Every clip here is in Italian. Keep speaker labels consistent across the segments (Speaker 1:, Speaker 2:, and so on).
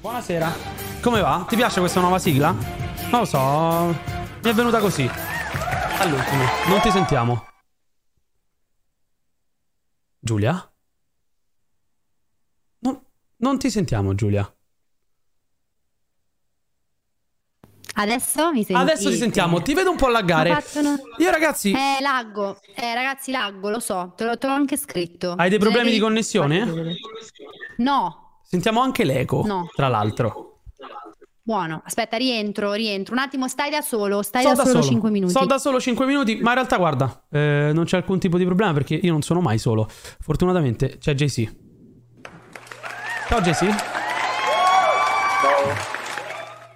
Speaker 1: Buonasera, come va? Ti piace questa nuova sigla? Non lo so, mi è venuta così. All'ultimo, non ti sentiamo. Giulia? Non, non ti sentiamo, Giulia.
Speaker 2: Adesso mi senti?
Speaker 1: Adesso ti sentiamo, ti vedo un po'
Speaker 2: Ho
Speaker 1: laggare.
Speaker 2: fatto una-
Speaker 1: Io ragazzi,
Speaker 2: Eh, laggo. Eh, ragazzi, laggo, lo so. Te l'ho, te l'ho anche scritto.
Speaker 1: hai dei problemi di
Speaker 2: Generi-
Speaker 1: connessione?
Speaker 2: No,
Speaker 1: Sentiamo anche l'eco,
Speaker 2: No.
Speaker 1: tra l'altro.
Speaker 2: buono. Aspetta, rientro, rientro. Un attimo, stai da solo. Stai
Speaker 1: Sto
Speaker 2: da, solo 5 minuti.
Speaker 1: Sto da solo 5 minuti, ma in realtà guarda, eh, non c'è alcun tipo di problema perché io non sono mai solo. Fortunatamente c'è JC. Ciao JC.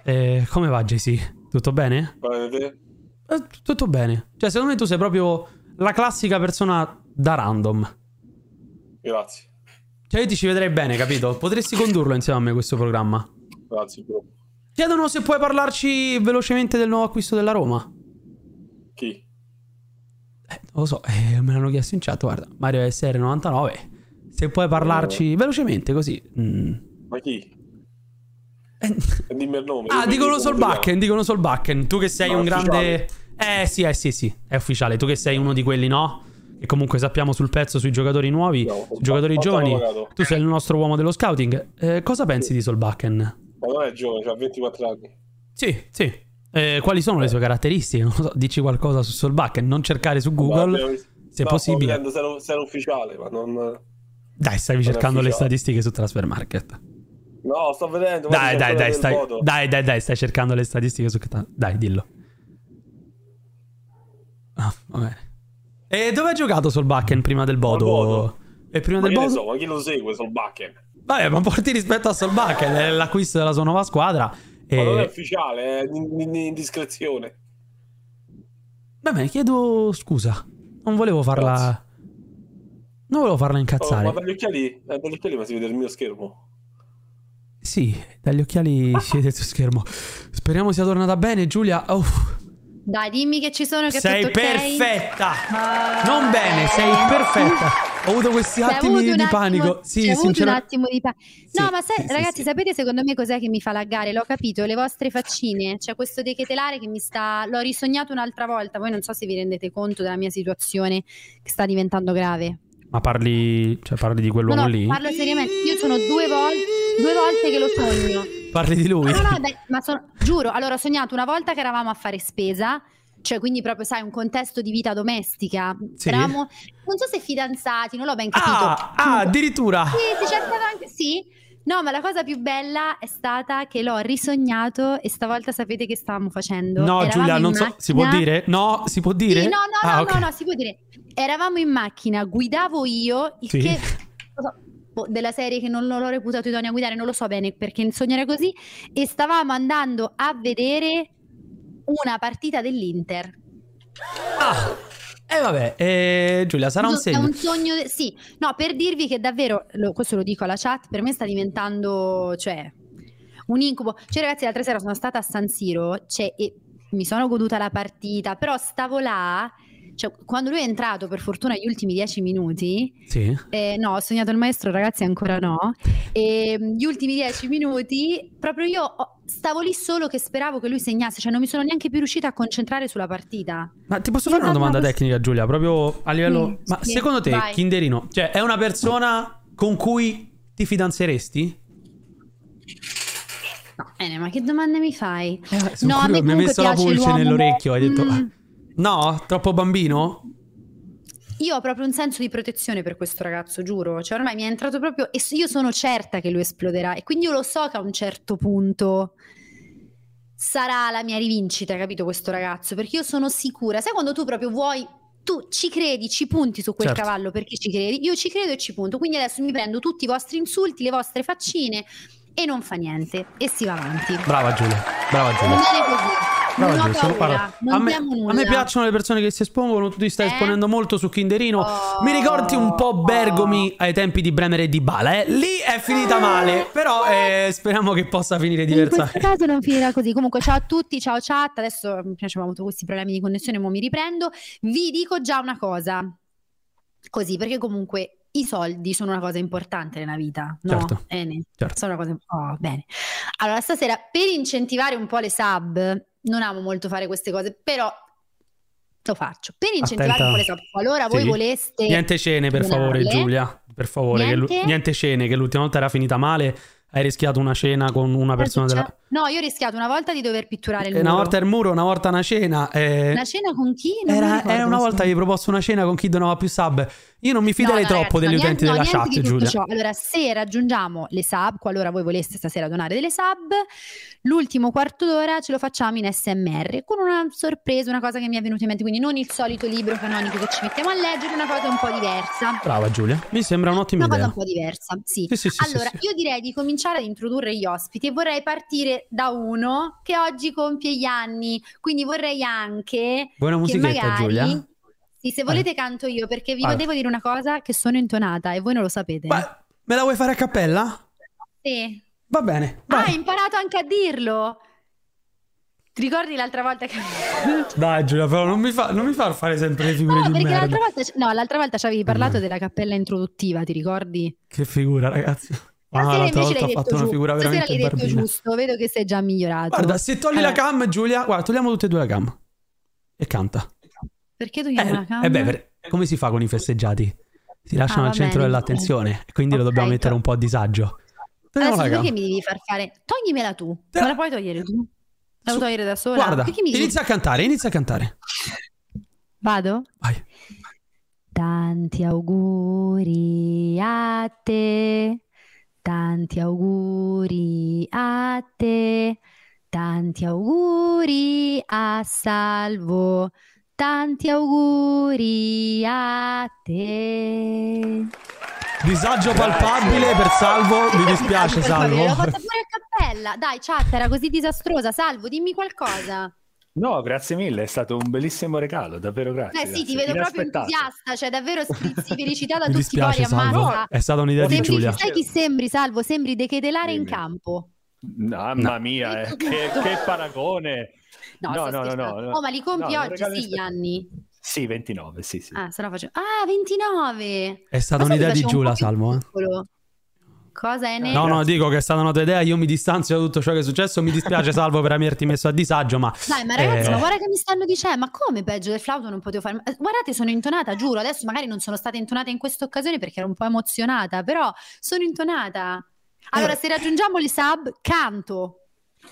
Speaker 1: Eh, come va JC? Tutto bene? Eh, tutto bene. Cioè, secondo me tu sei proprio la classica persona da random.
Speaker 3: Grazie,
Speaker 1: Cioè, io ti ci vedrei bene, capito? Potresti condurlo insieme a me questo programma.
Speaker 3: grazie bro.
Speaker 1: Chiedono se puoi parlarci velocemente del nuovo acquisto della Roma.
Speaker 3: Chi?
Speaker 1: Non lo so, eh, me l'hanno chiesto in chat, guarda, Mario SR99, se puoi
Speaker 3: Eh.
Speaker 1: parlarci velocemente così. mm.
Speaker 3: Ma chi?
Speaker 1: Eh,
Speaker 3: Dimmi il nome.
Speaker 1: Ah,
Speaker 3: dimmi
Speaker 1: dicono
Speaker 3: come
Speaker 1: sul
Speaker 3: ti
Speaker 1: Bakken, dicono sul Bakken, tu che sei
Speaker 3: No,
Speaker 1: un
Speaker 3: è
Speaker 1: grande... Eh sì, eh sì, sì, è ufficiale, tu che sei uno di quelli, no? Che comunque sappiamo sul pezzo sui giocatori nuovi,
Speaker 3: No,
Speaker 1: sui giocatori
Speaker 3: fatto
Speaker 1: giovani.
Speaker 3: l'avvocato.
Speaker 1: Tu sei il nostro uomo dello scouting. Eh, cosa pensi di Solbakken?
Speaker 3: chiami? Ma non è giovane, ha 24 anni.
Speaker 1: Sì, sì. Eh, quali sono le sue caratteristiche? Non lo so, dici qualcosa su Solbakken, non cercare su
Speaker 3: Ma
Speaker 1: Google.
Speaker 3: abbiamo-
Speaker 1: se
Speaker 3: no,
Speaker 1: possibile.
Speaker 3: sto vedendo se era- se era ufficiale, ma non...
Speaker 1: Dai, stavi
Speaker 3: Non è
Speaker 1: cercando le
Speaker 3: ufficiale.
Speaker 1: statistiche su Transfer Market.
Speaker 3: No, sto vedendo. guarda,
Speaker 1: Dai, dai,
Speaker 3: c'è ancora
Speaker 1: dai,
Speaker 3: del
Speaker 1: stai,
Speaker 3: voto.
Speaker 1: dai, dai, dai, stai cercando le statistiche su Catania. Dai, dillo. Ah, va bene. E dove ha giocato sul Bakken prima del Bodo?
Speaker 3: Bodo.
Speaker 1: E prima
Speaker 3: Ma
Speaker 1: del
Speaker 3: che ne
Speaker 1: Bodo?
Speaker 3: so, ma chi lo segue sul Bakken?
Speaker 1: Vabbè, ma porti rispetto a Solbakken, è l'acquisto della sua nuova squadra.
Speaker 3: Ma non è
Speaker 1: E...
Speaker 3: ufficiale, è in, in- in discrezione.
Speaker 1: Vabbè, chiedo scusa. Non volevo farla...
Speaker 3: Grazie.
Speaker 1: Non volevo farla
Speaker 3: Oh,
Speaker 1: incazzare.
Speaker 3: ma dagli occhiali, eh, dagli occhiali ma si vede il mio schermo.
Speaker 1: sì, dagli occhiali si vede il suo schermo. Speriamo sia tornata bene, Giulia. Oh, Uff.
Speaker 2: Dai, dimmi che ci sono. Che ho
Speaker 1: Sei
Speaker 2: detto ok.
Speaker 1: perfetta!
Speaker 2: Ah,
Speaker 1: Non bene, sei
Speaker 2: eh.
Speaker 1: perfetta. Ho avuto questi
Speaker 2: C'è
Speaker 1: attimi
Speaker 2: avuto Cioè, un
Speaker 1: di
Speaker 2: attimo-
Speaker 1: panico.
Speaker 2: c'è
Speaker 1: Sì,
Speaker 2: avuto un
Speaker 1: sinceramente.
Speaker 2: attimo di pa- No,
Speaker 1: Sì,
Speaker 2: ma sai-
Speaker 1: sì, sì,
Speaker 2: ragazzi,
Speaker 1: sì.
Speaker 2: sapete secondo me cos'è che mi fa laggare? L'ho capito, le vostre faccine. C'è questo dechetelare che mi sta. L'ho risognato un'altra volta. Voi non so se vi rendete conto della mia situazione che sta diventando grave.
Speaker 1: Ma parli, cioè parli di
Speaker 2: No,
Speaker 1: quell'uomo
Speaker 2: no,
Speaker 1: lì?
Speaker 2: parlo seriamente. Io sono due, vol- due volte che lo sogno.
Speaker 1: Parli di lui?
Speaker 2: No, no, beh, ma sono- giuro, allora ho sognato una volta che eravamo a fare spesa, cioè quindi proprio, sai, un contesto di vita domestica.
Speaker 1: Sì.
Speaker 2: Eravamo, non so se fidanzati, non l'ho ben capito.
Speaker 1: Ah, ah, addirittura.
Speaker 2: Sì, sì, c'è stato anche, sì. No, ma la cosa più bella è stata che l'ho risognato e stavolta sapete che stavamo facendo.
Speaker 1: No,
Speaker 2: Eravamo
Speaker 1: Giulia,
Speaker 2: in
Speaker 1: non so. Si può
Speaker 2: macchina-
Speaker 1: dire? No, si può dire?
Speaker 2: Sì, no, no,
Speaker 1: Ah,
Speaker 2: no,
Speaker 1: ok.
Speaker 2: no, no, si può dire. Eravamo in macchina, guidavo io, il
Speaker 1: Sì.
Speaker 2: che... non so, boh, Della serie che non l'ho reputato idoneo a guidare, non lo so bene perché il sogno era così. E stavamo andando a vedere una partita dell'Inter.
Speaker 1: Ah, e vabbè, eh, Giulia, sarà un
Speaker 2: So- È
Speaker 1: segno.
Speaker 2: un sogno, de- sì. No, per dirvi che davvero, lo- questo lo dico alla chat, per me sta diventando, cioè, un incubo. Cioè, ragazzi, l'altra sera sono stata a San Siro, cioè, e mi sono goduta la partita, però stavo là, cioè, quando lui è entrato, per fortuna, gli ultimi dieci minuti,
Speaker 1: Sì.
Speaker 2: eh, no, ho sognato il maestro, ragazzi, ancora no, e mm, gli ultimi dieci minuti, proprio io ho- stavo lì solo che speravo che lui segnasse, cioè, non mi sono neanche più riuscita a concentrare sulla partita. Esatto.
Speaker 1: Ma ti posso fare una
Speaker 2: No, no,
Speaker 1: domanda
Speaker 2: Ah, questo-
Speaker 1: tecnica, Giulia? Proprio a livello.
Speaker 2: Sì,
Speaker 1: Ma
Speaker 2: sì,
Speaker 1: secondo te,
Speaker 2: vai.
Speaker 1: Kinderino, cioè, è una persona con cui ti fidanzeresti?
Speaker 2: Bene, ma che domande mi fai?
Speaker 1: Eh, sono
Speaker 2: No, a
Speaker 1: curioso, mi ha
Speaker 2: me comunque
Speaker 1: messo la
Speaker 2: piace
Speaker 1: pulce
Speaker 2: l'uomo-
Speaker 1: nell'orecchio, hai detto
Speaker 2: Mm.
Speaker 1: "No, troppo bambino?"
Speaker 2: Io ho proprio un senso di protezione per questo ragazzo, giuro. Cioè, ormai mi è entrato proprio. E s- io sono certa che lui esploderà. E quindi io lo so che a un certo punto sarà la mia rivincita, capito? Questo ragazzo. Perché io sono sicura. Sai quando tu proprio vuoi. Tu ci credi, ci punti su quel
Speaker 1: Certo.
Speaker 2: cavallo perché ci credi. Io ci credo e ci punto. Quindi adesso mi prendo tutti i vostri insulti, le vostre faccine e non fa niente. E si va avanti.
Speaker 1: Brava Giulia. Brava Giulia.
Speaker 2: Bene così.
Speaker 1: Brava
Speaker 2: non ho
Speaker 1: Giulia, sono
Speaker 2: paura,
Speaker 1: parla-
Speaker 2: non
Speaker 1: a, me,
Speaker 2: abbiamo nulla.
Speaker 1: a me piacciono le persone che si espongono, tu ti stai
Speaker 2: Eh?
Speaker 1: esponendo molto su Kinderino.
Speaker 2: Oh.
Speaker 1: Mi ricordi un po' Bergomi ai tempi di Bremer e di Bala, eh? Lì è finita male, però eh, speriamo che possa finire
Speaker 2: Ah. In questo
Speaker 1: diversamente.
Speaker 2: caso non finirà così. Comunque, ciao a tutti, ciao chat. Adesso mi piacevamo avuto questi problemi di connessione, ma mi riprendo. Vi dico già una cosa. Così, perché comunque i soldi sono una cosa importante nella vita, no?
Speaker 1: Certo.
Speaker 2: Ene?
Speaker 1: Certo.
Speaker 2: Sono una cosa. Oh, bene. Allora, stasera per incentivare un po' le sub, non amo molto fare queste cose, però lo faccio. Per incentivare
Speaker 1: Attenta.
Speaker 2: un po' le sub, qualora voi
Speaker 1: Sì.
Speaker 2: voleste.
Speaker 1: Niente cene, per favore,
Speaker 2: Donarle.
Speaker 1: Giulia. Per favore, che l'u-
Speaker 2: Niente?
Speaker 1: niente cene, che l'ultima volta era finita male. Hai rischiato una cena con una persona
Speaker 2: Cosa
Speaker 1: della.
Speaker 2: succede? No, io ho rischiato una volta di dover pitturare Eh, il
Speaker 1: Eh, Una
Speaker 2: muro.
Speaker 1: volta il muro, una volta una cena. eh,
Speaker 2: Una cena con chi? Non mi
Speaker 1: Era,
Speaker 2: ricordo
Speaker 1: era una
Speaker 2: come si
Speaker 1: volta che vi proposto una cena con chi donava più sub. Io non mi fiderei
Speaker 2: No, no,
Speaker 1: troppo
Speaker 2: ragazzi,
Speaker 1: degli
Speaker 2: no,
Speaker 1: utenti
Speaker 2: niente- no,
Speaker 1: della
Speaker 2: niente
Speaker 1: chat,
Speaker 2: di tutto
Speaker 1: Giulia.
Speaker 2: ciò. Allora, se raggiungiamo le sub, qualora voi voleste stasera donare delle sub, l'ultimo quarto d'ora ce lo facciamo in SMR con una sorpresa, una cosa che mi è venuta in mente. Quindi non il solito libro canonico che ci mettiamo a leggere, una cosa un po' diversa.
Speaker 1: Brava Giulia, mi sembra un'ottima
Speaker 2: Una cosa
Speaker 1: idea.
Speaker 2: un po' diversa, sì.
Speaker 1: Sì, sì, sì, sì,
Speaker 2: Allora,
Speaker 1: sì.
Speaker 2: io direi di cominciare ad introdurre gli ospiti e vorrei partire da uno che oggi compie gli anni, quindi vorrei anche
Speaker 1: Buona
Speaker 2: che
Speaker 1: musichetta,
Speaker 2: magari...
Speaker 1: Giulia.
Speaker 2: Sì, se
Speaker 1: Vai.
Speaker 2: volete canto io, perché vi
Speaker 1: Vai.
Speaker 2: devo dire una cosa che sono intonata e voi non lo sapete.
Speaker 1: Ma me la vuoi fare a cappella?
Speaker 2: Sì.
Speaker 1: Va bene.
Speaker 2: Ah,
Speaker 1: Vai.
Speaker 2: hai imparato anche a dirlo! Ti ricordi l'altra volta che...
Speaker 1: Dai, Giulia, però non mi, fa, non mi far fare sempre le figure
Speaker 2: No,
Speaker 1: di
Speaker 2: perché
Speaker 1: merda.
Speaker 2: l'altra volta, no, l'altra volta ci avevi parlato
Speaker 1: Mm.
Speaker 2: della cappella introduttiva, ti ricordi?
Speaker 1: Che figura, ragazzi.
Speaker 2: Stasera
Speaker 1: Ah, l'altra
Speaker 2: invece
Speaker 1: volta
Speaker 2: l'hai
Speaker 1: ho fatto
Speaker 2: detto
Speaker 1: una
Speaker 2: giusto.
Speaker 1: figura
Speaker 2: Stasera
Speaker 1: veramente
Speaker 2: l'hai detto
Speaker 1: barbina.
Speaker 2: giusto, vedo che sei già migliorato.
Speaker 1: Guarda, se togli la
Speaker 2: Allora.
Speaker 1: cam, Giulia, guarda, togliamo tutte e due la cam. E canta.
Speaker 2: Perché
Speaker 1: Eh,
Speaker 2: togliamo la camera?
Speaker 1: eh beh, per- come si fa con i festeggiati? Si lasciano
Speaker 2: Ah,
Speaker 1: al
Speaker 2: va
Speaker 1: centro
Speaker 2: bene.
Speaker 1: dell'attenzione, quindi lo
Speaker 2: Ok,
Speaker 1: dobbiamo
Speaker 2: to-
Speaker 1: mettere un po' a disagio. Togliamo
Speaker 2: Adesso
Speaker 1: la cam.
Speaker 2: tu che mi devi far fare? Toglimela tu.
Speaker 1: Te la-
Speaker 2: Me la puoi togliere tu? La
Speaker 1: Su-
Speaker 2: puoi togliere da sola?
Speaker 1: Guarda,
Speaker 2: Perché mi devi-
Speaker 1: inizia a cantare, inizia a cantare.
Speaker 2: Vado?
Speaker 1: Vai.
Speaker 2: Tanti auguri a te, tanti auguri a te, tanti auguri a Salvo, tanti auguri a te.
Speaker 1: Disagio palpabile per Salvo, mi dispiace
Speaker 2: L'ho
Speaker 1: Salvo.
Speaker 2: fatta pure a cappella. Dai, chat, era così disastrosa. Salvo, dimmi qualcosa.
Speaker 4: No, grazie mille, è stato un bellissimo regalo, davvero grazie.
Speaker 2: Beh, sì, ti
Speaker 4: grazie.
Speaker 2: vedo proprio
Speaker 4: Inaspettato.
Speaker 2: entusiasta, cioè davvero sprizzi felicità da
Speaker 1: Mi
Speaker 2: tutti i pori,
Speaker 1: dispiace Salvo,
Speaker 2: ammazza.
Speaker 1: è stata un'idea di
Speaker 2: Sembri-
Speaker 1: Giulia.
Speaker 2: sai chi sembri, Salvo? Sembri dechetelare in
Speaker 4: Dimmi.
Speaker 2: campo.
Speaker 4: Mamma mia, eh, che, che paragone.
Speaker 2: No,
Speaker 4: No,
Speaker 2: sto
Speaker 4: no, no,
Speaker 2: scherzando.
Speaker 4: no, no.
Speaker 2: Oh, ma li compi
Speaker 4: Eh, No, non
Speaker 2: oggi,
Speaker 4: regalo
Speaker 2: sì, gli
Speaker 4: niente.
Speaker 2: anni.
Speaker 4: Sì, 29, sì, sì.
Speaker 2: Ah, se no faccio... Ah, 29!
Speaker 1: È
Speaker 2: Ma
Speaker 1: stata
Speaker 2: sai
Speaker 1: un'idea
Speaker 2: cosa
Speaker 1: di
Speaker 2: c'è un
Speaker 1: Giulia
Speaker 2: po' più
Speaker 1: Salvo. eh.
Speaker 2: piccolo? Cosa è
Speaker 1: No, no,
Speaker 4: Grazie.
Speaker 1: dico che è stata una tua idea, io mi distanzio da tutto ciò che è successo, mi dispiace Salvo per averti messo a disagio, ma
Speaker 2: Dai, ma ragazzi,
Speaker 1: Eh.
Speaker 2: ma guarda che mi stanno dicendo, ma come peggio del flauto non potevo fare? Eh, Guardate, sono intonata, giuro, adesso magari non sono stata intonata in questa occasione perché ero un po' emozionata, però sono intonata.
Speaker 1: Eh.
Speaker 2: Allora, se raggiungiamo le sub, canto.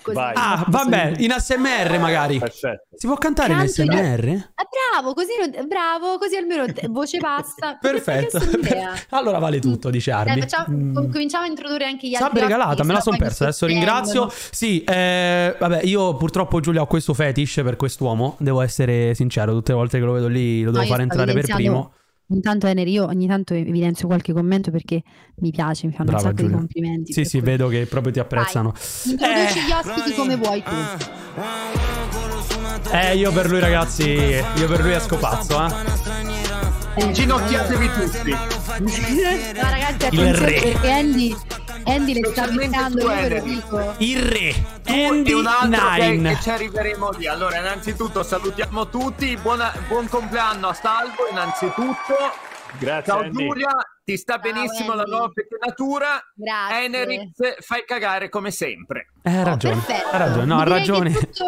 Speaker 2: Così.
Speaker 4: Vai. Ah,
Speaker 1: Ah, vabbè, in ASMR magari.
Speaker 4: Perfetto.
Speaker 1: Si può cantare in
Speaker 2: Canto in-
Speaker 1: ASMR?
Speaker 2: Ah, bravo, così, non- bravo, così almeno te- voce passa.
Speaker 1: Perfetto.
Speaker 2: Perché sono un'idea.
Speaker 1: allora vale tutto, dice Armi.
Speaker 2: Mm. Dai, facciamo-
Speaker 1: Mm.
Speaker 2: com- cominciamo a introdurre anche gli altri.
Speaker 1: Sabbe
Speaker 2: ospiti,
Speaker 1: regalata, me la
Speaker 2: sennò
Speaker 1: sono
Speaker 2: poi mi
Speaker 1: persa. Adesso
Speaker 2: soffermo.
Speaker 1: ringrazio. Sì, eh, vabbè, io purtroppo, Giulia, ho questo fetish per quest'uomo. Devo essere sincero, tutte le volte che lo vedo lì lo devo
Speaker 2: io
Speaker 1: fare
Speaker 2: stavo
Speaker 1: entrare per
Speaker 2: evidenziando-
Speaker 1: primo.
Speaker 2: Ogni tanto, Ener, io ogni tanto evidenzio qualche commento perché mi piace, mi fanno
Speaker 1: Brava,
Speaker 2: un sacco
Speaker 1: Giulia.
Speaker 2: di complimenti.
Speaker 1: Sì,
Speaker 2: per
Speaker 1: sì,
Speaker 2: cui-
Speaker 1: vedo che proprio ti apprezzano.
Speaker 2: Introduci
Speaker 1: Eh.
Speaker 2: gli ospiti come vuoi tu.
Speaker 1: Eh, io per lui, ragazzi, io per lui è scopazzo, eh.
Speaker 2: Eh.
Speaker 5: Inginocchiatevi tutti.
Speaker 2: No, ragazzi,
Speaker 1: Il re.
Speaker 2: attenzione perché Andy, Andy le sta
Speaker 5: Specialmente
Speaker 2: beccando,
Speaker 5: tu,
Speaker 2: io ve lo
Speaker 5: Ener.
Speaker 2: dico.
Speaker 1: Il re.
Speaker 5: Tutti
Speaker 1: Andy
Speaker 5: un altro che,
Speaker 1: Nine.
Speaker 5: che ci arriveremo lì. Allora, innanzitutto salutiamo tutti. Buona- buon compleanno a Salvo, innanzitutto.
Speaker 4: Grazie
Speaker 5: Ciao
Speaker 4: Andy.
Speaker 5: Giulia, ti sta
Speaker 2: Ciao,
Speaker 5: benissimo
Speaker 2: Andy.
Speaker 5: la nuova pettinatura.
Speaker 2: Grazie.
Speaker 5: Enerix, fai cagare come sempre.
Speaker 1: Eh, ha ragione.
Speaker 2: Perfetto.
Speaker 1: Ha ragione, no, ha
Speaker 2: Direi che
Speaker 1: ragione.
Speaker 2: tutto-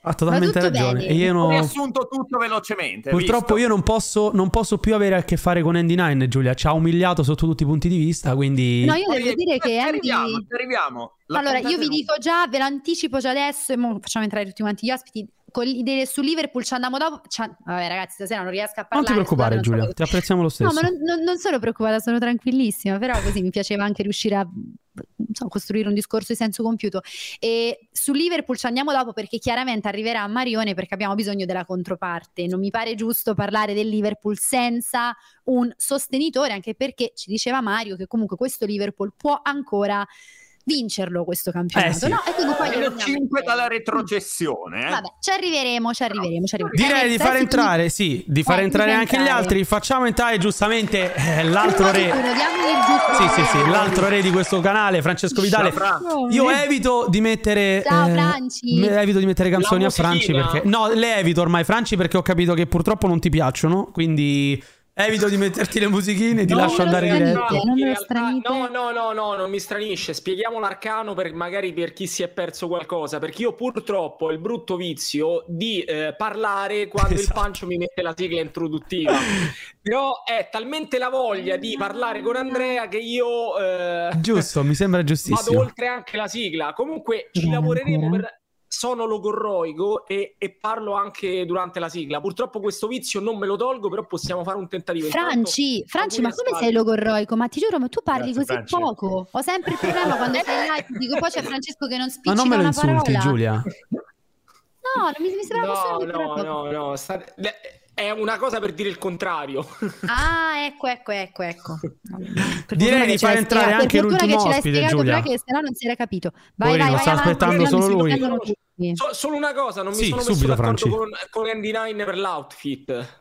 Speaker 1: Ha totalmente
Speaker 2: Ma tutto
Speaker 1: ragione.
Speaker 2: bene.
Speaker 1: E io
Speaker 5: Ho
Speaker 1: non...
Speaker 5: riassunto tutto velocemente.
Speaker 1: Purtroppo
Speaker 5: visto?
Speaker 1: io non posso, non posso più avere a che fare con Andy Nine, Giulia. Ci ha umiliato sotto tutti i punti di vista, quindi...
Speaker 2: No, io devo
Speaker 5: Poi-
Speaker 2: dire che
Speaker 5: ci
Speaker 2: Andy...
Speaker 5: arriviamo, ci arriviamo. La
Speaker 2: Allora, io
Speaker 5: puntata
Speaker 2: vi
Speaker 5: è-
Speaker 2: dico già, ve l'anticipo già adesso e mo facciamo entrare tutti quanti gli ospiti. Con l'idea su Liverpool ci andiamo dopo. ci an- Vabbè, ragazzi, stasera non riesco a parlare.
Speaker 1: non ti preoccupare,
Speaker 2: scusate, non
Speaker 1: Giulia.
Speaker 2: so
Speaker 1: Ti apprezziamo lo stesso.
Speaker 2: No, ma non, non- non sono preoccupata, sono tranquillissima, però così mi piaceva anche riuscire a non so, costruire un discorso di senso compiuto. E su Liverpool ci andiamo dopo perché chiaramente arriverà Marione perché abbiamo bisogno della controparte. Non mi pare giusto parlare del Liverpool senza un sostenitore, anche perché ci diceva Mario che comunque questo Liverpool può ancora vincerlo questo campionato.
Speaker 1: Eh, sì.
Speaker 2: no? E quindi poi
Speaker 5: Meno 5 dalla retrocessione. eh.
Speaker 2: Vabbè, ci arriveremo, ci arriveremo, ci arriveremo.
Speaker 1: Direi di
Speaker 2: Ragazzi,
Speaker 1: far
Speaker 2: quindi-
Speaker 1: entrare, sì, di far
Speaker 2: Eh,
Speaker 1: entrare
Speaker 2: bisogna
Speaker 1: anche gli
Speaker 2: entrare.
Speaker 1: altri. Facciamo entrare giustamente eh, l'altro
Speaker 2: Diamogli il
Speaker 1: re.
Speaker 2: giusto, diamogli il giusto.
Speaker 1: Sì, sì, sì, l'altro re di questo canale, Francesco Vitale.
Speaker 5: Ciao, Fra.
Speaker 1: Io evito di mettere. eh,
Speaker 2: Ciao, Franci.
Speaker 1: me- Evito di mettere canzoni
Speaker 6: La
Speaker 1: a Franci
Speaker 6: musichina.
Speaker 1: perché. No, le evito ormai, Franci, perché ho capito che purtroppo non ti piacciono. Quindi evito di metterti le musichine e ti
Speaker 2: No,
Speaker 1: lascio
Speaker 2: non lo
Speaker 1: andare
Speaker 2: so,
Speaker 1: diretto.
Speaker 2: no. non me lo stranite.
Speaker 6: No, no, no, no, non mi stranisce. Spieghiamo l'arcano per, magari per chi si è perso qualcosa. Perché io purtroppo ho il brutto vizio di eh, parlare quando il
Speaker 1: Esatto.
Speaker 6: pancio mi mette la sigla introduttiva. Però è talmente la voglia di parlare con Andrea che io eh,
Speaker 1: Giusto, mi sembra
Speaker 6: vado
Speaker 1: giustissimo.
Speaker 6: oltre anche la sigla. Comunque ci
Speaker 2: Bene,
Speaker 6: lavoreremo
Speaker 2: ancora.
Speaker 6: per. Sono logorroico e, e parlo anche durante la sigla. Purtroppo questo vizio non me lo tolgo, però possiamo fare un tentativo. Intanto-
Speaker 2: Franci, Franci,
Speaker 6: auguri
Speaker 2: ma
Speaker 6: a
Speaker 2: come
Speaker 6: Spalletti.
Speaker 2: sei logorroico? Ma ti giuro, ma tu parli
Speaker 4: Grazie,
Speaker 2: così
Speaker 4: Franci.
Speaker 2: poco. Ho sempre il problema quando sei là e ti dico poi c'è Francesco che non
Speaker 1: Ma
Speaker 2: spiccica
Speaker 1: non me lo
Speaker 2: una
Speaker 1: insulti,
Speaker 2: parola.
Speaker 1: Giulia.
Speaker 2: No, non mi, mi sembra
Speaker 6: No,
Speaker 2: che
Speaker 6: no, no, no, sta- le- è una cosa per dire il contrario.
Speaker 2: Ah, ecco, ecco, ecco, ecco.
Speaker 1: Direi di far entrare anche l'ultimo
Speaker 2: che ce l'hai
Speaker 1: ospite,
Speaker 2: spiegato,
Speaker 1: Giulia.
Speaker 2: perché sennò non si era capito. Vai,
Speaker 1: Poverino,
Speaker 2: vai, vai
Speaker 1: sta
Speaker 2: avanti,
Speaker 1: aspettando
Speaker 2: che non
Speaker 1: solo
Speaker 2: si
Speaker 1: lui.
Speaker 2: prendono tutti.
Speaker 6: So- solo una cosa, non mi
Speaker 1: Sì,
Speaker 6: sono messo
Speaker 1: subito,
Speaker 6: d'accordo
Speaker 1: Franci.
Speaker 6: con, con Andy Nine per l'outfit.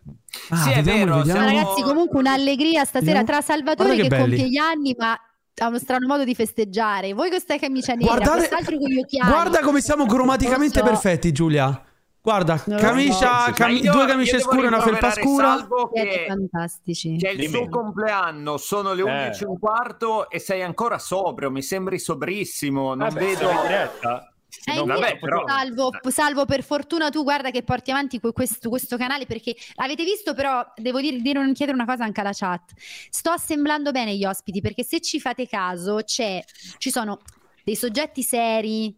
Speaker 1: Ah,
Speaker 5: Sì, è
Speaker 1: vediamo,
Speaker 5: vero,
Speaker 1: vediamo.
Speaker 2: Ma
Speaker 5: siamo-
Speaker 2: ragazzi, comunque un'allegria stasera
Speaker 1: Vediamo.
Speaker 2: tra Salvatore
Speaker 1: Guarda
Speaker 2: che,
Speaker 1: che belli.
Speaker 2: compie gli anni, ma ha uno strano modo di festeggiare. Voi con questa camicia nera,
Speaker 1: Guardate,
Speaker 2: quest'altro con gli occhiali.
Speaker 1: guarda come siamo cromaticamente
Speaker 2: Non lo so.
Speaker 1: perfetti, Giulia. Guarda,
Speaker 2: Non lo so.
Speaker 1: camicia,
Speaker 5: Ma
Speaker 1: cami-
Speaker 5: io-
Speaker 1: due
Speaker 5: io
Speaker 1: camicie
Speaker 5: devo
Speaker 1: scure e una felpa
Speaker 5: rimproverare
Speaker 1: scura.
Speaker 5: Salvo
Speaker 2: Siete
Speaker 5: che
Speaker 2: fantastici.
Speaker 5: c'è il
Speaker 4: Dimmi.
Speaker 5: suo compleanno, sono le
Speaker 4: Eh.
Speaker 5: 11 e un quarto e sei ancora sobrio, mi sembri sobrissimo, non
Speaker 4: Vabbè,
Speaker 5: vedo...
Speaker 4: sono in diretta. Se
Speaker 2: Eh,
Speaker 4: non-
Speaker 2: invece,
Speaker 5: vabbè, però- eh.
Speaker 2: salvo, salvo, per fortuna tu guarda che porti avanti que- questo, questo canale perché avete visto però, devo dire, dire un- chiedere una cosa anche alla chat, sto assemblando bene gli ospiti perché se ci fate caso c'è, ci sono dei soggetti seri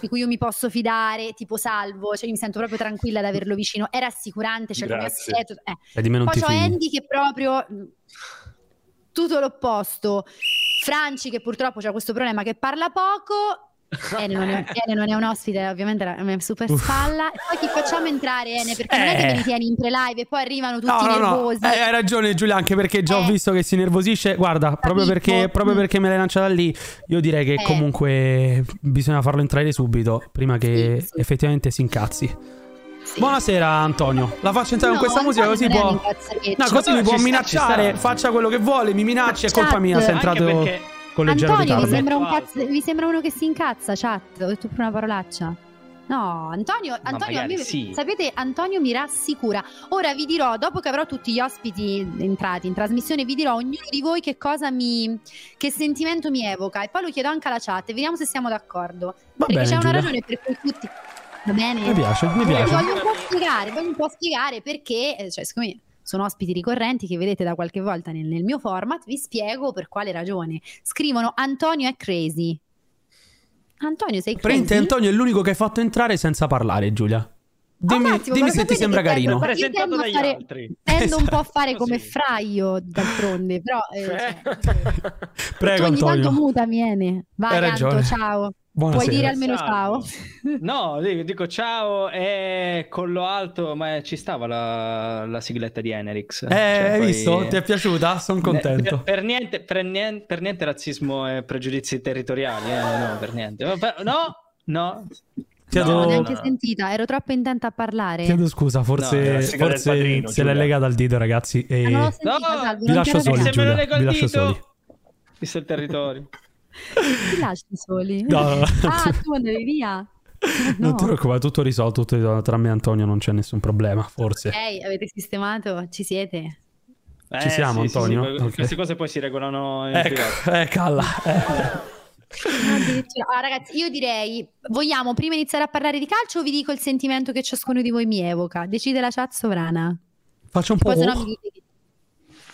Speaker 2: di cui io mi posso fidare, tipo Salvo, cioè io mi sento proprio tranquilla ad averlo vicino, è rassicurante, c'è il mio
Speaker 4: Grazie.
Speaker 2: assieto, eh.
Speaker 1: E di me non
Speaker 2: Poi
Speaker 1: ti
Speaker 2: c'ho
Speaker 1: fidi.
Speaker 2: Andy che proprio mh, tutto l'opposto. Franci che purtroppo c'ha questo problema che parla poco. Ene non, è, Ene non è un ospite, ovviamente la- è una super
Speaker 1: Uff.
Speaker 2: spalla. E poi chi facciamo entrare Ene? Perché non è che
Speaker 1: Eh.
Speaker 2: me li tieni in pre-live e poi arrivano tutti
Speaker 1: No, no, no,
Speaker 2: nervosi.
Speaker 1: eh, hai ragione Giulia, anche perché già ho
Speaker 2: Eh.
Speaker 1: visto che si nervosisce. Guarda, proprio perché, proprio
Speaker 2: Mm.
Speaker 1: perché me l'hai lanciata lì, io direi che
Speaker 2: Eh.
Speaker 1: comunque bisogna farlo entrare subito, prima che
Speaker 2: Sì, sì.
Speaker 1: effettivamente si incazzi. Buonasera Antonio, la faccio entrare
Speaker 2: No,
Speaker 1: con questa musica
Speaker 2: Antonio
Speaker 1: così
Speaker 2: non è un
Speaker 1: può...
Speaker 2: incazzareccio.
Speaker 1: No, così mi
Speaker 6: Ci
Speaker 1: può
Speaker 6: sta, ci
Speaker 1: minacciare,
Speaker 6: sta.
Speaker 1: faccia quello che vuole, mi minaccia, è colpa mia se è
Speaker 2: Chat.
Speaker 1: entrato
Speaker 6: Anche perché-
Speaker 1: con leggero
Speaker 2: Antonio mi
Speaker 1: ritardo.
Speaker 2: sembra, un
Speaker 6: Molto
Speaker 2: cazzo- mi sembra uno che si incazza, chat. Ho detto pure una parolaccia. No, Antonio, Antonio a
Speaker 6: magari
Speaker 2: me-
Speaker 6: sì.
Speaker 2: sapete, Antonio mi rassicura. Ora vi dirò, dopo che avrò tutti gli ospiti entrati in trasmissione, vi dirò a ognuno di voi che cosa mi. che sentimento mi evoca. E poi lo chiedo anche alla chat, e vediamo se siamo d'accordo.
Speaker 1: Va
Speaker 2: Perché
Speaker 1: bene,
Speaker 2: c'è una
Speaker 1: Giulia.
Speaker 2: ragione per cui tutti. Va bene?
Speaker 1: Mi piace, mi
Speaker 2: Io vi
Speaker 1: piace.
Speaker 2: Voglio un po' spiegare, voglio un po' spiegare perché, eh, cioè, siccome sono ospiti ricorrenti che vedete da qualche volta nel, nel mio format, vi spiego per quale ragione. Scrivono Antonio è crazy. Antonio sei crazy?
Speaker 1: Prende Antonio è l'unico che hai fatto entrare senza parlare, Giulia.
Speaker 2: Ah, un
Speaker 1: Dimmi,
Speaker 2: attimo,
Speaker 1: dimmi
Speaker 2: ma
Speaker 1: se
Speaker 2: sapete
Speaker 1: ti sembra
Speaker 2: che tengo-
Speaker 1: carino.
Speaker 2: io
Speaker 6: Presentato
Speaker 2: tendo a
Speaker 6: dagli
Speaker 2: fare-
Speaker 6: altri.
Speaker 2: Tendo un po' a
Speaker 6: Esatto,
Speaker 2: fare come
Speaker 6: così.
Speaker 2: fraio d'altronde, però eh, cioè, tu
Speaker 1: Prego
Speaker 2: ogni tanto
Speaker 1: Antonio.
Speaker 2: mutami, Ene. Vai,
Speaker 1: Hai ragione.
Speaker 2: Anto, ciao.
Speaker 1: Buonasera.
Speaker 2: Puoi dire almeno ciao.
Speaker 7: Salvo. No, io dico ciao e collo alto, ma ci stava la, la sigletta di Enerix.
Speaker 6: cioè,
Speaker 1: Eh, hai visto? Ti è piaciuta? Sono contento.
Speaker 7: Per, per niente, per, niente, per niente razzismo e pregiudizi territoriali, eh, no, per niente. Ma per- No, no.
Speaker 1: Chiedo-
Speaker 2: Non
Speaker 7: No,
Speaker 2: l'ho
Speaker 1: Oh.
Speaker 2: neanche sentita, ero troppo intenta a parlare.
Speaker 1: Chiedo scusa,
Speaker 7: No,
Speaker 1: forse,
Speaker 4: la sigla del
Speaker 1: forse
Speaker 4: padrino,
Speaker 1: se l'è
Speaker 4: Giulia.
Speaker 1: legata al dito, ragazzi. E
Speaker 2: Ma Ah, non l'ho sentita,
Speaker 7: No,
Speaker 2: Salvo,
Speaker 1: vi
Speaker 2: non
Speaker 1: lascio
Speaker 2: te la
Speaker 1: soli,
Speaker 7: Se me lo
Speaker 2: regalo.
Speaker 1: Giulia.
Speaker 7: leggo al
Speaker 1: Vi lascio
Speaker 7: dito.
Speaker 1: soli.
Speaker 7: Visto il territorio.
Speaker 2: Ti lasci soli.
Speaker 1: No, no, no.
Speaker 2: Ah, tu andavi via.
Speaker 1: Non
Speaker 2: No.
Speaker 1: ti preoccupare, tutto risolto. Tutto risolto. Tra me e Antonio non c'è nessun problema, forse.
Speaker 2: Ok, avete sistemato, ci siete.
Speaker 7: Eh,
Speaker 1: Ci siamo, Antonio?
Speaker 7: poi-
Speaker 1: Ok.
Speaker 7: Queste cose poi si regolano in privato.
Speaker 1: Ecco, eh, calla. eh.
Speaker 2: Addirittura. Ah, ragazzi, io direi, vogliamo prima iniziare a parlare di calcio o vi dico il sentimento che ciascuno di voi mi evoca? Decide la chat sovrana.
Speaker 1: Faccio un po'.
Speaker 2: Poi se no mi dite che-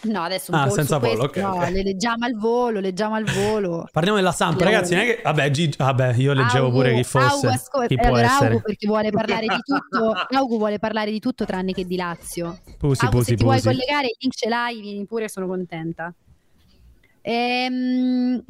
Speaker 2: No, adesso un
Speaker 1: Ah,
Speaker 2: po' su
Speaker 1: senza pollo,
Speaker 2: questo,
Speaker 1: ok,
Speaker 2: no,
Speaker 1: ok.
Speaker 2: le leggiamo al volo, leggiamo al volo.
Speaker 1: Parliamo della Samp, ragazzi. Non è che... Vabbè, Gigi- vabbè, io leggevo
Speaker 2: Augu,
Speaker 1: pure chi fosse.
Speaker 2: Augu, ascol-
Speaker 1: chi
Speaker 2: eh,
Speaker 1: può
Speaker 2: allora,
Speaker 1: essere?
Speaker 2: Augu perché vuole parlare di tutto. Augu vuole parlare di tutto tranne che di Lazio.
Speaker 1: Pusi,
Speaker 2: Augu,
Speaker 1: pusi,
Speaker 2: se ti vuoi
Speaker 1: pusi.
Speaker 2: collegare, il link ce l'hai, vieni pure, sono contenta. Ehm,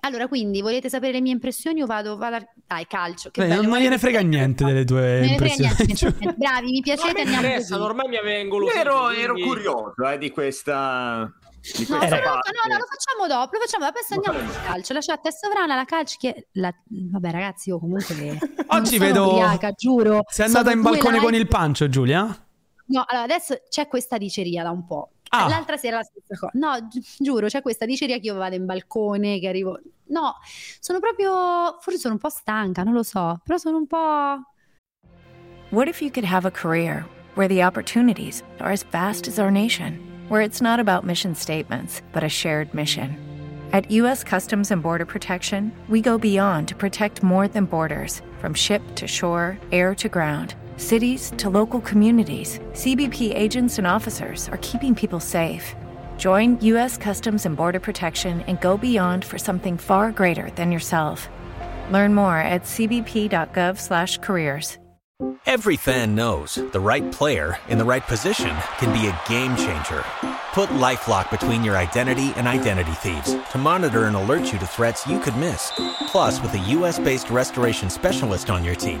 Speaker 2: allora, quindi volete sapere le mie impressioni o vado, vado a- dai, calcio. Che
Speaker 1: Dai,
Speaker 2: bello,
Speaker 1: non
Speaker 2: guarda
Speaker 1: gliene
Speaker 2: che
Speaker 1: frega
Speaker 2: bello.
Speaker 1: niente delle tue
Speaker 2: Non gliene frega
Speaker 1: Eh, impressioni.
Speaker 2: niente,
Speaker 1: Cioè,
Speaker 2: niente. bravi, mi
Speaker 6: Non
Speaker 2: piacete,
Speaker 6: mi
Speaker 2: andiamo
Speaker 6: interessa,
Speaker 2: così.
Speaker 6: ormai mi aveva
Speaker 5: Io
Speaker 6: ingolosito.
Speaker 5: ero, ero
Speaker 6: quindi-
Speaker 5: curioso eh, di questa. Di
Speaker 2: No,
Speaker 5: questa
Speaker 1: Eh,
Speaker 2: no, no,
Speaker 5: parte.
Speaker 2: no, lo facciamo dopo, lo facciamo dopo, adesso andiamo sul calcio. La chat è sovrana, la calcio che... La... Vabbè ragazzi, io comunque... non
Speaker 1: Oggi
Speaker 2: sono
Speaker 1: vedo.
Speaker 2: Ubriaca, giuro.
Speaker 1: Sei
Speaker 2: Sono
Speaker 1: andata in
Speaker 2: due
Speaker 1: balcone
Speaker 2: live-
Speaker 1: con il pancio, Giulia?
Speaker 2: No, allora adesso c'è questa diceria da un po'.
Speaker 1: Ah.
Speaker 2: L'altra sera la stessa cosa. No, gi- giuro, c'è questa diceria che io vado in balcone, che arrivo... No, sono proprio... Forse sono un po' stanca, non lo so, però sono un po'...
Speaker 8: What if you could have a career where the opportunities are as vast as our nation, where it's not about mission statements, but a shared mission? At U.S. Customs and Border Protection, we go beyond to protect more than borders from ship to shore, air to ground. Cities to local communities, CBP agents and officers are keeping people safe. Join U.S. Customs and Border Protection and go beyond for something far greater than yourself. Learn more at cbp.gov/careers.
Speaker 9: Every fan knows the right player in the right position can be a game changer. Put LifeLock between your identity and identity thieves to monitor and alert you to threats you could miss. Plus, with a U.S.-based restoration specialist on your team,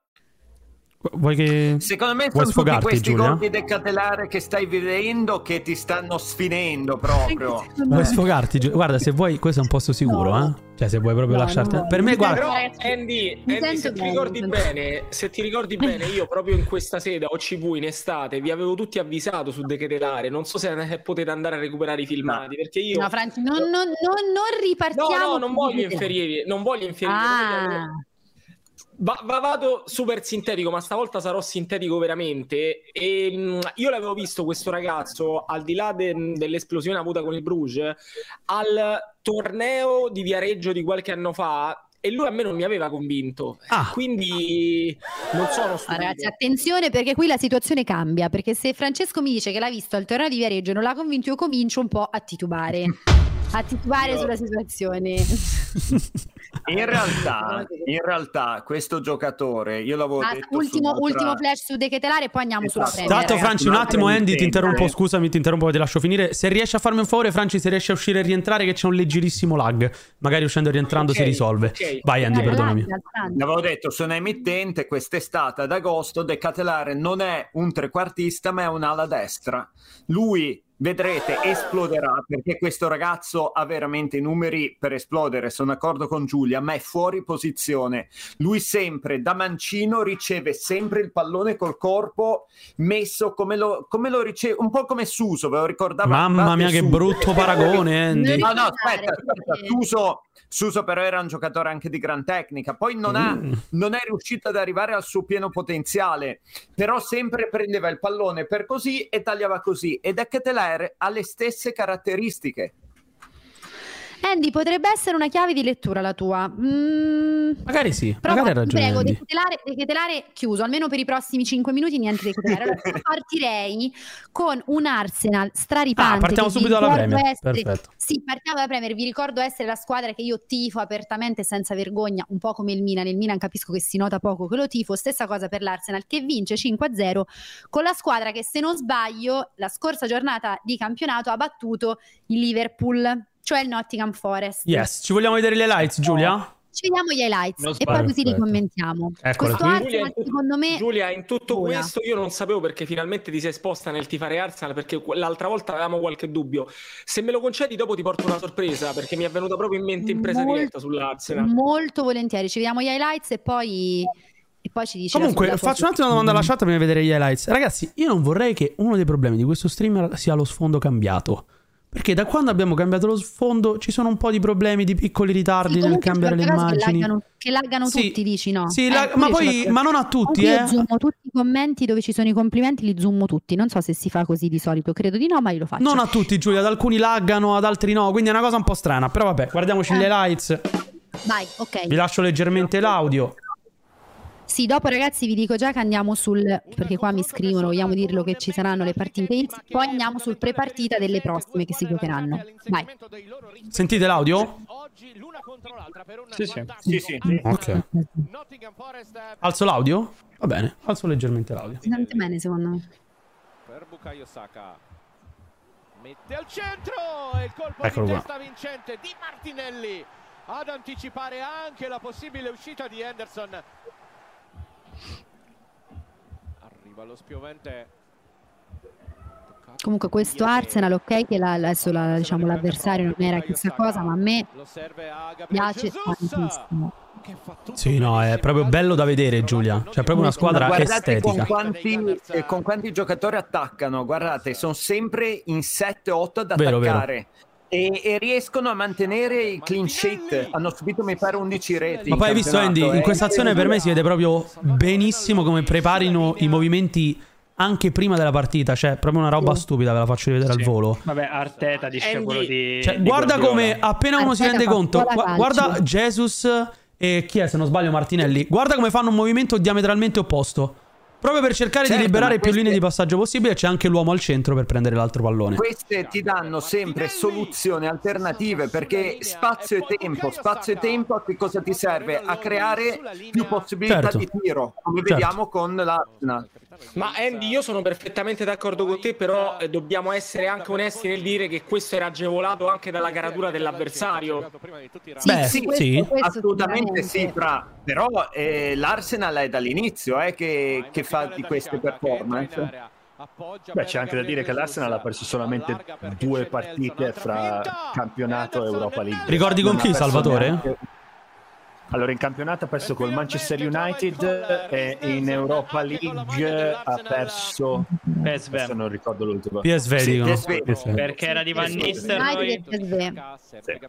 Speaker 1: Vu- Vuoi che.
Speaker 5: Secondo me
Speaker 1: vuoi
Speaker 5: sono tutti
Speaker 1: sfogarti,
Speaker 5: questi
Speaker 1: Giulia?
Speaker 5: colpi decatelare che stai vedendo che ti stanno sfinendo proprio.
Speaker 1: Vuoi sfogarti? Giu- Guarda, se vuoi, questo è un posto sicuro,
Speaker 2: No.
Speaker 1: eh? Cioè, se vuoi proprio
Speaker 2: No,
Speaker 1: lasciarti.
Speaker 2: non voglio.
Speaker 1: Per me,
Speaker 2: Mi
Speaker 1: guarda.
Speaker 6: Però,
Speaker 2: Ragazzi,
Speaker 6: Andy,
Speaker 2: mi
Speaker 6: Andy,
Speaker 2: sento
Speaker 6: se ti
Speaker 2: bene,
Speaker 6: ricordi
Speaker 2: mi sento-
Speaker 6: bene, se ti ricordi bene, io proprio in questa sede a OCV in estate vi avevo tutti avvisato su Dechetelare. Non so se eh, potete andare a recuperare i filmati, perché io.
Speaker 2: No, Franci, non, non- non- non
Speaker 6: No,
Speaker 2: ripartiamo.
Speaker 6: no, non
Speaker 2: con
Speaker 6: voglio
Speaker 2: l'idea.
Speaker 6: infierire, non voglio infierire.
Speaker 2: Ah,
Speaker 6: Va- va- vado super sintetico, ma stavolta sarò sintetico veramente. E, mh, io l'avevo visto questo ragazzo, al di là de- dell'esplosione avuta con il Bruges, al torneo di Viareggio di qualche anno fa. E lui a me non mi aveva convinto.
Speaker 1: Ah,
Speaker 6: Quindi non sono
Speaker 2: ma
Speaker 6: stupito.
Speaker 2: ragazzi, attenzione perché qui la situazione cambia. Perché se Francesco mi dice che l'ha visto al torneo di Viareggio e non l'ha convinto, io comincio un po' a titubare. A titubare sulla situazione.
Speaker 5: In realtà, in realtà, questo giocatore, io l'avevo
Speaker 2: Ah,
Speaker 5: detto.
Speaker 2: ultimo,
Speaker 5: su un'altra-
Speaker 2: ultimo flash su Dechetelare e poi andiamo sulla
Speaker 5: Esatto.
Speaker 2: Premier.
Speaker 1: Tra l'altro,
Speaker 2: ragazzi.
Speaker 1: Franci, un attimo, Andy, ti interrompo.
Speaker 5: Eh.
Speaker 1: Scusami, ti interrompo, ti lascio finire. Se riesci a farmi un favore, Franci, se riesci a uscire e rientrare, che c'è un leggerissimo lag. Magari uscendo e rientrando si
Speaker 6: Ok,
Speaker 1: risolve.
Speaker 6: ok.
Speaker 1: Vai, Andy,
Speaker 2: Dai,
Speaker 1: perdonami.
Speaker 2: avanti, avanti.
Speaker 5: L'avevo detto su un'emittente quest'estate ad agosto. De Catelare non è un trequartista, ma è un'ala destra. Lui vedrete esploderà perché questo ragazzo ha veramente i numeri per esplodere. Sono d'accordo con Giulia, ma è fuori posizione. Lui sempre da mancino riceve sempre il pallone col corpo messo come lo, come lo riceve, un po' come Suso, ve lo ricordavo.
Speaker 1: Mamma mia, che
Speaker 5: Suso.
Speaker 1: brutto paragone, Andy.
Speaker 5: No, no, aspetta, aspetta.
Speaker 2: Perché-
Speaker 5: certo, Suso, Suso però era un giocatore anche di gran tecnica, poi non, ha-
Speaker 1: Mm.
Speaker 5: non è riuscito ad arrivare al suo pieno potenziale, però sempre prendeva il pallone per così e tagliava così. Ed Eketelaer ha le stesse caratteristiche.
Speaker 2: Andy, potrebbe essere una chiave di lettura la tua. Mm,
Speaker 1: Magari sì,
Speaker 2: Però
Speaker 1: magari hai
Speaker 2: ti
Speaker 1: ragione.
Speaker 2: prego,
Speaker 1: Andy.
Speaker 2: dechetelare, dechetelare chiuso, almeno per i prossimi 5 minuti niente dechetelare. Allora, io partirei con un Arsenal straripante.
Speaker 1: Ah, partiamo
Speaker 2: che vi
Speaker 1: subito dalla
Speaker 2: ricordo
Speaker 1: Premier.
Speaker 2: essere-
Speaker 1: Perfetto.
Speaker 2: Sì, partiamo dalla Premier. Vi ricordo essere la squadra che io tifo apertamente senza vergogna, un po' come il Milan. Il Milan capisco che si nota poco che lo tifo. Stessa cosa per l'Arsenal che vince 5-0 con la squadra che, se non sbaglio, la scorsa giornata di campionato ha battuto il Liverpool, cioè il Nottingham Forest.
Speaker 1: Yes, ci vogliamo vedere le lights, Giulia?
Speaker 2: Ci vediamo gli highlights
Speaker 7: Non
Speaker 2: e poi
Speaker 7: sbaglio.
Speaker 2: così li
Speaker 1: Perfetto.
Speaker 2: commentiamo.
Speaker 1: Eccola
Speaker 2: Questo
Speaker 1: qui.
Speaker 6: certo. Giulia, in
Speaker 2: Arsenal,
Speaker 6: tut-
Speaker 2: secondo me,
Speaker 6: Giulia, in tutto
Speaker 2: vola.
Speaker 6: questo io non sapevo perché finalmente ti sei esposta nel tifare Arsenal perché que- l'altra volta avevamo qualche dubbio. Se me lo concedi dopo ti porto una sorpresa perché mi è venuta proprio in mente in presa
Speaker 2: Molto-
Speaker 6: diretta sull'Arsenal.
Speaker 2: molto volentieri. Ci vediamo gli highlights e poi, e poi ci dice. la
Speaker 1: Comunque,
Speaker 2: sua- Mm. la sua
Speaker 1: faccio un attimo una
Speaker 2: opinione.
Speaker 1: domanda alla chat prima di vedere gli highlights. Ragazzi, io non vorrei che uno dei problemi di questo streamer sia lo sfondo cambiato. Perché da quando abbiamo cambiato lo sfondo ci sono un po' di problemi, di piccoli ritardi nel
Speaker 2: Comunque,
Speaker 1: cambiare le
Speaker 2: c'è qualche caso Che
Speaker 1: immagini.
Speaker 2: laggano, che laggano tutti, dici no? Eh,
Speaker 1: Sì, la-
Speaker 2: pure
Speaker 1: ma
Speaker 2: ce
Speaker 1: poi-
Speaker 2: l'ho fatta.
Speaker 1: ma non a tutti,
Speaker 2: Io
Speaker 1: eh.
Speaker 2: zoomo tutti i commenti dove ci sono i complimenti, li zoomo tutti. Non so se si fa così di solito, credo di no, ma io lo faccio.
Speaker 1: Non a tutti, Giulia, ad alcuni laggano, ad altri no, quindi è una cosa un po' strana. Però vabbè, guardiamoci le lights.
Speaker 2: Vai, ok.
Speaker 1: Vi lascio leggermente l'audio.
Speaker 2: Sì, dopo ragazzi vi dico già che andiamo sul perché qua mi scrivono, vogliamo dirlo che ci saranno le partite X, poi andiamo sul prepartita delle prossime che si giocheranno. Vai.
Speaker 1: Sentite l'audio?
Speaker 7: Sì, sì.
Speaker 5: Sì, sì.
Speaker 1: Ok. Alzo l'audio? Va bene, alzo leggermente l'audio.
Speaker 2: Sentite bene secondo me.
Speaker 10: per Bukayo Saka mette al centro e il colpo
Speaker 1: Eccolo
Speaker 10: di
Speaker 1: qua.
Speaker 10: testa vincente di Martinelli ad anticipare anche la possibile uscita di Henderson arriva lo spiovente
Speaker 2: Comunque questo Arsenal, ok, che la- adesso la- diciamo, l'avversario non era chissà cosa, ma a me piace tantissimo.
Speaker 1: Sì, no, è proprio bello da vedere, Giulia. C'è proprio una squadra
Speaker 5: guardate
Speaker 1: estetica.
Speaker 5: con quanti, eh, con quanti giocatori attaccano. Guardate, sono sempre in 7-8 ad
Speaker 1: Vero, vero.
Speaker 5: attaccare. E, e riescono a mantenere i clean sheet. Hanno subito, mi pare, 11 reti.
Speaker 1: Ma
Speaker 5: in
Speaker 1: poi hai visto
Speaker 5: campionato,
Speaker 1: Andy, in
Speaker 5: eh.
Speaker 1: questa azione per me si vede proprio benissimo come preparino i movimenti anche prima della partita, cioè proprio una roba stupida, ve la faccio rivedere al volo.
Speaker 7: Vabbè, Arteta dice quello di.
Speaker 1: Cioè,
Speaker 7: di
Speaker 1: guarda
Speaker 7: Guardiola.
Speaker 1: come appena uno si
Speaker 7: Arteta
Speaker 1: rende
Speaker 7: fa
Speaker 1: conto,
Speaker 7: scuola
Speaker 1: gua-
Speaker 7: calcio.
Speaker 1: guarda Jesus e chi è se non sbaglio Martinelli, guarda come fanno un movimento diametralmente opposto. Proprio per cercare
Speaker 5: Certo,
Speaker 1: di liberare
Speaker 5: ma
Speaker 1: più linee
Speaker 5: queste-
Speaker 1: di passaggio possibile, c'è anche l'uomo al centro per prendere l'altro pallone.
Speaker 5: Queste ti danno sempre soluzioni alternative perché spazio e tempo, spazio e tempo a che cosa ti serve? A creare più possibilità
Speaker 1: Certo.
Speaker 5: di tiro, come
Speaker 1: Certo.
Speaker 5: vediamo con l'Arsenal.
Speaker 6: Ma Andy, io sono perfettamente d'accordo con te, però eh, dobbiamo essere anche onesti nel dire che questo era agevolato anche dalla caratura dell'avversario.
Speaker 1: Beh, sì, sì.
Speaker 5: assolutamente sì, Fra. però eh, l'Arsenal è dall'inizio eh, che, che fa di queste performance.
Speaker 4: Beh, c'è anche da dire che l'Arsenal ha perso solamente due partite fra campionato e Europa League.
Speaker 1: Ricordi con
Speaker 4: Non ha
Speaker 1: chi,
Speaker 4: perso
Speaker 1: Salvatore?
Speaker 4: neanche- Allora, in campionato ha perso col Manchester United e in Europa League ha perso...
Speaker 7: PSV.
Speaker 4: Adesso non ricordo l'ultimo.
Speaker 1: PSV, dicono. PSV.
Speaker 7: Perché era di Van Nistelrooy.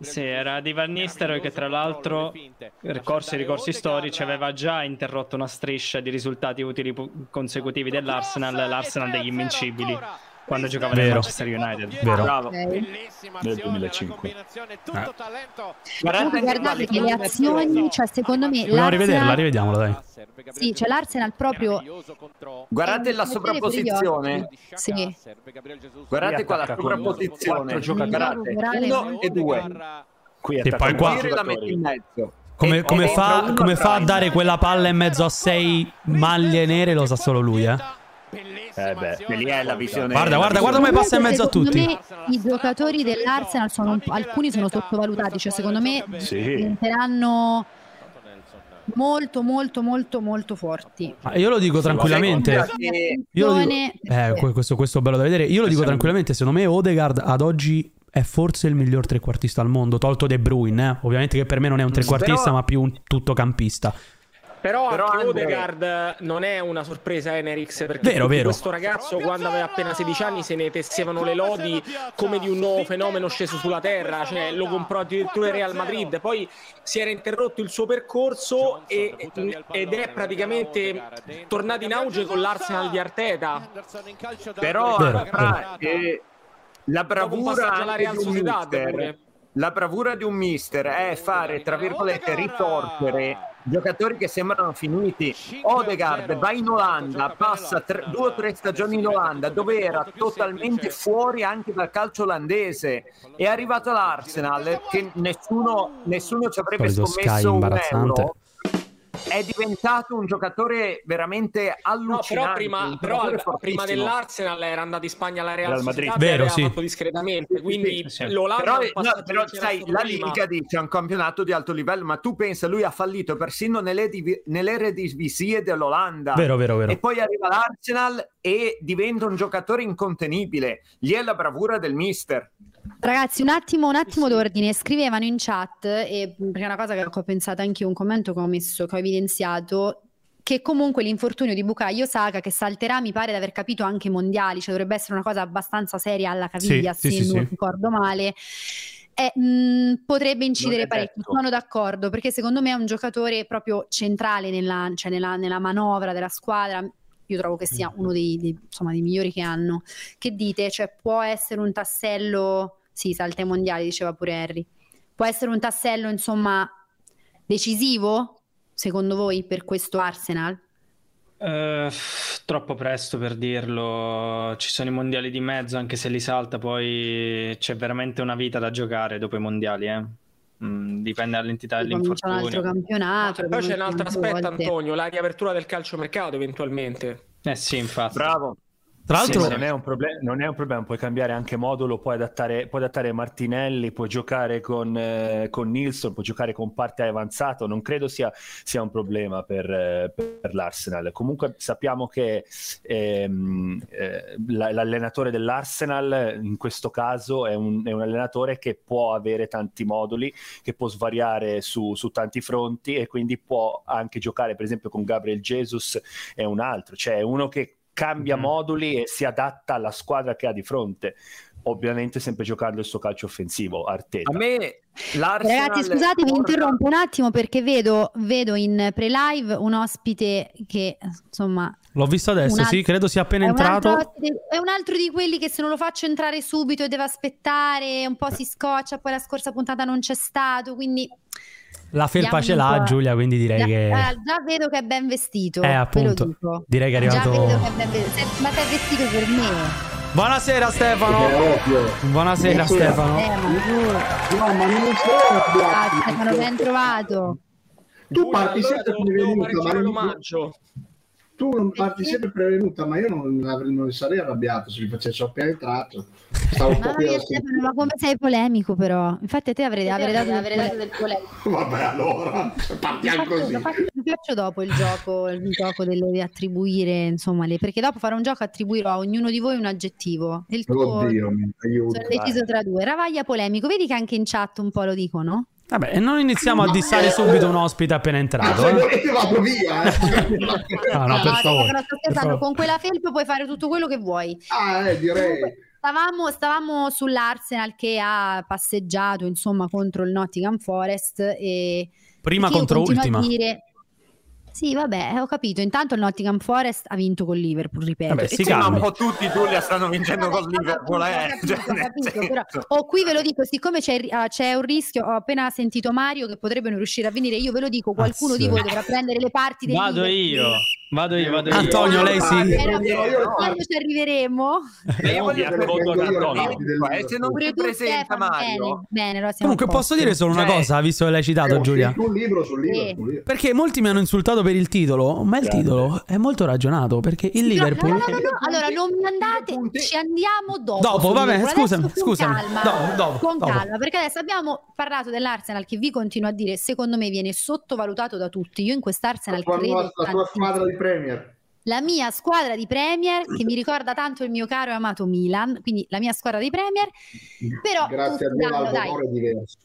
Speaker 7: Sì, era di Van Nistelrooy che tra l'altro, ricorsi e ricorsi storici, aveva già interrotto una striscia di risultati utili pu- consecutivi dell'Arsenal, l'Arsenal degli invincibili, quando giocava nel
Speaker 1: Vero.
Speaker 7: Manchester United.
Speaker 1: Vero.
Speaker 7: Bravo.
Speaker 4: Nel 2005. Ah.
Speaker 2: Comunque guardate che le azioni, cioè secondo me
Speaker 1: Dobbiamo rivederla,
Speaker 2: l'Arsenal,
Speaker 1: rivediamola, dai.
Speaker 2: sì, cioè l'Arsenal proprio
Speaker 5: Guardate la sovrapposizione.
Speaker 2: Sì.
Speaker 5: Guardate qua la
Speaker 4: Attacca con
Speaker 5: sovrapposizione.
Speaker 4: quattro giocatori.
Speaker 5: Guardate,
Speaker 2: Morale,
Speaker 5: uno e due.
Speaker 4: Qui
Speaker 1: Sì, poi
Speaker 4: attacca
Speaker 1: qua-
Speaker 4: quattro
Speaker 5: La metti in
Speaker 4: giocatori.
Speaker 5: mezzo.
Speaker 1: Come,
Speaker 5: E-
Speaker 1: come
Speaker 5: e entra
Speaker 1: fa,
Speaker 5: uno
Speaker 1: come fa a
Speaker 5: atrás.
Speaker 1: dare quella palla in mezzo a sei maglie nere lo sa solo lui, eh.
Speaker 4: Eh beh,
Speaker 5: E lì è la visione.
Speaker 1: Guarda, guarda, guarda come passa in mezzo a
Speaker 2: Secondo
Speaker 1: tutti.
Speaker 2: me i giocatori dell'Arsenal sono un po'- alcuni sono sottovalutati, cioè secondo me
Speaker 4: Sì.
Speaker 2: diventeranno molto molto molto molto forti. Ecco,
Speaker 1: Ma Ah, io lo dico tranquillamente. Io lo dico,
Speaker 2: Attenzione,
Speaker 1: eh, que- questo, questo è bello da vedere. Io lo dico tranquillamente. Secondo me, Odegaard ad oggi è forse il miglior trequartista al mondo. Tolto De Bruyne, eh. ovviamente, che per me non è un trequartista,
Speaker 5: Mm, Però-
Speaker 1: ma più un tuttocampista.
Speaker 6: Però,
Speaker 5: Però,
Speaker 6: anche
Speaker 5: Andre-
Speaker 6: Odegaard non è una sorpresa, Enerix, perché
Speaker 1: Vero, vero.
Speaker 6: questo ragazzo quando aveva appena 16 anni se ne tessevano le lodi come di un nuovo fenomeno sceso sulla terra, cioè lo comprò addirittura il Real Madrid, poi si era interrotto il suo percorso e- ed è praticamente tornato in auge con l'Arsenal di Arteta.
Speaker 5: Però
Speaker 1: Vero,
Speaker 5: fra, eh, la bravura
Speaker 6: passaggio alla
Speaker 5: anche
Speaker 6: Real
Speaker 5: di un
Speaker 6: Sociedad,
Speaker 5: mister-
Speaker 6: pure.
Speaker 5: la bravura di un mister è fare, tra virgolette, ritorcere giocatori che sembrano finiti. Odegaard va in Olanda, passa tre- due o tre stagioni in Olanda, dove era totalmente fuori anche dal calcio olandese. È arrivato all'Arsenal, che
Speaker 6: Uh.
Speaker 5: nessuno, nessuno ci avrebbe
Speaker 1: Solito Sky
Speaker 5: scommesso un
Speaker 1: imbarazzante.
Speaker 5: euro. È diventato un giocatore veramente
Speaker 6: No,
Speaker 5: allucinante.
Speaker 6: però
Speaker 5: un
Speaker 6: prima, però
Speaker 5: giocatore
Speaker 6: al- prima
Speaker 5: fortissimo.
Speaker 6: dell'Arsenal era andato in Spagna alla Real,
Speaker 4: Real Madrid.
Speaker 6: Sociedad e
Speaker 1: Vero,
Speaker 6: aveva
Speaker 1: sì.
Speaker 6: fatto discretamente, quindi
Speaker 7: sì.
Speaker 6: l'Olanda
Speaker 5: però,
Speaker 6: è un
Speaker 5: no,
Speaker 6: passaggio
Speaker 5: però
Speaker 6: che c'era
Speaker 5: sai,
Speaker 6: stato
Speaker 5: la
Speaker 6: prima.
Speaker 5: Liga dice è un campionato di alto livello, ma tu pensa, lui ha fallito persino nelle, div- nelle redivisie dell'Olanda.
Speaker 1: Vero, vero, vero.
Speaker 5: E poi arriva l'Arsenal e diventa un giocatore incontenibile. Lì è la bravura del mister.
Speaker 2: Ragazzi, un attimo, un attimo d'ordine. Scrivevano in chat, e- perché è una cosa che ho pensato anche io, un commento che ho messo, che ho evidenziato. che comunque l'infortunio di Bukayo Saka che salterà mi pare di aver capito anche mondiali cioè dovrebbe essere una cosa abbastanza seria alla caviglia
Speaker 1: Sì,
Speaker 2: se
Speaker 1: sì, sì,
Speaker 2: non
Speaker 1: sì.
Speaker 2: ricordo male eh, mh, potrebbe incidere
Speaker 1: Non è
Speaker 2: parecchio
Speaker 1: detto.
Speaker 2: sono d'accordo perché secondo me è un giocatore proprio centrale nella, cioè nella- nella manovra della squadra io trovo che
Speaker 6: Mm.
Speaker 2: sia uno dei, dei- insomma, dei migliori che hanno che dite cioè può essere un tassello sì salta ai mondiali diceva pure Harry può essere un tassello insomma decisivo secondo voi per questo Arsenal?
Speaker 7: Eh, pff, troppo presto per dirlo, ci sono i mondiali di mezzo, anche se li salta, poi c'è veramente una vita da giocare dopo i mondiali, eh. Mm, dipende dall'entità
Speaker 2: Comincia un altro
Speaker 7: dell'infortunio.
Speaker 6: Poi
Speaker 2: campionato.
Speaker 6: c'è un
Speaker 2: cominciano
Speaker 6: altro
Speaker 2: altre
Speaker 6: aspetto,
Speaker 2: volte.
Speaker 6: Antonio, la riapertura del calciomercato eventualmente.
Speaker 7: Eh sì, infatti.
Speaker 4: Bravo.
Speaker 1: Tra l'altro-
Speaker 4: non, è un proble- non è un problema, puoi cambiare anche modulo, puoi adattare, puoi adattare Martinelli, puoi giocare con, eh, con Nilsson, puoi giocare con parte avanzato, non credo sia, sia un problema per, eh, per l'Arsenal. Comunque sappiamo che ehm, eh, la- l'allenatore dell'Arsenal in questo caso è un, è un allenatore che può avere tanti moduli, che può svariare su, su tanti fronti e quindi può anche giocare per esempio con Gabriel Jesus è un altro, cioè è uno che cambia
Speaker 5: Mhm.
Speaker 4: moduli e si adatta alla squadra che ha di fronte. Ovviamente sempre giocando il suo calcio offensivo, Arteta.
Speaker 5: A me l'Arsenal
Speaker 2: Ragazzi, scusate, vi
Speaker 5: porta-
Speaker 2: interrompo un attimo perché vedo, vedo in pre-live un ospite che insomma.
Speaker 1: L'ho visto adesso,
Speaker 2: un altro-
Speaker 1: sì, credo sia appena
Speaker 2: è un altro
Speaker 1: entrato.
Speaker 2: ospite- è un altro di quelli che se non lo faccio entrare subito e deve aspettare, un po' si scoccia, poi la scorsa puntata non c'è stato, quindi
Speaker 1: La felpa ce
Speaker 2: Diamogli un
Speaker 1: l'ha
Speaker 2: po'.
Speaker 1: Giulia, quindi direi
Speaker 2: già,
Speaker 1: che...
Speaker 2: eh, già vedo che è ben vestito.
Speaker 1: Eh,
Speaker 2: ve lo
Speaker 1: appunto,
Speaker 2: dico.
Speaker 1: direi che è
Speaker 2: Già
Speaker 1: arrivato...
Speaker 2: vedo che è ben vestito, ma sei vestito per me.
Speaker 1: Buonasera Stefano! Buonasera Stefano!
Speaker 2: Ah. Eh, No, ma non c'è Stefano, Ah, ben trovato.
Speaker 11: Tu parti sempre prevenuta, ma
Speaker 6: l'omaggio.
Speaker 11: Tu non parti sempre prevenuta, ma io non, avrei- non sarei arrabbiato se mi facessero appena entrato. Stavo
Speaker 2: Mamma
Speaker 11: proprio
Speaker 2: mia Stefano, ma come sei polemico però? Infatti a te avrei, avrei dato, avrei dato del polemico.
Speaker 11: Vabbè, allora partiamo così.
Speaker 2: Lo faccio, lo faccio dopo il gioco, il gioco delle attribuire, insomma, le, perché dopo farò un gioco attribuirò a ognuno di voi un aggettivo. E Il tuo
Speaker 11: Oddio, mi aiuto.
Speaker 2: sono deciso tra due. Ravaglia polemico, vedi che anche in chat un po' lo dicono?
Speaker 1: Vabbè, e non iniziamo a dissare subito un ospite appena entrato. eh.
Speaker 11: vado via.
Speaker 1: Ah, No, no, per
Speaker 2: raga,
Speaker 1: favore.
Speaker 2: però sto
Speaker 1: per
Speaker 2: scherzando,
Speaker 1: favore.
Speaker 2: con quella felpa puoi fare tutto quello che vuoi.
Speaker 11: Ah, eh, direi.
Speaker 2: Stavamo, stavamo sull'Arsenal che ha passeggiato insomma contro il Nottingham Forest e
Speaker 1: Prima
Speaker 2: perché io
Speaker 1: contro
Speaker 2: continuo a
Speaker 1: ultima.
Speaker 2: dire- Sì, vabbè, ho capito. Intanto il Nottingham Forest ha vinto col Liverpool, ripeto.
Speaker 5: Eh,
Speaker 2: E
Speaker 5: sì, ma un po' tutti Giulia stanno vincendo con Liverpool. Eh. Cioè, nel
Speaker 2: capito,
Speaker 5: senso-
Speaker 2: però- oh, qui ve lo dico, siccome c'è, il- ah, c'è un rischio, ho appena sentito Mario che potrebbe non riuscire a venire, io ve lo dico, qualcuno
Speaker 7: sì.
Speaker 2: di voi dovrà prendere le parti del
Speaker 7: Vado
Speaker 2: Liverpool.
Speaker 7: io, vado io, vado io.
Speaker 1: Antonio, lei sì.
Speaker 2: Eh, vabbè, Quando ci arriveremo?
Speaker 5: E io voglio sapere
Speaker 7: voto ad
Speaker 5: cosa
Speaker 7: Antonio.
Speaker 5: dico, eh, se non
Speaker 2: Pure
Speaker 5: si
Speaker 2: tu,
Speaker 5: presenta
Speaker 2: Stefano,
Speaker 5: Mario.
Speaker 2: Bene, bene, allora siamo
Speaker 1: Comunque
Speaker 2: a
Speaker 1: posso
Speaker 2: posto.
Speaker 1: dire solo una
Speaker 5: Cioè-
Speaker 1: cosa, visto che l'hai citato Giulia?
Speaker 11: Un libro sul Liverpool. io.
Speaker 1: Perché molti mi hanno insultato per il titolo, ma il
Speaker 11: Grande.
Speaker 1: titolo è molto ragionato perché il Liverpool...
Speaker 2: No, no, no, no, no, allora non mi andate, ci andiamo dopo.
Speaker 1: Dopo,
Speaker 2: sul
Speaker 1: va bene,
Speaker 2: Liverpool. Adesso
Speaker 1: scusami,
Speaker 2: con
Speaker 1: scusami.
Speaker 2: Calma,
Speaker 1: Dopo, dopo,
Speaker 2: con
Speaker 1: dopo.
Speaker 2: calma, perché adesso abbiamo parlato dell'Arsenal che vi continuo a dire, secondo me viene sottovalutato da tutti. Io in quest'Arsenal
Speaker 11: La tua,
Speaker 2: credo
Speaker 11: nuova- la tua
Speaker 2: tantissimo.
Speaker 11: squadra di Premier.
Speaker 2: La mia squadra di Premier, che mi ricorda tanto il mio caro e amato Milan, quindi la mia squadra di Premier, però
Speaker 11: Grazie a
Speaker 2: tutti
Speaker 11: Dio
Speaker 2: danno,
Speaker 11: l'albero
Speaker 2: dai.
Speaker 11: è diverso.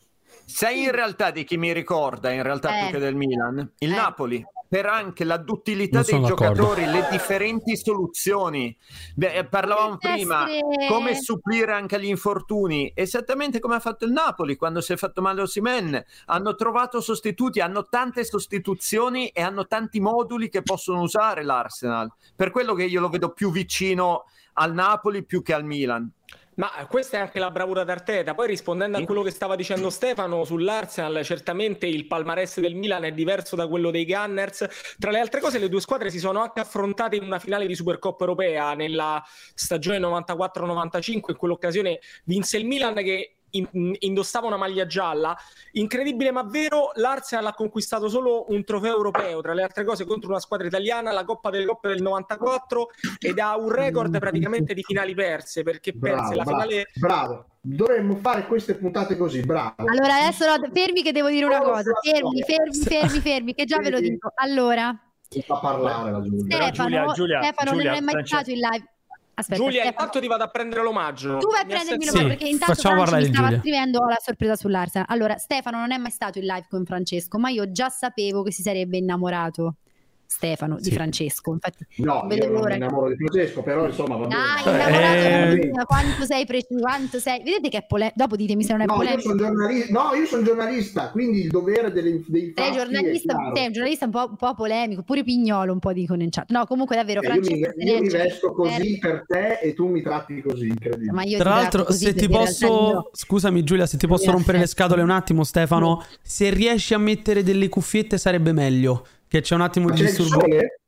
Speaker 5: Sei in realtà di chi mi ricorda, in realtà
Speaker 2: Eh.
Speaker 5: più che del Milan, il
Speaker 2: Eh.
Speaker 5: Napoli, per anche la duttilità
Speaker 1: Non
Speaker 5: dei
Speaker 1: sono d'accordo.
Speaker 5: giocatori, le differenti soluzioni. Beh, eh, parlavamo
Speaker 2: Deve
Speaker 5: prima,
Speaker 2: essere-
Speaker 5: come supplire anche agli infortuni, esattamente come ha fatto il Napoli quando si è fatto male Osimen. Hanno trovato sostituti, hanno tante sostituzioni e hanno tanti moduli che possono usare l'Arsenal. Per quello che io lo vedo più vicino al Napoli più che al Milan.
Speaker 6: Ma questa è anche la bravura d'Arteta. Poi rispondendo a quello che stava dicendo Stefano sull'Arsenal, certamente il palmarès del Milan è diverso da quello dei Gunners. Tra le altre cose, le due squadre si sono anche affrontate in una finale di Supercoppa europea nella stagione 94-95. In quell'occasione vinse il Milan che in- indossava una maglia gialla. Incredibile ma vero, l'Arsenal ha conquistato solo un trofeo europeo, tra le altre cose contro una squadra italiana, la Coppa delle Coppe del 94 ed ha un record praticamente di finali perse perché perse
Speaker 11: Bravo,
Speaker 6: la
Speaker 11: bravo,
Speaker 6: finale
Speaker 11: bravo. Dovremmo fare queste puntate così, bravo.
Speaker 2: Allora, adesso no, fermi che devo dire una
Speaker 11: Oh,
Speaker 2: cosa. Fermi, fermi, fermi, fermi, che già ve lo dico. Allora,
Speaker 11: Si fa parlare la Giulia.
Speaker 2: Stefano,
Speaker 4: Giulia, Giulia,
Speaker 2: Stefano
Speaker 4: Giulia,
Speaker 2: non è mai
Speaker 4: Francesco.
Speaker 2: stato in live. Aspetta,
Speaker 6: Giulia,
Speaker 2: Stefano,
Speaker 6: intanto ti vado a prendere l'omaggio.
Speaker 2: tu vai a
Speaker 6: Mi
Speaker 2: prendermi
Speaker 6: assenso-
Speaker 2: la mano,
Speaker 1: Sì,
Speaker 2: perché intanto
Speaker 1: facciamo
Speaker 2: Franci
Speaker 1: parlare
Speaker 2: mi stava
Speaker 1: Giulia.
Speaker 2: scrivendo ho la sorpresa sull'Arsenal. Allora, Stefano non è mai stato in live con Francesco, ma io già sapevo che si sarebbe innamorato Stefano, di Francesco. Infatti,
Speaker 11: No,
Speaker 2: non
Speaker 11: io
Speaker 2: vedo
Speaker 11: non mi
Speaker 2: l'ora.
Speaker 11: innamoro di Francesco, però insomma va bene.
Speaker 2: Dai,
Speaker 1: Eh,
Speaker 2: innamorato
Speaker 6: Eh,
Speaker 2: della mattina, quanto sei preciso, quanto sei. Vedete che è polemico. Dopo ditemi se non è
Speaker 11: No, io
Speaker 2: polemico.
Speaker 11: sono giornalista, no, io sono giornalista, quindi il dovere delle, dei
Speaker 2: Sei
Speaker 11: fatti
Speaker 2: giornalista,
Speaker 11: è chiaro.
Speaker 2: sei un giornalista un po', un po' polemico, pure pignolo un po' dicono in chat. No, comunque davvero,
Speaker 11: Eh, io, mi,
Speaker 2: Francesco, se ne
Speaker 11: io mi
Speaker 2: esce.
Speaker 11: vesto così per te e tu mi tratti così, incredibile.
Speaker 2: Ma io
Speaker 1: Tra l'altro, se ti posso. Scusami, Giulia, se ti posso
Speaker 11: Mi
Speaker 1: rompere le
Speaker 11: affetto.
Speaker 1: scatole un attimo, Stefano. Se riesci a mettere delle cuffiette sarebbe meglio. Che c'è un attimo
Speaker 11: Ma
Speaker 1: di
Speaker 11: c'è il
Speaker 1: disturbo.
Speaker 11: sole?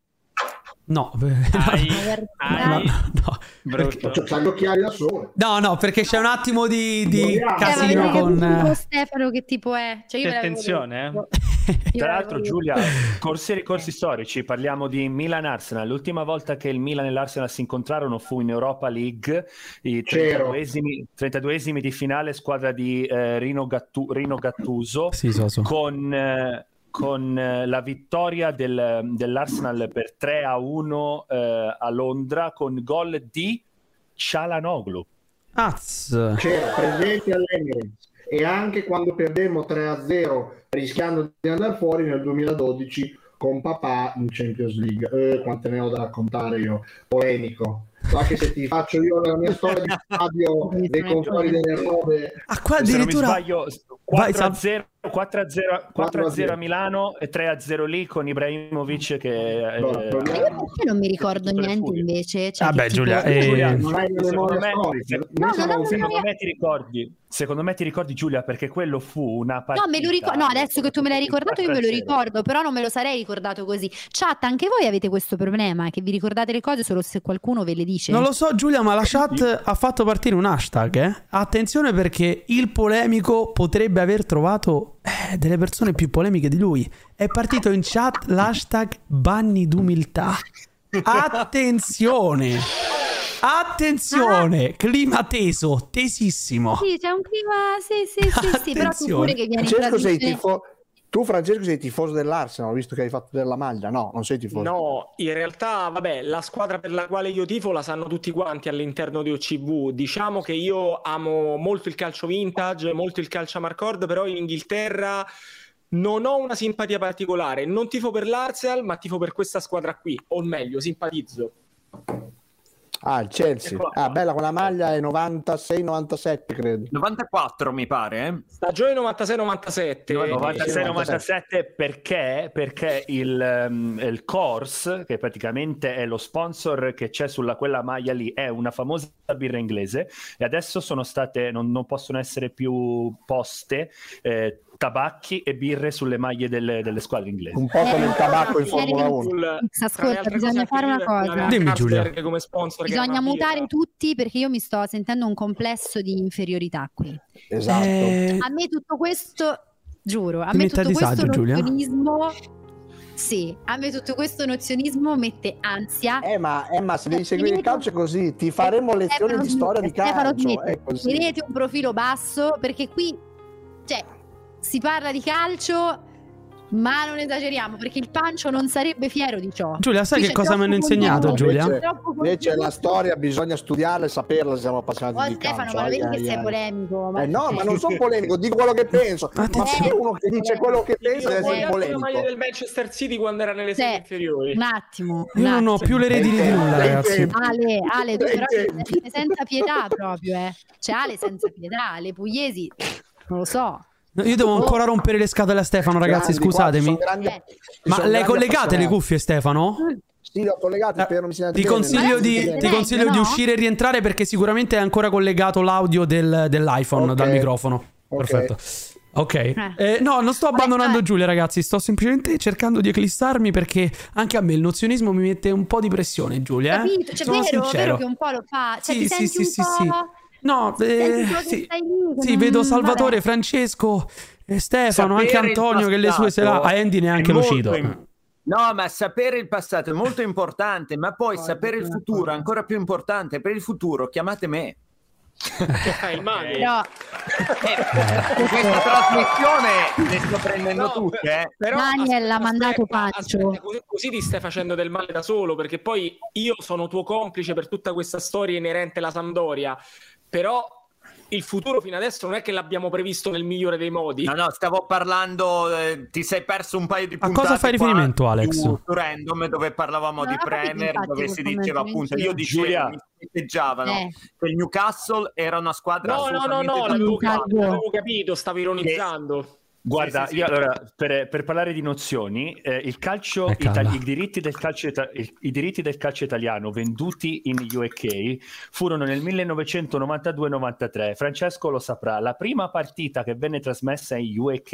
Speaker 1: No, no,
Speaker 11: Cioè, c'ha gli occhiali da sole.
Speaker 1: no, no, perché c'è un attimo di, di
Speaker 2: Cioè,
Speaker 11: Vogliamo.
Speaker 2: Casino
Speaker 1: casino con. eh,
Speaker 2: Stefano che tipo è? Cioè, io me l'avevo detto. Io
Speaker 4: eh. Tra
Speaker 2: l'avevo
Speaker 4: l'altro,
Speaker 2: detto.
Speaker 4: Giulia, corsi e
Speaker 2: Eh.
Speaker 4: ricorsi storici, parliamo di Milan-Arsenal. L'ultima volta che il Milan e l'Arsenal si incontrarono fu in Europa League, i
Speaker 11: C'ero.
Speaker 4: 32esimi, 32esimi di finale, squadra di eh, Rino, Gattu- Rino Gattuso,
Speaker 1: Sì, so, so.
Speaker 4: con, eh, con, eh, la vittoria del- dell'Arsenal per 3 a 1 eh, a Londra con gol di Cialanoglu.
Speaker 1: Az.
Speaker 11: C'era presente all'Emirates e anche quando perdemmo 3-0 rischiando di andare fuori nel 2012 con papà in Champions League. Eh, quante ne ho da raccontare io, polemico. Anche se ti faccio io la mia storia di Fabio dei confronti delle robe.
Speaker 1: Ah, qua
Speaker 11: addirittura-
Speaker 4: Se non mi sbaglio,
Speaker 11: Vai,
Speaker 4: 4 a 0, 4 a 0, 4 a 0
Speaker 11: 4-0.
Speaker 4: a Milano e 3 a 0 lì con Ibrahimovic che... eh,
Speaker 11: No,
Speaker 2: Ma io perché non mi ricordo niente invece? Cioè,
Speaker 1: Vabbè,
Speaker 2: che tipo-
Speaker 1: Giulia, eh,
Speaker 11: non hai la
Speaker 4: Secondo
Speaker 11: memoria
Speaker 4: me-
Speaker 11: storica. Noi
Speaker 4: No,
Speaker 11: siamo
Speaker 2: no,
Speaker 11: un-
Speaker 2: no, no,
Speaker 4: Secondo me ti ricordi, secondo me ti ricordi Giulia perché quello fu una partita.
Speaker 2: No, me lo ricordo. No,
Speaker 4: eh.
Speaker 2: adesso che tu me l'hai ricordato, io me lo
Speaker 4: 4-0.
Speaker 2: ricordo, però non me lo sarei ricordato così. Chat, anche voi avete questo problema che vi ricordate le cose solo se qualcuno ve le dice.
Speaker 1: Non lo so, Giulia, ma la chat ha fatto partire un hashtag. eh. Attenzione perché il polemico potrebbe aver trovato eh, delle persone più polemiche di lui. È partito in chat l'hashtag banni d'umiltà. Attenzione!
Speaker 12: Ah!
Speaker 1: Attenzione! Clima teso, tesissimo.
Speaker 2: Sì, c'è un clima. Sì, sì, sì, sì, però tu pure che vieni in
Speaker 12: Francesco, sei
Speaker 2: trasmissione-
Speaker 12: tifo- Tu, Francesco, sei tifoso dell'Arsenal, ho visto che hai fatto della maglia. No, non sei tifoso.
Speaker 6: No, in realtà, vabbè, la squadra per la quale io tifo la sanno tutti quanti all'interno di OCV. Diciamo che io amo molto il calcio vintage, molto il calcio Marcord, però in Inghilterra non ho una simpatia particolare. Non tifo per l'Arsenal, ma tifo per questa squadra qui, o meglio, simpatizzo.
Speaker 12: Ah, il Chelsea. Ah, bella, quella maglia è 96-97, credo.
Speaker 5: 94 mi pare, eh.
Speaker 6: Stagione 96-97.
Speaker 4: 96-97 perché, perché il, um, il Coors, che praticamente è lo sponsor che c'è sulla quella maglia lì, è una famosa birra inglese e adesso sono state, non, non possono essere più poste eh, tabacchi e birre sulle maglie delle, delle squadre inglesi.
Speaker 12: Un po' come il tabacco in Formula
Speaker 6: Sul-
Speaker 12: 1.
Speaker 2: Ascolta, bisogna fare una cosa.
Speaker 12: Dimmi, Giulia.
Speaker 6: Carlsberg come sponsor che era
Speaker 2: Bisogna
Speaker 6: una birra.
Speaker 2: mutare tutti perché io mi sto sentendo un complesso di inferiorità qui. Eh,
Speaker 12: Esatto.
Speaker 2: A me tutto questo, giuro, a
Speaker 1: Ti
Speaker 2: me
Speaker 1: mette a
Speaker 2: tutto questo
Speaker 1: disagio, Giulia?
Speaker 2: nozionismo. Sì, a me tutto questo nozionismo mette ansia.
Speaker 12: Eh, ma, eh, ma se devi seguire il calcio è così, ti
Speaker 2: Eh,
Speaker 12: faremo lezioni di storia di
Speaker 2: Stefano
Speaker 12: calcio. ecco,
Speaker 2: Smith,
Speaker 12: È così.
Speaker 2: tenete un profilo basso perché qui cioè, si parla di calcio, ma non esageriamo perché il pancio non sarebbe fiero di ciò.
Speaker 1: Giulia, sai
Speaker 2: Qui
Speaker 1: che
Speaker 2: c'è
Speaker 1: cosa mi hanno
Speaker 2: troppo
Speaker 1: insegnato,
Speaker 2: contenuto,
Speaker 1: Giulia?
Speaker 2: c'è troppo
Speaker 12: Invece
Speaker 2: contenuto.
Speaker 12: la storia bisogna studiarla e saperla se siamo appassionati
Speaker 2: Oh,
Speaker 12: di
Speaker 2: Stefano,
Speaker 12: calcio.
Speaker 2: ma lo vedi
Speaker 12: Ai,
Speaker 2: che
Speaker 12: ai,
Speaker 2: sei
Speaker 12: ai.
Speaker 2: polemico?
Speaker 12: Eh, no, ma non sono polemico, dico quello che penso. Ma se uno che dice quello che
Speaker 6: Io
Speaker 12: pensa deve
Speaker 6: voglio
Speaker 2: Eh,
Speaker 12: essere
Speaker 6: anche la maglia
Speaker 12: polemico.
Speaker 6: del Manchester City quando era nelle serie inferiori.
Speaker 2: Un attimo,
Speaker 1: Io non ho più le redini di nulla, ragazzi.
Speaker 2: Ale, Ale, tu
Speaker 12: Eh,
Speaker 6: Dai
Speaker 2: però sei senza pietà proprio, eh. Cioè, Ale senza pietà, Ale Pugliesi, non lo so.
Speaker 1: No, Io devo ancora rompere le scatole a Stefano, ragazzi,
Speaker 12: Oh. Grandi, guarda,
Speaker 1: scusatemi.
Speaker 12: sono grandi-
Speaker 2: Eh.
Speaker 1: Ma
Speaker 12: sono
Speaker 1: le
Speaker 12: grandi
Speaker 1: collegate le
Speaker 12: appassionati.
Speaker 1: cuffie, Stefano?
Speaker 12: Sì, le ho collegate, spero mi sia
Speaker 1: Ti
Speaker 2: Eh,
Speaker 1: consiglio, di, ti consiglio di uscire e rientrare perché sicuramente è ancora collegato l'audio del- dell'iPhone
Speaker 12: Ok.
Speaker 1: dal microfono.
Speaker 12: Ok.
Speaker 1: Perfetto. Ok, Eh, no, non sto abbandonando Giulia, ragazzi. Sto semplicemente cercando di eclissarmi perché anche a me il nozionismo mi mette un po' di pressione, Giulia. Eh?
Speaker 2: Capito? Cioè,
Speaker 1: Sono
Speaker 2: vero,
Speaker 1: sincero.
Speaker 2: vero che un po' lo fa. Cioè,
Speaker 1: Sì,
Speaker 2: ti
Speaker 1: sì,
Speaker 2: senti
Speaker 1: sì,
Speaker 2: un
Speaker 1: sì,
Speaker 2: po'...
Speaker 1: sì. No, eh,
Speaker 2: senti proprio che
Speaker 1: sì,
Speaker 2: stai lì, che
Speaker 1: Sì,
Speaker 2: non-
Speaker 1: vedo Salvatore,
Speaker 2: vabbè.
Speaker 1: Francesco, eh, Stefano, anche
Speaker 5: Sapere il
Speaker 1: Antonio che le sue se la. A
Speaker 5: passato
Speaker 1: Andy neanche
Speaker 5: è
Speaker 1: lo
Speaker 5: molto
Speaker 1: cito.
Speaker 5: im- No, ma sapere il passato è molto importante, ma poi sapere il futuro è ancora più importante. Per il futuro chiamate me. Eh,
Speaker 6: il mago.
Speaker 2: Però,
Speaker 5: Questa trasmissione le sto prendendo
Speaker 6: No,
Speaker 5: tutte. eh.
Speaker 2: Daniel ha mandato Pancio.
Speaker 6: Così, così ti stai facendo del male da solo, perché poi io sono tuo complice per tutta questa storia inerente alla Sampdoria, però il futuro fino adesso non è che l'abbiamo previsto nel migliore dei modi.
Speaker 5: No, no, stavo parlando, eh, ti sei perso un paio di
Speaker 1: A
Speaker 5: puntate
Speaker 1: cosa fai
Speaker 5: qua
Speaker 1: riferimento, Alex?
Speaker 5: Su, su Random dove parlavamo
Speaker 2: Non
Speaker 5: di
Speaker 2: ho capito,
Speaker 5: Premier,
Speaker 2: infatti,
Speaker 5: dove si
Speaker 2: questo
Speaker 5: diceva
Speaker 2: momento,
Speaker 5: appunto,
Speaker 2: neanch'io.
Speaker 5: io dicevo,
Speaker 2: Giulia.
Speaker 5: mi festeggiavano
Speaker 2: Eh.
Speaker 5: che il Newcastle era una squadra
Speaker 6: No, no, no,
Speaker 5: assolutamente
Speaker 6: no,
Speaker 5: da
Speaker 6: l'avevo,
Speaker 5: giocare.
Speaker 6: capito, l'avevo capito, stavo ironizzando.
Speaker 4: Guarda,
Speaker 6: Sì, sì,
Speaker 4: io
Speaker 6: sì.
Speaker 4: allora per, per parlare di nozioni, eh, il calcio
Speaker 1: calma.
Speaker 4: itali- i, diritti del calcio ita- il- i diritti del calcio italiano venduti in UK furono nel 1992-93. Francesco lo saprà. La prima partita che venne trasmessa in UK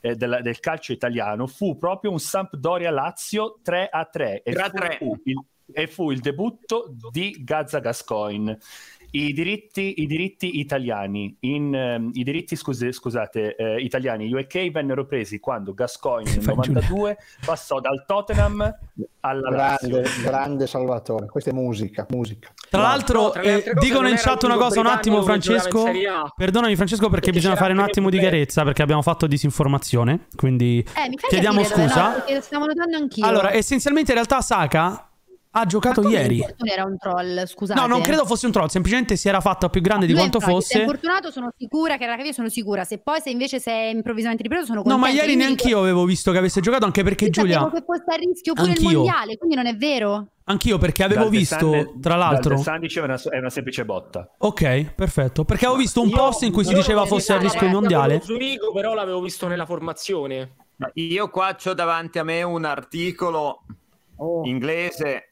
Speaker 4: eh, della- del calcio italiano fu proprio un Sampdoria Lazio 3 a 3 e, fu, il, e fu il debutto di Gazza Gascoigne. I diritti, i diritti italiani, in, ehm, i diritti scuse- scusate, eh, italiani UK vennero presi quando Gascoigne nel 92 passò dal Tottenham alla
Speaker 12: Grande,
Speaker 4: Lazio.
Speaker 12: grande Salvatore, questa è musica, musica.
Speaker 1: Tra l'altro,
Speaker 6: tra le altre
Speaker 1: eh,
Speaker 6: cose,
Speaker 1: dicono
Speaker 6: non
Speaker 1: in
Speaker 6: era
Speaker 1: chat una
Speaker 6: l'unico
Speaker 1: cosa, un attimo,
Speaker 6: britannico che
Speaker 1: Francesco.
Speaker 6: giocava in Serie A.
Speaker 1: Perdonami, Francesco, perché,
Speaker 6: Perché
Speaker 1: bisogna
Speaker 6: c'era
Speaker 1: fare un
Speaker 6: anche
Speaker 1: attimo di
Speaker 6: Beppe.
Speaker 1: chiarezza perché abbiamo fatto disinformazione. Quindi
Speaker 2: Eh, mi fai
Speaker 1: chiediamo
Speaker 2: capire dove-
Speaker 1: scusa.
Speaker 2: no, perché lo stiamo notando anch'io.
Speaker 1: allora, essenzialmente, in realtà, Saka ha giocato
Speaker 2: Come
Speaker 1: ieri.
Speaker 2: l'infortunio Era un troll, scusate.
Speaker 1: No, non credo fosse un troll, semplicemente si era fatta più grande di
Speaker 2: No,
Speaker 1: quanto
Speaker 2: infatti, Se è
Speaker 1: fosse.
Speaker 2: infortunato sono sicura che era la caviglia, sono sicura. Se poi se invece si è improvvisamente ripreso sono
Speaker 1: No,
Speaker 2: contenta.
Speaker 1: ma ieri
Speaker 2: Io mi
Speaker 1: neanch'io avevo visto che avesse giocato, anche perché
Speaker 2: dico,
Speaker 1: Giulia.
Speaker 2: sapevo che fosse a rischio pure il
Speaker 1: Anch'io.
Speaker 2: mondiale, quindi non è vero.
Speaker 1: Anch'io perché avevo
Speaker 4: Dal De
Speaker 1: visto,
Speaker 4: San-
Speaker 1: tra
Speaker 4: Dal
Speaker 1: l'altro.
Speaker 4: De San diceva una- è una semplice botta.
Speaker 1: Ok, perfetto. Perché avevo visto un post in cui si
Speaker 6: Io
Speaker 1: diceva
Speaker 6: non
Speaker 1: fosse a
Speaker 6: vedevo
Speaker 1: rischio il
Speaker 6: la
Speaker 1: mondiale.
Speaker 6: partita con lo Zurigo, però l'avevo visto nella formazione.
Speaker 5: Ma Io qua c'ho davanti a me un articolo
Speaker 2: Oh.
Speaker 5: inglese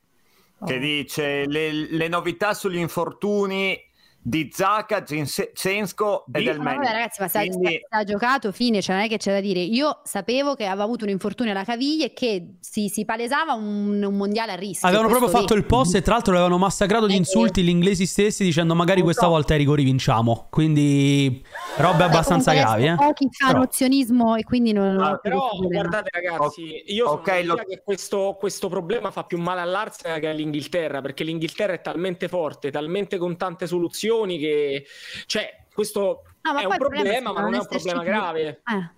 Speaker 5: che dice le, le novità sugli infortuni di Zaka, Zinsensko e del
Speaker 2: Ma Ah, vabbè,
Speaker 5: Manchester.
Speaker 2: ragazzi, ma se ha-
Speaker 5: Quindi-
Speaker 2: se ha giocato, fine, cioè non è che c'è da dire. Io sapevo che aveva avuto un infortunio alla caviglia e che si, si palesava un, un mondiale a rischio.
Speaker 1: Avevano
Speaker 2: questo
Speaker 1: proprio fatto
Speaker 2: sì. Eh,
Speaker 1: il post e tra l'altro avevano massacrato di insulti gli inglesi stessi dicendo magari questa volta ai rigori vinciamo. Quindi robe
Speaker 2: Vabbè,
Speaker 1: abbastanza
Speaker 2: comunque
Speaker 1: gravi, eh.
Speaker 2: adesso Pochi fanno
Speaker 1: Però-
Speaker 2: azionismo e quindi non non ho
Speaker 6: Ah, Però
Speaker 2: capito bene.
Speaker 6: guardate ragazzi, io sono dell'idea che questo, questo problema fa più male all'Arsenal che all'Inghilterra, perché l'Inghilterra è talmente forte, talmente con tante soluzioni che cioè questo
Speaker 2: No, ma
Speaker 6: è
Speaker 2: poi
Speaker 6: un
Speaker 2: il problema
Speaker 6: problema,
Speaker 2: sembra
Speaker 6: ma non è un
Speaker 2: esserci
Speaker 6: problema
Speaker 2: più.
Speaker 6: grave.
Speaker 2: Eh,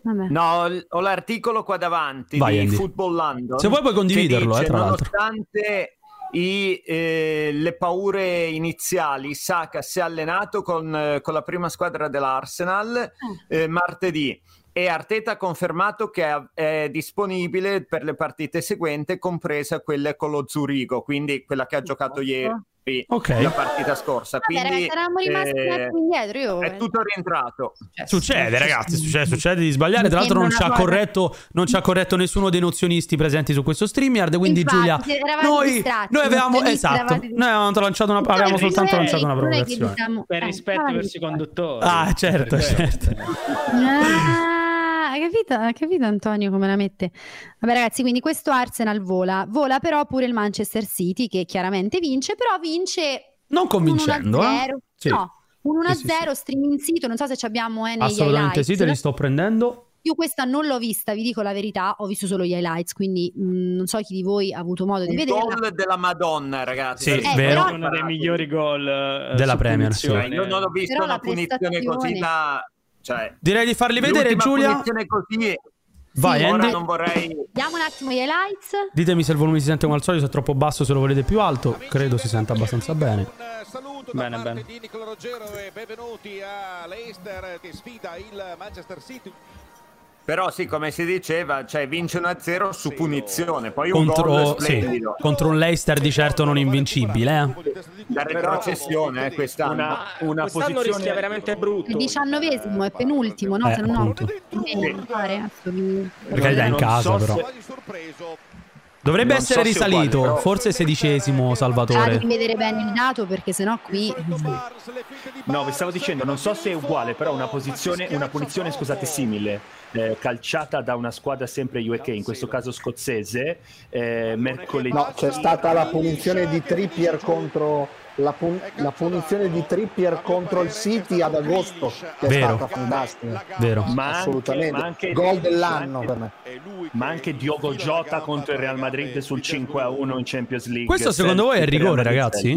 Speaker 2: vabbè.
Speaker 5: No, l- ho l'articolo qua davanti
Speaker 1: Vai,
Speaker 5: di
Speaker 1: Andy.
Speaker 5: Football London.
Speaker 1: Se vuoi puoi
Speaker 5: che
Speaker 1: condividerlo,
Speaker 5: dice,
Speaker 1: eh, tra l'altro.
Speaker 5: Nonostante i, eh, le paure iniziali, Saka si è allenato con, eh, con la prima squadra
Speaker 2: Ah.
Speaker 5: dell'Arsenal eh, martedì e Arteta ha confermato che è- è disponibile per le partite seguenti, compresa quelle con lo Zurigo, quindi quella che ha giocato ieri.
Speaker 1: Ok.
Speaker 5: La partita scorsa,
Speaker 2: Esatto. Vabbè,
Speaker 5: quindi
Speaker 2: ragazzi, eravamo rimasti un
Speaker 5: eh,
Speaker 2: attimo indietro. Io
Speaker 5: è tutto rientrato.
Speaker 1: eh. Succede, ragazzi, succede, succede di sbagliare. Tra l'altro non ci ha corretto, non ci ha corretto nessuno dei nozionisti presenti su questo StreamYard, quindi
Speaker 2: Infatti,
Speaker 1: Giulia,
Speaker 2: eravate
Speaker 1: noi,
Speaker 2: distratti,
Speaker 1: noi avevamo
Speaker 2: nozionisti,
Speaker 1: esatto,
Speaker 2: eravate
Speaker 1: noi avevamo lanciato una avevamo
Speaker 2: Infatti,
Speaker 1: soltanto
Speaker 2: non è-
Speaker 1: lanciato una
Speaker 2: non è che
Speaker 1: provocazione.
Speaker 2: diciamo-
Speaker 7: Per
Speaker 2: eh,
Speaker 7: rispetto
Speaker 2: vai.
Speaker 7: verso i conduttori.
Speaker 1: Ah, certo, certo.
Speaker 2: Ah, hai capito, hai capito Antonio come la mette? Vabbè ragazzi, quindi questo Arsenal vola, vola però pure il Manchester City che chiaramente vince, però vince
Speaker 1: Non convincendo,
Speaker 2: un
Speaker 1: eh?
Speaker 2: 1-0.
Speaker 1: Sì.
Speaker 2: No, un 1-0
Speaker 1: Sì, sì, sì.
Speaker 2: streaming in sito, non so se ci abbiamo eh, negli
Speaker 1: Assolutamente sì, te li
Speaker 2: highlights.
Speaker 1: sto prendendo.
Speaker 2: Io questa non l'ho vista, vi dico la verità, ho visto solo gli highlights, quindi mh, non so chi di voi ha avuto modo di
Speaker 5: Un
Speaker 2: vederla.
Speaker 5: gol della Madonna, ragazzi.
Speaker 1: Sì, Eh, vero. però-
Speaker 7: Uno dei migliori gol eh,
Speaker 1: Della
Speaker 7: su
Speaker 1: Premier, sì.
Speaker 7: punizione.
Speaker 5: Cioè, io non ho visto
Speaker 2: Però la
Speaker 5: una punizione
Speaker 2: prestazione-
Speaker 5: così da. Cioè,
Speaker 1: Direi di farli vedere
Speaker 5: l'ultima
Speaker 1: Giulia.
Speaker 5: punizione così.
Speaker 1: Vai,
Speaker 5: ora
Speaker 1: Andy.
Speaker 5: non vorrei.
Speaker 2: Vediamo un attimo gli highlights.
Speaker 1: Ditemi se il volume si sente come al solito, se è troppo basso, se lo volete più alto. Credo si senta abbastanza bene.
Speaker 7: Bene, bene.
Speaker 10: di Nicola Ruggero e benvenuti a Leicester che sfida il äh, Manchester City.
Speaker 5: Però sì, come si diceva, cioè vince 1-0 su punizione, poi un gol
Speaker 1: Contro, sì,
Speaker 5: splendido.
Speaker 1: contro un Leicester di certo non invincibile. eh.
Speaker 5: La retrocessione eh, quest'anno.
Speaker 4: Una, una
Speaker 6: Quest'anno
Speaker 4: posizione
Speaker 6: rischia veramente
Speaker 2: Il
Speaker 6: brutto.
Speaker 2: diciannovesimo è penultimo, no?
Speaker 1: Eh,
Speaker 2: Se non ho...
Speaker 1: appunto.
Speaker 2: Eh, pare, adesso mi-
Speaker 1: Per carità, in
Speaker 4: Non
Speaker 1: casa
Speaker 4: so
Speaker 1: però.
Speaker 4: se-
Speaker 10: Sorpreso.
Speaker 1: Dovrebbe
Speaker 4: Non
Speaker 1: essere
Speaker 4: so se è uguale,
Speaker 1: risalito,
Speaker 4: però.
Speaker 1: forse sedicesimo
Speaker 2: Ah,
Speaker 1: Salvatore.
Speaker 2: devi vedere bene il dato perché sennò qui
Speaker 4: No, vi stavo dicendo, non so se è uguale, però una posizione, una punizione, scusate, simile, eh, calciata da una squadra sempre UK, in questo caso scozzese, eh, mercoledì.
Speaker 12: No, c'è stata la punizione di Trippier contro la, pun- la punizione di Trippier contro il City ad agosto che è
Speaker 1: Vero.
Speaker 12: stata fantastica.
Speaker 1: Vero.
Speaker 4: Ma anche-
Speaker 12: Assolutamente.
Speaker 4: ma anche-
Speaker 12: Gol dell'anno
Speaker 4: ma anche-
Speaker 12: per me.
Speaker 4: Ma anche Diogo Jota contro il Real Madrid sul 5-1 in Champions League.
Speaker 1: Questo secondo voi è il rigore, ragazzi?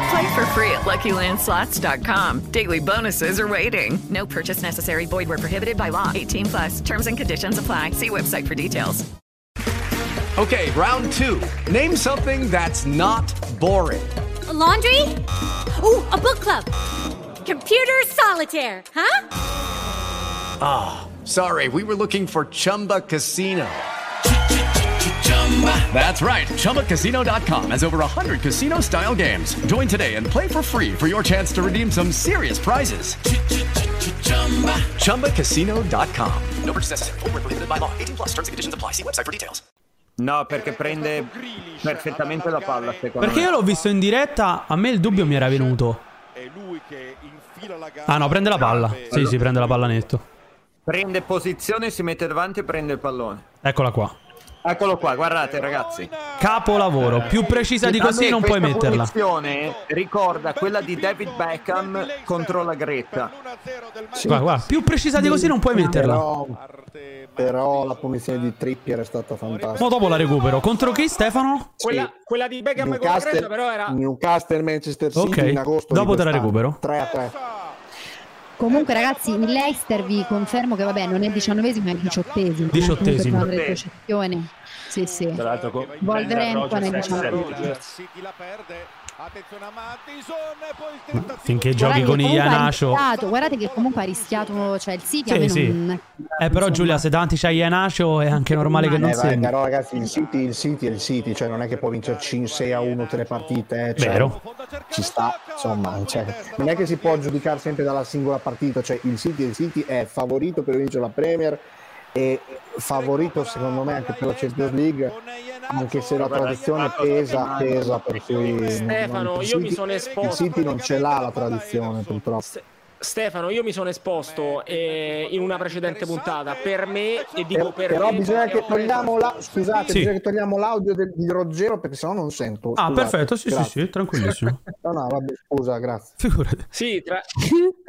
Speaker 13: Play for free at LuckyLandSlots.com. Daily bonuses are waiting. No purchase necessary. Void were prohibited by law. 18 plus. Terms and conditions apply. See website for details.
Speaker 14: Okay, round two. Name something that's not boring.
Speaker 15: A laundry? Ooh, a book club. Computer solitaire, huh?
Speaker 14: Ah, sorry, we were looking for Chumba Casino. That's right. ChumbaCasino.com has over 100 casino style games. Join today and play for free for your chance to redeem some serious prizes. ChumbaCasino.com. No purchase necessary. Void where prohibited by law. 18 plus terms and conditions apply. See website for details.
Speaker 5: No, perché prende perfettamente la palla, secondo
Speaker 1: Perché
Speaker 5: me.
Speaker 1: io l'ho visto in diretta, a me il dubbio mi era venuto. Ah no, prende la palla. Sì, sì, prende la palla netto.
Speaker 5: Prende posizione, si mette davanti e prende il pallone.
Speaker 1: Eccola qua.
Speaker 5: Eccolo qua, guardate ragazzi.
Speaker 1: Capolavoro, più precisa di così non puoi metterla.
Speaker 5: La posizione ricorda quella di David Beckham contro la Greta.
Speaker 1: Guarda, guarda, più precisa di così non puoi metterla.
Speaker 12: Però, però la punizione di Trippier è stata fantastica.
Speaker 1: Ma dopo la recupero. Contro chi Stefano?
Speaker 6: Quella, quella di Beckham con la
Speaker 12: Newcastle,
Speaker 6: Grecia, però era
Speaker 12: Newcastle Manchester City
Speaker 1: Ok,
Speaker 12: in agosto.
Speaker 1: dopo
Speaker 12: di
Speaker 1: te la
Speaker 12: quest'anno.
Speaker 1: recupero.
Speaker 12: 3 a 3.
Speaker 2: Comunque, ragazzi, il Leicester vi confermo che vabbè, non è diciannovesimo, è diciottesimo. eh,
Speaker 4: Diciottesimo.
Speaker 2: comunque per la
Speaker 4: Sì.
Speaker 2: retrocessione. Sì, sì.
Speaker 4: Tra l'altro con
Speaker 2: Wolverhampton è
Speaker 4: diciamo.
Speaker 1: Finché giochi con
Speaker 2: Comunque ha
Speaker 1: Ianacio.
Speaker 2: rischiato, guardate che comunque ha rischiato, cioè il City a
Speaker 1: Sì,
Speaker 2: me
Speaker 1: sì.
Speaker 2: non-
Speaker 1: Eh però Giulia, se davanti c'hai Ianacio è anche normale che non
Speaker 12: Eh, vai,
Speaker 1: segni.
Speaker 12: però ragazzi il City, il City è il City, cioè non è che può vincere 5, 6 a 1 tutte le partite, eh, cioè,
Speaker 1: Vero.
Speaker 12: ci sta, insomma, cioè, non è che si può giudicare sempre dalla singola partita, cioè il City, il City è favorito per vincere la Premier e favorito secondo me anche per la Champions League, anche se la tradizione pesa, pesa, per cui non-
Speaker 6: Stefano,
Speaker 12: il
Speaker 6: io mi
Speaker 12: City-
Speaker 6: sono
Speaker 12: Il
Speaker 6: esposto.
Speaker 12: City non ce l'ha la tradizione purtroppo.
Speaker 6: Stefano, io mi sono esposto eh, in una precedente puntata. Per me, e
Speaker 12: Però,
Speaker 6: dico per
Speaker 12: però
Speaker 6: me,
Speaker 12: bisogna che togliamo la- scusate,
Speaker 6: Sì.
Speaker 12: bisogna che togliamo l'audio del- di Ruggero perché sennò non sento.
Speaker 1: Ah,
Speaker 12: Scusate,
Speaker 1: perfetto, sì, sì,
Speaker 12: grazie.
Speaker 1: sì, tranquillissimo.
Speaker 12: No, no, vabbè, scusa, grazie.
Speaker 1: Figurati.
Speaker 6: Sì, tra-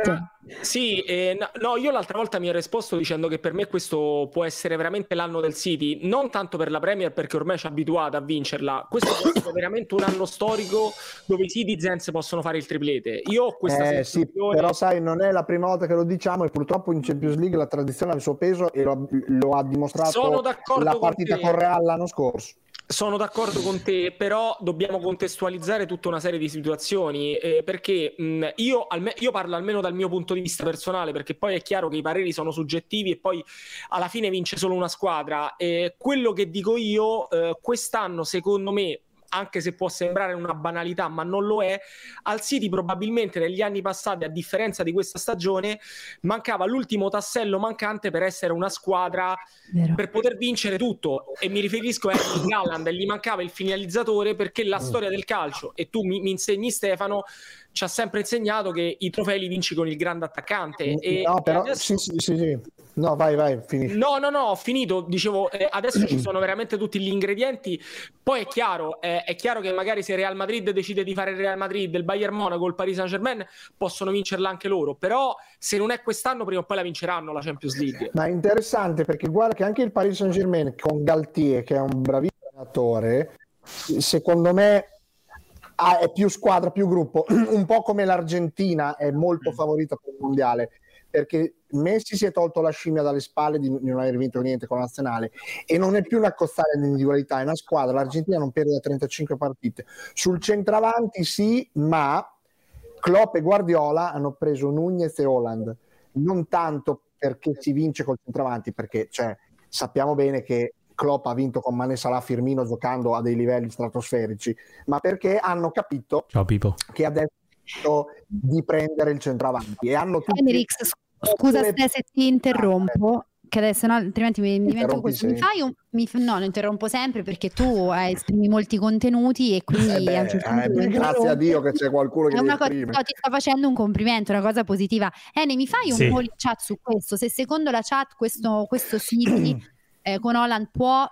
Speaker 6: tra- sì, eh, no, no, io l'altra volta mi ero esposto dicendo che per me questo può essere veramente l'anno del City, non tanto per la Premier perché ormai ci è abituata a vincerla, questo può essere veramente un anno storico dove i Citizens possono fare il triplete. Io ho questa
Speaker 12: Eh, sì,
Speaker 6: sensazione-
Speaker 12: però sai, non è la prima volta che lo diciamo e purtroppo in Champions League la tradizione ha il suo peso e lo, lo ha
Speaker 6: Sono
Speaker 12: dimostrato
Speaker 6: d'accordo
Speaker 12: la
Speaker 6: con
Speaker 12: partita
Speaker 6: te.
Speaker 12: con Real l'anno scorso.
Speaker 6: Sono d'accordo con te, però dobbiamo contestualizzare tutta una serie di situazioni eh, perché mh, io, alme- io parlo almeno dal mio punto di vista personale perché poi è chiaro che i pareri sono soggettivi e poi alla fine vince solo una squadra. Eh, quello che dico io eh, quest'anno secondo me anche se può sembrare una banalità, ma non lo è, al City probabilmente negli anni passati, a differenza di questa stagione, mancava l'ultimo tassello mancante per essere una squadra per poter vincere tutto. E mi riferisco a Erling Haaland, e gli mancava il finalizzatore perché
Speaker 12: Mm.
Speaker 6: la storia del calcio, e tu mi, mi insegni Stefano, ci ha sempre insegnato che i trofei li vinci con il grande attaccante. E
Speaker 12: Mm, no, però sì,
Speaker 6: adesso-
Speaker 12: sì, sì, sì. No, vai, vai, finisci.
Speaker 6: No, no, no, ho finito. Dicevo, eh, adesso ci sono veramente tutti gli ingredienti. Poi è chiaro, eh, è chiaro che magari se Real Madrid decide di fare il Real Madrid, il Bayern Monaco, il Paris Saint-Germain possono vincerla anche loro. Però se non è quest'anno, prima o poi la vinceranno la Champions League.
Speaker 12: Ma è interessante perché guarda che anche il Paris Saint Germain con Galtier, che è un bravissimo allenatore, secondo me ha- è più squadra, più gruppo, un po' come l'Argentina è molto favorita per il mondiale. Perché Messi si è tolto la scimmia dalle spalle di di non aver vinto niente con la nazionale e non è più una cozzaglia di individualità, è una squadra. L'Argentina non perde da 35 partite. Sul centravanti sì, ma Klopp e Guardiola hanno preso Nunez e Holland, non tanto perché si vince col centravanti, perché cioè, sappiamo bene che Klopp ha vinto con Mane Salah Firmino giocando a dei livelli stratosferici, ma perché hanno capito
Speaker 1: Ciao Pippo.
Speaker 12: che adesso è il momento di prendere il centravanti e hanno tutti
Speaker 2: Emerix, scu- scusa Ste, se ti interrompo, che adesso no, altrimenti mi
Speaker 12: Ah,
Speaker 2: dimentico
Speaker 12: eh. Interrompi
Speaker 2: questo. Mi
Speaker 12: sempre.
Speaker 2: fai un- mi f- no, lo interrompo sempre perché tu eh, esprimi molti contenuti e quindi
Speaker 12: Eh beh,
Speaker 2: a un certo
Speaker 12: eh
Speaker 2: punto
Speaker 12: beh,
Speaker 2: lo
Speaker 12: grazie a
Speaker 2: interrompo.
Speaker 12: Dio che c'è qualcuno che
Speaker 2: È
Speaker 12: mi
Speaker 2: una cosa-
Speaker 12: esprime.
Speaker 2: no, ti sto facendo un complimento, una cosa positiva. Ene, mi fai un
Speaker 12: Sì.
Speaker 2: poll in chat su questo? Se secondo la chat questo, questo City eh, con Holland può,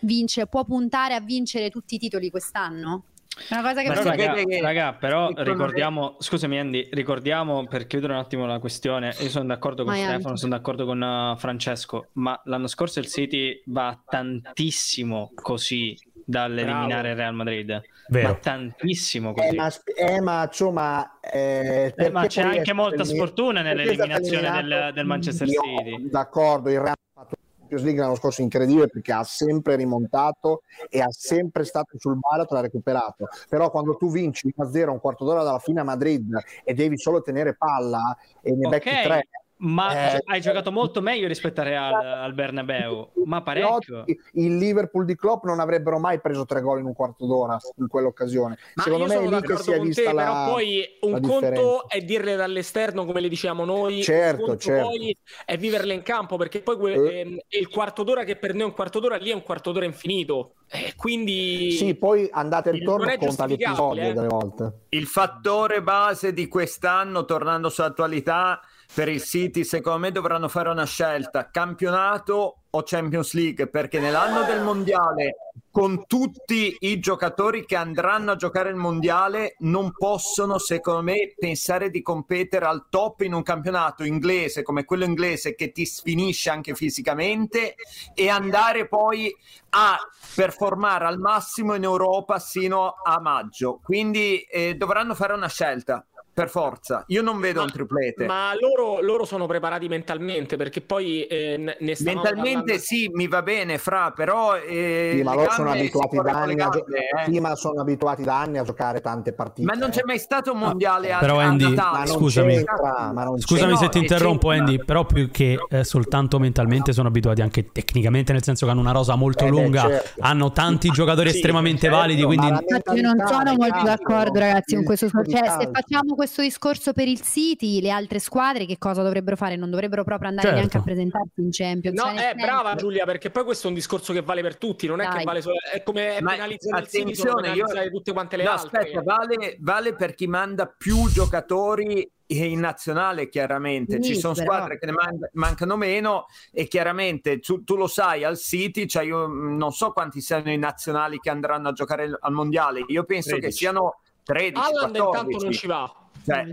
Speaker 2: vince, può puntare a vincere tutti i titoli quest'anno? Una cosa che
Speaker 7: Però,
Speaker 2: mi-
Speaker 7: raga, raga, però
Speaker 2: Secondo me-
Speaker 7: ricordiamo, scusami Andy, ricordiamo per chiudere un attimo la questione, io sono d'accordo con
Speaker 2: Vai, Andy.
Speaker 7: Stefano, sono d'accordo con eh, Francesco, ma l'anno scorso il City va tantissimo così dall'eliminare il Real Madrid,
Speaker 1: Vero.
Speaker 7: ma tantissimo
Speaker 12: Eh,
Speaker 7: così.
Speaker 12: ma, eh, ma, insomma, eh,
Speaker 7: Eh, ma
Speaker 12: perché poi è
Speaker 7: c'è anche
Speaker 12: stato
Speaker 7: molta
Speaker 12: eliminato-
Speaker 7: sfortuna
Speaker 12: perché è
Speaker 7: nell'eliminazione
Speaker 12: stato
Speaker 7: del,
Speaker 12: eliminato?
Speaker 7: del Manchester
Speaker 12: Io-
Speaker 7: City.
Speaker 12: D'accordo, il Real ha fatto la Champions League l'anno scorso incredibile perché ha sempre rimontato e ha sempre stato sul baratro e l'ha recuperato. Però quando tu vinci 1-0 un quarto d'ora dalla fine a Madrid e devi solo tenere palla e ne
Speaker 7: Ok,
Speaker 12: becchi tre.
Speaker 7: ma
Speaker 12: eh,
Speaker 7: hai giocato molto meglio rispetto al Real al Bernabeu, ma parecchio.
Speaker 12: Il Liverpool di Klopp non avrebbero mai preso tre gol in un quarto d'ora in quell'occasione.
Speaker 6: Ma
Speaker 12: Secondo
Speaker 6: io
Speaker 12: me
Speaker 6: sono
Speaker 12: è lì che
Speaker 6: d'accordo
Speaker 12: si è
Speaker 6: con te,
Speaker 12: vista la
Speaker 6: però poi
Speaker 12: la
Speaker 6: un
Speaker 12: differenza.
Speaker 6: conto è dirle dall'esterno come le diciamo noi,
Speaker 12: Certo,
Speaker 6: un conto
Speaker 12: certo. Eh.
Speaker 6: poi è viverle in campo perché poi que- ehm, il quarto d'ora che per noi è un quarto d'ora lì è un quarto d'ora infinito. Eh, quindi
Speaker 12: Sì, poi andate e
Speaker 6: Non
Speaker 12: ritorno
Speaker 6: è
Speaker 12: conta
Speaker 6: giustificabile,
Speaker 12: l'episodio
Speaker 6: eh.
Speaker 12: delle volte.
Speaker 5: Il fattore base di quest'anno, tornando sull'attualità, per il City, secondo me dovranno fare una scelta, campionato o Champions League, perché nell'anno del Mondiale, con tutti i giocatori che andranno a giocare il Mondiale, non possono, secondo me, pensare di competere al top in un campionato inglese come quello inglese che ti sfinisce anche fisicamente e andare poi a performare al massimo in Europa sino a maggio. Quindi eh, dovranno fare una scelta. Per forza, io non vedo un triplete.
Speaker 6: Ma loro, loro sono preparati mentalmente perché poi eh, ne- ne stavamo
Speaker 5: Mentalmente
Speaker 6: parlando-
Speaker 5: sì, mi va bene, Fra, però... eh,
Speaker 12: Sì, ma
Speaker 5: le
Speaker 12: loro sono
Speaker 5: gambe si
Speaker 12: abituati da
Speaker 5: corrono le
Speaker 12: anni a gio-
Speaker 5: gambe, eh.
Speaker 12: sì, ma sono abituati da anni a giocare tante partite.
Speaker 5: Ma non c'è mai stato un mondiale a,
Speaker 1: Però
Speaker 5: a
Speaker 1: Andy,
Speaker 5: Natale.
Speaker 1: scusami,
Speaker 12: c'entra, ma non
Speaker 1: scusami
Speaker 5: c'entra.
Speaker 1: se ti
Speaker 5: No,
Speaker 1: interrompo
Speaker 5: c'entra.
Speaker 1: Andy, però più che eh, soltanto mentalmente sono abituati anche tecnicamente, nel senso che hanno una rosa molto
Speaker 12: Eh beh,
Speaker 1: lunga,
Speaker 12: certo.
Speaker 1: hanno tanti giocatori
Speaker 12: Sì, certo,
Speaker 1: estremamente validi, quindi
Speaker 2: Infatti io non sono molto d'accordo ragazzi con
Speaker 12: il
Speaker 2: questo
Speaker 12: tipo di
Speaker 2: cioè, se
Speaker 12: calcio.
Speaker 2: facciamo questo discorso per il City le altre squadre che cosa dovrebbero fare non dovrebbero proprio andare
Speaker 6: Certo.
Speaker 2: neanche a presentarsi in Champions
Speaker 6: No,
Speaker 2: cioè, nel
Speaker 6: è
Speaker 2: senso-
Speaker 6: brava Giulia, perché poi questo è un discorso che vale per tutti, non è che vale solo è come penalizzare il City, sono
Speaker 5: attenzione, io-
Speaker 6: penalizzare tutte quante le
Speaker 5: No,
Speaker 6: altre.
Speaker 5: aspetta, vale, vale per chi manda più giocatori in nazionale chiaramente ci
Speaker 6: Sì,
Speaker 5: sono
Speaker 6: però-
Speaker 5: squadre che ne man- mancano meno e chiaramente tu, tu lo sai al City cioè io mh, non so quanti siano i nazionali che andranno a giocare al mondiale io penso
Speaker 4: 13.
Speaker 5: che siano 13
Speaker 6: Haaland intanto
Speaker 5: 14
Speaker 6: non ci va.
Speaker 5: Cioè,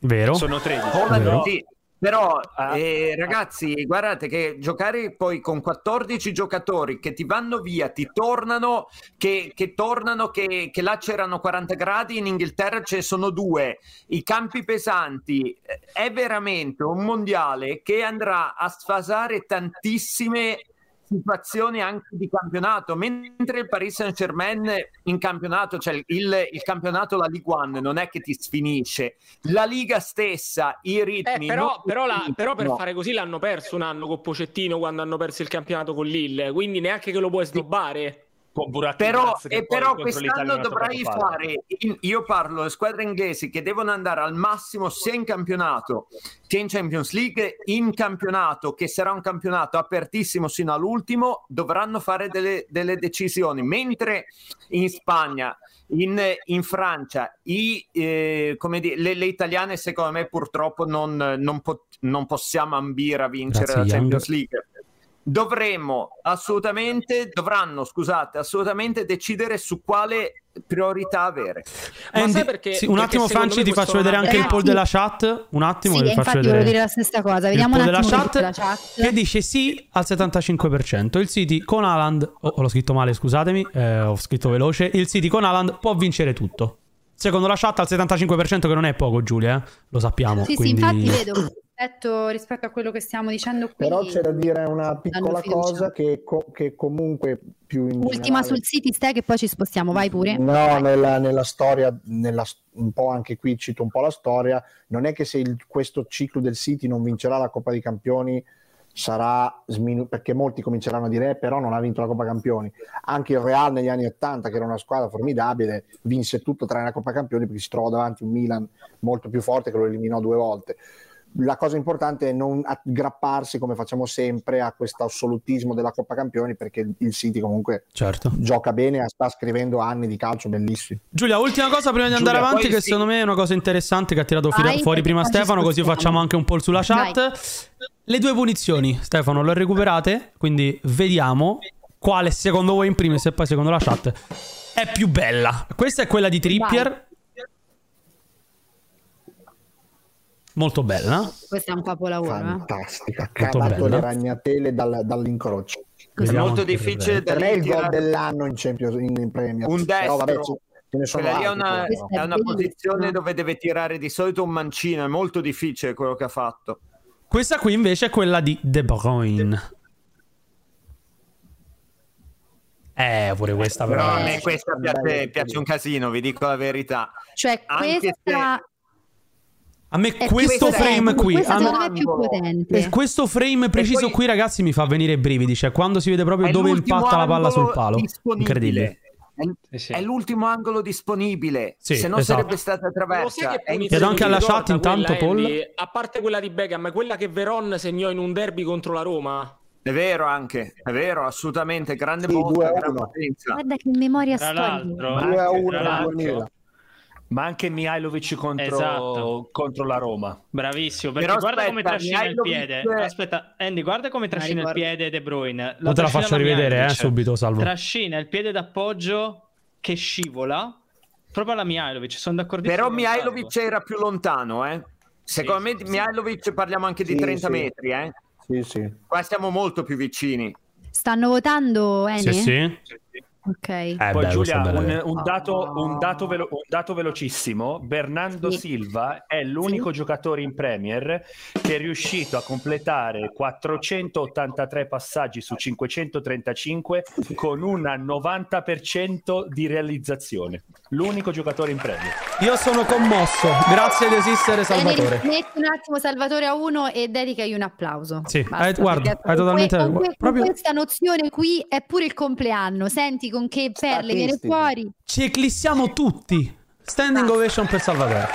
Speaker 1: Vero?
Speaker 4: Sono 13.
Speaker 5: Holland
Speaker 4: Vero.
Speaker 5: sì, Però eh, ragazzi, guardate che giocare poi con 14 giocatori che ti vanno via, ti tornano, che, che tornano, che, che là c'erano 40 gradi, in Inghilterra ce ne sono due, i campi pesanti, eh, è veramente un mondiale che andrà a sfasare tantissime situazioni anche di campionato mentre il Paris Saint Germain in campionato cioè il, il campionato la Ligue 1 non è che ti sfinisce la Liga stessa i
Speaker 6: Eh,
Speaker 5: ritmi
Speaker 6: però,
Speaker 5: non ti
Speaker 6: però la-
Speaker 5: sfiniscono.
Speaker 6: però per fare così l'hanno perso un anno con Pocettino quando hanno perso il campionato con Lille, quindi neanche che lo puoi snobbare.
Speaker 4: Con
Speaker 5: però, e però quest'anno dovrai fare in- io parlo le squadre inglesi che devono andare al massimo sia in campionato che in Champions League in campionato che sarà un campionato apertissimo sino all'ultimo dovranno fare delle, delle decisioni mentre in Spagna in, in Francia i, eh, come dire, le, le italiane secondo me purtroppo non, non po- non possiamo ambire a vincere
Speaker 1: Grazie,
Speaker 5: la
Speaker 1: Young.
Speaker 5: Champions League dovremmo assolutamente, dovranno, scusate, assolutamente decidere su quale priorità avere.
Speaker 1: Andy, sì, un attimo Franci ti faccio vedere anche il poll della chat, un attimo
Speaker 2: sì,
Speaker 1: vi
Speaker 2: e
Speaker 1: faccio
Speaker 2: infatti
Speaker 1: vedere.
Speaker 2: volevo dire la stessa cosa vediamo
Speaker 1: il
Speaker 2: un
Speaker 1: poll
Speaker 2: attimo
Speaker 1: della
Speaker 2: della
Speaker 1: chat,
Speaker 2: la chat
Speaker 1: che dice sì al 75%. Il City con Haaland, oh, l'ho scritto male, scusatemi, eh, ho scritto veloce. Il City con Haaland può vincere tutto. Secondo la chat al 75% che non è poco Giulia, eh? lo sappiamo.
Speaker 2: sì
Speaker 1: quindi...
Speaker 2: sì infatti vedo rispetto, rispetto a quello che stiamo dicendo qui
Speaker 12: Però c'è da dire una piccola
Speaker 2: fiducia.
Speaker 12: cosa che, co- che comunque più in
Speaker 2: ultima
Speaker 12: generale-
Speaker 2: sul City stai che poi ci spostiamo vai pure
Speaker 12: No, nella, nella storia, nella- un po' anche qui cito un po' la storia, non è che se il- questo ciclo del City non vincerà la Coppa dei Campioni sarà sminu- perché molti cominceranno a dire "Eh, però non ha vinto la Coppa Campioni. Anche il Real negli anni 80 che era una squadra formidabile vinse tutto tranne la Coppa Campioni perché si trovò davanti un Milan molto più forte che lo eliminò due volte. La cosa importante è non aggrapparsi come facciamo sempre a questo assolutismo della Coppa Campioni perché il- il City comunque
Speaker 1: Certo.
Speaker 12: gioca bene, sta scrivendo anni di calcio bellissimi.
Speaker 1: Giulia, ultima cosa prima di andare
Speaker 12: Giulia,
Speaker 1: avanti,
Speaker 12: poi
Speaker 1: che
Speaker 12: sì.
Speaker 1: secondo me è una cosa interessante che ha tirato
Speaker 2: Ah,
Speaker 12: Vai,
Speaker 1: fira- fuori
Speaker 12: perché
Speaker 1: prima
Speaker 12: poi ci
Speaker 1: Stefano, così
Speaker 12: spostiamo.
Speaker 1: facciamo anche un poll sulla chat. Le due punizioni, Stefano, le ho recuperate, quindi vediamo quale secondo voi in primis e poi secondo la chat è più bella. Questa è quella di Trippier. Molto bella.
Speaker 2: Questo è un capolavoro. eh.
Speaker 12: Fantastica,
Speaker 1: Molto
Speaker 12: cavato
Speaker 1: bella.
Speaker 12: le ragnatele dal- dall'incrocio.
Speaker 1: Vediamo
Speaker 5: molto
Speaker 1: anche
Speaker 5: difficile
Speaker 12: Per
Speaker 5: da
Speaker 12: me è il gol
Speaker 5: ritirare.
Speaker 12: dell'anno in Champions in, in Premier.
Speaker 5: Un
Speaker 12: Però
Speaker 5: destro.
Speaker 12: vabbè, ce- ce ne sono
Speaker 5: Quella lì è
Speaker 12: altri,
Speaker 5: una,
Speaker 12: però.
Speaker 5: è una posizione dove deve tirare di solito un mancino, è molto difficile quello che ha fatto.
Speaker 1: Questa qui invece è quella di De Bruyne. Eh, pure questa
Speaker 5: Però
Speaker 1: però. eh.
Speaker 5: a me questa piace, piace un casino, vi dico la verità.
Speaker 2: Cioè,
Speaker 5: Anche
Speaker 2: questa
Speaker 1: A me
Speaker 2: è più
Speaker 1: questo
Speaker 2: potente,
Speaker 1: frame qui.
Speaker 2: Eh, Questa
Speaker 1: a me-
Speaker 2: secondo me è più potente.
Speaker 1: E questo frame preciso qui, ragazzi, mi fa venire i brividi. Cioè, quando si vede proprio
Speaker 5: È
Speaker 1: dove
Speaker 5: l'ultimo
Speaker 1: impatta la palla
Speaker 5: angolo
Speaker 1: sul palo.
Speaker 5: disponibile.
Speaker 1: Incredibile.
Speaker 5: È, è l'ultimo angolo disponibile,
Speaker 1: Sì,
Speaker 5: se non
Speaker 1: esatto.
Speaker 5: sarebbe stata
Speaker 6: Lo sai
Speaker 5: traversa.
Speaker 6: che
Speaker 5: È
Speaker 6: punizione
Speaker 1: Chiedo anche
Speaker 6: mi
Speaker 1: alla
Speaker 6: ricorda
Speaker 1: chat intanto,
Speaker 6: quella,
Speaker 1: Paul.
Speaker 6: Henry? a parte quella di Beckham, ma quella che Veron segnò in un derby contro la Roma.
Speaker 5: È vero anche, è vero, assolutamente, grande botta, gran potenza.
Speaker 2: Guarda che memoria storica.
Speaker 4: l'altro,
Speaker 5: Due a uno,
Speaker 4: anche- tra
Speaker 2: diciamo.
Speaker 4: l'altro-
Speaker 5: duemila.
Speaker 4: ma anche Mihailovic contro,
Speaker 7: Esatto.
Speaker 4: contro la Roma.
Speaker 7: Bravissimo, perché
Speaker 4: Però
Speaker 7: guarda come
Speaker 4: aspetta,
Speaker 7: trascina il
Speaker 4: Mihailovic-
Speaker 7: piede. Aspetta, Andy, guarda come trascina il piede De Bruyne.
Speaker 1: Non te la
Speaker 7: trascina
Speaker 1: faccio rivedere, eh,
Speaker 7: Mihailovic.
Speaker 1: subito, Salvo.
Speaker 7: Trascina il piede d'appoggio che scivola proprio alla Mihailovic. Sono d'accordissimo.
Speaker 5: Però
Speaker 7: con
Speaker 5: Mihailovic era più lontano, eh. Secondo me Mihailovic parliamo anche di
Speaker 12: Sì,
Speaker 5: 30
Speaker 12: sì.
Speaker 5: metri, eh.
Speaker 12: Sì, sì.
Speaker 5: Qua siamo molto più vicini.
Speaker 2: Stanno votando Eni? Ok.
Speaker 1: Eh,
Speaker 4: Poi
Speaker 1: beh, questa
Speaker 4: Giulia,
Speaker 1: è bella,
Speaker 4: un,
Speaker 1: eh.
Speaker 4: un dato, un dato velo- un dato velocissimo, Bernardo
Speaker 2: Sì.
Speaker 4: Silva è l'unico giocatore in Premier che è riuscito a completare 483 passaggi su 535 con una 90% di realizzazione. L'unico giocatore in Premier.
Speaker 1: Io sono commosso. Grazie di esistere, Salvatore.
Speaker 2: Eni, metti un attimo Salvatore a uno e dedicagli un applauso.
Speaker 1: Sì,
Speaker 2: Basta,
Speaker 1: eh, guarda,
Speaker 2: perché
Speaker 1: hai totalmente
Speaker 2: con, que-
Speaker 1: guarda,
Speaker 2: con
Speaker 1: proprio
Speaker 2: questa nozione qui è pure il compleanno. Senti con che perle viene
Speaker 1: Statistica.
Speaker 2: fuori.
Speaker 1: ci eclissiamo tutti. Standing ovation per Salvatore.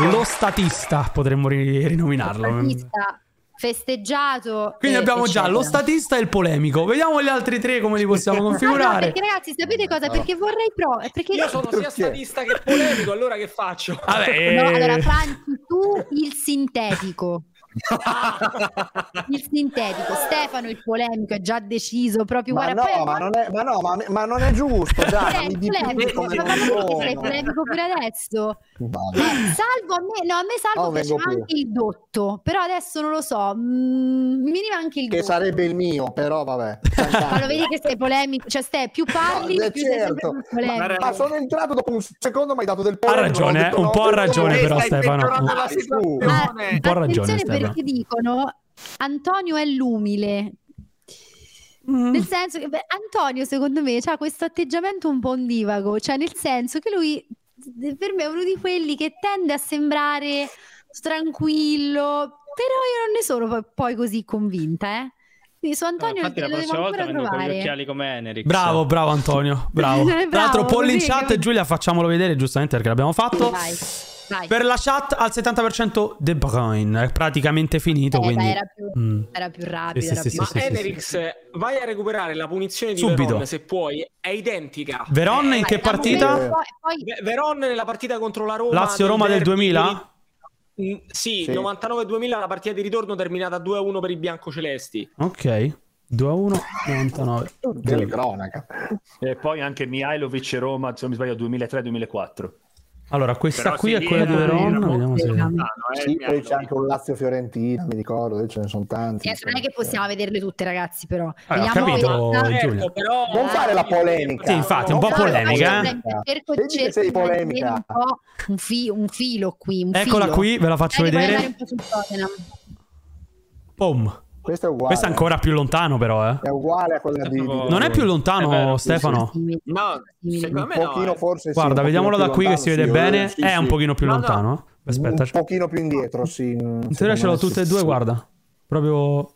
Speaker 1: Lo
Speaker 2: Lo
Speaker 1: statista potremmo ri- rinominarlo.
Speaker 12: Ah.
Speaker 2: statista Eh, festeggiato.
Speaker 1: Quindi
Speaker 2: e-
Speaker 1: abbiamo già
Speaker 2: eccetera.
Speaker 1: lo statista e il polemico. Vediamo gli altri tre come li possiamo
Speaker 2: Ah, no,
Speaker 1: configurare.
Speaker 2: perché ragazzi, sapete cosa?
Speaker 1: No.
Speaker 2: Perché vorrei pro. eh, Perché
Speaker 6: Io sono sia statista che polemico, allora che faccio?
Speaker 1: Vabbè, eh.
Speaker 2: No, allora Franci, tu il sintetico. il sintetico. Stefano il polemico è già deciso proprio.
Speaker 12: Ma
Speaker 2: guarda,
Speaker 12: no,
Speaker 2: poi-
Speaker 12: ma non è, ma no, ma, ma non è giusto. Già,
Speaker 2: Sei
Speaker 12: mi dipingi
Speaker 2: polemico,
Speaker 12: come
Speaker 2: ma
Speaker 12: non
Speaker 2: perché
Speaker 12: sono.
Speaker 2: sei polemico pure adesso?
Speaker 12: Vale.
Speaker 2: Eh, salvo a me, no, a me salvo
Speaker 12: No, vengo
Speaker 2: piaceva
Speaker 12: più.
Speaker 2: anche il dotto, però adesso non lo so. mm, mi veniva anche il
Speaker 12: Che
Speaker 2: dotto.
Speaker 12: sarebbe il mio, però vabbè.
Speaker 2: Ma lo vedi che sei polemico, cioè Ste, più parli,
Speaker 12: Eh,
Speaker 2: più sei sempre
Speaker 12: certo.
Speaker 2: più
Speaker 12: Ma,
Speaker 2: polemico.
Speaker 12: ma sono entrato dopo un secondo, mi hai dato del
Speaker 1: Ha
Speaker 12: pollo.
Speaker 1: ragione, eh, un po' ha ragione però
Speaker 7: Ah,
Speaker 1: Stefano. Un
Speaker 12: peggiorando la situazione.
Speaker 1: un po' ha ragione
Speaker 2: Ah, Attenzione
Speaker 1: Stefano.
Speaker 2: perché dicono Antonio è l'umile.
Speaker 1: Mm.
Speaker 2: Nel senso che beh, Antonio, secondo me, ha questo atteggiamento un po' ondivago, cioè nel senso che lui per me è uno di quelli che tende a sembrare tranquillo, però io non ne sono poi- poi così convinta, eh. Quindi su Antonio
Speaker 7: Infatti la
Speaker 2: lo devo
Speaker 7: prossima volta
Speaker 2: ancora
Speaker 7: vengo con gli
Speaker 2: trovare.
Speaker 7: occhiali come Enric.
Speaker 1: Bravo, bravo Antonio, bravo.
Speaker 2: Bravo,
Speaker 1: Tra l'altro poll in
Speaker 2: così,
Speaker 1: chat
Speaker 2: capito?
Speaker 1: Giulia facciamolo vedere giustamente perché l'abbiamo fatto.
Speaker 2: Vai, vai.
Speaker 1: Per la chat al 70% De Bruyne, è praticamente finito,
Speaker 2: Eh, dai,
Speaker 1: quindi
Speaker 2: era più,
Speaker 1: Mm.
Speaker 2: era più rapido.
Speaker 1: Sì, sì,
Speaker 2: era
Speaker 1: sì,
Speaker 2: più-
Speaker 1: sì,
Speaker 6: Ma
Speaker 1: sì,
Speaker 6: Enerix, vai a recuperare la punizione di
Speaker 1: Subito.
Speaker 6: Veron se puoi, è identica.
Speaker 1: Veron in che
Speaker 6: Eh, diciamo
Speaker 1: partita?
Speaker 6: che- Ve- Veron nella partita contro la Roma.
Speaker 1: Lazio-Roma del
Speaker 6: nel derby
Speaker 1: 2000?
Speaker 6: di- Mm, Sì,
Speaker 1: Sì.
Speaker 6: 99-2000 la partita di ritorno terminata 2-1 per i biancocelesti.
Speaker 1: Ok. 2 a 1 99.
Speaker 12: cronaca.
Speaker 4: E poi anche Mihailovic e Roma, se non mi sbaglio, 2003-2004.
Speaker 1: Allora, questa
Speaker 4: Però
Speaker 1: qui
Speaker 4: sì,
Speaker 1: è quella di
Speaker 4: era-
Speaker 1: Verona,
Speaker 4: era-
Speaker 1: vediamo se
Speaker 5: eh,
Speaker 12: Sì, poi c'è anche un Lazio Fiorentina, mi ricordo, ce ne sono tanti.
Speaker 2: Eh, non è che possiamo vederle tutte, ragazzi, però.
Speaker 1: Ah,
Speaker 12: ho
Speaker 2: Vediamo
Speaker 12: capito,
Speaker 2: questa.
Speaker 12: Giulia.
Speaker 2: Ecco, però-
Speaker 12: Non fare la polemica.
Speaker 1: Sì, infatti, un po'
Speaker 2: No, no,
Speaker 1: polemica, eh.
Speaker 2: cerco- cerco-
Speaker 12: Vedi che
Speaker 2: cerco
Speaker 12: sei
Speaker 2: di mantenere
Speaker 12: polemica.
Speaker 2: Un, po' un, fi- un filo qui. un
Speaker 1: Eccola
Speaker 2: filo.
Speaker 1: qui, ve la faccio
Speaker 2: Dai, che
Speaker 1: vedere.
Speaker 2: voglio andare un po' sul Tottenham.
Speaker 1: Pom.
Speaker 12: Questa è uguale.
Speaker 1: Questa è ancora più lontano però, eh.
Speaker 12: È uguale a quella di, di-
Speaker 1: Non è più
Speaker 12: È
Speaker 1: lontano,
Speaker 12: vero, sì,
Speaker 1: Stefano.
Speaker 5: No, secondo
Speaker 12: Un
Speaker 5: me no. eh.
Speaker 12: pochino forse sì,
Speaker 1: Guarda,
Speaker 12: un pochino
Speaker 1: vediamolo da
Speaker 12: più
Speaker 1: qui che si
Speaker 12: lontano,
Speaker 1: vede
Speaker 12: sì,
Speaker 1: bene.
Speaker 12: eh, sì,
Speaker 1: è un
Speaker 12: sì.
Speaker 1: pochino più
Speaker 12: No, no,
Speaker 1: lontano. eh. Aspetta,
Speaker 12: Un pochino più indietro, sì.
Speaker 1: in teoria ce l'ho tutte e due, guarda. Proprio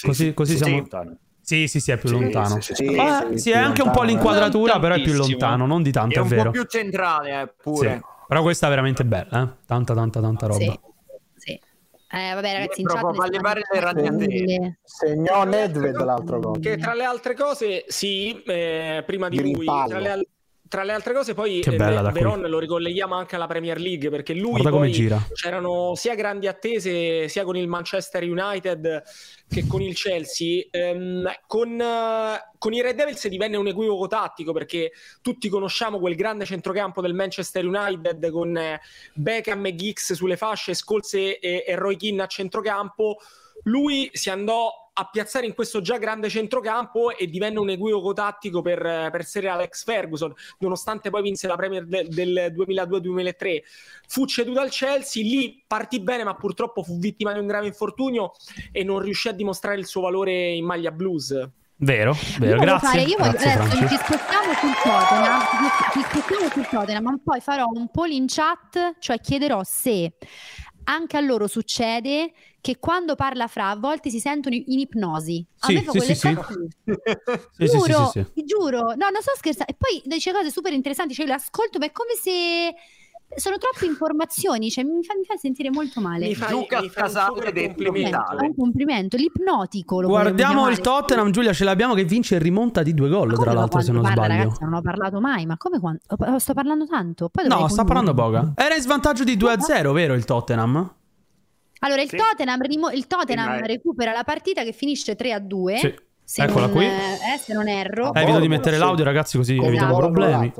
Speaker 1: così, così
Speaker 4: sì,
Speaker 1: siamo...
Speaker 4: sì. lontano.
Speaker 1: Sì, sì, sì, è più
Speaker 4: Sì,
Speaker 1: lontano.
Speaker 4: sì, sì, sì.
Speaker 1: Ah,
Speaker 4: Sì, sì,
Speaker 1: sì, è
Speaker 4: più
Speaker 1: anche un po'
Speaker 4: lontano, eh.
Speaker 1: l'inquadratura,
Speaker 4: Non
Speaker 1: però è più
Speaker 4: tantissimo.
Speaker 1: lontano, non di
Speaker 5: È
Speaker 1: tanto, è,
Speaker 5: un po'
Speaker 1: vero.
Speaker 5: più centrale, eh,
Speaker 1: Sì.
Speaker 5: pure.
Speaker 1: Però questa è veramente bella, eh. Tanta, tanta, tanta roba.
Speaker 2: Sì, sì. Eh, vabbè, ragazzi, in chat
Speaker 5: Provo
Speaker 2: ne
Speaker 5: a levare le
Speaker 2: stanno mille.
Speaker 5: ragnatele.
Speaker 12: Segnò Nedved l'altro gol.
Speaker 6: Che tra le altre cose, sì, eh, prima di
Speaker 12: Di
Speaker 6: lui,
Speaker 12: rimpallo.
Speaker 6: tra le, al- tra le altre cose, poi
Speaker 1: Che bella
Speaker 6: eh,
Speaker 1: da
Speaker 6: Veron lo ricolleghiamo anche alla Premier League perché lui
Speaker 1: Guarda come
Speaker 6: poi
Speaker 1: gira.
Speaker 6: c'erano sia grandi attese sia con il Manchester United che con il Chelsea. Ehm, con, eh, con i Red Devils divenne un equivoco tattico perché tutti conosciamo quel grande centrocampo del Manchester United con eh, Beckham e Giggs sulle fasce, Scolse e, e Roy Keane a centrocampo. Lui si andò a piazzare in questo già grande centrocampo e divenne un equivoco tattico per, eh, per Sir Alex Ferguson, nonostante poi vinse la Premier de- del 2002-2003. Fu ceduto al Chelsea, lì partì bene, ma purtroppo fu vittima di un grave infortunio e non riuscì a dimostrare il suo valore in maglia blues.
Speaker 1: Vero, vero,
Speaker 2: Io voglio
Speaker 1: grazie.
Speaker 2: fare- io voglio-
Speaker 1: Grazie,
Speaker 2: adesso
Speaker 1: Franci.
Speaker 2: ci spostiamo sul Tottenham, ci spostiamo sul Tottenham, ma poi farò un poll in chat, cioè chiederò se anche a loro succede che quando parla Fra a volte si sentono in ipnosi. A
Speaker 1: Sì,
Speaker 2: me fa
Speaker 1: sì, sì, sì.
Speaker 2: quell'effetto lì.
Speaker 1: Sì, sì, sì,
Speaker 2: Giuro,
Speaker 1: sì, sì.
Speaker 2: ti giuro, no, non sto scherzando. E poi dice cose super interessanti, cioè io le ascolto, ma è come se sono troppe informazioni, cioè mi fa, mi fa sentire molto male.
Speaker 5: Mi fai- Luca mi fai un Casale super del complimento.
Speaker 2: complimento. Un complimento, l'ipnotico lo
Speaker 1: Guardiamo
Speaker 2: vogliamo
Speaker 1: il
Speaker 2: chiamare.
Speaker 1: Tottenham, Giulia, ce l'abbiamo che vince e rimonta di due gol, tra
Speaker 2: Come
Speaker 1: l'altro, se
Speaker 2: quando
Speaker 1: non
Speaker 2: parla,
Speaker 1: sbaglio.
Speaker 2: Ragazzi, non ho parlato mai, ma come quando... oh, Sto parlando tanto. Poi
Speaker 1: no,
Speaker 2: dovrei
Speaker 1: sta
Speaker 2: condurre.
Speaker 1: parlando poca. Era in svantaggio di 2 a 0, vero il Tottenham?
Speaker 2: Allora, il Tottenham, rimo- il Tottenham
Speaker 1: Sì, dai.
Speaker 2: recupera la partita che finisce 3 a 2.
Speaker 1: Sì.
Speaker 2: Se
Speaker 1: Eccola
Speaker 2: non,
Speaker 1: qui.
Speaker 2: eh, se non erro.
Speaker 1: Eh, evito di mettere l'audio, ragazzi, così
Speaker 2: Esatto.
Speaker 1: evitiamo problemi.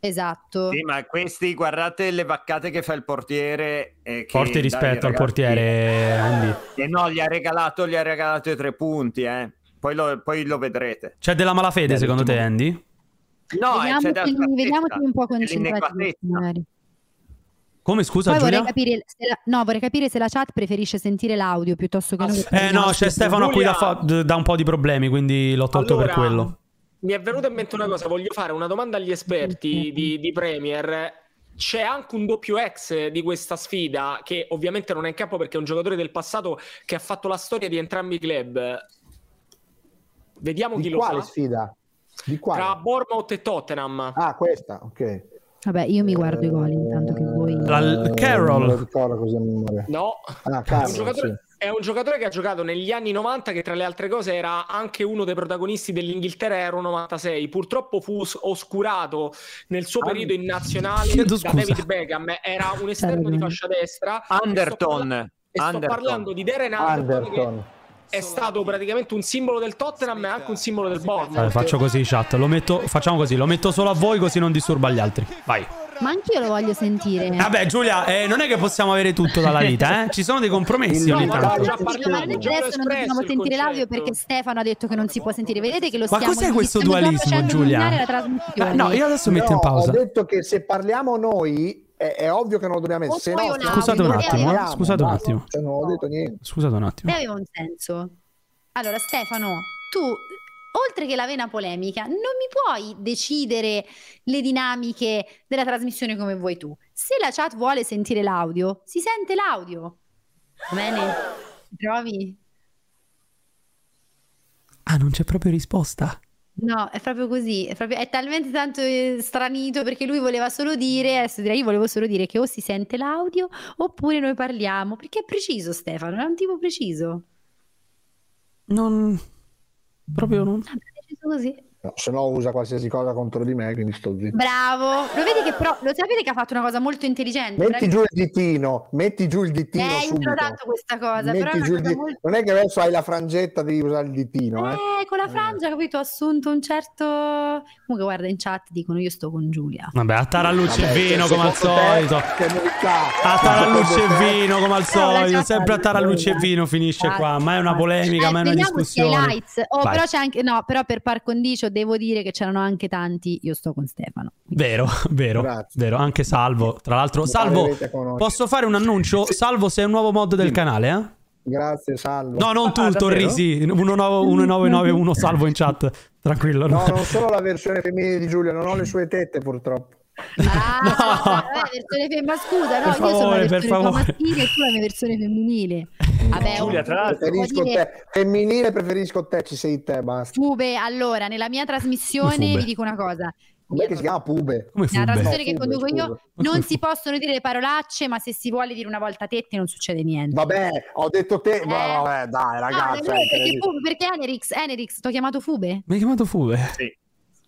Speaker 2: Esatto.
Speaker 5: Sì, ma questi guardate le vaccate che fa il portiere. eh, che-
Speaker 1: Porti
Speaker 5: dai,
Speaker 1: rispetto al
Speaker 5: ragazzi.
Speaker 1: portiere, Andy.
Speaker 5: E no, gli ha regalato, gli ha regalato i tre punti, eh. Poi lo, poi lo vedrete.
Speaker 1: C'è della malafede, secondo te, Andy?
Speaker 5: No, eh,
Speaker 2: vediamo
Speaker 5: c'è
Speaker 2: se-
Speaker 5: da
Speaker 2: vediamoci, un po'
Speaker 5: Dell'inneguatezza.
Speaker 2: concentrati. magari.
Speaker 1: Come scusa,
Speaker 2: Poi vorrei
Speaker 1: Giulia?
Speaker 2: capire, se la- no, vorrei capire se la chat preferisce sentire l'audio piuttosto che noi.
Speaker 1: Eh no, c'è Stefano qui da,
Speaker 2: Giulia-
Speaker 1: fa- d- da un po' di problemi, quindi l'8-8 per
Speaker 6: Allora,
Speaker 1: quello.
Speaker 6: Mi è venuta in mente una cosa, voglio fare una domanda agli esperti di, di Premier. C'è anche un doppio ex di questa sfida, che ovviamente non è in campo perché è un giocatore del passato che ha fatto la storia di entrambi i club. Vediamo chi
Speaker 12: Di
Speaker 6: lo
Speaker 12: quale
Speaker 6: fa.
Speaker 12: sfida? Di quale?
Speaker 6: Tra Bournemouth e Tottenham.
Speaker 12: Ah, questa, ok.
Speaker 2: Vabbè, io mi guardo i gol intanto che voi...
Speaker 12: Eh,
Speaker 1: Carroll.
Speaker 12: Non lo ricordo così a memoria.
Speaker 6: No,
Speaker 12: Ah,
Speaker 6: è un,
Speaker 12: Carroll,
Speaker 6: giocatore,
Speaker 12: sì.
Speaker 6: è un giocatore che ha giocato negli anni 90 che tra le altre cose era anche uno dei protagonisti dell'Inghilterra Euro 96. Purtroppo fu os- oscurato nel suo periodo in nazionale
Speaker 5: Chiedo
Speaker 6: da
Speaker 5: scusa.
Speaker 6: David Beckham. Era un esterno di fascia destra.
Speaker 5: Underton.
Speaker 6: E sto
Speaker 5: Underton.
Speaker 6: parlando di Darren Anderton che
Speaker 12: Anderton.
Speaker 6: è stato praticamente un simbolo del Tottenham e anche un simbolo del Bournemouth.
Speaker 1: Dai, faccio così, chat. Lo metto, facciamo così, lo metto solo a voi così non disturba gli altri. Vai.
Speaker 2: Ma anch'io lo voglio sentire.
Speaker 1: Vabbè, Giulia, eh, non è che possiamo avere tutto dalla vita, eh? Ci sono dei compromessi ogni tanto.
Speaker 2: Ma noi adesso non dobbiamo sentire l'audio perché Stefano ha detto che non si può sentire. Vedete che lo
Speaker 1: Ma
Speaker 2: stiamo
Speaker 1: cos'è questo
Speaker 2: stiamo proprio
Speaker 1: dualismo,
Speaker 2: facendo
Speaker 1: Giulia?
Speaker 2: rovinare la trasmissione.
Speaker 1: no, io adesso metto in
Speaker 12: No,
Speaker 1: pausa.
Speaker 12: Ho detto che se parliamo noi è, è ovvio che non lo dobbiamo
Speaker 2: O
Speaker 12: mettere. Se
Speaker 2: poi
Speaker 12: no,
Speaker 2: un
Speaker 1: Scusate un
Speaker 2: audio,
Speaker 1: attimo, eh.
Speaker 12: parliamo,
Speaker 1: scusate un
Speaker 12: basta.
Speaker 1: attimo.
Speaker 12: Cioè, non ho detto niente.
Speaker 1: Scusate un attimo.
Speaker 2: E aveva un senso. Allora, Stefano, tu, oltre che la vena polemica, non mi puoi decidere le dinamiche della trasmissione come vuoi tu. Se la chat vuole sentire l'audio, si sente l'audio. Va bene? Ti Trovi?
Speaker 1: Ah, non c'è proprio risposta.
Speaker 2: No, è proprio così, è, proprio- è talmente tanto eh, stranito perché lui voleva solo dire, adesso direi io volevo solo dire che o si sente l'audio oppure noi parliamo, perché è preciso Stefano, è un tipo preciso.
Speaker 1: Non... Proprio non...
Speaker 2: È preciso così.
Speaker 12: No, se no usa qualsiasi cosa contro di me, quindi sto zitto.
Speaker 2: Bravo, lo vedi che però, lo sapete che ha fatto una cosa molto intelligente?
Speaker 12: Metti
Speaker 2: Bravi-
Speaker 12: giù il ditino, metti giù il ditino
Speaker 2: Eh, io
Speaker 12: subito.
Speaker 2: l'ho dato questa cosa, però
Speaker 12: Metti
Speaker 2: è una
Speaker 12: giù il
Speaker 2: cosa
Speaker 12: di-
Speaker 2: molto...
Speaker 12: Non è che adesso hai la frangetta, devi usare il ditino, eh.
Speaker 2: Eh, con la frangia, capito, ho assunto un certo... Comunque guarda, in chat dicono io sto con Giulia.
Speaker 1: Vabbè, a tarallucci e
Speaker 12: Vabbè,
Speaker 1: vino
Speaker 12: se
Speaker 1: come al
Speaker 12: secondo te-
Speaker 1: solito. A tarallucci e vino come al solito. Sempre a tarallucci e vino finisce qua. Ma è una polemica,
Speaker 2: Eh,
Speaker 1: ma è una
Speaker 2: vediamo se
Speaker 1: discussione.
Speaker 2: lights. Oh,
Speaker 1: Vai.
Speaker 2: però c'è anche no, però per par condicio devo dire che c'erano anche tanti io sto con Stefano.
Speaker 1: Vero, vero, vero, anche Salvo. Tra l'altro, Salvo,
Speaker 12: parlerete con noi.
Speaker 1: posso fare un annuncio? Salvo, sei un nuovo mod del canale, eh?
Speaker 12: Grazie, salvo.
Speaker 1: No,
Speaker 6: Ah,
Speaker 1: non tu,
Speaker 5: Ah,
Speaker 1: Torrisi, 19991 Salvo in chat. Tranquillo.
Speaker 12: No, non sono la versione femminile di Giulia, non ho le sue tette purtroppo.
Speaker 2: Ah, vabbè, versione fem- ma scusa, no,
Speaker 12: Per
Speaker 2: io sono la
Speaker 12: favore, per
Speaker 2: versione
Speaker 12: favore.
Speaker 2: maschile e tu la mia versione femminile. Vabbè,
Speaker 12: Giulia,
Speaker 2: oh,
Speaker 12: tra l'altro, preferisco
Speaker 2: devo dire-
Speaker 12: te. Femminile, preferisco te, ci sei te, basta.
Speaker 2: Fube, allora, nella mia
Speaker 12: Come
Speaker 2: trasmissione
Speaker 12: Fube?
Speaker 2: vi dico una cosa.
Speaker 12: Com'è che si chiama Pube?
Speaker 2: Nella trasmissione che conduco io non si possono dire le parolacce, ma se si vuole dire una volta tette non succede niente.
Speaker 12: Vabbè, ho detto
Speaker 2: Eh.
Speaker 12: te, ma vabbè, dai,
Speaker 2: No,
Speaker 12: ragazzi.
Speaker 2: davvero, perché, Fube- perché Enerix, Enerix, ti ho chiamato Fube?
Speaker 1: Mi hai chiamato Fube?
Speaker 5: Sì.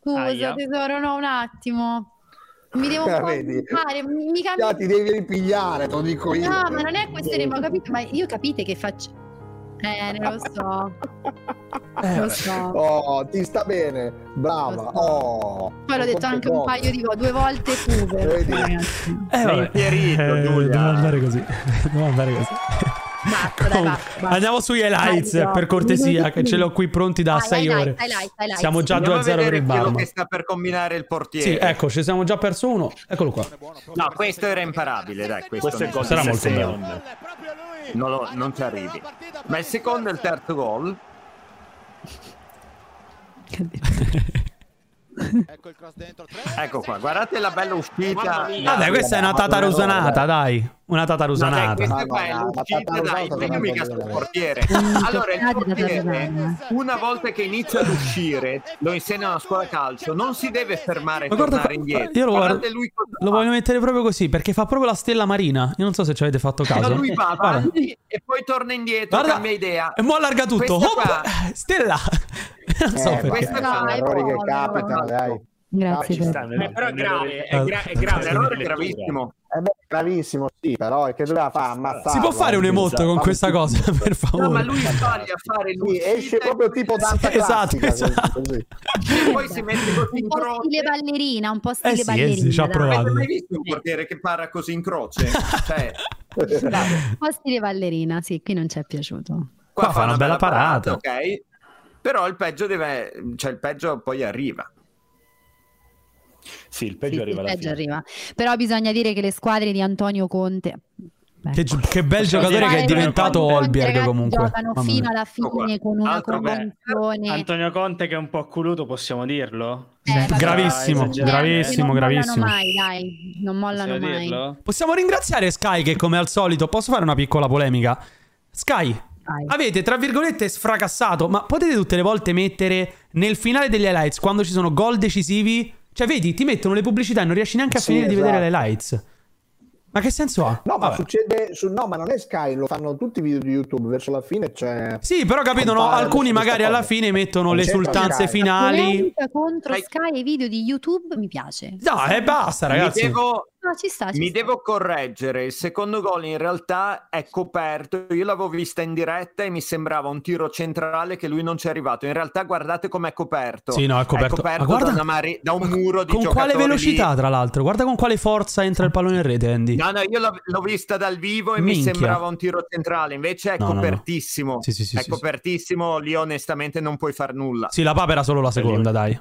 Speaker 2: Scusa,
Speaker 16: Aia.
Speaker 2: tesoro, no, un attimo. Mi devo
Speaker 11: Ah, vedi?
Speaker 2: concentrare, mi, mi cambia-
Speaker 11: Ah, ti devi ripigliare, te lo dico io.
Speaker 2: No, ma non è questione, ma ho capito, ma io capite che faccio. Eh, non lo so.
Speaker 12: Eh,
Speaker 2: lo so.
Speaker 11: Oh, ti sta bene, brava. Oh,
Speaker 2: Poi l'ho detto anche un paio di volte, due volte Ecco, pure.
Speaker 1: Eh, vabbè. Eh, devo andare così. devo andare così. Comunque, Ecco. Andiamo sugli highlights
Speaker 5: Dai, dai.
Speaker 1: per cortesia, che ce l'ho qui pronti da
Speaker 5: Dai,
Speaker 1: 6
Speaker 5: highlight,
Speaker 1: ore.
Speaker 5: highlight, highlight.
Speaker 1: Siamo già
Speaker 5: Andiamo
Speaker 1: 2
Speaker 5: a
Speaker 1: 0 per
Speaker 5: vedere
Speaker 1: il
Speaker 5: quello
Speaker 1: Barma.
Speaker 5: che sta per combinare il portiere.
Speaker 1: Sì, ecco, ci siamo già perso uno. Eccolo qua.
Speaker 5: No, questo era imparabile, dai, questo,
Speaker 1: Questo è
Speaker 5: no.
Speaker 1: gol Sarà di molto Sesseon.
Speaker 5: Non, lo- non ci arrivi. Ma il secondo e il terzo gol? ecco qua, guardate la bella uscita.
Speaker 1: Vabbè, questa è una
Speaker 5: Madonna,
Speaker 1: tata rosanata, dai. Una tata
Speaker 5: No, dai,
Speaker 1: rosanata.
Speaker 5: questa qua è l'uscita, dai, prima mica sto portiere.
Speaker 2: Mm,
Speaker 5: Allora, il
Speaker 2: tata
Speaker 5: portiere,
Speaker 2: rosanata.
Speaker 5: una volta che inizia ad uscire, lo insegnano a scuola calcio, non si deve fermare e
Speaker 1: Ma guarda,
Speaker 5: tornare
Speaker 1: qua-
Speaker 5: indietro.
Speaker 1: io lo,
Speaker 5: Guardate
Speaker 1: guardo-
Speaker 5: lui
Speaker 1: lo voglio mettere proprio così perché fa proprio la stella marina. Io non so se ci avete fatto
Speaker 5: No,
Speaker 1: caso.
Speaker 5: lui va
Speaker 1: Guarda.
Speaker 5: avanti e poi torna indietro,
Speaker 1: Guarda,
Speaker 5: cambia idea.
Speaker 1: E mo' allarga tutto.
Speaker 5: Questa
Speaker 1: Hop!
Speaker 5: qua-
Speaker 1: Stella! non
Speaker 4: Eh.
Speaker 1: so perché.
Speaker 5: questa qua
Speaker 11: sono
Speaker 5: è
Speaker 11: errori che
Speaker 5: buono.
Speaker 11: capitano, dai.
Speaker 2: Grazie.
Speaker 5: però è grave,
Speaker 11: è gra- è grave,
Speaker 5: L'errore è
Speaker 11: lettura.
Speaker 5: gravissimo.
Speaker 11: Eh beh, gravissimo, sì, però è che doveva fare ammazzare. eh, esatto.
Speaker 1: Si può fare un emote con questa cosa, per favore.
Speaker 5: No, ma lui sbaglia a fare lui.
Speaker 11: esce proprio tipo danza
Speaker 1: Sì, esatto,
Speaker 11: classica,
Speaker 1: esatto.
Speaker 11: così.
Speaker 5: poi si mette così in
Speaker 2: Un po' stile ballerina,
Speaker 1: Eh
Speaker 2: un po' stile
Speaker 5: croce.
Speaker 2: ballerina. dai.
Speaker 5: Avete mai visto un portiere che parla così in croce? Cioè,
Speaker 2: Un po' stile ballerina, sì, qui non ci è piaciuto.
Speaker 5: qua
Speaker 1: fa una bella parata.
Speaker 5: ok? Però il peggio deve, cioè il peggio poi arriva.
Speaker 4: Sì, il peggio
Speaker 2: Sì,
Speaker 4: arriva
Speaker 2: sì,
Speaker 4: alla
Speaker 2: peggio
Speaker 4: fine.
Speaker 2: arriva. Però bisogna dire che le squadre di Antonio Conte
Speaker 1: Che, gi- che bel giocatore che è diventato Olberg
Speaker 2: ragazzi,
Speaker 1: comunque.
Speaker 2: giocano
Speaker 1: Mamma
Speaker 2: fino
Speaker 1: mia.
Speaker 2: alla fine con una convenzione.
Speaker 7: Antonio Conte che è un po' acculuto, possiamo dirlo?
Speaker 2: Eh,
Speaker 1: Gravissimo,
Speaker 7: Esagerato.
Speaker 1: gravissimo,
Speaker 2: Non
Speaker 1: gravissimo.
Speaker 2: mollano mai, dai, non mollano
Speaker 7: Possiamo
Speaker 2: mai.
Speaker 7: dirlo?
Speaker 1: Possiamo ringraziare Sky che come al solito posso fare una piccola polemica. Sky, avete tra virgolette sfracassato, ma potete tutte le volte mettere nel finale degli highlights quando ci sono gol decisivi? Cioè, vedi, ti mettono le pubblicità e non riesci neanche a
Speaker 11: Sì,
Speaker 1: finire di
Speaker 11: esatto.
Speaker 1: vedere le highlights. Ma che senso ha?
Speaker 11: No, ma
Speaker 1: Vabbè.
Speaker 11: succede su- no, ma non è Sky, lo fanno tutti i video di YouTube, verso la fine c'è
Speaker 1: Sì, però capito, no?
Speaker 11: Compare
Speaker 1: alcuni
Speaker 11: questa
Speaker 1: magari
Speaker 11: cosa.
Speaker 1: alla fine mettono
Speaker 11: Non
Speaker 1: le
Speaker 11: c'entra
Speaker 1: esultanze
Speaker 11: Sky.
Speaker 1: finali.
Speaker 2: Polemica contro Sky e i video di YouTube mi piace.
Speaker 1: No, e eh, basta, ragazzi.
Speaker 5: Mi devo,
Speaker 2: No, ci sta, Ah, ci
Speaker 5: Mi
Speaker 2: sta.
Speaker 5: devo correggere, il secondo gol in realtà è coperto, io l'avevo vista in diretta e mi sembrava un tiro centrale che lui non ci è arrivato, in realtà guardate com'è coperto.
Speaker 1: Sì, no, è coperto. Ma guarda-
Speaker 5: da, una mare- da un muro di
Speaker 1: Con quale
Speaker 5: giocatori lì.
Speaker 1: velocità, tra l'altro? Guarda con quale forza entra il pallone in rete, Andy.
Speaker 5: No, no, io l'ho, l'ho vista dal vivo e mi
Speaker 1: Minchia.
Speaker 5: sembrava un tiro centrale, invece è
Speaker 1: No, no, no.
Speaker 5: copertissimo.
Speaker 1: Sì, sì, sì,
Speaker 5: è
Speaker 1: sì, sì.
Speaker 5: copertissimo, lì onestamente non puoi far nulla.
Speaker 1: Sì, la papera solo la seconda, dai.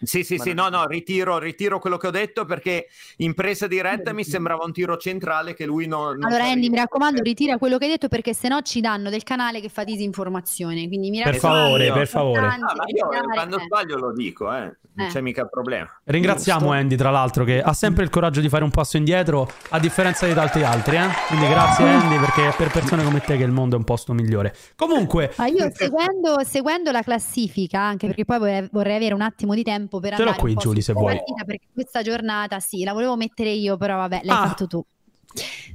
Speaker 5: Sì, sì, sì, no, no, ritiro, ritiro quello che ho detto perché in presa diretta mi sembrava un tiro centrale che lui non... non
Speaker 2: Allora
Speaker 5: ci
Speaker 2: Andy, mi raccomando, ritira quello che hai detto perché sennò ci danno del canale che fa disinformazione. Quindi mi
Speaker 1: Per
Speaker 2: raccomando,
Speaker 1: favore, per
Speaker 2: importante
Speaker 1: favore.
Speaker 5: Ah, ma io
Speaker 2: evitare-
Speaker 5: quando sbaglio lo dico, eh. non
Speaker 2: Eh.
Speaker 5: c'è mica problema.
Speaker 1: Ringraziamo Andy, tra l'altro, che ha sempre il coraggio di fare un passo indietro, a differenza di tanti altri. eh. Quindi grazie
Speaker 5: Mm.
Speaker 1: Andy, perché è per persone come te che il mondo è un posto migliore. Comunque,
Speaker 2: Ma io seguendo, seguendo la classifica, anche perché poi vorrei, vorrei avere un attimo di tempo per
Speaker 1: Ce l'ho
Speaker 2: andare
Speaker 1: qui,
Speaker 2: un po'
Speaker 1: Giulia, se
Speaker 2: sulla
Speaker 1: vuoi.
Speaker 2: partita, perché questa giornata sì, la volevo mettere io, però vabbè, l'hai
Speaker 1: Ah,
Speaker 2: fatto tu.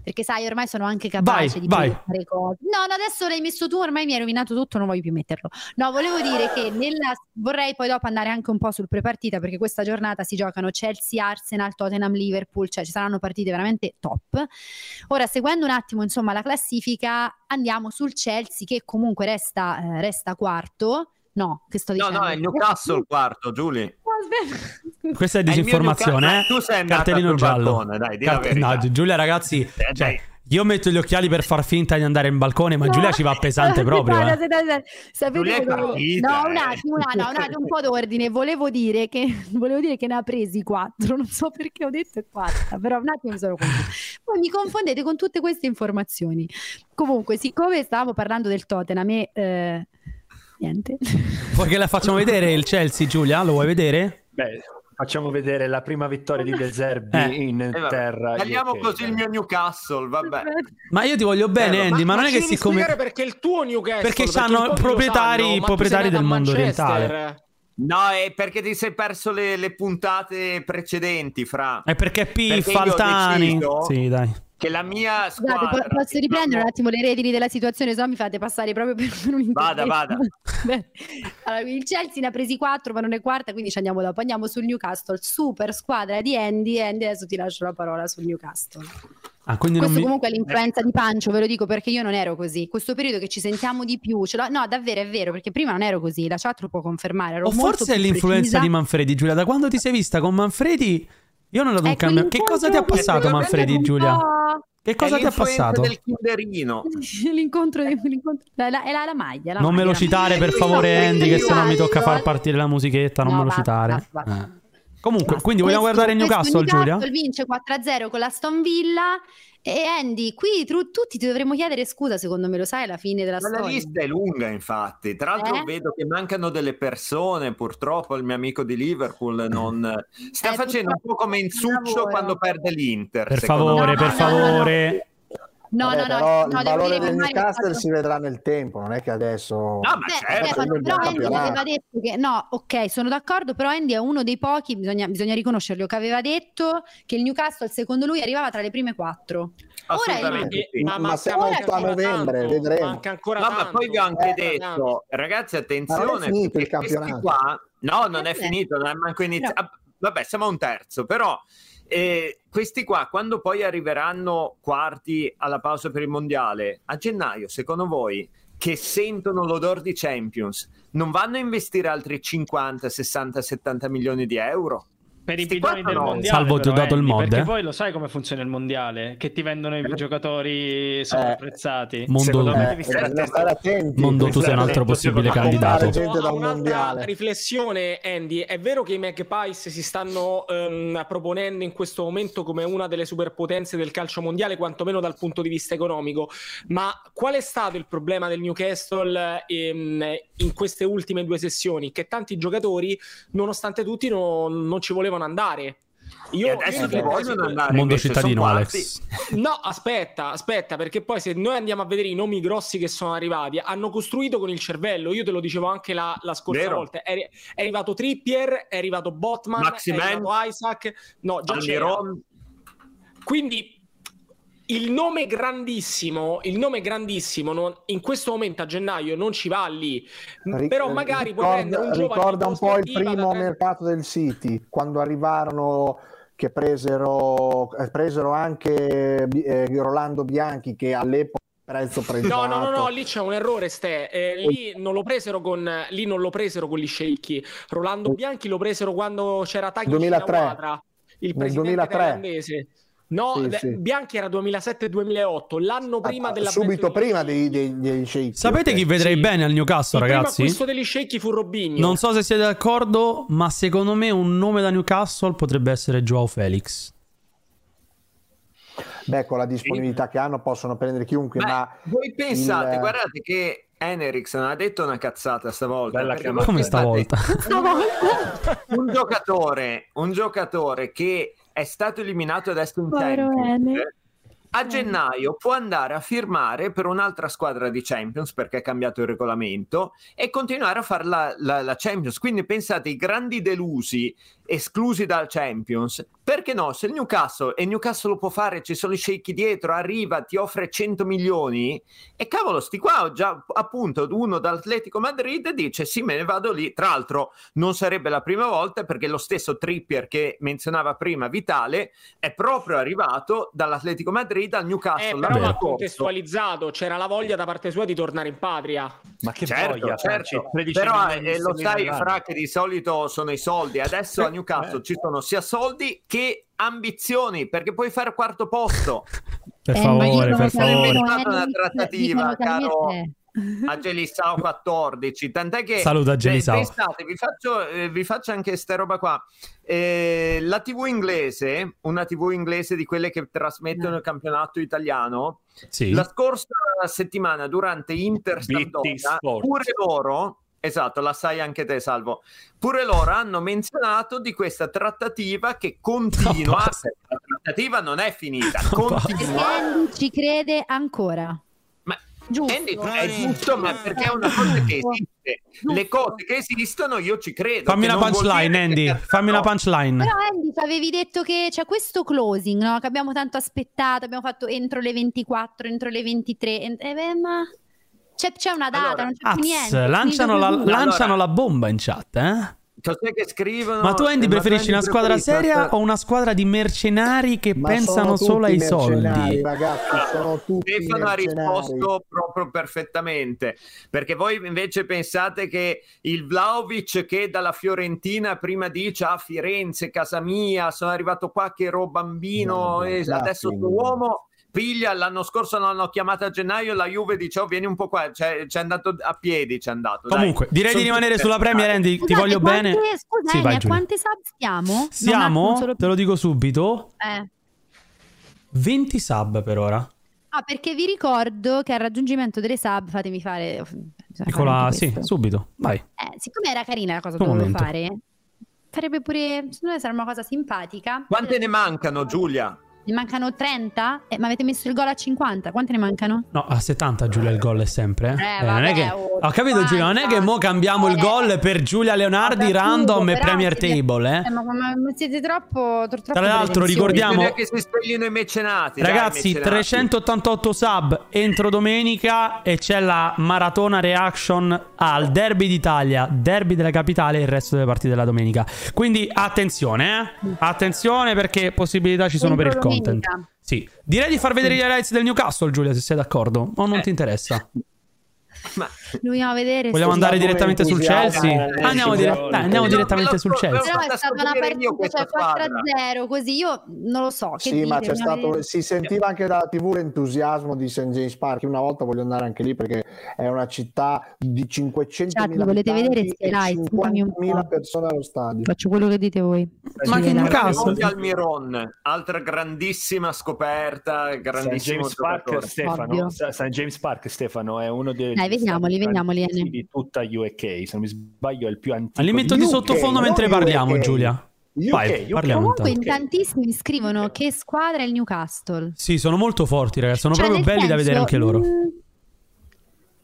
Speaker 2: Perché sai, ormai sono anche capace
Speaker 1: Vai,
Speaker 2: di
Speaker 1: vai.
Speaker 2: fare cose. No, no, adesso l'hai messo tu, ormai mi hai rovinato tutto, non voglio più metterlo. No, volevo dire che nella- vorrei poi dopo andare anche un po' sul prepartita, perché questa giornata si giocano Chelsea, Arsenal, Tottenham, Liverpool, cioè ci saranno partite veramente top. Ora, seguendo un attimo insomma la classifica, andiamo sul Chelsea che comunque resta, eh, resta quarto. No, che sto
Speaker 5: No,
Speaker 2: dicendo?
Speaker 5: no, è il Newcastle il quarto, Julie.
Speaker 1: Questa è
Speaker 5: È il mio
Speaker 1: disinformazione, eh?
Speaker 5: Newcastle- Ma tu sei andata
Speaker 1: Cartellino
Speaker 5: sul
Speaker 1: giallo.
Speaker 5: balcone, dai, di la
Speaker 1: Carte-
Speaker 5: verità. Eh,
Speaker 1: no, Giulia, ragazzi, cioè, io metto gli occhiali per far finta di andare in balcone, ma
Speaker 2: No.
Speaker 1: Giulia ci va pesante proprio.
Speaker 2: Guarda,
Speaker 1: Eh.
Speaker 2: se- se- se-
Speaker 1: Giulia
Speaker 2: Sapete
Speaker 1: è
Speaker 2: cosa-
Speaker 1: partita,
Speaker 2: no, un
Speaker 1: eh.
Speaker 2: attimo, un attimo, un attimo, un po' d'ordine. Volevo dire che volevo dire che ne ha presi quattro. Non so perché ho detto quattro, però un attimo mi sono confusa. Voi mi confondete con tutte queste informazioni. Comunque, siccome stavamo parlando del Tottenham, e, eh, niente.
Speaker 1: Vuoi che la facciamo vedere il Chelsea, Giulia? Lo vuoi vedere?
Speaker 4: Beh, facciamo vedere la prima vittoria di
Speaker 2: Eh.
Speaker 4: De Zerbi in
Speaker 5: Eh, vabbè.
Speaker 4: terra.
Speaker 5: Tagliamo
Speaker 4: UK.
Speaker 5: così il mio Newcastle, vabbè. Eh,
Speaker 1: Ma io ti voglio bene,
Speaker 5: Bello,
Speaker 1: Andy, ma,
Speaker 5: ma-
Speaker 1: non è
Speaker 5: ma
Speaker 1: che
Speaker 5: ci devi
Speaker 1: siccome.
Speaker 5: spiegare
Speaker 6: Perché il tuo Newcastle
Speaker 1: Perché
Speaker 6: un
Speaker 1: c'hanno
Speaker 6: po' tutti lo
Speaker 1: proprietari-
Speaker 6: sanno, ma tu
Speaker 1: proprietari
Speaker 6: sei
Speaker 1: del
Speaker 6: andato a
Speaker 1: mondo
Speaker 6: Manchester.
Speaker 1: orientale.
Speaker 5: No, è perché ti sei perso le, le puntate precedenti, fra.
Speaker 1: È perché P,
Speaker 5: Perché io ho
Speaker 1: Faltani.
Speaker 5: deciso
Speaker 1: Sì, dai.
Speaker 5: Che la mia
Speaker 2: Scusate,
Speaker 5: squadra...
Speaker 2: po- posso riprendere un attimo le redini della situazione, se no mi fate passare proprio per un intervento.
Speaker 5: Vada, vada.
Speaker 2: Beh, allora, il Chelsea ne ha presi 4 ma non è quarta quindi ci andiamo dopo andiamo sul Newcastle super squadra di Andy Andy adesso ti lascio la parola sul Newcastle
Speaker 1: Ah, quindi non mi...
Speaker 2: questo
Speaker 1: Ecco.
Speaker 2: comunque è l'influenza di Pancio ve lo dico perché io non ero così questo periodo che ci sentiamo di più ce l'ho- no davvero è vero perché prima non ero così la chat lo può confermare ero
Speaker 1: O forse è l'influenza di Manfredi, Giulia. Da quando ti sei vista con Manfredi, io non la vedo
Speaker 2: Ecco,
Speaker 1: cambiare. Che cosa ti ha passato, Manfredi, Giulia? Che cosa
Speaker 5: È
Speaker 1: ti ha
Speaker 5: l'influenza
Speaker 1: passato?
Speaker 5: del Kinderino.
Speaker 2: l'incontro, l'incontro- la, la- è la, la maglia la
Speaker 1: Non me
Speaker 2: maglia,
Speaker 1: lo
Speaker 2: la
Speaker 1: citare per favore, Andy, che sennò mi tocca far partire la musichetta. Non
Speaker 2: No,
Speaker 1: me lo
Speaker 2: basta,
Speaker 1: citare.
Speaker 2: basta, basta.
Speaker 1: Eh. Comunque, quindi vogliamo
Speaker 2: Questo-
Speaker 1: guardare il
Speaker 2: questo
Speaker 1: Newcastle, Giulia?
Speaker 2: Newcastle vince 4-0 con la Aston Villa. E Andy, qui tru- tutti ti dovremmo chiedere scusa, secondo me lo sai, è la fine della
Speaker 5: Ma la
Speaker 2: storia.
Speaker 5: lista è lunga, infatti. Tra l'altro,
Speaker 2: Eh?
Speaker 5: vedo che mancano delle persone. Purtroppo, il mio amico di Liverpool non
Speaker 2: Eh,
Speaker 5: sta facendo un po' come Insuccio quando perde l'Inter.
Speaker 1: Per
Speaker 5: secondo
Speaker 1: favore,
Speaker 5: me.
Speaker 1: per favore.
Speaker 2: Eh, No,
Speaker 11: Eh,
Speaker 12: Vabbè,
Speaker 2: no, no,
Speaker 12: però
Speaker 2: no,
Speaker 12: il
Speaker 2: devo
Speaker 12: valore
Speaker 2: dire che
Speaker 12: del
Speaker 2: ormai è
Speaker 12: Newcastle
Speaker 2: stato-
Speaker 12: si vedrà nel tempo, non è che adesso... No, certo,
Speaker 5: ma certo,
Speaker 2: Stefano, però Andy aveva detto che no, ok, sono d'accordo, però Andy è uno dei pochi, bisogna, bisogna riconoscerlo, che aveva detto che il Newcastle secondo lui arrivava tra le prime quattro. Ora è
Speaker 5: Assolutamente
Speaker 2: il-
Speaker 5: sì.
Speaker 12: Ma- ma siamo
Speaker 2: ora è
Speaker 12: otto a
Speaker 2: il-
Speaker 12: novembre, vedremo. Manca ancora
Speaker 5: No, ma poi vi ho anche
Speaker 12: tanto. Eh,
Speaker 5: detto, ragazzi,
Speaker 12: Ma non è
Speaker 5: attenzione.
Speaker 12: finito
Speaker 5: perché
Speaker 12: il
Speaker 5: questi
Speaker 12: campionato.
Speaker 5: Qua... No, non è
Speaker 12: Eh,
Speaker 5: finito, non è manco iniziato. Ah, Vabbè, siamo a un terzo, però eh, questi qua, quando poi arriveranno quarti alla pausa per il mondiale, a gennaio, secondo voi, che sentono l'odore di Champions, non vanno a investire altri 50, 60, 70 milioni di euro?
Speaker 7: Per i
Speaker 5: Sti
Speaker 7: bidoni
Speaker 5: qua
Speaker 7: del
Speaker 5: no.
Speaker 7: mondiale,
Speaker 1: Salvo, ti ho
Speaker 7: però,
Speaker 1: dato il
Speaker 7: Andy,
Speaker 1: mod,
Speaker 7: Perché
Speaker 1: eh.
Speaker 7: poi lo sai come funziona il mondiale? Che ti vendono
Speaker 4: Eh.
Speaker 7: i giocatori sovrapprezzati.
Speaker 1: Mondo-
Speaker 7: Secondo me
Speaker 1: Eh,
Speaker 7: devi stare
Speaker 12: bisogna
Speaker 7: attento.
Speaker 12: stare attenti.
Speaker 1: Mondo, tu sei un altro
Speaker 12: Attenzione,
Speaker 1: possibile
Speaker 12: ma
Speaker 1: candidato.
Speaker 12: comprare gente da un
Speaker 6: Un'altra
Speaker 12: mondiale.
Speaker 6: riflessione, Andy. È vero che i Magpies si stanno ehm, proponendo in questo momento come una delle superpotenze del calcio mondiale, quantomeno dal punto di vista economico. Ma qual è stato il problema del Newcastle ehm, in queste ultime due sessioni? Che tanti giocatori, nonostante tutti, no- non ci volevano andare. Io,
Speaker 5: E adesso
Speaker 6: io-
Speaker 5: ti vogliono andare.
Speaker 1: Mondo
Speaker 5: invece, sono
Speaker 1: cittadino,
Speaker 5: quarti.
Speaker 1: Alex.
Speaker 6: No, aspetta, aspetta, perché poi se noi andiamo a vedere i nomi grossi che sono arrivati, hanno costruito con il cervello. Io te lo dicevo anche la, la scorsa
Speaker 5: Vero.
Speaker 6: volta. È, arri- è arrivato Trippier, è arrivato Botman,
Speaker 5: Maximen.
Speaker 6: è arrivato Isaac. No, già c'era.
Speaker 5: Almiron.
Speaker 6: Quindi il nome grandissimo, il nome grandissimo non- in questo momento a gennaio non ci va lì,
Speaker 12: Ri-
Speaker 6: però magari puoi
Speaker 12: ricorda,
Speaker 6: prendere un giovane
Speaker 12: ricorda
Speaker 6: in
Speaker 12: un po' il
Speaker 6: prospettiva da
Speaker 12: primo
Speaker 6: tre-
Speaker 12: mercato del City quando arrivarono che presero, eh, presero anche eh, Rolando Bianchi che all'epoca era il prezzo
Speaker 6: No,
Speaker 12: prezzato
Speaker 6: no, no, no, lì c'è un errore, Ste. Eh, lì, non lo presero con, lì non lo presero con gli sceicchi. Rolando Bianchi lo presero quando c'era Tagli
Speaker 12: 2003.
Speaker 6: il
Speaker 12: Nel
Speaker 6: presidente
Speaker 12: 2003.
Speaker 6: thailandese. No,
Speaker 12: Sì,
Speaker 6: beh,
Speaker 12: sì. Ah,
Speaker 6: Bianchi era 2007-2008, l'anno prima della
Speaker 12: subito prima dei, dei, dei sceicchi.
Speaker 1: Sapete
Speaker 12: ok.
Speaker 1: chi vedrei bene al Newcastle,
Speaker 6: Il primo
Speaker 1: ragazzi?
Speaker 6: acquisto degli sceicchi fu Robinho.
Speaker 1: Non so se siete d'accordo, ma secondo me un nome da Newcastle potrebbe essere Joao Felix.
Speaker 12: Beh, con la disponibilità che hanno possono prendere chiunque,
Speaker 5: Beh,
Speaker 12: ma
Speaker 5: voi pensate,
Speaker 12: il-
Speaker 5: guardate che Henriksen ha detto una cazzata stavolta.
Speaker 4: Bella
Speaker 5: perché
Speaker 4: chiamata.
Speaker 5: voi
Speaker 1: Come stavolta?
Speaker 5: pensate, un giocatore, un giocatore che è stato eliminato adesso in
Speaker 2: Povero
Speaker 5: Champions.
Speaker 2: Henry.
Speaker 5: A gennaio può andare a firmare per un'altra squadra di Champions perché è cambiato il regolamento e continuare a fare la, la- la Champions. Quindi pensate, i grandi delusi esclusi dal Champions, perché no? Se il Newcastle, e il Newcastle lo può fare, ci sono i sceicchi dietro, arriva, ti offre 100 milioni, e cavolo, sti qua, ho già appunto uno dall'Atletico Madrid dice sì, me ne vado lì. Tra l'altro non sarebbe la prima volta perché lo stesso Trippier che menzionava prima, Vitale, è proprio arrivato dall'Atletico Madrid al Newcastle.
Speaker 6: Eh,
Speaker 5: l'anno
Speaker 6: però va
Speaker 5: scorso.
Speaker 6: contestualizzato, c'era la voglia da parte sua di tornare in patria.
Speaker 4: Ma che
Speaker 5: certo,
Speaker 4: voglia,
Speaker 5: certo.
Speaker 4: Franci, 13
Speaker 5: però
Speaker 4: milioni
Speaker 5: eh, lo
Speaker 4: di
Speaker 5: sai
Speaker 4: dollari.
Speaker 5: fra che di solito sono i soldi adesso a Newcastle
Speaker 4: eh.
Speaker 5: ci sono sia soldi che ambizioni perché puoi fare quarto posto
Speaker 1: Per favore, per
Speaker 5: Sarebbe
Speaker 1: favore.
Speaker 5: stata una trattativa
Speaker 2: dicono
Speaker 5: caro
Speaker 2: talmente-
Speaker 5: a Gelissao 14 tant'è che
Speaker 1: Saluta
Speaker 5: Beh,
Speaker 1: Gelisao.
Speaker 5: pensate, vi faccio, eh, vi faccio anche sta roba qua Eh, la tv inglese una tv inglese di quelle che trasmettono il campionato italiano
Speaker 17: Sì.
Speaker 5: la scorsa settimana durante Inter
Speaker 4: BT
Speaker 5: Sardona,
Speaker 4: Sport.
Speaker 5: pure loro, esatto, la sai anche te, Salvo. Pure loro hanno menzionato di questa trattativa che continua. la trattativa non è finita, continua.
Speaker 2: Andy ci crede ancora. Giusto.
Speaker 5: Andy, è giusto, ma perché è una cosa che esiste. Le cose che esistono, io ci credo.
Speaker 1: Fammi
Speaker 5: che
Speaker 1: una
Speaker 5: non vuol
Speaker 1: punchline,
Speaker 5: dire che-
Speaker 1: Andy. Fammi una punchline.
Speaker 2: Però Andy, tu avevi detto che c'è questo closing, no? Che abbiamo tanto aspettato, abbiamo fatto entro le 24, entro le 23, en- eh, beh, ma c'è, c'è una data, non c'è più
Speaker 1: Azz,
Speaker 2: niente.
Speaker 1: lanciano la,
Speaker 2: Quindi-
Speaker 1: lanciano la bomba in chat, eh?
Speaker 5: Cos'è che scrivono?
Speaker 1: Ma tu, Andy,
Speaker 5: Eh, ma
Speaker 1: preferisci una
Speaker 5: Andy
Speaker 1: squadra
Speaker 5: preferisce una
Speaker 1: seria
Speaker 5: squadra-
Speaker 1: o una squadra di mercenari che
Speaker 5: Ma
Speaker 1: pensano
Speaker 5: sono
Speaker 1: solo
Speaker 5: tutti
Speaker 1: ai
Speaker 5: mercenari,
Speaker 1: soldi?
Speaker 12: ragazzi, sono tutti
Speaker 5: Ah, Stefano ha
Speaker 12: mercenari.
Speaker 5: risposto proprio perfettamente perché voi invece pensate che il Vlaovic che dalla Fiorentina prima dice a Firenze, casa mia, sono arrivato qua che ero bambino
Speaker 4: No, no,
Speaker 5: e
Speaker 4: no,
Speaker 5: adesso
Speaker 4: no.
Speaker 5: sono uomo piglia l'anno scorso l'hanno chiamata a gennaio la Juve dice oh vieni un po' qua c'è, c'è andato a piedi c'è andato dai.
Speaker 1: Comunque, direi
Speaker 5: Sono
Speaker 1: di rimanere
Speaker 5: tutte
Speaker 1: sulla Premier,
Speaker 5: personali.
Speaker 1: Andy. Ti
Speaker 2: Scusate,
Speaker 1: voglio
Speaker 2: quante-
Speaker 1: bene.
Speaker 2: Scusa,
Speaker 1: Sì,
Speaker 2: Andy,
Speaker 1: vai,
Speaker 2: a
Speaker 1: Giulia.
Speaker 2: quante sub siamo? Non
Speaker 1: Siamo,
Speaker 2: attimo, solo-
Speaker 1: te lo dico subito,
Speaker 2: eh.
Speaker 1: 20 sub per ora.
Speaker 2: Ah, perché vi ricordo che al raggiungimento delle sub, fatemi fare... bisogna fare
Speaker 1: Eccola,
Speaker 2: anche
Speaker 1: sì,
Speaker 2: questo.
Speaker 1: subito. Vai.
Speaker 2: Eh, siccome era carina la cosa
Speaker 1: Un
Speaker 2: che dovevo
Speaker 1: momento.
Speaker 2: fare, farebbe pure... Secondo me sarà una cosa simpatica.
Speaker 5: quante ne mancano Giulia?
Speaker 2: Ne mancano 30? Eh, ma avete messo il gol a 50? Quante ne mancano?
Speaker 1: No, a 70 Giulia il gol è sempre. Eh?
Speaker 2: Eh,
Speaker 1: Eh, non è
Speaker 2: vabbè,
Speaker 1: che...
Speaker 2: oh,
Speaker 1: Ho capito Giulia, non è che mo cambiamo il gol per Giulia Leonardi, random e
Speaker 2: Però
Speaker 1: Premier
Speaker 2: siete-
Speaker 1: Table.
Speaker 2: eh,
Speaker 1: Eh?
Speaker 2: ma, ma- ma siete troppo, tro- troppo
Speaker 1: Tra l'altro
Speaker 2: presunti.
Speaker 1: ricordiamo-
Speaker 5: bisogna che si sveglino i mecenati dai,
Speaker 1: Ragazzi,
Speaker 5: mecenati.
Speaker 1: 388 sub entro domenica e c'è la maratona reaction al Derby d'Italia, Derby della capitale e il resto delle partite della domenica. Quindi attenzione, eh? Attenzione perché possibilità ci sono per il
Speaker 2: Entro
Speaker 1: content.
Speaker 2: domenica.
Speaker 1: Sì. Direi di far vedere gli highlights del Newcastle, Giulia, se sei d'accordo. O
Speaker 2: Eh.
Speaker 1: non ti interessa?
Speaker 2: Lo Vogliamo vedere.
Speaker 1: Vogliamo
Speaker 2: se-
Speaker 1: andare direttamente sul
Speaker 12: entusiasmo,
Speaker 1: Chelsea?
Speaker 12: eh,
Speaker 1: Andiamo, dire-
Speaker 12: entusiasmo.
Speaker 1: dai, andiamo
Speaker 12: No,
Speaker 1: direttamente
Speaker 12: però-
Speaker 1: sul Chelsea.
Speaker 2: Però è stata una
Speaker 5: vedere io
Speaker 2: partita
Speaker 5: questa
Speaker 2: cioè, 4-0, così io non lo so. Che
Speaker 12: Sì,
Speaker 2: dite,
Speaker 12: ma c'è
Speaker 2: vogliamo
Speaker 12: stato,
Speaker 2: vedere?
Speaker 12: si sentiva anche dalla TV l'entusiasmo di St. James Park. Io Una volta voglio andare anche lì perché è una città di 500
Speaker 2: Chat, lo Esatto, Cioè, volete vedere sti live? Scusami un po'.
Speaker 12: persone allo stadio.
Speaker 2: Faccio quello che dite voi.
Speaker 12: Ma che
Speaker 5: Raimondi Almiron, altra grandissima scoperta,
Speaker 4: San
Speaker 5: grandissimo
Speaker 4: James,
Speaker 5: giocatore.
Speaker 4: Park, Stefano,
Speaker 2: Ovvio.
Speaker 4: Sa- St. James Park Stefano è uno dei
Speaker 2: Dai, vediamoli, vediamoli, Enne.
Speaker 4: di tutta UK se non mi sbaglio è il più antico
Speaker 1: Al metto di
Speaker 4: UK.
Speaker 1: sottofondo mentre parliamo, Giulia.
Speaker 4: UK,
Speaker 1: Vai,
Speaker 4: UK.
Speaker 1: parliamo
Speaker 2: Comunque in
Speaker 1: intanto.
Speaker 2: tantissimi scrivono che squadra è il Newcastle.
Speaker 1: Sì, sono molto forti, ragazzi. Sono
Speaker 2: Cioè,
Speaker 1: proprio
Speaker 2: nel
Speaker 1: belli da vedere
Speaker 2: senso, mm,
Speaker 1: anche loro.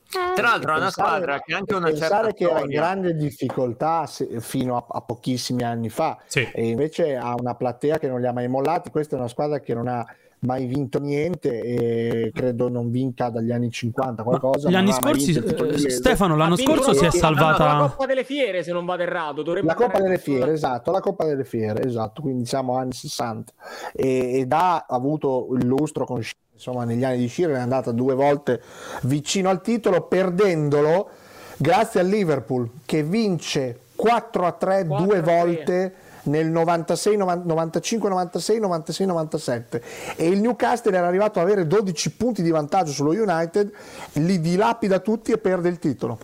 Speaker 5: Tra l'altro è una
Speaker 12: Pensare-
Speaker 5: squadra che ha anche una certa
Speaker 12: pensare che era in
Speaker 5: storia.
Speaker 12: grande difficoltà se- fino a, a pochissimi anni fa e invece ha una platea che non li ha mai mollati questa è una squadra che non ha mai vinto niente e credo non vinca dagli anni 50 qualcosa
Speaker 1: Gli
Speaker 12: ma
Speaker 1: anni
Speaker 12: non ha mai
Speaker 1: scorsi,
Speaker 12: vinto il titolo
Speaker 1: eh,
Speaker 12: inglese.
Speaker 1: Stefano, l'anno scorso si è
Speaker 6: La
Speaker 1: salvata.
Speaker 6: Coppa delle Fiere, se non vado errato, dovrebbe
Speaker 12: La Coppa
Speaker 6: andare-
Speaker 12: delle Fiere, esatto, la Coppa delle Fiere, esatto, quindi siamo anni 60 e, ed ha avuto il lustro con Shearer, insomma negli anni di Shearer è andata due volte vicino al titolo perdendolo grazie al Liverpool che vince 4 a 3 due volte nel 96, 90 95, 96, 96, 97 e il Newcastle era arrivato ad avere 12 punti di vantaggio sullo United, li dilapida tutti e perde il titolo.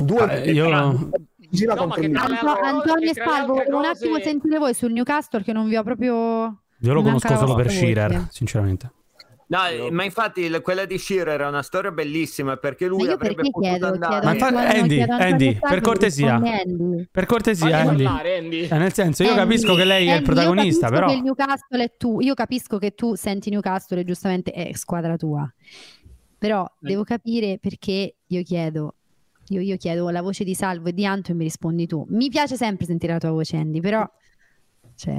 Speaker 12: Due
Speaker 1: Ah, io-
Speaker 12: gira
Speaker 6: No, ma
Speaker 12: contro
Speaker 6: che
Speaker 12: il
Speaker 6: tra
Speaker 12: Liverpool.
Speaker 6: l'altro-
Speaker 2: No, Antonio
Speaker 6: che
Speaker 2: e
Speaker 6: tra
Speaker 2: Salvo,
Speaker 6: le altre
Speaker 2: un
Speaker 6: cose-
Speaker 2: attimo sentite voi sul Newcastle che non vi ho proprio...
Speaker 1: Io lo
Speaker 2: mi manca
Speaker 1: conosco
Speaker 2: la
Speaker 1: solo per
Speaker 2: vostra voce.
Speaker 1: Shearer, sinceramente.
Speaker 5: No, eh, ma infatti il- quella di Shearer era una storia bellissima perché lui
Speaker 2: Ma io
Speaker 5: avrebbe
Speaker 2: perché
Speaker 5: potuto
Speaker 2: chiedo?
Speaker 5: andare.
Speaker 1: Ma infatti,
Speaker 2: Quando
Speaker 1: Andy,
Speaker 2: chiedo a Antonio
Speaker 1: Andy,
Speaker 2: Salvo,
Speaker 1: per cortesia.
Speaker 2: rispondi Andy.
Speaker 1: Per cortesia,
Speaker 2: Fammi
Speaker 1: Andy.
Speaker 2: parlare,
Speaker 1: Eh, nel senso, io capisco che lei è il
Speaker 2: Andy,
Speaker 1: protagonista,
Speaker 2: io capisco
Speaker 1: però.
Speaker 2: Che il Newcastle è tu. Io capisco che tu senti Newcastle e giustamente è squadra tua. Però devo capire perché io chiedo. Io, io chiedo la voce di Salvo e di Anto e mi rispondi tu. Mi piace sempre sentire la tua voce, Andy, però Cioè.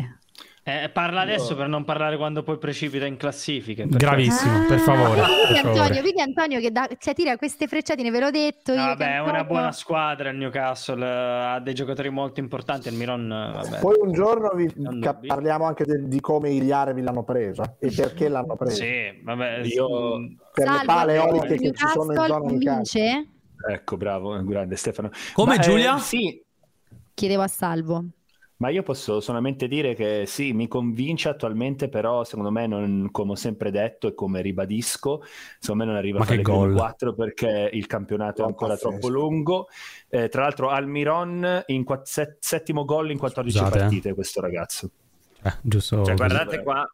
Speaker 7: Eh, parla adesso per non parlare quando poi precipita in classifica.
Speaker 5: Ah,
Speaker 1: Gravissimo, per favore.
Speaker 2: Vedi
Speaker 1: per
Speaker 2: Antonio,
Speaker 1: favore.
Speaker 2: vedi Antonio che da- cioè, tira queste frecciatine, ve l'ho detto. io
Speaker 7: Vabbè,
Speaker 2: che
Speaker 7: è
Speaker 2: ancora-
Speaker 7: una buona squadra il Newcastle, eh, ha dei giocatori molto importanti, il Miron eh, vabbè.
Speaker 12: Poi un giorno vi
Speaker 7: Non
Speaker 12: ca-
Speaker 7: dubbi.
Speaker 12: parliamo anche de- di come gli arabi l'hanno presa e perché l'hanno presa.
Speaker 7: Sì, vabbè, mm.
Speaker 12: Per le
Speaker 2: Salvo,
Speaker 12: pale
Speaker 2: Antonio,
Speaker 12: eoliche che ci sono in
Speaker 2: Newcastle
Speaker 12: zona di casa.
Speaker 2: vince?
Speaker 4: Ecco, bravo, grande Stefano.
Speaker 2: Come,
Speaker 4: eh,
Speaker 2: Giulia?
Speaker 4: sì,
Speaker 2: Chiedevo a Salvo.
Speaker 4: ma io posso solamente dire che sì, mi convince attualmente, però secondo me, non, come ho sempre detto e come ribadisco, secondo me non arriva
Speaker 1: Ma
Speaker 4: fra
Speaker 1: che
Speaker 4: le prime
Speaker 1: gol.
Speaker 4: 4 perché il campionato
Speaker 12: Ah,
Speaker 4: è ancora
Speaker 1: pazzesco.
Speaker 4: troppo lungo. Eh, tra l'altro Almiron in quat- se- settimo gol in 14
Speaker 1: Scusate, eh.
Speaker 4: partite, questo ragazzo.
Speaker 1: Eh, giusto. così.
Speaker 5: Cioè, guardate qua,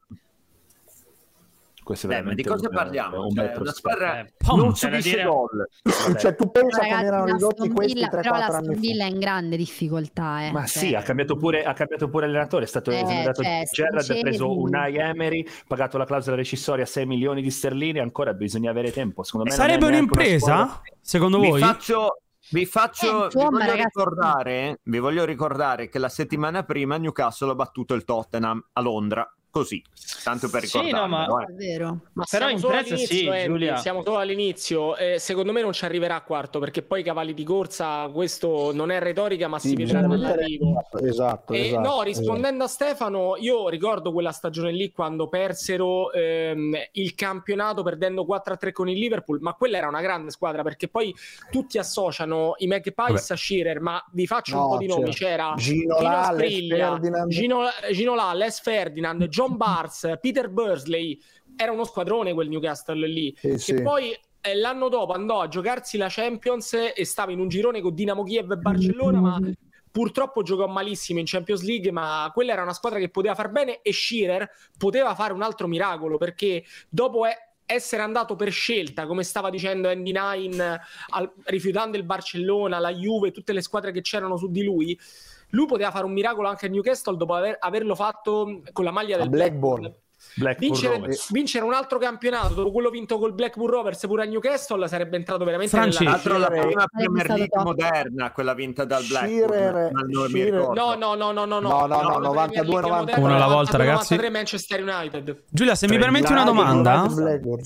Speaker 4: Questo è
Speaker 5: Beh, ma di
Speaker 4: veramente
Speaker 5: cosa
Speaker 4: un- eh,
Speaker 5: parliamo?
Speaker 4: un
Speaker 5: Cioè,
Speaker 4: bel
Speaker 5: una
Speaker 4: prospetto.
Speaker 5: squadra
Speaker 1: Eh,
Speaker 4: pom,
Speaker 5: non
Speaker 4: c'è da
Speaker 5: subisce
Speaker 4: dire-
Speaker 5: gol.
Speaker 12: Cioè, tu pensa come
Speaker 2: Ragazzi,
Speaker 12: erano
Speaker 2: la
Speaker 12: ridotti
Speaker 2: Aston
Speaker 12: questi
Speaker 2: Villa-
Speaker 12: 3-4
Speaker 2: però la Aston
Speaker 12: anni fa.
Speaker 2: Villa è in grande difficoltà. Eh.
Speaker 4: Ma
Speaker 2: Cioè,
Speaker 4: sì, ha cambiato pure, ha cambiato pure allenatore, è stato
Speaker 2: Eh,
Speaker 4: esonerato
Speaker 2: cioè,
Speaker 4: Gerrard, ha
Speaker 2: Sincerri-
Speaker 4: preso Unai Emery, pagato la clausola rescissoria 6 milioni di sterline, ancora bisogna avere tempo. Secondo me non
Speaker 1: Sarebbe
Speaker 4: è neanche una
Speaker 1: un'impresa?
Speaker 4: squadra-
Speaker 1: Secondo
Speaker 5: vi
Speaker 1: voi?
Speaker 5: Faccio, vi faccio
Speaker 4: Eh, insomma,
Speaker 5: vi voglio
Speaker 4: ragazzi.
Speaker 5: ricordare, vi voglio ricordare che la settimana prima Newcastle ha battuto il Tottenham a Londra, così, tanto per eh.
Speaker 6: Sì,
Speaker 5: ricordare.
Speaker 6: no, ma- Ma
Speaker 7: Però
Speaker 6: siamo
Speaker 7: in
Speaker 6: solo
Speaker 7: prezzo sì,
Speaker 6: all'inizio, Andy,
Speaker 7: Giulia.
Speaker 6: Siamo solo all'inizio. Eh, secondo me non ci arriverà a quarto perché poi i cavalli di corsa, questo non è retorica, ma si
Speaker 12: Sì,
Speaker 6: vedrà
Speaker 12: bisogna mettere-
Speaker 6: dall'arrivo.
Speaker 12: Eh, Esatto,
Speaker 6: Eh,
Speaker 12: esatto,
Speaker 6: no, rispondendo a Stefano, io ricordo quella stagione lì quando persero ehm, il campionato perdendo 4-3 con il Liverpool, ma quella era una grande squadra perché poi tutti associano i Magpies
Speaker 12: Vabbè.
Speaker 6: a Shearer, ma vi faccio
Speaker 12: No,
Speaker 6: un po' di nomi,
Speaker 12: c'era
Speaker 6: c'era
Speaker 12: Ginola, Les Ferdinand.
Speaker 6: Gino, Ginola, Les Ferdinand, John Bars, Peter Bursley, era uno squadrone quel Newcastle lì,
Speaker 12: Sì,
Speaker 6: che
Speaker 12: sì.
Speaker 6: poi eh, l'anno dopo andò a giocarsi la Champions e stava in un girone con Dinamo Kiev e Barcellona, ma purtroppo giocò malissimo in Champions League, ma quella era una squadra che poteva far bene e Shearer poteva fare un altro miracolo perché dopo è- essere andato per scelta, come stava dicendo Andy Nine, al- rifiutando il Barcellona, la Juve, tutte le squadre che c'erano su di lui, lui poteva fare un miracolo anche a Newcastle dopo aver- averlo fatto con la maglia del
Speaker 12: Blackburn.
Speaker 4: Blackburn
Speaker 6: Vincere,
Speaker 4: Rovers.
Speaker 6: vincere un altro campionato dopo quello vinto col Blackburn Rovers pure a Newcastle sarebbe entrato veramente
Speaker 5: Tra
Speaker 6: nella
Speaker 5: l'altro la prima Premier League moderna, quella vinta dal Blackburn,
Speaker 12: Shearer-
Speaker 5: ma non mi
Speaker 12: Shearer-
Speaker 6: No,
Speaker 5: ricordo.
Speaker 6: no, no, no, no, no.
Speaker 12: No, no, no,
Speaker 6: La Premier
Speaker 12: 92,
Speaker 6: League
Speaker 12: 90.
Speaker 6: moderna,
Speaker 1: Uno alla volta,
Speaker 6: 92,
Speaker 1: ragazzi.
Speaker 6: 93 Manchester United.
Speaker 1: Giulia, se mi permetti una domanda,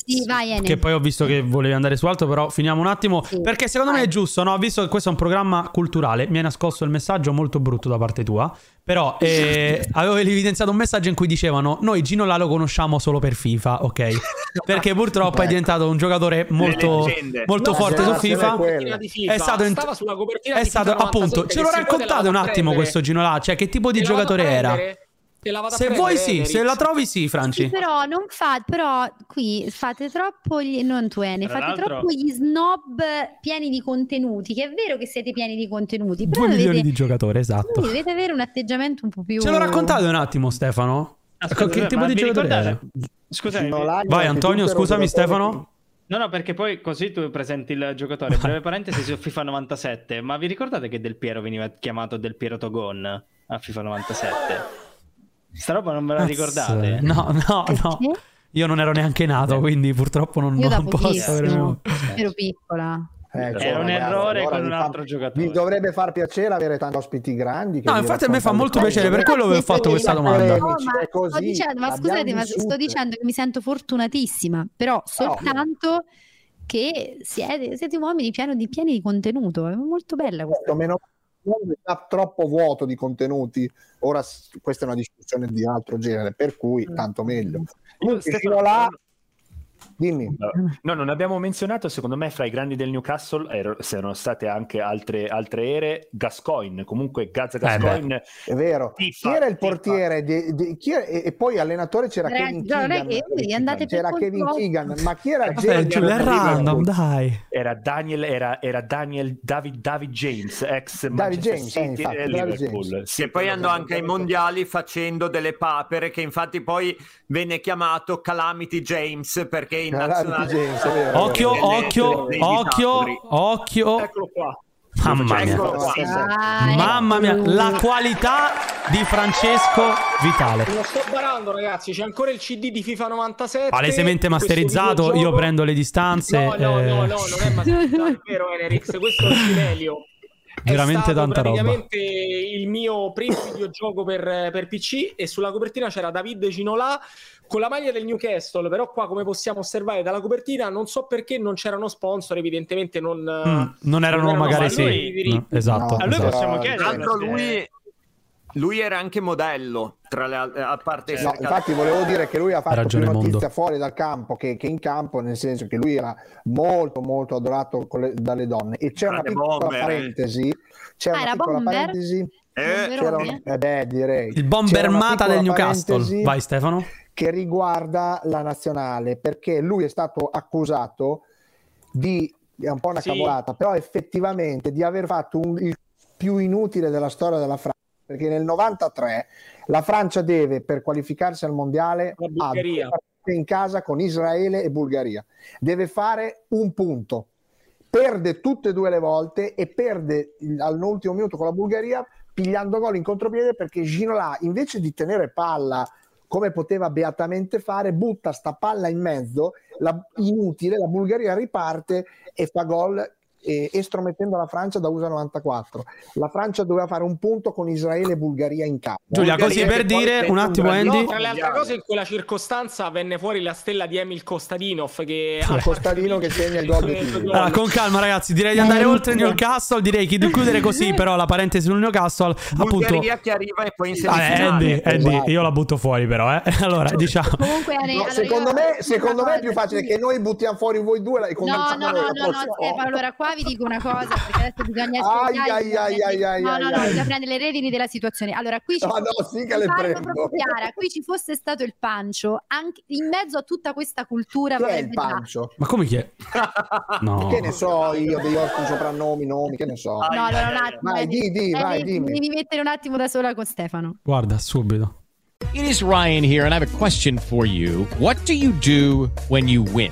Speaker 2: Sì, vai Ene.
Speaker 1: che poi ho visto che volevi andare su alto, però finiamo un attimo. Perché secondo me è gigiusto, no? Visto che questo è un programma culturale, mi hai nascosto il messaggio molto brutto da parte tua. Però eh, avevo evidenziato un messaggio in cui dicevano: Noi Gino La lo conosciamo solo per FIFA, ok? Perché purtroppo è diventato un giocatore molto,
Speaker 4: Le leggende.
Speaker 1: molto
Speaker 6: No, esatto,
Speaker 1: forte su
Speaker 6: stava sulla
Speaker 1: FIFA.
Speaker 6: copertina di FIFA,
Speaker 1: È stato, in-
Speaker 6: stava sulla copertina
Speaker 1: è
Speaker 6: di
Speaker 1: stato
Speaker 6: FIFA
Speaker 1: appunto.
Speaker 6: 97,
Speaker 1: Ce lo
Speaker 6: che se vuoi te la
Speaker 1: raccontate
Speaker 6: vado
Speaker 1: un
Speaker 6: a
Speaker 1: attimo
Speaker 6: prendere.
Speaker 1: questo Gino La? Cioè, che tipo di
Speaker 6: Te la vado a
Speaker 1: giocatore era?
Speaker 6: prendere? Te la vado a
Speaker 1: Se
Speaker 6: prendere,
Speaker 1: vuoi, sì,
Speaker 6: Eric.
Speaker 1: se la trovi, sì,
Speaker 2: Sì,
Speaker 1: Franci.
Speaker 2: però non fa, però qui fate troppo gli, non tu Ene,
Speaker 1: Tra
Speaker 2: fate
Speaker 1: l'altro-
Speaker 2: troppo gli snob pieni di contenuti, che è vero che siete pieni di contenuti, però
Speaker 1: Due milioni
Speaker 2: dovete,
Speaker 1: di giocatori,
Speaker 2: sì,
Speaker 1: esatto.
Speaker 2: dovete avere un atteggiamento un po' più...
Speaker 1: Ce lo raccontate un attimo, Stefano?
Speaker 7: Aspetta,
Speaker 1: Ecco, che tipo
Speaker 7: ma
Speaker 1: di
Speaker 7: vi
Speaker 1: giocatore
Speaker 7: ricordate?
Speaker 1: era?
Speaker 7: Scusami.
Speaker 1: Vai, Antonio, scusami, Stefano.
Speaker 7: No, no, perché poi così tu presenti il giocatore. Breve parentesi su FIFA 97, ma vi ricordate che Del Piero veniva chiamato Del Piero Togon a FIFA 97? Sta roba non ve la ricordate?
Speaker 1: Ah, No, no, no. Io non ero neanche nato, quindi purtroppo non,
Speaker 2: Io da
Speaker 1: non posso. avere-
Speaker 2: pochissimo, ero piccola.
Speaker 12: Eh,
Speaker 7: Era un errore con un altro
Speaker 12: giocatore. Mi dovrebbe far piacere avere tanti ospiti grandi. che
Speaker 1: No,
Speaker 12: vi
Speaker 1: infatti a me fa
Speaker 12: raccontano
Speaker 1: molto
Speaker 12: le
Speaker 1: piacere, per
Speaker 12: cose.
Speaker 1: quello avevo fatto questa domanda.
Speaker 2: No, Oh, ma,
Speaker 12: È così,
Speaker 2: sto dicendo- ma
Speaker 12: l'abbiamo
Speaker 2: scusate, ma sto
Speaker 12: vissute.
Speaker 2: dicendo che mi sento fortunatissima, però soltanto che siete, siete uomini pieno di- pieni di contenuto, è molto bella questa
Speaker 12: Certo, meno mondo è già troppo vuoto di contenuti. Ora s- questa è una discussione di altro genere, per cui
Speaker 2: Mm.
Speaker 12: tanto meglio. Comunque,
Speaker 4: Stefano-
Speaker 12: fino là, dimmi.
Speaker 4: No, non abbiamo menzionato, secondo me, fra i grandi del Newcastle ero- c'erano state anche altre, altre ere, Gascoigne, comunque
Speaker 1: Eh,
Speaker 4: Gaza Gascoigne.
Speaker 12: È vero. Chi era il portiere? di- di- chi era- e, e poi allenatore c'era
Speaker 2: Ragazzi,
Speaker 12: Kevin
Speaker 2: no, non è
Speaker 12: Keegan.
Speaker 2: che voi andate per
Speaker 12: c'era
Speaker 2: colpo.
Speaker 12: Kevin Keegan, ma chi era il
Speaker 1: Vabbè, Giulia, è
Speaker 12: genio?
Speaker 1: random, dai.
Speaker 4: Era Daniel, era, era Daniel David, David James, ex
Speaker 5: Cioè,
Speaker 12: David
Speaker 4: Manchester
Speaker 12: James, eh,
Speaker 4: City
Speaker 12: infatti,
Speaker 4: e
Speaker 12: David
Speaker 4: Liverpool.
Speaker 12: James.
Speaker 4: Sì,
Speaker 5: Che poi andò anche ai mondiali facendo delle papere che infatti poi venne chiamato Calamity James perché in
Speaker 12: Calamity
Speaker 5: nazionale
Speaker 12: James, è vero.
Speaker 1: Occhio,
Speaker 5: delle-
Speaker 1: occhio,
Speaker 5: dei disastri.
Speaker 1: occhio, occhio.
Speaker 6: Eccolo qua.
Speaker 1: Mamma mia.
Speaker 5: Eccolo qua.
Speaker 2: ecco.
Speaker 1: Mamma mia, la qualità di Francesco Vitale.
Speaker 6: Lo sto barando, ragazzi. C'è ancora il CD di FIFA 97.
Speaker 1: Palesemente
Speaker 6: questo
Speaker 1: masterizzato, io
Speaker 6: videogioco-
Speaker 1: prendo le distanze.
Speaker 6: No, no, no,
Speaker 1: eh.
Speaker 6: no, non è masterizzato, è vero, Enerix. Questo è un Fidelio.
Speaker 1: Veramente
Speaker 6: è stato
Speaker 1: tanta roba.
Speaker 6: praticamente il mio primo videogioco per, per PC e sulla copertina c'era David Ginola con la maglia del Newcastle, però qua come possiamo osservare dalla copertina non so perché non c'erano sponsor, evidentemente non,
Speaker 1: Mm, non erano magari
Speaker 6: valori di
Speaker 1: sì.
Speaker 6: diritti.
Speaker 1: No, esatto.
Speaker 6: A lui
Speaker 1: esatto.
Speaker 6: possiamo
Speaker 5: Tra
Speaker 6: chiedere.
Speaker 5: l'altro lui, lui era anche modello, tra le altre, a parte...
Speaker 12: No,
Speaker 5: essere
Speaker 12: infatti
Speaker 5: calciatore.
Speaker 12: volevo dire che lui ha fatto più
Speaker 1: ragione il mondo.
Speaker 12: notizia fuori dal campo che, che in campo, nel senso che lui era molto molto adorato con le- dalle donne. E c'è una
Speaker 5: Grande
Speaker 12: piccola
Speaker 5: bomber, eh.
Speaker 12: parentesi, c'è
Speaker 2: Ah,
Speaker 12: una
Speaker 2: era
Speaker 12: piccola
Speaker 2: bomber?
Speaker 12: parentesi. c'era un-
Speaker 2: Bomberone?
Speaker 12: eh beh, direi.
Speaker 1: Il
Speaker 12: C'era una
Speaker 1: bombermata del
Speaker 12: piccola
Speaker 1: Newcastle.
Speaker 12: parentesi
Speaker 1: Vai Stefano.
Speaker 12: Che riguarda la nazionale, perché lui è stato accusato di è un po' una
Speaker 6: Sì.
Speaker 12: cavolata, però effettivamente di aver fatto un- il più inutile della storia della Francia, perché nel 93 la Francia deve per qualificarsi al mondiale ha due
Speaker 6: Bulgaria.
Speaker 12: partite in casa con Israele e Bulgaria. Deve fare un punto. Perde tutte e due le volte e perde il- all'ultimo minuto con la Bulgaria pigliando gol in contropiede perché Ginola invece di tenere palla come poteva beatamente fare, butta sta palla in mezzo, la- inutile, la Bulgaria riparte e fa gol eh, estromettendo la Francia da USA 94. La Francia doveva fare un punto con Israele e Bulgaria in campo.
Speaker 1: Giulia,
Speaker 12: Bulgaria
Speaker 1: così per
Speaker 12: che poi
Speaker 1: dire,
Speaker 12: penso
Speaker 1: un attimo,
Speaker 12: gran-
Speaker 1: Andy.
Speaker 12: No,
Speaker 6: Tra le altre cose, in quella circostanza venne fuori la stella di Emil Kostadinov che ha
Speaker 12: Costadino che segna il gol di Pirlo.
Speaker 1: Allora, con calma, ragazzi, direi di
Speaker 12: Eh,
Speaker 1: andare oltre il Newcastle. Direi che di chiudere così, però, la parentesi sul Newcastle. Appunto,
Speaker 5: Bulgaria che arriva e poi in
Speaker 1: Vabbè,
Speaker 5: semifinale.
Speaker 1: Andy, Andy,
Speaker 12: Esatto.
Speaker 1: io la butto fuori, però, eh. Allora, diciamo.
Speaker 2: Comunque, Ale,
Speaker 12: No,
Speaker 2: allora
Speaker 12: secondo
Speaker 2: io-
Speaker 12: me, secondo me è più
Speaker 2: una cosa,
Speaker 12: facile
Speaker 2: sì.
Speaker 12: che noi buttiamo fuori voi due e
Speaker 2: No,
Speaker 12: convinciamo
Speaker 2: no, no,
Speaker 12: noi
Speaker 2: no,
Speaker 12: la
Speaker 2: no,
Speaker 12: prossima volta.
Speaker 2: Stefano, allora qua vi dico una cosa, perché adesso bisogna
Speaker 12: Ai,
Speaker 2: spiegare,
Speaker 12: ai,
Speaker 2: bisogna
Speaker 12: ai,
Speaker 2: prendere-
Speaker 12: ai,
Speaker 2: no,
Speaker 12: ai,
Speaker 2: no, no,
Speaker 12: ai.
Speaker 2: bisogna prendere le redini della situazione. Allora, qui ci
Speaker 12: Ah, no, sì che
Speaker 2: mi
Speaker 12: le
Speaker 2: parlo
Speaker 12: prendo.
Speaker 2: proprio chiara, qui ci fosse stato il pancio, anche in mezzo a tutta questa cultura
Speaker 12: Chi è
Speaker 2: vabbè,
Speaker 12: il
Speaker 2: verità.
Speaker 12: pancio?
Speaker 1: Ma come chi è? No.
Speaker 12: Che ne so io degli ottimi soprannomi, nomi, che ne so.
Speaker 2: No, allora un attimo.
Speaker 12: Vai,
Speaker 2: Ale,
Speaker 12: di, di,
Speaker 2: Ale,
Speaker 12: vai, dimmi.
Speaker 2: Devi mettere un attimo da sola con Stefano.
Speaker 1: Guarda, subito.
Speaker 18: It is Ryan here, and I have a question for you. What do you do when you win?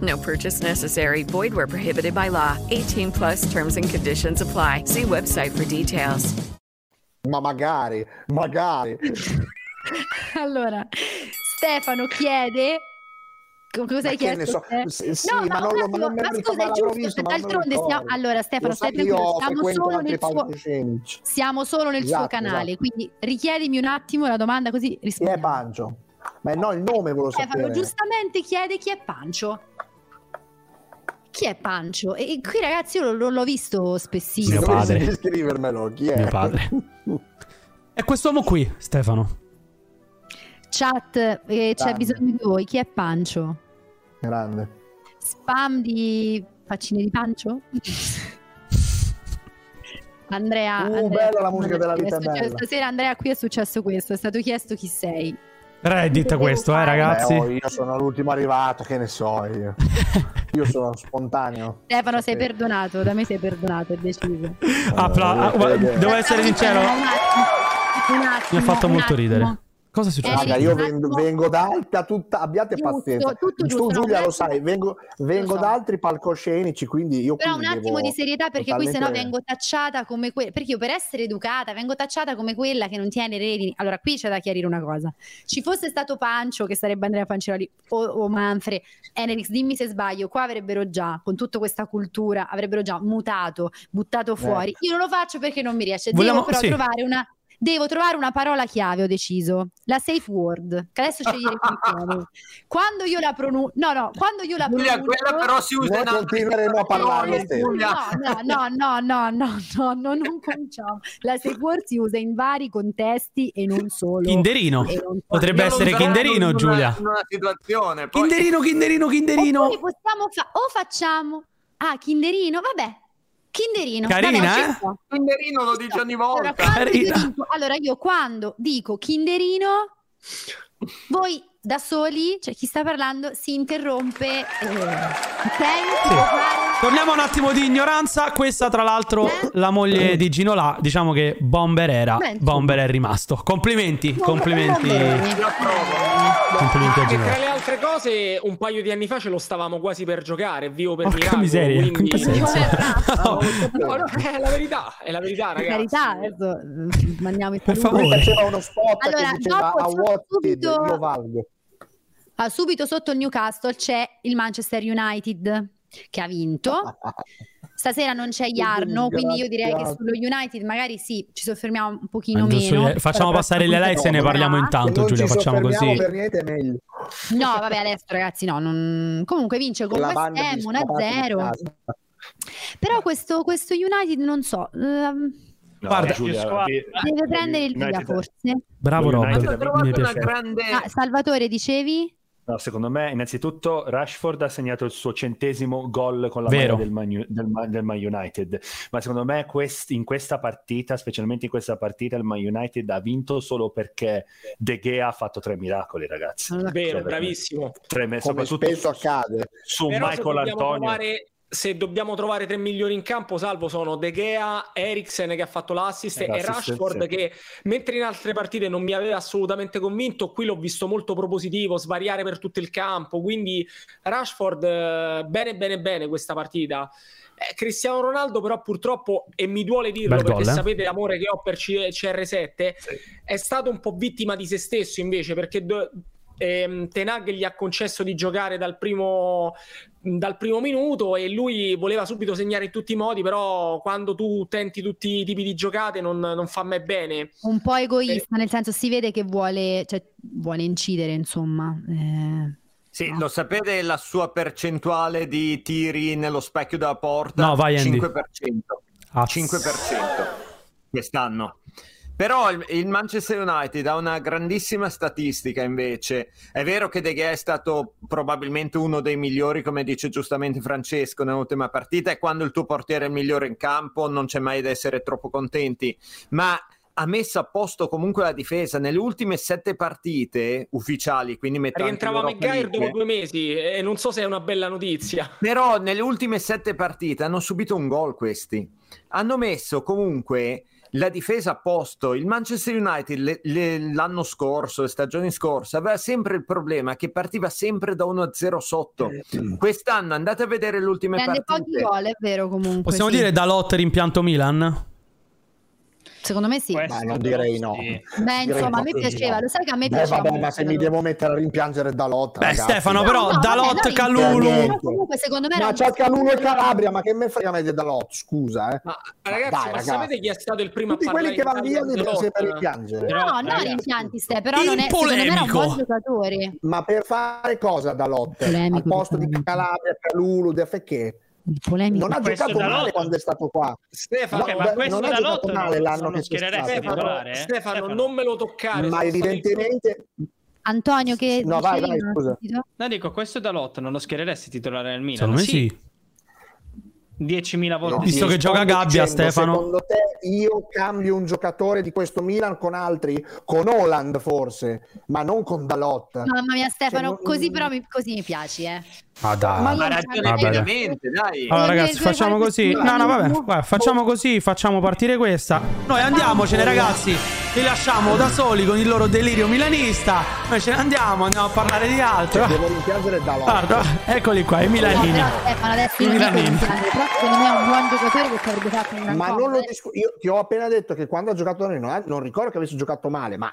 Speaker 13: No purchase necessary. Void where prohibited by law. 18 plus terms and conditions apply. See website for details.
Speaker 12: Ma magari, magari.
Speaker 2: Allora, Stefano chiede co- cosa
Speaker 12: Ma
Speaker 2: hai
Speaker 12: che ne
Speaker 2: chiesto?
Speaker 12: so,
Speaker 2: Stef?
Speaker 12: s- sì,
Speaker 2: no,
Speaker 12: ma
Speaker 2: no,
Speaker 12: non lo-
Speaker 2: un attimo,
Speaker 12: non me lo
Speaker 2: ma scusa,
Speaker 12: ricordavo,
Speaker 2: è
Speaker 12: l'avrò
Speaker 2: giusto,
Speaker 12: visto, ma non me lo
Speaker 2: d'altronde stiamo-
Speaker 12: ricordo.
Speaker 2: Allora, Stefano,
Speaker 12: Lo
Speaker 2: stai
Speaker 12: sai che io
Speaker 2: tranquillo, siamo
Speaker 12: frequento
Speaker 2: solo
Speaker 12: anche
Speaker 2: nel
Speaker 12: i
Speaker 2: suo
Speaker 12: palcoscenici.
Speaker 2: siamo solo nel suo
Speaker 12: Esatto,
Speaker 2: canale,
Speaker 12: esatto.
Speaker 2: quindi richiedimi un attimo la domanda così
Speaker 12: Chi è Pancio? Ma no, il nome volevo
Speaker 2: Stefano
Speaker 12: sapere.
Speaker 2: giustamente chiede chi è Pancio. Chi è Pancio? E e qui ragazzi io non l'ho visto spessissimo.
Speaker 1: Mio padre.
Speaker 12: Devi scrivermelo, chi è?
Speaker 1: Mio padre. È quest'uomo qui, Stefano.
Speaker 2: Chat, eh, c'è
Speaker 12: Grande.
Speaker 2: bisogno di voi. Chi è Pancio?
Speaker 12: Grande.
Speaker 2: Spam di faccine di Pancio? Andrea,
Speaker 12: Uh,
Speaker 2: Andrea-
Speaker 12: bella la musica della
Speaker 2: è
Speaker 12: vita è
Speaker 2: successo-
Speaker 12: bella.
Speaker 2: Stasera Andrea qui è successo questo, è stato chiesto chi sei.
Speaker 1: Reddit questo, eh, ragazzi.
Speaker 12: Beh, oh, io sono l'ultimo arrivato, che ne so io. Io sono spontaneo.
Speaker 2: Stefano sei perdonato, da me sei perdonato, è deciso. Ah,
Speaker 1: Appla-
Speaker 12: Eh,
Speaker 1: ah, ma- devo essere sincero,
Speaker 2: Un attimo, un attimo,
Speaker 1: mi ha fatto
Speaker 2: un
Speaker 1: molto
Speaker 2: attimo. Eh,
Speaker 1: ridere. Cosa è successo?
Speaker 12: Raga, io vengo, vengo da alta tutta, abbiate
Speaker 2: Giusto,
Speaker 12: pazienza.
Speaker 2: tutto
Speaker 12: tu
Speaker 2: giusto, no,
Speaker 12: Giulia
Speaker 2: un
Speaker 12: lo sai, vengo, vengo
Speaker 2: Lo so.
Speaker 12: da altri palcoscenici, quindi io
Speaker 2: Però un
Speaker 12: qui
Speaker 2: attimo
Speaker 12: devo
Speaker 2: di serietà perché qui sennò
Speaker 12: totalmente-
Speaker 2: vengo tacciata come quella, perché io per essere educata vengo tacciata come quella che non tiene redini. Allora qui c'è da chiarire una cosa. Ci fosse stato Pancio che sarebbe Andrea Panceroli o, o Manfre, Enerix, dimmi se sbaglio, qua avrebbero già, con tutta questa cultura,
Speaker 12: Eh.
Speaker 2: avrebbero già mutato, buttato fuori. Io non lo faccio perché non mi riesce.
Speaker 1: Vogliamo-
Speaker 2: Devo però
Speaker 1: sì.
Speaker 2: trovare una... Devo trovare una parola chiave, ho deciso. La safe word, che adesso sceglieremo insieme. Quando io la pronuncio... No, no, quando io la
Speaker 5: Giulia,
Speaker 2: pronuncio...
Speaker 5: quella però si usa in altri
Speaker 12: continueremo a parlarne,
Speaker 5: settori,
Speaker 12: Stefano.
Speaker 5: Giulia.
Speaker 2: No, no, no, no, no, no, no, non cominciamo. La safe word si usa in vari contesti e non solo.
Speaker 1: Kinderino.
Speaker 2: E non-
Speaker 1: Potrebbe
Speaker 5: Io lo
Speaker 1: essere
Speaker 5: userò
Speaker 1: Kinderino,
Speaker 5: in una-
Speaker 1: Giulia.
Speaker 5: in una situazione, poi-
Speaker 1: Kinderino, Kinderino, Kinderino.
Speaker 2: Oppure possiamo fa- o facciamo... Ah, Kinderino, vabbè. Kinderino.
Speaker 1: Carina,
Speaker 2: vabbè, ci
Speaker 1: eh?
Speaker 2: sto.
Speaker 5: Kinderino lo dice ogni
Speaker 2: Allora,
Speaker 5: volta.
Speaker 2: quando io dico- allora, io quando dico Kinderino, voi da soli, cioè chi sta parlando, si interrompe. eh, ok?
Speaker 1: Torniamo un attimo di ignoranza. Questa, tra l'altro, la moglie di Gino là, diciamo che Bomber era.
Speaker 2: Eh? Beh, insomma.
Speaker 1: Bomber è rimasto. Complimenti, complimenti.
Speaker 5: Io approvo.
Speaker 1: Complimenti a
Speaker 6: Che
Speaker 1: Gino.
Speaker 6: tra
Speaker 1: là.
Speaker 6: le altre cose, un paio di anni fa ce lo stavamo quasi per giocare, vivo per
Speaker 1: Porca
Speaker 6: miracolo,
Speaker 1: miseria, in
Speaker 6: quindi-
Speaker 1: che senso?
Speaker 6: No, no, è la verità, è la verità,
Speaker 2: Per
Speaker 6: ragazzi.
Speaker 2: carità, adesso eh, mandiamo il
Speaker 1: Per
Speaker 2: saluto.
Speaker 1: favore.
Speaker 12: Faceva uno spot
Speaker 2: Allora,
Speaker 12: che diceva
Speaker 2: dopo
Speaker 12: a
Speaker 2: c'è
Speaker 12: what did
Speaker 2: subito-
Speaker 12: io valgo.
Speaker 2: Ah, subito sotto il Newcastle c'è il Manchester United che ha vinto. Stasera non c'è Jarno, quindi io direi che
Speaker 12: Grazie.
Speaker 2: sullo United magari sì, ci soffermiamo un pochino
Speaker 1: Eh, giusto,
Speaker 2: meno.
Speaker 1: eh, facciamo
Speaker 2: Però
Speaker 1: passare le likes e ne parliamo
Speaker 12: Se
Speaker 1: intanto,
Speaker 12: non
Speaker 1: Giulia.
Speaker 12: ci
Speaker 1: Facciamo
Speaker 12: soffermiamo
Speaker 1: così.
Speaker 12: per niente è meglio.
Speaker 2: No, vabbè, adesso ragazzi, no. non- Comunque vince con
Speaker 12: La
Speaker 2: West
Speaker 12: banda
Speaker 2: Ham
Speaker 12: di
Speaker 2: 1-0.
Speaker 12: scappati di casa.
Speaker 2: Però questo, questo United, non so, ehm,
Speaker 4: No,
Speaker 1: Guarda,
Speaker 4: Giulia, eh,
Speaker 2: deve prendere il via
Speaker 4: United-
Speaker 2: forse.
Speaker 1: Bravo,
Speaker 4: Lo United
Speaker 1: Rob.
Speaker 4: ha
Speaker 1: Mi
Speaker 5: Trovate
Speaker 1: è
Speaker 5: una
Speaker 1: piaciuto.
Speaker 5: grande...
Speaker 2: Ah, Salvatore, dicevi?
Speaker 4: No, secondo me, innanzitutto, Rashford ha segnato il suo centesimo gol con la
Speaker 1: Vero.
Speaker 4: maglia del Man, U- del Man- del Man United. Ma secondo me, quest- in questa partita, specialmente in questa partita, il Man United ha vinto solo perché De Gea ha fatto tre miracoli, ragazzi.
Speaker 6: Vero,
Speaker 4: Cioè,
Speaker 6: bravissimo.
Speaker 4: Tre, me-
Speaker 12: Come
Speaker 4: soprattutto
Speaker 12: spesso accade.
Speaker 4: su
Speaker 6: Però se
Speaker 4: Michael
Speaker 6: dobbiamo
Speaker 4: Antonio.
Speaker 6: trovare- se dobbiamo trovare tre migliori in campo, salvo sono De Gea, Eriksen che ha fatto l'assist
Speaker 4: Eh,
Speaker 6: e
Speaker 4: l'assist,
Speaker 6: Rashford
Speaker 4: sì.
Speaker 6: che mentre in altre partite non mi aveva assolutamente convinto, qui l'ho visto molto propositivo, svariare per tutto il campo, quindi Rashford eh, bene bene bene questa partita. Eh, Cristiano Ronaldo però purtroppo, e mi duole dirlo
Speaker 1: Bel
Speaker 6: perché
Speaker 1: gol, eh.
Speaker 6: sapete l'amore che ho per C- CR7, è stato un po' vittima di se stesso invece perché do- ehm, Ten Hag gli ha concesso di giocare dal primo, dal primo minuto e lui voleva subito segnare in tutti i modi però quando tu tenti tutti i tipi di giocate non, non fa mai bene
Speaker 2: Un po'
Speaker 12: Eh.
Speaker 2: egoista, nel senso si vede che vuole, cioè, vuole incidere, insomma. Eh,
Speaker 5: Sì,
Speaker 2: no.
Speaker 5: lo sapete la sua percentuale di tiri nello specchio della porta?
Speaker 1: No, vai, Andy.
Speaker 5: 5%.
Speaker 1: Ah,
Speaker 5: 5% quest'anno. Però il, il Manchester United ha una grandissima statistica invece. È vero che De Gea è stato probabilmente uno dei migliori, come dice giustamente Francesco nell'ultima partita, e quando il tuo portiere è il migliore in campo non c'è mai da essere troppo contenti. Ma ha messo a posto comunque la difesa nelle ultime sette partite ufficiali, quindi metà anche
Speaker 6: rientrava
Speaker 5: l'Europa
Speaker 6: McGuire dopo
Speaker 5: League.
Speaker 6: due mesi e non so se è una bella notizia
Speaker 5: Però nelle ultime sette partite hanno subito un gol questi. Hanno messo comunque la difesa a posto. Il Manchester United le- le- l'anno scorso, le stagioni scorse, aveva sempre il problema che partiva sempre da 1-0 sotto. Quest'anno andate a vedere le ultime
Speaker 2: Prende pochi
Speaker 5: partite.
Speaker 2: gol, è vero comunque.
Speaker 1: Possiamo
Speaker 2: sì.
Speaker 1: dire da lot rimpianto Milan?
Speaker 2: Secondo me sì.
Speaker 12: Ma non direi no.
Speaker 2: Beh, insomma, a me piaceva, lo sai che a me
Speaker 12: Beh,
Speaker 2: piaceva.
Speaker 12: vabbè, ma
Speaker 2: molto,
Speaker 12: se mi devo mettere a rimpiangere Dalot,
Speaker 1: Beh,
Speaker 12: ragazzi.
Speaker 1: Stefano,
Speaker 2: No,
Speaker 1: però
Speaker 2: no, vabbè,
Speaker 1: Dalot,
Speaker 2: noi-
Speaker 1: Calulu.
Speaker 2: Però comunque secondo me era
Speaker 12: Ma
Speaker 2: un
Speaker 12: c'ha
Speaker 2: po'
Speaker 12: Calulu e Calabria, ma che me frega me di Dalot, scusa, eh.
Speaker 6: ma
Speaker 12: dai,
Speaker 6: ragazzi ma
Speaker 12: ragazzi.
Speaker 6: sapete chi è stato il primo
Speaker 12: Tutti
Speaker 6: a
Speaker 12: quelli
Speaker 6: parlare
Speaker 12: che vanno
Speaker 6: di
Speaker 12: via
Speaker 6: Carlo
Speaker 12: devono sempre
Speaker 6: Ancelotti?
Speaker 12: rimpiangere.
Speaker 2: No, no,
Speaker 6: ragazzi.
Speaker 2: l'impianti ste, però non è,
Speaker 1: Il
Speaker 2: secondo me era un
Speaker 1: polemico.
Speaker 2: buon giocatore.
Speaker 12: Ma per fare cosa Dalot?
Speaker 2: Polemico,
Speaker 12: Al posto di
Speaker 2: polemico.
Speaker 12: Calabria, Calulu, De Fecché?
Speaker 2: Il polemico.
Speaker 12: Non ha
Speaker 7: Questo
Speaker 12: giocato
Speaker 7: Dalot-
Speaker 12: male quando è stato qua.
Speaker 6: Stefano,
Speaker 12: No,
Speaker 7: Ok, ma
Speaker 12: beh,
Speaker 7: questo
Speaker 12: non ha
Speaker 7: da
Speaker 12: giocato
Speaker 7: lotto
Speaker 12: male l'anno
Speaker 7: non
Speaker 12: che
Speaker 7: lo
Speaker 12: c'è
Speaker 7: schiereresti
Speaker 12: stato.
Speaker 6: Stefano,
Speaker 7: titolare, eh?
Speaker 6: Stefano, non me lo toccare
Speaker 12: Ma
Speaker 6: sono stato il
Speaker 12: evidentemente
Speaker 2: Antonio che
Speaker 12: No, vai,
Speaker 2: dicevi,
Speaker 12: vai,
Speaker 2: non ho
Speaker 12: scusa.
Speaker 2: sentito?
Speaker 7: No, dico, questo da lotto non lo schiereresti titolare nel Milan?
Speaker 1: Secondo me sì.
Speaker 7: 10.000 volte.
Speaker 12: No,
Speaker 7: sì.
Speaker 1: Visto
Speaker 12: mi
Speaker 1: che gioca
Speaker 12: sto
Speaker 1: gabbia,
Speaker 12: dicendo,
Speaker 1: Stefano.
Speaker 12: Secondo te io cambio un giocatore di questo Milan con altri? Con Holland forse, ma non con Dalot.
Speaker 2: Mamma mia Stefano,
Speaker 12: Cioè, non-
Speaker 2: così però mi, così mi piaci, eh.
Speaker 1: Ah, dai.
Speaker 12: Ma
Speaker 2: Io-
Speaker 7: ragione,
Speaker 2: Vabbè, dai.
Speaker 5: Veramente, dai.
Speaker 1: Allora,
Speaker 2: Voglio-
Speaker 1: ragazzi,
Speaker 2: voglio
Speaker 1: facciamo
Speaker 2: fare
Speaker 1: così.
Speaker 2: questo
Speaker 1: No, no, vabbè,
Speaker 2: video.
Speaker 1: guarda, facciamo così, facciamo partire questa. Noi andiamocene, ragazzi. Li lasciamo da soli con il loro delirio milanista. Noi ce ne andiamo, andiamo a parlare di altro.
Speaker 12: Devo rimpiangere Dalot.
Speaker 1: Guarda, eccoli qua, i
Speaker 2: No,
Speaker 1: Milanini.
Speaker 2: però Stefano
Speaker 1: I
Speaker 2: adesso io non dico
Speaker 1: Milanini.
Speaker 2: rimpiangere, però secondo me è un buon giocatore che sarebbe fatto un gran
Speaker 12: Ma non
Speaker 2: comodo,
Speaker 12: lo
Speaker 2: eh.
Speaker 12: discu- io ti ho appena detto che quando ha giocato da noi non, non ricordo che avesse giocato male, ma,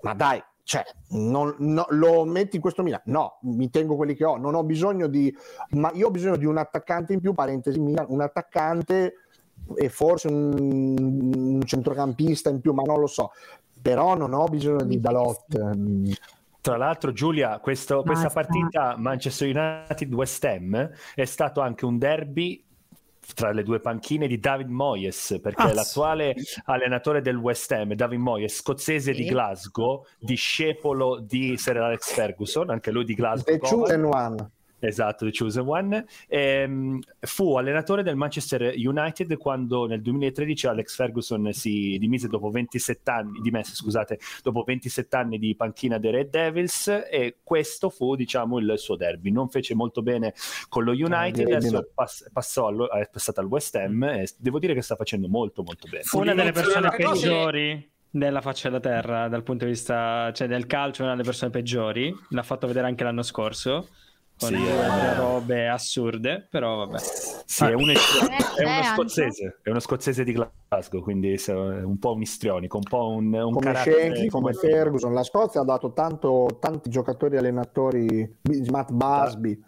Speaker 12: ma dai, cioè, non- no, lo metti in questo Milan? No, mi tengo quelli che ho, non ho bisogno di... Ma io ho bisogno di un attaccante in più, parentesi Milan, un attaccante e forse un, un centrocampista in più, ma non lo so. Però non ho bisogno di Dalot. eh,
Speaker 4: Tra l'altro, Giulia, questo- questa partita Manchester United-West Ham è stato anche un derby tra le due panchine di David Moyes, perché
Speaker 8: Ah,
Speaker 4: l'attuale allenatore del West Ham, David Moyes, scozzese di
Speaker 12: Sì.
Speaker 4: Glasgow, discepolo di Sir Alex Ferguson, anche lui di
Speaker 12: The
Speaker 4: Glasgow.
Speaker 12: Chosen One.
Speaker 4: Esatto, The Chosen One. Ehm, fu allenatore del Manchester United quando nel 2013 Alex Ferguson si dimise dopo 27 anni, dimesse, scusate, dopo 27 anni di panchina dei Red Devils e questo fu diciamo il suo derby. Non fece molto bene con lo United,
Speaker 7: Eh, direi di
Speaker 4: adesso
Speaker 7: no.
Speaker 4: pass- passò allo- è passato al West Ham e devo dire che sta facendo molto molto bene.
Speaker 7: una delle persone
Speaker 4: Però se-
Speaker 7: peggiori della faccia della terra dal punto di vista cioè del calcio è una delle persone peggiori l'ha fatto vedere anche l'anno scorso con
Speaker 4: Sì,
Speaker 7: delle
Speaker 4: eh.
Speaker 7: robe assurde però vabbè
Speaker 4: Sì, è, un- è uno
Speaker 7: anche.
Speaker 4: scozzese, è uno scozzese di Glasgow, quindi se- un po' un istrionico, un po' un, un
Speaker 12: come
Speaker 4: carattere-
Speaker 12: Schenki, come Ferguson. La Scozia ha dato tanto, tanti giocatori allenatori, Matt Busby,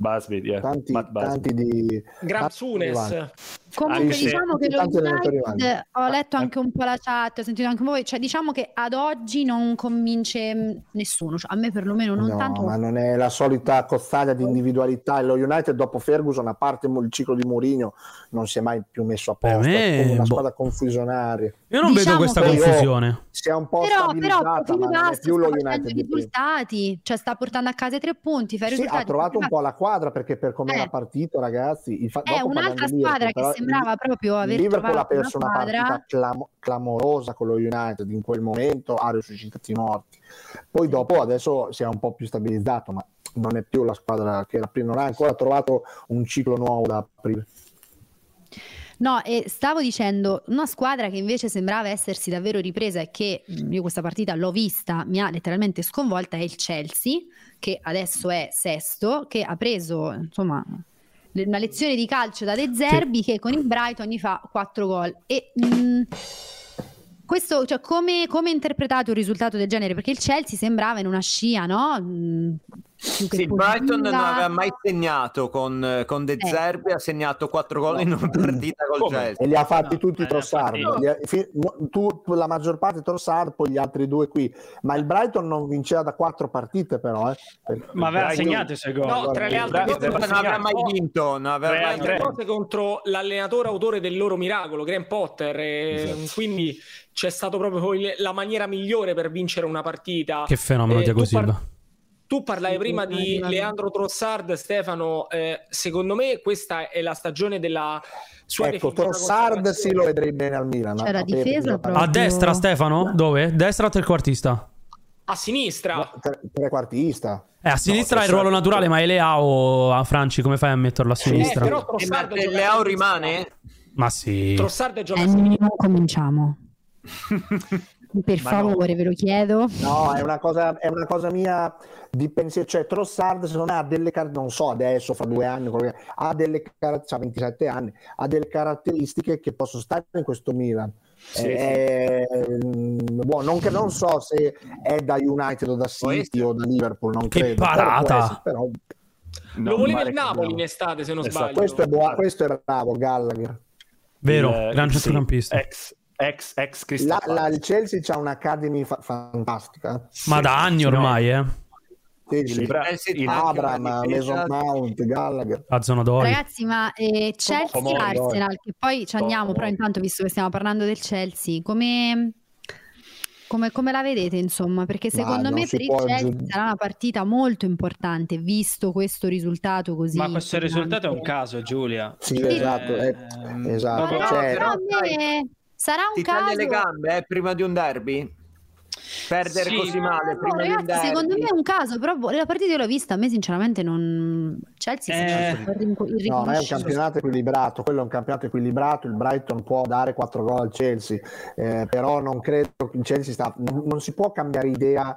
Speaker 4: Busby, yeah,
Speaker 12: tanti,
Speaker 4: Matt Busby.
Speaker 12: tanti di...
Speaker 6: Gramsunes.
Speaker 2: Comunque
Speaker 12: Anche se-
Speaker 2: diciamo che lo
Speaker 12: tanti allenatori
Speaker 2: United, ho
Speaker 12: Eh.
Speaker 2: letto anche un po' la chat, ho sentito anche voi, cioè diciamo che ad oggi non convince mh, nessuno, cioè, a me perlomeno non
Speaker 12: No,
Speaker 2: tanto. Oh.
Speaker 12: ma non è la solita cozzaglia di individualità. E Lo United dopo Ferguson, a parte il ciclo di Mourinho, non si è mai più messo a posto.
Speaker 1: Per me,
Speaker 12: è come una
Speaker 1: boh.
Speaker 12: squadra confusionaria.
Speaker 1: Io non vedo questa
Speaker 12: che-
Speaker 1: confusione.
Speaker 12: Si è un po'
Speaker 2: Diciamo Però, però
Speaker 12: stabilizzata,
Speaker 2: Fabio
Speaker 12: ma non è
Speaker 2: Castro
Speaker 12: più lo
Speaker 2: sta facendo
Speaker 12: United
Speaker 2: i
Speaker 12: di prima.
Speaker 2: risultati, cioè sta portando a casa i tre punti, fa i
Speaker 12: Sì,
Speaker 2: risultati.
Speaker 12: ha trovato un po' la quadra perché per come
Speaker 2: Eh.
Speaker 12: era partito, ragazzi, il fa-
Speaker 2: È
Speaker 12: dopo
Speaker 2: un'altra
Speaker 12: parlando di
Speaker 2: squadra
Speaker 12: Liverpool,
Speaker 2: che
Speaker 12: però
Speaker 2: sembrava proprio
Speaker 12: il
Speaker 2: aver
Speaker 12: Liverpool ha
Speaker 2: trovato una
Speaker 12: perso una partita
Speaker 2: quadra.
Speaker 12: clam- clamorosa con lo United in quel momento, ha resuscitato i morti. Poi dopo adesso si è un po' più stabilizzato, ma non è più la squadra che era prima, non ha ancora trovato un ciclo nuovo da aprire.
Speaker 2: No, e stavo dicendo, una squadra che invece sembrava essersi davvero ripresa e che mh, io questa partita l'ho vista, mi ha letteralmente sconvolta, è il Chelsea, che adesso è sesto, che ha preso insomma le- una lezione di calcio da De Zerbi che con il Brighton gli fa 4 gol. E mh, questo, cioè, come, come interpretate un risultato del genere? Perché il Chelsea sembrava in una scia, no? Mm. Mh, più che
Speaker 5: Sì, il Brighton non
Speaker 2: positiva.
Speaker 5: aveva mai segnato con, con
Speaker 2: Eh.
Speaker 5: De Zerbi, ha segnato 4 gol in una partita col Chelsea.
Speaker 12: E li ha fatti tutti Trossard.
Speaker 5: fatti-
Speaker 12: Li ha- fi- no, tu, tu la maggior parte Trossard, poi gli altri due qui. Ma il Brighton non vinceva da quattro partite, però. eh.
Speaker 7: Ma aveva segnato i suoi gol.
Speaker 12: Ecco,
Speaker 6: No, tra le altre
Speaker 5: Brighton
Speaker 6: cose
Speaker 5: non avrà mai vinto, non avrà
Speaker 6: Tra le
Speaker 5: mai
Speaker 6: altre
Speaker 5: vinto.
Speaker 6: cose contro l'allenatore autore del loro miracolo, Graham Potter. e
Speaker 1: Esatto.
Speaker 6: Quindi c'è stato proprio il- la maniera migliore per vincere una partita.
Speaker 1: Che fenomeno
Speaker 6: Eh,
Speaker 1: Thiago
Speaker 6: tu par-
Speaker 1: Silva.
Speaker 6: Tu parlavi prima di Leandro Trossard, Stefano. eh, secondo me questa è la stagione della sua
Speaker 12: Ecco,
Speaker 6: definitiva
Speaker 12: Trossard sì lo vedrei bene al Milan.
Speaker 6: C'era
Speaker 12: Ma-
Speaker 6: difesa
Speaker 1: A destra Stefano? Dove? Destra o trequartista?
Speaker 6: a sinistra.
Speaker 12: tre- trequartista.
Speaker 1: Eh, a sinistra è il ruolo
Speaker 6: certo.
Speaker 1: naturale, ma è Leao a Franci, come fai a metterlo a sinistra?
Speaker 5: Eh, ma De Leao rimane?
Speaker 1: Ma sì.
Speaker 6: Trossard
Speaker 2: Eh, non cominciamo. per
Speaker 12: Ma
Speaker 2: favore, ve lo chiedo.
Speaker 12: No, è una, cosa, è una cosa mia di pensiero. Cioè, Trossard, secondo me, ha delle caratteristiche, non so adesso, fra due anni, quello che- ha delle caratteristiche, ha 27 anni, ha delle caratteristiche che possono stare in questo Milan.
Speaker 5: Sì,
Speaker 12: Eh, mm, boh, non, che, non so se è da United o da City o da Liverpool, non
Speaker 1: Che
Speaker 12: credo.
Speaker 1: parata!
Speaker 12: Però può essere, però-
Speaker 6: Lo voleva
Speaker 12: male
Speaker 6: il
Speaker 12: che
Speaker 6: Napoli
Speaker 12: abbiamo.
Speaker 6: in estate, se non sbaglio.
Speaker 12: Questo, è buo- questo è bravo, Gallagher.
Speaker 1: Vero,
Speaker 4: Il- eh,
Speaker 1: gran
Speaker 4: sì,
Speaker 1: centrocampista.
Speaker 4: Ex, ex, ex Crystal
Speaker 12: La, la-
Speaker 4: Palace.
Speaker 12: il Chelsea c'ha un'academy fa- fantastica.
Speaker 1: Ma da anni ormai, eh.
Speaker 12: Sì, sì.
Speaker 4: Il Bra- il-
Speaker 12: Abraham, Mason Mount, Gallagher.
Speaker 1: eh, A zona d'oro.
Speaker 2: Ragazzi, ma eh,
Speaker 1: Tomori,
Speaker 2: Chelsea-Arsenal, che poi ci andiamo, però intanto, visto che stiamo parlando del Chelsea, come, come, come la vedete, insomma? Perché
Speaker 12: Ma
Speaker 2: secondo
Speaker 12: non
Speaker 2: me
Speaker 12: si
Speaker 2: per il
Speaker 12: può
Speaker 2: Chelsea
Speaker 12: giud-
Speaker 2: sarà una partita molto importante, visto questo risultato così.
Speaker 7: ma questo risultato è un caso Giulia Ehm,
Speaker 12: Sì, esatto, eh, esatto,
Speaker 7: proprio-
Speaker 12: cioè-
Speaker 2: Però a me eh, sarà un
Speaker 5: Ti taglia
Speaker 2: caso...
Speaker 5: le gambe eh, prima di un derby? Perdere
Speaker 7: Sì.
Speaker 5: così male
Speaker 2: No,
Speaker 5: prima di un
Speaker 2: ragazzi,
Speaker 5: derby?
Speaker 2: secondo me è un caso, però boh, la partita io l'ho vista, a me sinceramente non... Chelsea
Speaker 12: Eh.
Speaker 2: sembra irrico-
Speaker 12: No, ma è un
Speaker 2: irriconoscibile.
Speaker 12: campionato equilibrato, quello è un campionato equilibrato, il Brighton può dare 4 gol al Chelsea, eh, però non credo che il Chelsea sta, non, non si può cambiare idea,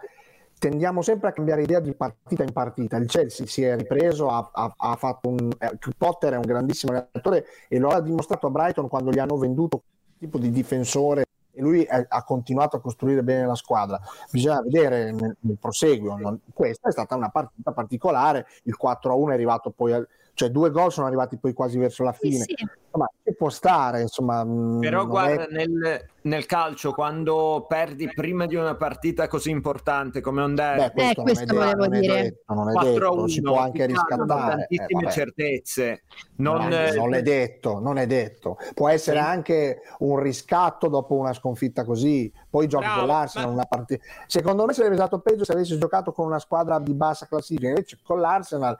Speaker 12: tendiamo sempre a cambiare idea di partita in partita, il Chelsea si è ripreso, ha, ha- ha fatto un... eh, Potter è un grandissimo allenatore e lo ha dimostrato a Brighton quando gli hanno venduto quel tipo di difensore e lui è- ha continuato a costruire bene la squadra. Bisogna vedere nel, nel proseguo. non- questa è stata una partita particolare. Il 4-1 è arrivato poi al- cioè due gol sono arrivati poi quasi verso la fine.
Speaker 5: sì.
Speaker 12: Ma ci può stare, insomma. mh,
Speaker 5: Però
Speaker 12: Mm, non è-
Speaker 5: guarda, nel, nel calcio quando perdi prima di una partita così importante come un derby,
Speaker 12: Beh, questo Eh, non è questo detto, volevo non è dire. detto, non è
Speaker 5: 4 a
Speaker 12: detto, si
Speaker 5: 1,
Speaker 12: può anche
Speaker 5: ci sono
Speaker 12: riscattare. Eh,
Speaker 5: Tantissime
Speaker 12: vabbè.
Speaker 5: certezze.
Speaker 12: Non,
Speaker 5: Non,
Speaker 12: è-
Speaker 5: eh,
Speaker 12: non è detto, non è detto. Può essere
Speaker 5: Sì.
Speaker 12: anche un riscatto dopo una sconfitta così, poi giochi
Speaker 5: Bravo,
Speaker 12: con l'Arsenal una partita. Secondo me sarebbe stato peggio se avessi giocato con una squadra di bassa classifica, invece con l'Arsenal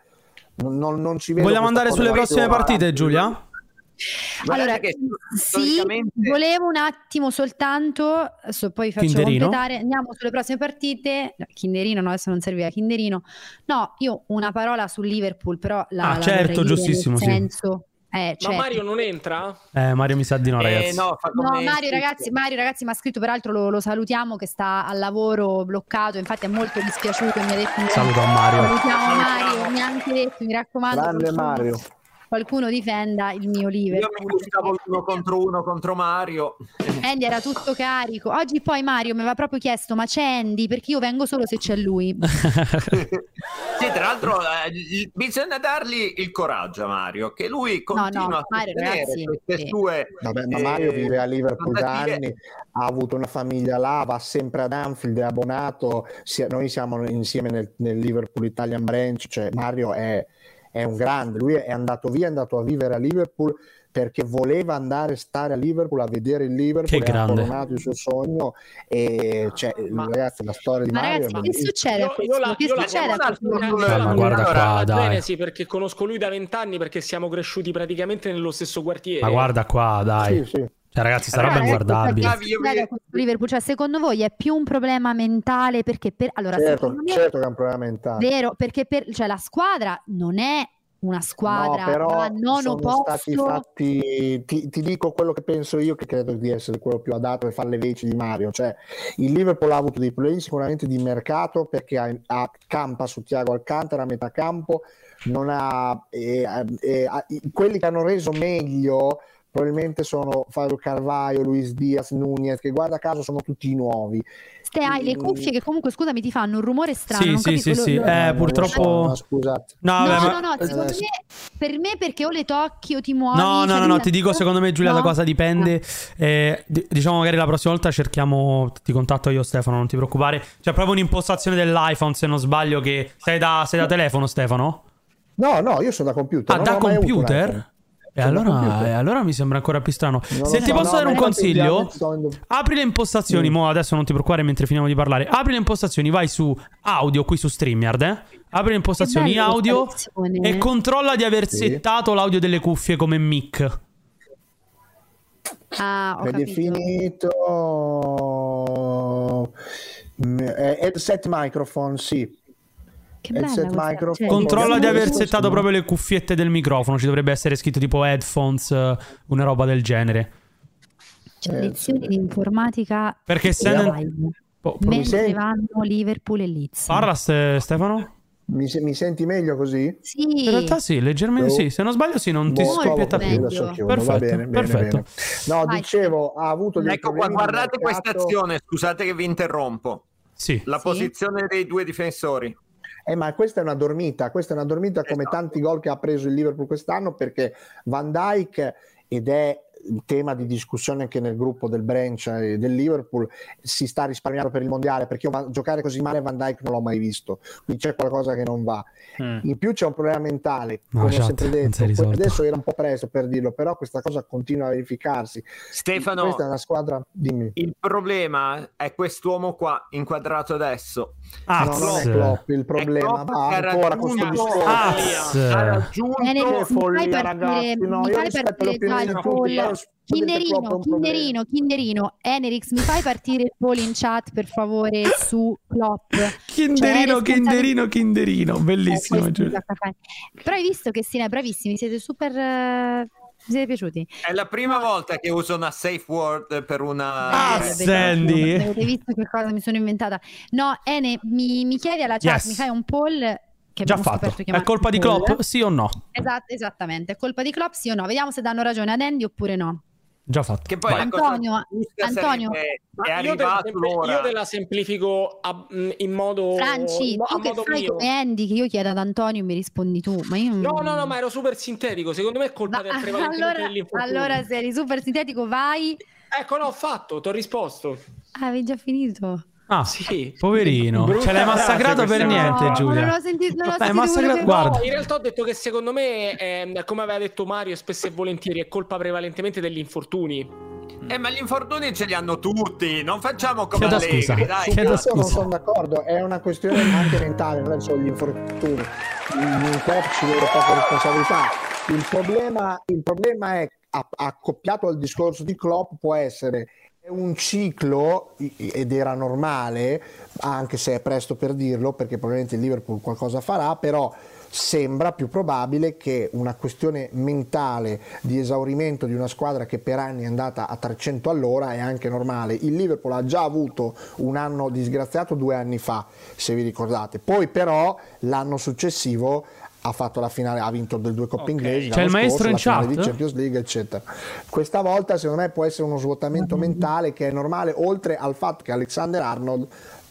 Speaker 12: non, non- non ci vedo.
Speaker 1: Vogliamo
Speaker 12: questa
Speaker 1: andare sulle prossime
Speaker 12: correlazione.
Speaker 1: partite, Giulia?
Speaker 2: Allora, mm, sì, volevo un attimo soltanto, so, poi faccio
Speaker 1: Kinderino?
Speaker 2: completare, andiamo sulle prossime partite. No, Kinderino, no, adesso non serviva Kinderino. No, io una parola su Liverpool, però la,
Speaker 1: Ah,
Speaker 2: la
Speaker 1: certo,
Speaker 2: vorrei dire
Speaker 1: giustissimo,
Speaker 2: nel
Speaker 1: sì.
Speaker 2: senso, eh,
Speaker 6: Ma
Speaker 2: certo.
Speaker 6: Mario non entra?
Speaker 1: Eh, Mario mi sa di no,
Speaker 6: Eh,
Speaker 1: ragazzi.
Speaker 6: no, fa
Speaker 2: No,
Speaker 6: come-
Speaker 2: Mario ragazzi, Mario ragazzi mi ha scritto peraltro lo, lo salutiamo che sta al lavoro bloccato, infatti è molto dispiaciuto, mi ha detto
Speaker 1: Saluto a Mario.
Speaker 2: Salutiamo Mario, mi ha anche detto, mi raccomando,
Speaker 5: Grande
Speaker 2: qualcuno-
Speaker 5: Mario.
Speaker 2: qualcuno difenda il mio
Speaker 5: io
Speaker 2: Liverpool.
Speaker 5: mi gustavo uno contro uno contro Mario.
Speaker 2: Andy era tutto carico. Oggi poi Mario mi aveva proprio chiesto: ma c'è Andy? Perché io vengo solo se c'è lui.
Speaker 5: Sì, tra l'altro eh, il- bisogna dargli il coraggio a Mario, che lui continua
Speaker 2: no,
Speaker 5: a
Speaker 2: Mario,
Speaker 5: sostenere
Speaker 2: ragazzi,
Speaker 5: queste
Speaker 2: sì.
Speaker 5: sue...
Speaker 12: Vabbè, ma
Speaker 5: eh,
Speaker 12: Mario vive a Liverpool da
Speaker 5: tentative-
Speaker 12: anni, ha avuto una famiglia là, va sempre ad Anfield, è abbonato, si- noi siamo insieme nel, nel Liverpool Italian Branch, cioè Mario è, è un grande, lui è andato via, è andato a vivere a Liverpool perché voleva andare a stare a Liverpool, a vedere il Liverpool,
Speaker 1: Che
Speaker 12: ha
Speaker 1: grande.
Speaker 12: coronato il suo sogno e cioè, ragazzi la storia di
Speaker 2: Eh, Ma
Speaker 12: Mario...
Speaker 2: ragazzi, che succede? a
Speaker 6: Io
Speaker 2: questo?
Speaker 6: la,
Speaker 2: Che
Speaker 6: io la
Speaker 2: succede a questo?
Speaker 1: Ma guarda qua,
Speaker 6: la
Speaker 1: dai.
Speaker 6: genesi perché conosco lui da vent'anni perché siamo cresciuti praticamente nello stesso quartiere.
Speaker 1: Ma guarda qua, dai.
Speaker 12: Sì, sì. Eh,
Speaker 1: Cioè, ragazzi, sarà
Speaker 2: Ragazzi,
Speaker 1: ben guardabile.
Speaker 2: perché succede a questo Liverpool? Cioè, secondo voi è più un problema mentale? Perché per allora,
Speaker 12: Certo,
Speaker 2: secondo me
Speaker 12: certo che è un problema mentale.
Speaker 2: vero, perché per, cioè, la squadra non è una squadra
Speaker 12: No, però
Speaker 2: a nono
Speaker 12: sono stati
Speaker 2: posto.
Speaker 12: fatti, ti, ti dico quello che penso io, che credo di essere quello più adatto per fare le veci di Mario. Cioè, il Liverpool ha avuto dei problemi sicuramente di mercato perché ha, ha- campa su Tiago Alcantara a metà campo, non ha, e- e- ha- i- quelli che hanno reso meglio probabilmente sono Fabio Carvaio, Luis Diaz, Nunez, che guarda caso sono tutti nuovi.
Speaker 2: Ste hai le cuffie che comunque, scusami, ti fanno un rumore strano.
Speaker 1: Sì,
Speaker 2: non
Speaker 1: sì,
Speaker 2: capisco
Speaker 1: sì,
Speaker 2: lo-
Speaker 1: sì.
Speaker 2: lo-
Speaker 1: Eh,
Speaker 2: lo-
Speaker 1: purtroppo-
Speaker 12: No, eh, scusate.
Speaker 1: No,
Speaker 2: No,
Speaker 1: vabbè,
Speaker 2: no,
Speaker 1: ma-
Speaker 2: no, secondo me, per me perché o le tocchi o ti muovi.
Speaker 1: No, no,
Speaker 2: cioè,
Speaker 1: no, no,
Speaker 2: devi-
Speaker 1: ti dico, secondo me Giulia
Speaker 2: No?
Speaker 1: da cosa dipende. Eh, di- diciamo magari la prossima volta cerchiamo, ti contatto io Stefano, non ti preoccupare. C'è proprio un'impostazione dell'iPhone, se non sbaglio, che sei da, sei da telefono Stefano?
Speaker 12: No, no, io sono da computer.
Speaker 1: Ah,
Speaker 12: non
Speaker 1: da
Speaker 12: ho mai avuto un iPhone.
Speaker 1: computer? E
Speaker 12: Sono da
Speaker 1: allora,
Speaker 12: computer.
Speaker 1: e allora mi sembra ancora più strano.
Speaker 12: Non lo
Speaker 1: Se ti
Speaker 12: so,
Speaker 1: posso
Speaker 12: no,
Speaker 1: dare un
Speaker 12: ma
Speaker 1: consiglio,
Speaker 12: effettivamente sto-
Speaker 1: apri le impostazioni. Mo, adesso non ti preoccupare mentre finiamo di parlare. Apri le impostazioni, vai su audio qui su StreamYard. Eh? Apri le impostazioni
Speaker 2: Che bella
Speaker 1: audio
Speaker 2: installazione.
Speaker 1: e controlla di aver
Speaker 12: Sì.
Speaker 1: settato l'audio delle cuffie come mic.
Speaker 2: Ah, ho
Speaker 12: Ed è
Speaker 2: capito.
Speaker 12: finito Mm, eh, headset microphone, sì.
Speaker 2: Che bella
Speaker 12: headset
Speaker 2: questa- cioè,
Speaker 12: microphone.
Speaker 1: Controlla di aver
Speaker 12: Sì,
Speaker 1: settato
Speaker 12: sì.
Speaker 1: proprio le cuffiette del microfono. Ci dovrebbe essere scritto tipo headphones, eh, una roba del genere.
Speaker 12: Eh,
Speaker 2: Cioè, lezioni di informatica.
Speaker 1: Perché
Speaker 2: Vediamo.
Speaker 1: essendo- Po- pro-
Speaker 2: Mentre vanno Liverpool e Leeds.
Speaker 1: Parla Ste- Stefano?
Speaker 12: Mi, se- mi senti meglio così?
Speaker 2: Sì.
Speaker 1: In realtà sì, leggermente
Speaker 12: Boh.
Speaker 1: sì. Se non sbaglio sì, non ti
Speaker 12: Boh,
Speaker 1: scoppietta
Speaker 12: stavo
Speaker 1: più.
Speaker 12: per chiuderlo, so chiudo, va
Speaker 1: Perfetto,
Speaker 12: bene, bene,
Speaker 1: perfetto.
Speaker 12: bene. No, dicevo, ha avuto dei
Speaker 5: Ecco qua,
Speaker 12: problemi di
Speaker 5: guardate questa
Speaker 12: mercato.
Speaker 5: azione, scusate che vi interrompo.
Speaker 1: Sì.
Speaker 5: La posizione dei due difensori.
Speaker 12: Eh, ma questa è una dormita, questa è una dormita come
Speaker 5: Esatto.
Speaker 12: tanti gol che ha preso il Liverpool quest'anno perché Van Dijk ed è il tema di discussione anche nel gruppo del branch eh, del Liverpool si sta risparmiando per il mondiale perché io va- giocare così male Van Dijk non l'ho mai visto quindi c'è qualcosa che non va
Speaker 5: Mm.
Speaker 12: in più c'è un problema mentale
Speaker 1: No,
Speaker 12: come ho
Speaker 1: chat,
Speaker 12: sempre
Speaker 1: non si
Speaker 12: detto
Speaker 1: è
Speaker 12: poi
Speaker 1: risolto.
Speaker 12: adesso era un po' presto per dirlo però questa cosa continua a verificarsi
Speaker 5: Stefano-
Speaker 12: questa è una squadra dimmi
Speaker 5: Il problema è quest'uomo qua, inquadrato adesso.
Speaker 1: Ah,
Speaker 12: no, non è
Speaker 1: sì.
Speaker 12: Klopp il problema
Speaker 5: Klopp
Speaker 12: va
Speaker 5: che ha
Speaker 12: ancora con questo
Speaker 5: raggiunto-
Speaker 12: discorso
Speaker 1: Ah,
Speaker 12: ha
Speaker 1: sì.
Speaker 12: raggiunto
Speaker 2: Bene, Eh, mi fai
Speaker 12: follia,
Speaker 2: partire,
Speaker 12: ragazzi. No,
Speaker 2: mi
Speaker 12: io
Speaker 2: fai
Speaker 12: rispetto
Speaker 2: partire già
Speaker 12: l'opinione
Speaker 2: il
Speaker 12: di tutti,
Speaker 2: poll.
Speaker 12: però su-
Speaker 2: Kinderino,
Speaker 12: Klopp è un problema.
Speaker 2: Kinderino, Kinderino, Enerix, mi fai partire il poll in chat per favore su Klopp.
Speaker 1: Kinderino,
Speaker 2: Cioè,
Speaker 1: kinderino, kinderino.
Speaker 2: Eh,
Speaker 1: Bellissimo,
Speaker 2: questo
Speaker 1: Giulia.
Speaker 2: bisogna fare. Però hai visto che sì, ne bravissimi, siete super... eh, Mi siete piaciuti?
Speaker 5: È la prima volta che uso una safe word per una...
Speaker 1: Ah,
Speaker 5: Eh,
Speaker 1: Sandy.
Speaker 2: Avete visto che cosa mi sono inventata? No, Ene, mi, mi chiedi alla chat,
Speaker 1: Yes.
Speaker 2: mi fai un poll che
Speaker 1: Già
Speaker 2: abbiamo
Speaker 1: fatto.
Speaker 2: scoperto
Speaker 1: È
Speaker 2: chiamarsi
Speaker 1: colpa di
Speaker 2: poll.
Speaker 1: Klopp? Sì o no?
Speaker 2: Esatto, esattamente, è colpa di Klopp sì o no? Vediamo se danno ragione ad Andy oppure no.
Speaker 1: Già fatto.
Speaker 5: Che poi
Speaker 1: Vai.
Speaker 5: la cosa
Speaker 2: Antonio,
Speaker 5: giusta
Speaker 2: Antonio.
Speaker 5: sarebbe-
Speaker 6: Ma
Speaker 5: è
Speaker 6: io, te la
Speaker 5: arrivato
Speaker 6: sempli-
Speaker 5: l'ora.
Speaker 6: io te la semplifico a- mh, in modo
Speaker 2: Franci,
Speaker 6: mo- a
Speaker 2: tu che
Speaker 6: modo
Speaker 2: fai
Speaker 6: mio.
Speaker 2: come Andy, che io chiedo ad Antonio e mi rispondi tu, ma io...
Speaker 6: No, no, no, ma ero super sintetico. Secondo me è colpa del prevalentemente
Speaker 2: allora,
Speaker 6: dell'infortunio.
Speaker 2: allora se eri super sintetico vai...
Speaker 6: Ecco, no, ho fatto, ti ho risposto.
Speaker 2: Ah, avevi già finito.
Speaker 1: Ah,
Speaker 6: sì.
Speaker 1: poverino,
Speaker 6: Brutta
Speaker 1: ce Cioè, l'hai
Speaker 6: frase
Speaker 1: massacrato per
Speaker 6: questa.
Speaker 1: niente,
Speaker 6: No,
Speaker 1: Giulia.
Speaker 2: non l'ho sentito, non l'ho
Speaker 1: L'hai
Speaker 2: sentito
Speaker 1: massacrato-
Speaker 2: quello che-
Speaker 1: guarda.
Speaker 6: No, in realtà ho detto che secondo me, ehm, come aveva detto Mario, spesso e volentieri è colpa prevalentemente degli infortuni.
Speaker 5: Eh, ma gli infortuni ce li hanno tutti, non facciamo come
Speaker 1: Chiedo
Speaker 5: Allegri,
Speaker 1: scusa,
Speaker 5: dai.
Speaker 1: chiedo
Speaker 5: dai.
Speaker 12: Io non sono d'accordo, è una questione anche mentale, non è solo gli infortuni. In club ci vuole poca responsabilità. Il problema, il problema è, a- accoppiato al discorso di Klopp, può essere è un ciclo, i- ed era normale, anche se è presto per dirlo, perché probabilmente il Liverpool qualcosa farà, però sembra più probabile che una questione mentale di esaurimento di una squadra che per anni è andata a 300 all'ora è anche normale. Il Liverpool ha già avuto un anno disgraziato due anni fa, se vi ricordate. Poi però l'anno successivo ha fatto la finale, ha vinto delle due coppe inglesi,
Speaker 1: C'è il
Speaker 12: l'anno
Speaker 1: maestro
Speaker 12: scorso,
Speaker 1: in
Speaker 12: la finale
Speaker 1: chat?
Speaker 12: di Champions League, eccetera. Questa volta secondo me può essere uno svuotamento mentale che è normale, oltre al fatto che Alexander Arnold,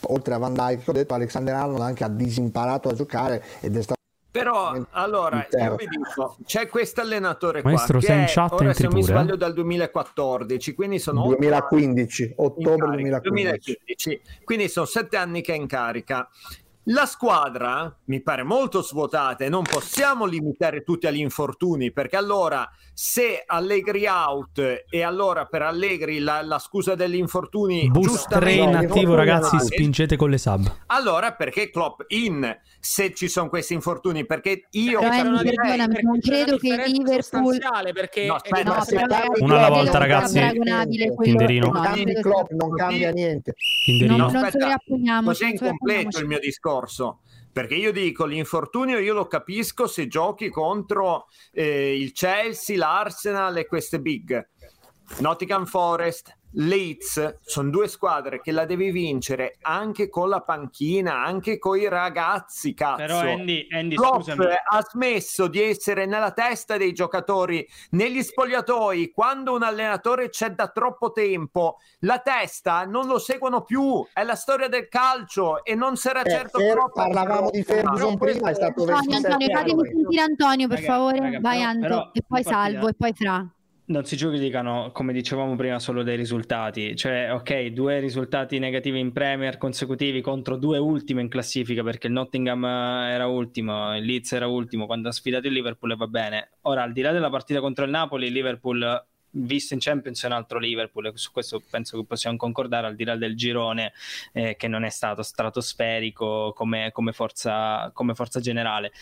Speaker 12: oltre a Van Dijk, che ho detto, Alexander Arnold anche ha disimparato a giocare ed è stato
Speaker 5: Però allora
Speaker 12: Intero.
Speaker 5: io vi dico, c'è questo allenatore
Speaker 12: Maestro,
Speaker 5: qua.
Speaker 12: sei
Speaker 5: che
Speaker 12: in
Speaker 5: è-
Speaker 12: chat,
Speaker 5: ora,
Speaker 12: entri
Speaker 5: se non mi
Speaker 12: pure, eh.
Speaker 5: sbaglio, dal 2014, quindi sono otto
Speaker 12: 2015, ottobre
Speaker 5: anni in carica,
Speaker 12: 2015.
Speaker 5: 2015, quindi sono sette anni che è in carica. La squadra mi pare molto svuotata e non possiamo limitare tutti agli infortuni perché allora se Allegri out e allora per Allegri la, la scusa degli infortuni
Speaker 1: Boost 3
Speaker 5: giustamente-
Speaker 1: in attivo, ragazzi,
Speaker 5: Eh,
Speaker 1: spingete con le sub.
Speaker 5: allora perché Klopp in se ci sono questi infortuni? Perché io
Speaker 2: Però, Andy,
Speaker 5: capirei-
Speaker 2: perdonami, non credo che Liverpool...
Speaker 6: perché
Speaker 5: No, aspetta,
Speaker 2: no,
Speaker 5: aspetta.
Speaker 2: però, ragazzi,
Speaker 1: Una alla volta,
Speaker 2: non è
Speaker 1: ragazzi.
Speaker 2: paragonabile quello-
Speaker 1: Kinderino.
Speaker 2: no,
Speaker 12: Cambi
Speaker 2: credo
Speaker 12: Klopp,
Speaker 2: sia-
Speaker 12: non cambia niente.
Speaker 1: Kinderino.
Speaker 5: No,
Speaker 2: non
Speaker 5: aspetta,
Speaker 2: sovrapponiamoci,
Speaker 5: così è
Speaker 2: non
Speaker 5: incompleto
Speaker 2: sovrapponiamoci.
Speaker 5: il mio discorso. Perché io dico l'infortunio io lo capisco se giochi contro eh, il Chelsea, l'Arsenal e queste big. Nottingham Forest, Leeds sono due squadre che la devi vincere anche con la panchina, anche con i ragazzi, cazzo.
Speaker 7: Però, Andy- Andy,
Speaker 5: Klopp
Speaker 7: scusami.
Speaker 5: ha smesso di essere nella testa dei giocatori, negli spogliatoi, quando un allenatore c'è da troppo tempo, la testa non lo seguono più, è la storia del calcio e non sarà
Speaker 12: Eh,
Speaker 5: certo
Speaker 12: Fer-
Speaker 5: Klopp a
Speaker 12: parlavamo di
Speaker 5: trovare.
Speaker 12: Ferguson prima, è stato
Speaker 2: Antonio,
Speaker 12: 27
Speaker 2: Antonio, fatemi
Speaker 12: anni.
Speaker 2: sentire Antonio, per
Speaker 7: Raga,
Speaker 2: favore.
Speaker 7: raga,
Speaker 2: Vai,
Speaker 7: però-
Speaker 2: Anto,
Speaker 7: però
Speaker 2: e poi
Speaker 7: una partita-
Speaker 2: Salvo, e poi Fra.
Speaker 7: Non si giudicano, come dicevamo prima, solo dei risultati. Cioè, ok, due risultati negativi in Premier consecutivi contro due ultime in classifica, perché il Nottingham eh, era ultimo, il Leeds era ultimo, quando ha sfidato il Liverpool e va bene. Ora, al di là della partita contro il Napoli, il Liverpool, eh, visto in Champions, è un altro Liverpool, e su questo penso che possiamo concordare, al di là del girone, eh, che non è stato stratosferico come, come forza- come forza generale.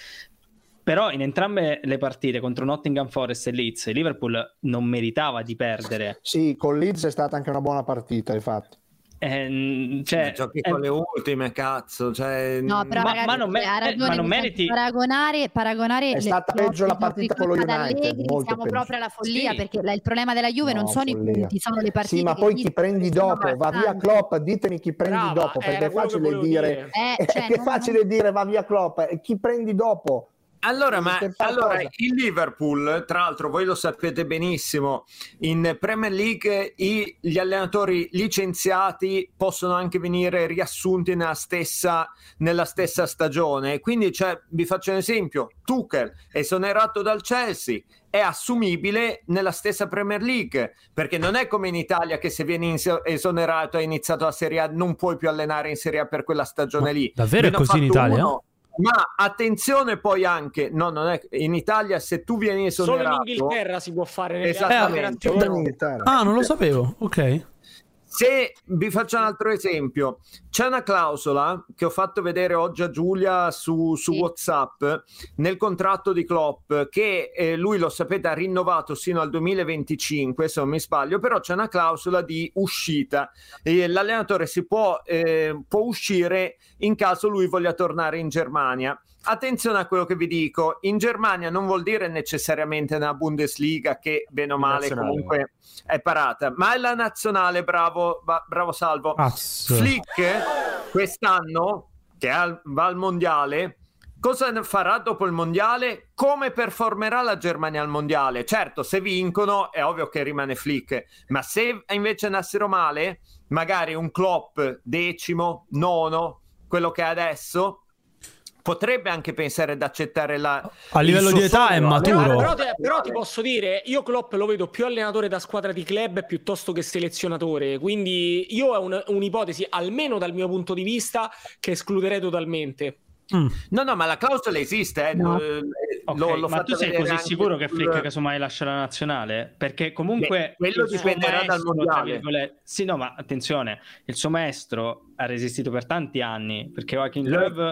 Speaker 7: Però in entrambe le partite contro Nottingham Forest e Leeds, il Liverpool non meritava di perdere.
Speaker 12: Sì, con Leeds è stata anche una buona partita, infatti.
Speaker 7: Ehm, cioè,
Speaker 5: Giochi
Speaker 7: eh,
Speaker 5: con le ultime, cazzo. Cioè,
Speaker 2: No, però
Speaker 7: Mm, Ma-
Speaker 2: ragazzi,
Speaker 7: ma non me-
Speaker 2: cioè, ha ragione,
Speaker 7: ma non
Speaker 2: possiamo
Speaker 7: meriti-
Speaker 2: paragonare, paragonare
Speaker 12: È
Speaker 2: le
Speaker 12: stata
Speaker 2: lotte
Speaker 12: peggio la
Speaker 2: contro
Speaker 12: partita
Speaker 2: il
Speaker 12: con lo
Speaker 2: Tottenham
Speaker 12: United,
Speaker 2: Allegri,
Speaker 12: molto
Speaker 2: siamo
Speaker 12: peggio.
Speaker 2: proprio alla follia
Speaker 12: Sì.
Speaker 2: perché la- il problema della Juve non
Speaker 12: No,
Speaker 2: sono i
Speaker 12: follia.
Speaker 2: punti, sono le partite
Speaker 12: Sì, ma
Speaker 2: che
Speaker 12: poi
Speaker 2: gli-
Speaker 12: chi prendi dopo? Va via Klopp, ditemi chi prendi
Speaker 6: Brava,
Speaker 12: dopo,
Speaker 6: era
Speaker 12: perché è
Speaker 6: quello che
Speaker 12: facile
Speaker 6: volevo
Speaker 12: dire,
Speaker 6: dire.
Speaker 2: Eh, cioè,
Speaker 12: perché è
Speaker 2: non-
Speaker 12: facile dire va via Klopp, e chi prendi dopo?
Speaker 5: Allora, ma
Speaker 12: Per far
Speaker 5: allora,
Speaker 12: cosa?
Speaker 5: il Liverpool, tra l'altro, voi lo sapete benissimo, in Premier League i- gli allenatori licenziati possono anche venire riassunti nella stessa, nella stessa stagione. Quindi, cioè, vi faccio un esempio: Tuchel esonerato dal Chelsea è assumibile nella stessa Premier League perché non è come in Italia che se vieni ins- esonerato e hai iniziato la Serie A non puoi più allenare in Serie A per quella stagione lì
Speaker 1: davvero è
Speaker 5: Ve ne ho
Speaker 1: così in
Speaker 5: fatto
Speaker 1: Italia?
Speaker 5: uno. Ma attenzione poi anche, no, non è in Italia se tu vieni
Speaker 6: Solo in
Speaker 5: esonerato,
Speaker 6: Inghilterra si può fare nelle
Speaker 5: Esattamente.
Speaker 6: altre nazioni.
Speaker 1: Ah, non lo sapevo. Ok.
Speaker 5: se vi faccio un altro esempio, c'è una clausola che ho fatto vedere oggi a Giulia su, su WhatsApp nel contratto di Klopp che eh, lui lo sapete ha rinnovato sino al 2025 se non mi sbaglio, però c'è una clausola di uscita e l'allenatore si può, eh, può uscire in caso lui voglia tornare in Germania. Attenzione a quello che vi dico, in Germania non vuol dire necessariamente nella Bundesliga che bene o male
Speaker 4: Nazionale.
Speaker 5: comunque è parata, ma è la nazionale, bravo, va- bravo Salvo.
Speaker 1: Azz.
Speaker 5: Flick quest'anno che è al- va al mondiale Cosa ne farà dopo il mondiale? Come performerà la Germania al mondiale? Certo, se vincono è ovvio che rimane Flick, ma se invece nassero male, magari un Klopp decimo, nono, quello che è adesso, potrebbe anche pensare ad accettare la...
Speaker 1: A livello
Speaker 5: il
Speaker 1: di
Speaker 5: suo
Speaker 1: età è
Speaker 5: sogno.
Speaker 1: maturo.
Speaker 6: Però, però te- però ti posso dire, io Klopp lo vedo più allenatore da squadra di club piuttosto che selezionatore, quindi io è un- un'ipotesi, almeno dal mio punto di vista, che escluderei totalmente.
Speaker 5: No, no, ma la clausola esiste, eh. Eh, l'ho- l'ho
Speaker 7: ma
Speaker 5: fatta
Speaker 7: tu sei
Speaker 5: vedere
Speaker 7: così
Speaker 5: anche
Speaker 7: sicuro che
Speaker 5: sul-
Speaker 7: Flick casomai lascia la nazionale? Perché comunque
Speaker 5: Beh, quello
Speaker 7: il suo
Speaker 5: dipenderà dal
Speaker 7: maestro, tra
Speaker 5: mondiale.
Speaker 7: virgolette- Sì, no, ma attenzione, il suo maestro ha resistito per tanti anni, perché Joachim Löw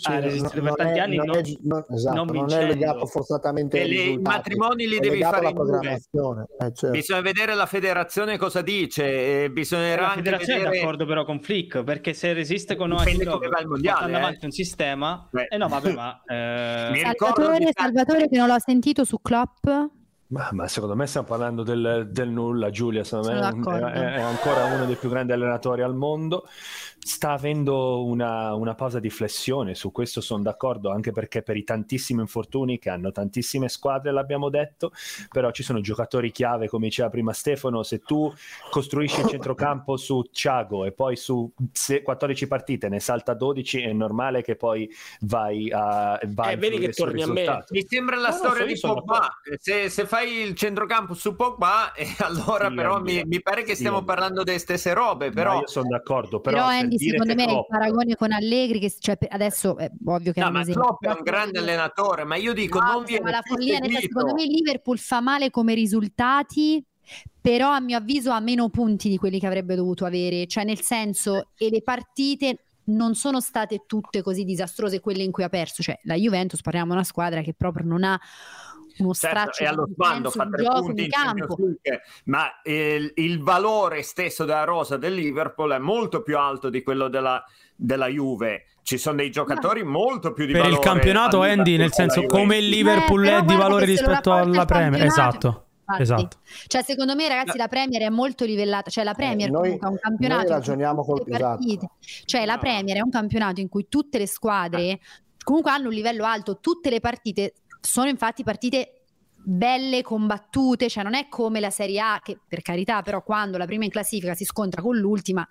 Speaker 12: Sì,
Speaker 7: ha
Speaker 12: no-
Speaker 7: resistito
Speaker 12: Cioè, non
Speaker 7: Ah, per tanti
Speaker 12: è-
Speaker 7: anni
Speaker 12: non
Speaker 7: non-
Speaker 12: è- non- esatto,
Speaker 7: non
Speaker 12: non è
Speaker 7: vincendo.
Speaker 12: legato forzatamente
Speaker 5: E
Speaker 12: ai
Speaker 5: le- i
Speaker 12: risultati.
Speaker 5: matrimoni li
Speaker 12: È
Speaker 5: devi
Speaker 12: legato
Speaker 5: fare
Speaker 12: alla
Speaker 5: in due.
Speaker 12: programmazione. Eh, certo.
Speaker 5: Bisogna vedere la federazione cosa dice, e bisognerà
Speaker 7: Eh, la
Speaker 5: anche
Speaker 7: federazione
Speaker 5: vedere...
Speaker 7: è d'accordo però con Flick perché se resiste con
Speaker 5: Dipende
Speaker 7: Joachim
Speaker 5: come va il
Speaker 7: Löw
Speaker 5: mondiale,
Speaker 7: portando
Speaker 5: eh.
Speaker 7: avanti un sistema e no vabbè ma eh,
Speaker 2: Salvatore, Salvatore che non l'ho sentito su Klopp.
Speaker 4: Ma, ma secondo me stiamo parlando del, del nulla, Giulia. Secondo me
Speaker 2: Sono
Speaker 4: è un-
Speaker 2: d'accordo.
Speaker 4: è, è ancora uno dei più grandi allenatori al mondo. Sta avendo una, una pausa di flessione, su questo sono d'accordo, anche perché per i tantissimi infortuni che hanno tantissime squadre, l'abbiamo detto, però ci sono giocatori chiave, come diceva prima Stefano, se tu costruisci il centrocampo su Thiago e poi su se- 14 partite ne salta 12, è normale che poi vai a... vai
Speaker 6: Eh, vedi che
Speaker 4: sul
Speaker 6: torni a me.
Speaker 4: risultato.
Speaker 5: Mi sembra la
Speaker 4: No, no,
Speaker 5: storia
Speaker 4: io
Speaker 5: di
Speaker 4: sono
Speaker 5: Pogba. Eh, Se, se fai il centrocampo su Pogba, eh, allora
Speaker 4: Sì,
Speaker 5: però
Speaker 4: Andy.
Speaker 5: mi, mi pare che
Speaker 4: Sì,
Speaker 5: stiamo
Speaker 4: Andy.
Speaker 5: parlando delle stesse robe. Però
Speaker 4: No, io sono d'accordo,
Speaker 2: Però,
Speaker 4: però, per
Speaker 2: Andy,
Speaker 4: dire
Speaker 2: secondo
Speaker 4: che
Speaker 2: me il
Speaker 4: Klopp-
Speaker 2: paragone con Allegri, che cioè, per- adesso è ovvio che
Speaker 5: No,
Speaker 2: è un
Speaker 5: ma
Speaker 2: esempio.
Speaker 5: Klopp è un grande allenatore, ma io dico
Speaker 2: No,
Speaker 5: non viene
Speaker 2: ma la
Speaker 5: più
Speaker 2: follia nel-
Speaker 5: seguito.
Speaker 2: secondo me il Liverpool fa male come risultati però a mio avviso ha meno punti di quelli che avrebbe dovuto avere cioè nel senso e le partite non sono state tutte così disastrose quelle in cui ha perso cioè la Juventus parliamo di una squadra che proprio non ha uno straccio
Speaker 5: Certo, è allo
Speaker 2: di
Speaker 5: sbando,
Speaker 2: senso
Speaker 5: fa
Speaker 2: di
Speaker 5: tre
Speaker 2: gioco
Speaker 5: punti
Speaker 2: in
Speaker 5: in Champions
Speaker 2: campo
Speaker 5: League, ma il, il valore stesso della rosa del Liverpool è molto più alto di quello della, della Juve. Ci sono dei giocatori molto più di
Speaker 1: Per il
Speaker 5: valore
Speaker 1: campionato,
Speaker 5: a
Speaker 1: Andy,
Speaker 5: Liverpool
Speaker 1: nel senso
Speaker 5: della Juve.
Speaker 1: come il Liverpool
Speaker 2: Eh, però
Speaker 1: è di
Speaker 2: guarda
Speaker 1: valore
Speaker 2: che se lo
Speaker 1: rispetto
Speaker 2: rapporta
Speaker 1: alla
Speaker 2: al
Speaker 1: Premier.
Speaker 2: campionato.
Speaker 1: Esatto,
Speaker 2: Infatti.
Speaker 1: esatto.
Speaker 2: cioè secondo me ragazzi la Premier è molto livellata cioè la Premier
Speaker 12: Eh, noi-
Speaker 2: comunque è un campionato
Speaker 12: noi
Speaker 2: in cui
Speaker 12: ragioniamo
Speaker 2: tutte
Speaker 12: col- esatto.
Speaker 2: le partite- cioè
Speaker 1: Ah.
Speaker 2: la Premier è un campionato in cui tutte le
Speaker 1: Eh.
Speaker 2: squadre comunque hanno un livello alto tutte le partite sono infatti partite belle combattute cioè non è come la Serie A che per carità però quando la prima in classifica si scontra con l'ultima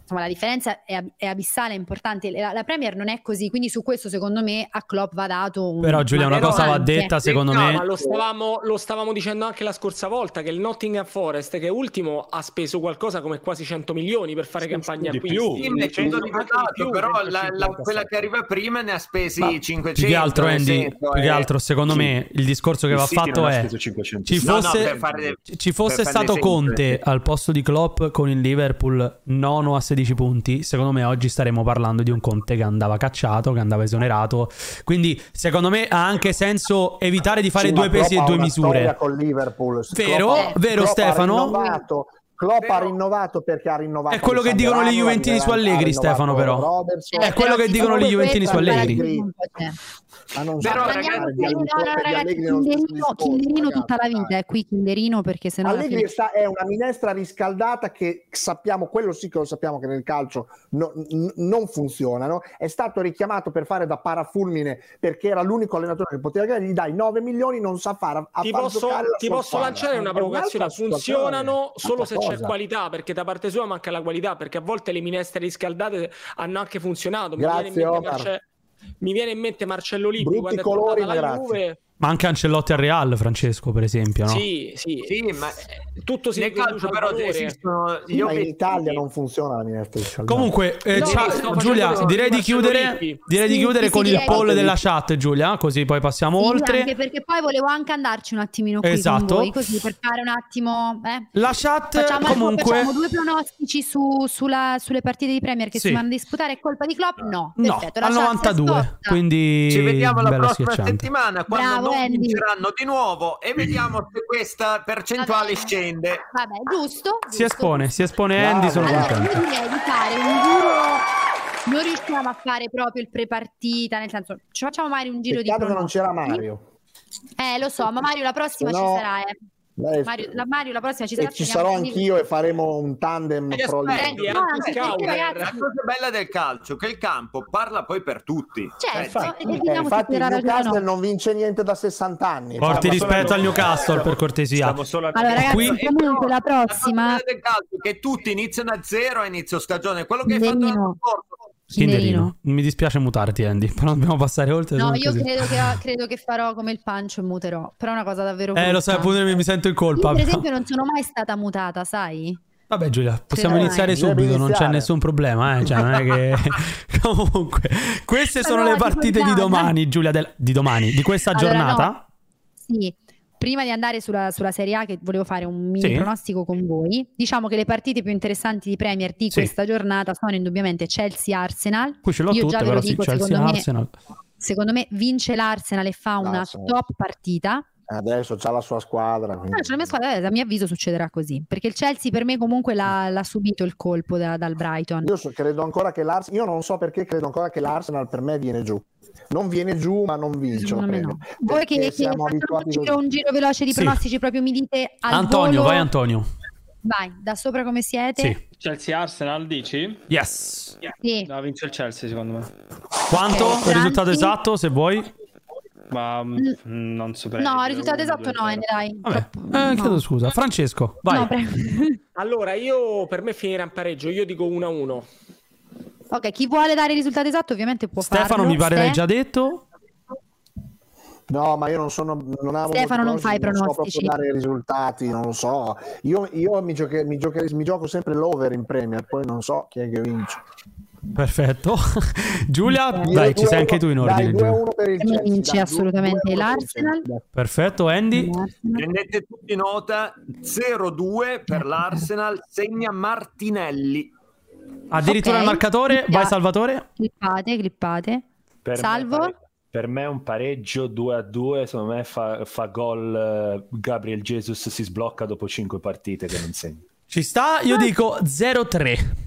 Speaker 2: insomma la differenza è, ab- è abissale è importante la, la Premier non è così quindi su questo secondo me a Klopp va dato un
Speaker 1: Però, Giulia,
Speaker 2: ma
Speaker 1: una cosa va
Speaker 2: anche-
Speaker 1: detta, secondo
Speaker 6: No,
Speaker 1: me.
Speaker 6: ma lo stavamo, lo stavamo dicendo anche la scorsa volta che il Nottingham Forest, che è ultimo, ha speso qualcosa come quasi 100 milioni per fare campagna
Speaker 4: di
Speaker 6: qui.
Speaker 4: più.
Speaker 5: Sì, ma è tutto diventato, però la- la- quella che arriva prima ne ha spesi 500.
Speaker 1: Più che altro,
Speaker 5: nel
Speaker 1: Andy,
Speaker 5: senso,
Speaker 1: più che
Speaker 5: eh.
Speaker 1: altro, secondo
Speaker 5: Sì.
Speaker 1: me il discorso che
Speaker 4: Il
Speaker 1: va
Speaker 4: City
Speaker 1: fatto
Speaker 4: non ha
Speaker 1: è:
Speaker 4: speso 500.
Speaker 1: ci
Speaker 4: No, no,
Speaker 1: fosse,
Speaker 4: per fare-
Speaker 1: ci fosse
Speaker 4: per farne
Speaker 1: stato
Speaker 4: esempio,
Speaker 1: Conte
Speaker 4: sì.
Speaker 1: al posto di Klopp con il Liverpool nono a 16 punti, secondo me oggi staremmo parlando di un Conte che andava cacciato, che andava esonerato. Quindi, secondo me, ha anche senso evitare di fare
Speaker 12: Sì, ma
Speaker 1: due pesi e
Speaker 12: Klopp ha
Speaker 1: due
Speaker 12: una storia
Speaker 1: misure.
Speaker 12: Con Liverpool.
Speaker 1: Vero,
Speaker 12: Klopp-
Speaker 1: vero,
Speaker 12: Klopp ha
Speaker 1: Stefano?
Speaker 12: rinnovato- Klopp ha rinnovato perché ha rinnovato.
Speaker 1: È quello che
Speaker 12: Lisandro,
Speaker 1: dicono gli
Speaker 12: ha
Speaker 1: Juventini su
Speaker 12: rinnovato
Speaker 1: Allegri, Stefano, però.
Speaker 12: Robertson.
Speaker 1: È quello che dicono gli Juventini su Allegri.
Speaker 12: Ma non
Speaker 5: Però,
Speaker 12: so,
Speaker 5: ragazzi,
Speaker 12: parliamo di
Speaker 2: eh. No,
Speaker 12: Klopp e di
Speaker 2: no, ragazzi,
Speaker 12: Allegri nello stesso
Speaker 2: Kinderino, Kinderino tutta la vita è qui Kinderino perché sennò alla
Speaker 12: Allegri
Speaker 2: fine-
Speaker 12: sta- è una minestra riscaldata che sappiamo, quello sì che lo sappiamo che nel calcio no- n- non funziona, no? è stato richiamato per fare da parafulmine perché era l'unico allenatore che poteva giocare, gli dai 9 milioni, non sa fare a, a
Speaker 6: Ti
Speaker 12: far
Speaker 6: posso,
Speaker 12: giocare la
Speaker 6: ti
Speaker 12: sua
Speaker 6: posso
Speaker 12: squadra.
Speaker 6: lanciare
Speaker 12: È
Speaker 6: una
Speaker 12: un'altra
Speaker 6: provocazione.
Speaker 12: situazione,
Speaker 6: Funzionano solo se
Speaker 12: un'altra
Speaker 6: c'è
Speaker 12: cosa.
Speaker 6: qualità, perché da parte sua manca la qualità, perché a volte le minestre riscaldate hanno anche funzionato. Mi,
Speaker 12: Grazie,
Speaker 6: viene, in mente
Speaker 12: Omar.
Speaker 6: mi viene in mente Marcello Lippi
Speaker 12: Brutti
Speaker 6: quando
Speaker 12: colori,
Speaker 6: è tornato alla
Speaker 12: ma
Speaker 6: Juve.
Speaker 1: Ma anche Ancelotti al Real, Francesco, per esempio. No?
Speaker 6: Sì, sì.
Speaker 5: ma
Speaker 6: tutto si
Speaker 5: nel
Speaker 6: riconduce
Speaker 5: calcio
Speaker 6: al
Speaker 5: però
Speaker 6: valore.
Speaker 5: esistono
Speaker 12: Sì,
Speaker 5: gli
Speaker 12: ma in
Speaker 5: obiettivi.
Speaker 12: Italia non funziona la minestra riscaldata.
Speaker 1: Comunque, eh,
Speaker 12: No,
Speaker 1: ciao,
Speaker 12: io stavo
Speaker 1: Giulia,
Speaker 12: facendo
Speaker 1: direi di
Speaker 12: Marcello
Speaker 1: chiudere,
Speaker 12: Lippi.
Speaker 1: direi di
Speaker 2: Sì,
Speaker 1: chiudere
Speaker 2: sì,
Speaker 1: con
Speaker 2: sì,
Speaker 1: il
Speaker 2: direi-
Speaker 1: poll della chat, Giulia, così poi passiamo
Speaker 2: Sì,
Speaker 1: oltre.
Speaker 2: anche perché poi volevo anche andarci un attimino qui
Speaker 1: Esatto.
Speaker 2: con voi, così per fare un attimo eh.
Speaker 1: La chat
Speaker 2: facciamo,
Speaker 1: comunque
Speaker 2: facciamo due pronostici su- sulla- sulle partite di Premier che
Speaker 1: Sì.
Speaker 2: si vanno a disputare è colpa di Klopp? No,
Speaker 1: no,
Speaker 2: perfetto, la
Speaker 1: al
Speaker 2: chat si è
Speaker 1: 92,
Speaker 2: scossa.
Speaker 1: quindi
Speaker 5: Ci vediamo la
Speaker 1: bella
Speaker 5: prossima
Speaker 1: schiacciante.
Speaker 5: settimana quando
Speaker 2: Bravo,
Speaker 5: non
Speaker 2: Andy.
Speaker 5: vinceranno di nuovo e vediamo se questa percentuale scende.
Speaker 2: Vabbè, giusto?
Speaker 1: Si espone, si espone
Speaker 5: Bravo.
Speaker 1: Andy, sono
Speaker 5: Allora,
Speaker 1: contento.
Speaker 2: Io direi di fare un giro non riusciamo a fare proprio il prepartita, nel senso ci facciamo magari un giro
Speaker 12: Peccato
Speaker 2: di
Speaker 12: che non c'era Mario.
Speaker 2: Eh, lo so, ma Mario la prossima
Speaker 12: Se
Speaker 2: ci
Speaker 12: no-
Speaker 2: sarà, eh.
Speaker 12: Dai,
Speaker 2: Mario, la, Mario, la prossima ci sarà.
Speaker 12: e ci
Speaker 2: teniamo
Speaker 12: sarò
Speaker 2: il
Speaker 12: anch'io e faremo un tandem pro
Speaker 5: Senti,
Speaker 12: libro.
Speaker 5: anche
Speaker 2: Scout.
Speaker 5: La cosa bella del calcio è che il campo parla poi per
Speaker 2: Certo,
Speaker 5: tutti. Cioè,
Speaker 12: Infatti,
Speaker 5: sì.
Speaker 12: eh, infatti il Newcastle non vince niente da 60 anni.
Speaker 1: Porti
Speaker 12: Infatti-
Speaker 1: rispetto al Newcastle per cortesia.
Speaker 2: Allora, ragazzi,
Speaker 1: Qui-
Speaker 2: comunque la prossima.
Speaker 5: del calcio è che tutti iniziano a zero a inizio stagione. Quello che hai fatto
Speaker 2: Nerino.
Speaker 5: l'anno scorso
Speaker 1: Kinderino, mi dispiace mutarti, Andy, però dobbiamo passare oltre.
Speaker 2: No,
Speaker 1: sono
Speaker 2: io
Speaker 1: così.
Speaker 2: credo che, credo che farò come il pancio e muterò. Però è una cosa davvero.
Speaker 1: Eh, lo
Speaker 2: brutta.
Speaker 1: sai, appunto mi mi sento in colpa.
Speaker 2: Io, per
Speaker 1: però-
Speaker 2: esempio, non sono mai stata mutata, sai?
Speaker 1: Vabbè, Giulia, possiamo
Speaker 2: Dai,
Speaker 1: iniziare
Speaker 2: bisogna
Speaker 1: subito, non c'è
Speaker 2: iniziare.
Speaker 1: nessun problema. eh, cioè, non è che... Comunque, queste sono
Speaker 2: Allora,
Speaker 1: le partite di
Speaker 2: ricordiamo-
Speaker 1: domani, Giulia, del- di domani, di questa
Speaker 2: Allora,
Speaker 1: giornata.
Speaker 2: no. Sì. Prima di andare sulla, sulla Serie A, che volevo fare un mini
Speaker 1: Sì.
Speaker 2: pronostico con voi, diciamo che le partite più interessanti di Premier di
Speaker 1: Sì.
Speaker 2: questa giornata sono indubbiamente Chelsea-Arsenal.
Speaker 1: Qui ce l'ho
Speaker 2: Io
Speaker 1: tutte,
Speaker 2: già ve
Speaker 1: però
Speaker 2: lo
Speaker 1: sì,
Speaker 2: dico,
Speaker 1: Chelsea
Speaker 2: secondo me,
Speaker 1: Arsenal.
Speaker 2: secondo me vince l'Arsenal e fa una
Speaker 12: sì.
Speaker 2: top partita.
Speaker 12: Adesso c'ha la sua squadra. quindi-
Speaker 2: No, c'è la mia squadra, eh, a mio avviso succederà così, perché il Chelsea per me comunque l'ha, l'ha subito il colpo da- dal Brighton.
Speaker 12: Io so- credo ancora che l'Arsenal, io non so perché credo ancora che l'Arsenal per me viene giù. Non viene giù, ma non vince. lo
Speaker 2: Secondo me
Speaker 12: credo.
Speaker 2: no. Voi che,
Speaker 12: Perché
Speaker 2: che
Speaker 12: siamo
Speaker 2: facciamo un
Speaker 12: abituati
Speaker 2: giro,
Speaker 12: così.
Speaker 2: un giro veloce di
Speaker 1: Sì.
Speaker 2: pronostici, proprio mi dite al
Speaker 1: Antonio,
Speaker 2: volo-
Speaker 1: vai Antonio.
Speaker 2: Vai, da sopra come siete?
Speaker 7: Chelsea Arsenal, dici?
Speaker 1: Yes.
Speaker 2: Sì. Eh,
Speaker 7: No, vince il Chelsea, secondo me.
Speaker 1: Quanto?
Speaker 2: Ok,
Speaker 1: il risultato
Speaker 2: Franchi?
Speaker 1: esatto, se vuoi.
Speaker 7: Ma mm, non saprei.
Speaker 2: No, il risultato esatto no, eh, dai.
Speaker 1: Vabbè, eh, chiedo scusa. Francesco, vai.
Speaker 6: Allora, io per me finirà in pareggio, io dico 1-1.
Speaker 2: Ok, chi vuole dare il risultato esatto ovviamente può
Speaker 1: Stefano,
Speaker 2: farlo.
Speaker 1: mi pare l'hai
Speaker 2: Ste-
Speaker 1: già detto.
Speaker 12: No, ma io non sono. Non amo
Speaker 2: Stefano, non fai
Speaker 12: Non so
Speaker 2: pronostici.
Speaker 12: proprio dare risultati, non lo so. Io, io mi, gioche- mi giocherei- mi gioco sempre l'over in Premier, poi non so chi è che vince.
Speaker 1: Perfetto. Giulia,
Speaker 12: Io
Speaker 1: dai, ci sei anche tu in
Speaker 12: dai,
Speaker 1: ordine. Giulia.
Speaker 12: 2-1 per il Chelsea,
Speaker 2: vince
Speaker 12: dai,
Speaker 2: assolutamente
Speaker 12: 2-1 per il
Speaker 2: l'Arsenal.
Speaker 1: Perfetto, Andy.
Speaker 5: Prendete tutti nota 0-2 per l'Arsenal, segna Martinelli.
Speaker 1: Addirittura
Speaker 2: Ok.
Speaker 1: il marcatore. Vai, Salvatore.
Speaker 2: Clippate, clippate.
Speaker 4: Per me
Speaker 2: Salvo?
Speaker 4: pare- per me un pareggio 2 a 2, secondo me fa, fa gol eh, Gabriel Jesus si sblocca dopo 5 partite che non segna.
Speaker 1: Ci sta, io dico 0-3.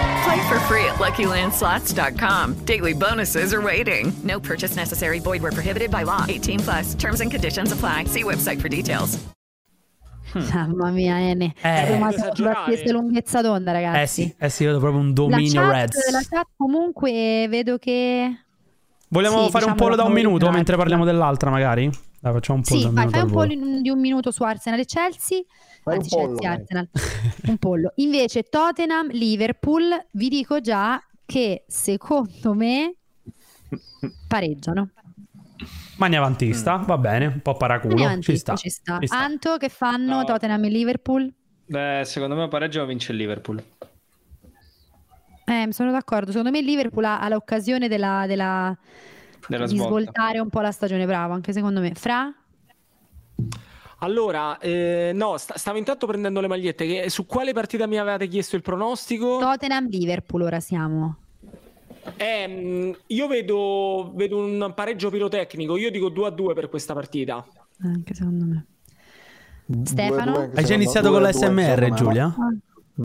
Speaker 13: Play for free at LuckyLandSlots.com. Daily bonuses are waiting. No purchase necessary. Void were prohibited by law. 18 plus. Terms and conditions apply. See website for details.
Speaker 2: Mamma mia, Ene.
Speaker 1: Eh.
Speaker 2: Ma sono queste lunghezza d'onda, ragazzi.
Speaker 1: Eh sì, eh sì, vedo proprio un
Speaker 2: La
Speaker 1: dominio
Speaker 2: chat,
Speaker 1: Reds.
Speaker 2: la chat comunque vedo che...
Speaker 1: Vogliamo
Speaker 2: sì,
Speaker 1: fare un
Speaker 2: diciamo
Speaker 1: pollo da un
Speaker 2: la-
Speaker 1: minuto
Speaker 2: la-
Speaker 1: mentre parliamo dell'altra, magari? Dai, facciamo un pollo
Speaker 2: Sì,
Speaker 1: da un
Speaker 2: vai,
Speaker 1: minuto.
Speaker 2: fai
Speaker 1: al
Speaker 2: un
Speaker 1: volo.
Speaker 2: pollo in- di un minuto su Arsenal e Chelsea.
Speaker 1: Fai un
Speaker 2: Anzi,
Speaker 1: pollo,
Speaker 2: Chelsea
Speaker 1: dai.
Speaker 2: Arsenal. un pollo. Invece Tottenham, Liverpool, vi dico già che secondo me pareggiano.
Speaker 1: Maniavantista, va bene, un po'
Speaker 2: Andiamo
Speaker 1: paraculo,
Speaker 2: avanti,
Speaker 1: ci sta.
Speaker 2: ci sta.
Speaker 1: Ci sta.
Speaker 2: Anto, che fanno Tottenham e Liverpool?
Speaker 7: Beh, secondo me pareggio vince il Liverpool.
Speaker 2: Eh, sono d'accordo. Secondo me il Liverpool ha, ha l'occasione della, della-
Speaker 7: Della
Speaker 2: di
Speaker 7: svolta.
Speaker 2: svoltare un po' la stagione. Bravo, anche secondo me. Fra?
Speaker 6: Allora, eh, no, sta- stavo intanto prendendo le magliette. Che, su quale partita mi avevate chiesto il
Speaker 1: Oh.
Speaker 6: pronostico?
Speaker 2: Tottenham-Liverpool ora siamo.
Speaker 6: Eh, mh, io vedo, vedo un pareggio pirotecnico. Io dico 2 a 2 per questa partita.
Speaker 2: Anche secondo me. Stefano?
Speaker 12: due,
Speaker 1: Hai già iniziato con l'SMR, Giulia?
Speaker 2: Ah,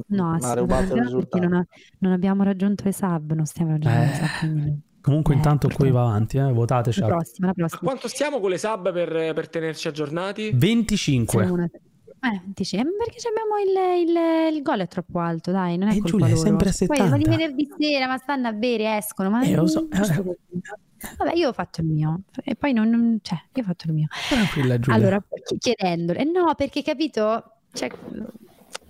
Speaker 2: No,
Speaker 12: ha rubato il
Speaker 2: assolutamente no, perché non, ha- non abbiamo raggiunto le sub, non stiamo raggiungendo le sub. quindi no.
Speaker 1: Comunque, intanto qui va avanti, eh, votate.
Speaker 2: La prossima, la
Speaker 6: A
Speaker 2: prossima.
Speaker 6: quanto stiamo con le sub per, per tenerci aggiornati?
Speaker 1: 25.
Speaker 2: Una- Eh, dici, eh, perché ci abbiamo il, il- il gol è troppo alto, dai, non è colpa
Speaker 1: Eh, Giulia, è
Speaker 2: loro.
Speaker 1: sempre a
Speaker 2: Poi, ma di
Speaker 1: 70.
Speaker 2: venerdì sera, ma stanno a bere, escono, ma...
Speaker 1: Eh, lo so, eh.
Speaker 2: Vabbè, io ho fatto il mio, e poi non... non- cioè, io ho fatto il mio.
Speaker 1: Tranquilla, Giulia.
Speaker 2: Allora, chi- chiedendole, eh no, perché capito, c'è,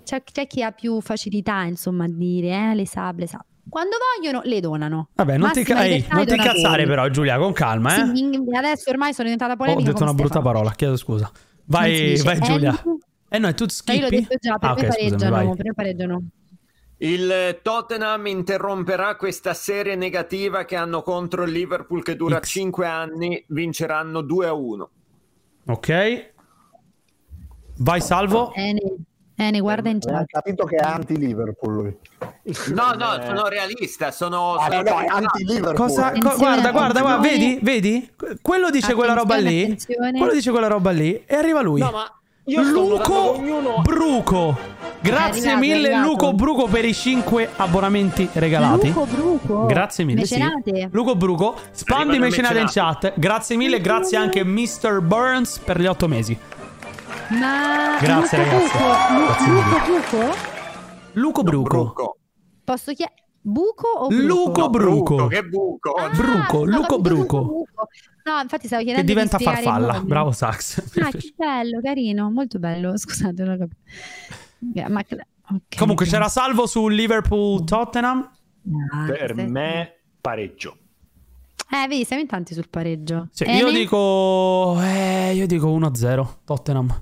Speaker 2: c'è- c'è chi ha più facilità, insomma, a dire, eh, le sub, le sub. Quando vogliono, le donano.
Speaker 1: Vabbè, non, ti,
Speaker 2: Massima
Speaker 1: ca- ehi,
Speaker 2: libertà
Speaker 1: non
Speaker 2: ai
Speaker 1: ti
Speaker 2: donatori.
Speaker 1: incazzare però Giulia, con calma, eh. Oh,
Speaker 2: Sì, in- adesso ormai sono diventata
Speaker 1: Ho
Speaker 2: polemica.
Speaker 1: detto
Speaker 2: con
Speaker 1: una brutta
Speaker 2: Stefano.
Speaker 1: parola, chiedo scusa.
Speaker 2: Non si
Speaker 1: Vai,
Speaker 2: dice,
Speaker 1: vai
Speaker 2: eh,
Speaker 1: Giulia.
Speaker 2: no.
Speaker 1: Eh no, e tu
Speaker 2: Ma io l'ho
Speaker 1: schippi?
Speaker 2: detto già, per
Speaker 1: Ah,
Speaker 2: me
Speaker 1: ok, scusami,
Speaker 2: pareggiano,
Speaker 1: vai.
Speaker 2: per me pareggiano.
Speaker 5: Il Tottenham interromperà questa serie negativa che hanno contro il Liverpool che dura 5 anni, vinceranno 2 a 1.
Speaker 1: Ok. Vai salvo.
Speaker 2: Ene, Ene, guarda in
Speaker 12: Eh, Ha
Speaker 2: chat.
Speaker 12: capito che è anti-Liverpool lui.
Speaker 5: No, no, sono realista, sono,
Speaker 12: Ah,
Speaker 5: sono
Speaker 12: no, no, è anti-Liverpool.
Speaker 1: Cosa, co- guarda, guarda, guarda, vedi, vedi? Quello dice quella roba lì.
Speaker 6: attenzione.
Speaker 1: Quello dice quella roba lì e arriva lui.
Speaker 6: No, ma io sto notando
Speaker 1: Luco
Speaker 6: che ognuno-
Speaker 1: Bruco. Grazie
Speaker 6: È arrivato, è
Speaker 1: mille
Speaker 6: arrivato.
Speaker 1: Luco Bruco per i 5 abbonamenti regalati.
Speaker 2: Luco
Speaker 6: Oh,
Speaker 2: Bruco.
Speaker 1: Grazie mille, sì.
Speaker 2: Mecenate.
Speaker 1: Luco Bruco, spandi
Speaker 2: Arrivano
Speaker 1: mecenate in
Speaker 2: mecenate.
Speaker 1: chat. Grazie mille, grazie anche Mr. Burns per gli 8 mesi.
Speaker 2: Ma
Speaker 1: Grazie,
Speaker 2: Luca
Speaker 1: ragazzi. Grazie mille.
Speaker 2: Buco, Lu-
Speaker 1: Luco
Speaker 2: Luco Buco?
Speaker 1: Bruco.
Speaker 2: Posso chiedere Buco o Buco?
Speaker 1: Luco Bruco.
Speaker 5: Che buco.
Speaker 2: Ah,
Speaker 1: Bruco, Luco Bruco.
Speaker 2: No, infatti stavo
Speaker 1: Che
Speaker 2: chiedendo
Speaker 1: diventa
Speaker 2: di spiegare i
Speaker 1: farfalla.
Speaker 2: nomi.
Speaker 1: Bravo Sax.
Speaker 2: Ah, che bello, carino, molto bello. Scusate, non ho capito. Ga- Ma Eh,
Speaker 1: Comunque c'era salvo su Liverpool Tottenham.
Speaker 2: Ah,
Speaker 4: Per me pareggio.
Speaker 2: eh, vedi, siamo in tanti sul pareggio.
Speaker 1: Sì,
Speaker 2: Eh,
Speaker 1: io
Speaker 2: ne-
Speaker 1: dico eh, io dico 1-0 Tottenham.